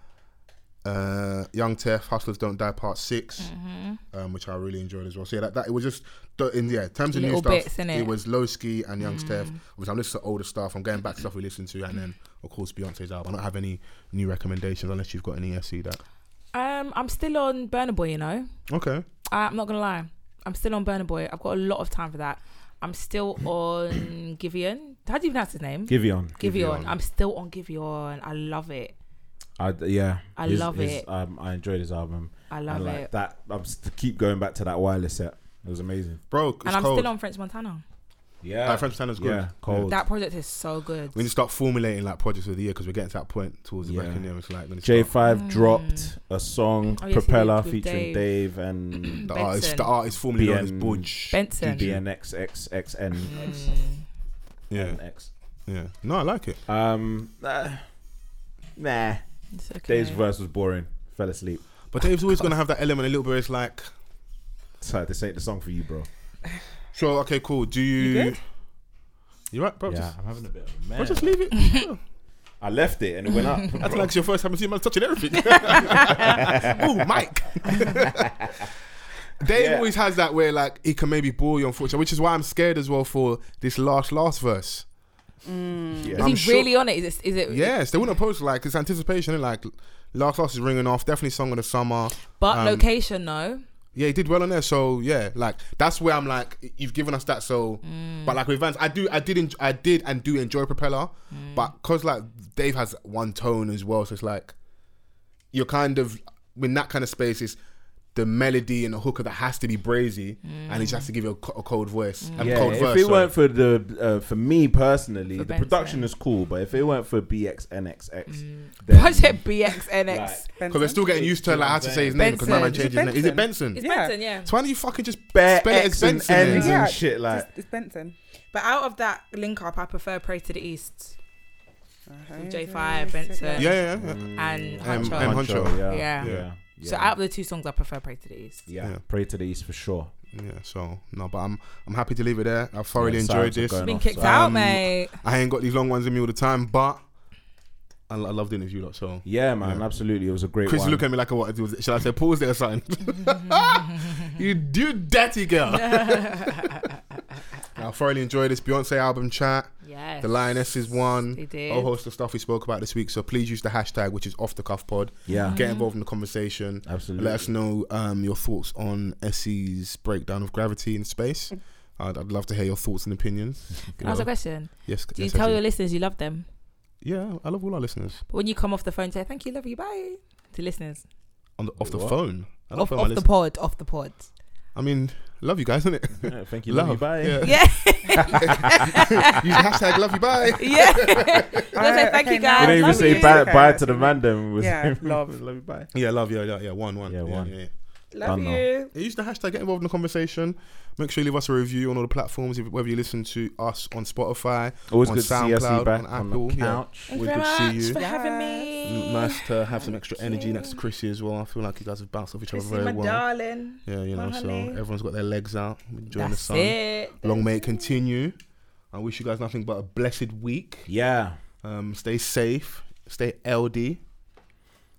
uh, Young Tef, Hustlers Don't Die Part 6
Mm-hmm.
um, which I really enjoyed as well. So yeah, that, that it was just the- in yeah in terms of new
Little
stuff.
bits, innit? Mm.
it was Lowski and Young Tef. Which I'm listening to older stuff. I'm going back to stuff we listened to, and then of course Beyonce's album. I don't have any new recommendations unless you've got any SC that.
Um, I'm still on Burner Boy. You know,
Okay,
I, I'm not gonna lie. I'm still on Burner Boy. I've got a lot of time for that. I'm still on Givian. How do you pronounce his name?
Giveon.
Givion. I'm still on Givion. I love it.
I yeah.
I
his-
love
his-
it.
Um, I enjoyed his album.
I love
and, like,
it.
That I'm st- keep going back to that wireless set. It was amazing.
bro, it's
and I'm
cold.
still on French Montana.
Yeah.
Like, French Montana's good.
Yeah. Cold.
That project is so good.
we need to start formulating like projects of the year because we're getting to that point towards the
Yeah.
back end. It's like when it's
J
start-
Five dropped a song,
Mm. Oh, yes, he did,
Propeller,
with Dave.
featuring Dave, and
the artist, the
Benson.
artist formerly known as
BN.
Budge.
(clears throat) Benson.
BNXXXN.
Yeah,
X.
yeah. No, I like it.
Um, uh, nah.
It's okay.
Dave's verse was boring. Fell asleep.
But Dave's always gonna have that element a little bit. Where it's like,
So this ain't the song for you, bro.
sure, okay, cool. Do you?
You good?
You right, bro?
Yeah,
Just,
I'm having a bit of a
bro,
man.
just leave it.
I left it and
(laughs)
it went up.
That's
bro.
like it's your first time seeing man touching everything. (laughs) oh, Mike. (laughs) Dave
Yeah.
always has that where like he can maybe bore you, unfortunately, which is why I'm scared as well for this last last verse.
yeah.
is he
I'm sure-
really on it? Is it? Is it
Yes, they wouldn't post like it's anticipation. innit? Like last last is ringing off. Definitely song of the summer.
But
Um,
location, no.
Yeah, he did well on there. So yeah, like that's where I'm like, you've given us that. So,
Mm.
but like with Vance, I do, I did, en- I did, and do enjoy Propeller,
Mm.
but cause like Dave has one tone as well, so it's like you're kind of in that kind of space is the melody and the hooker that has to be brazy,
Mm.
and he just has to give you a, co- a cold voice and
Yeah,
cold
if
verse.
it
sorry.
weren't for the uh, for me personally,
For
the
Benson.
production is cool, but if it weren't for BXNXX,
Mm.
then
Project BXNX.
like,
Because we're still getting used to like how to say his name because my man
Benson.
changed his name. Is it Benson?
it's
Yeah.
Benson, yeah.
So why don't you fucking just
bare
spell it as
X and
Benson? then?
N's
Yeah,
and shit like.
It's, it's Benson.
But out of that link up, I prefer Pray to the East.
Uh-huh.
J5, Benson,
Yeah, yeah, yeah.
and
Um,
Huncho.
um, Honcho.
yeah,
Yeah.
yeah.
So out of the two songs, I prefer Pray to the East.
yeah.
Yeah.
Pray to the east for sure.
Yeah, so no, but I'm I'm happy to leave it there. I thoroughly
Yeah,
enjoyed
sounds are
this.
going
Been
off,
kicked
so-
out,
Um,
mate.
I ain't got these long ones in me all the time, but I, I love doing this you lot. So
Yeah, man,
Yeah.
absolutely. It was a great
Chris
one.
look at me like I what? was- Shall I say pause there
(laughs)
or something? you do dirty girl. I thoroughly enjoyed this Beyonce album chat.
Yes.
The Lioness is one.
They did.
A whole host of stuff we spoke about this week. So please use the hashtag, which is off the cuff pod.
Yeah.
Mm-hmm.
Get involved in the conversation.
Absolutely.
Let us know um, your thoughts on Essie's breakdown of gravity in
Mm.
space. I'd, I'd love to hear your thoughts
(laughs)
and opinions.
Can I ask a question?
Yes.
Do you
yes, I
tell
do.
your listeners you love them?
Yeah, I love all our listeners.
But when you come off the phone, say, thank you, love you, bye. To listeners.
On the, off the
What?
phone. I don't
Off,
phone
off
my
the
listen-
pod, off the pod. (laughs)
I mean, love you guys, innit?
(laughs)
(laughs)
Yeah, thank you. Love, you.
(laughs)
Bye.
Yeah.
Yeah.
Use the hashtag love you bye.
(laughs)
yeah. Gotta say
Alright,
thank
okay,
you
now-
guys.
We didn't even
love
say
you.
bye,
Okay,
bye
that's
to the man then. (laughs) We
Yeah,
said-
love.
love you, bye.
Yeah, love you. Yeah, yeah, one, one.
Yeah, one.
yeah.
Love
Done now.
you.
Use the hashtag, get involved in the conversation. Make sure you leave us a review on all the platforms, if- whether you listen to us on Spotify,
Always
on
good to see us
SoundCloud,
back
on
on
Apple.
the
yeah.
couch.
Thank you
Always
very
good to see
much
you.
for having
N-
me.
Nice to have some extra energy next to Chrissy as well. I feel like you guys have bounced off each other
Chrissy,
very
my
well.
darling.
Yeah, you know,
My
so
honey.
everyone's got their legs out, enjoying
That's
the sun.
it.
Long may it continue. I wish you guys nothing but a blessed week.
Yeah.
Um, stay safe. Stay LD.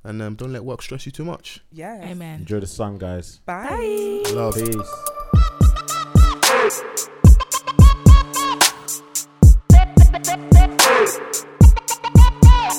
And um, don't let work stress you too much.
Yeah.
Amen.
Enjoy the sun, guys.
Bye.
Love.
Peace.
Hey!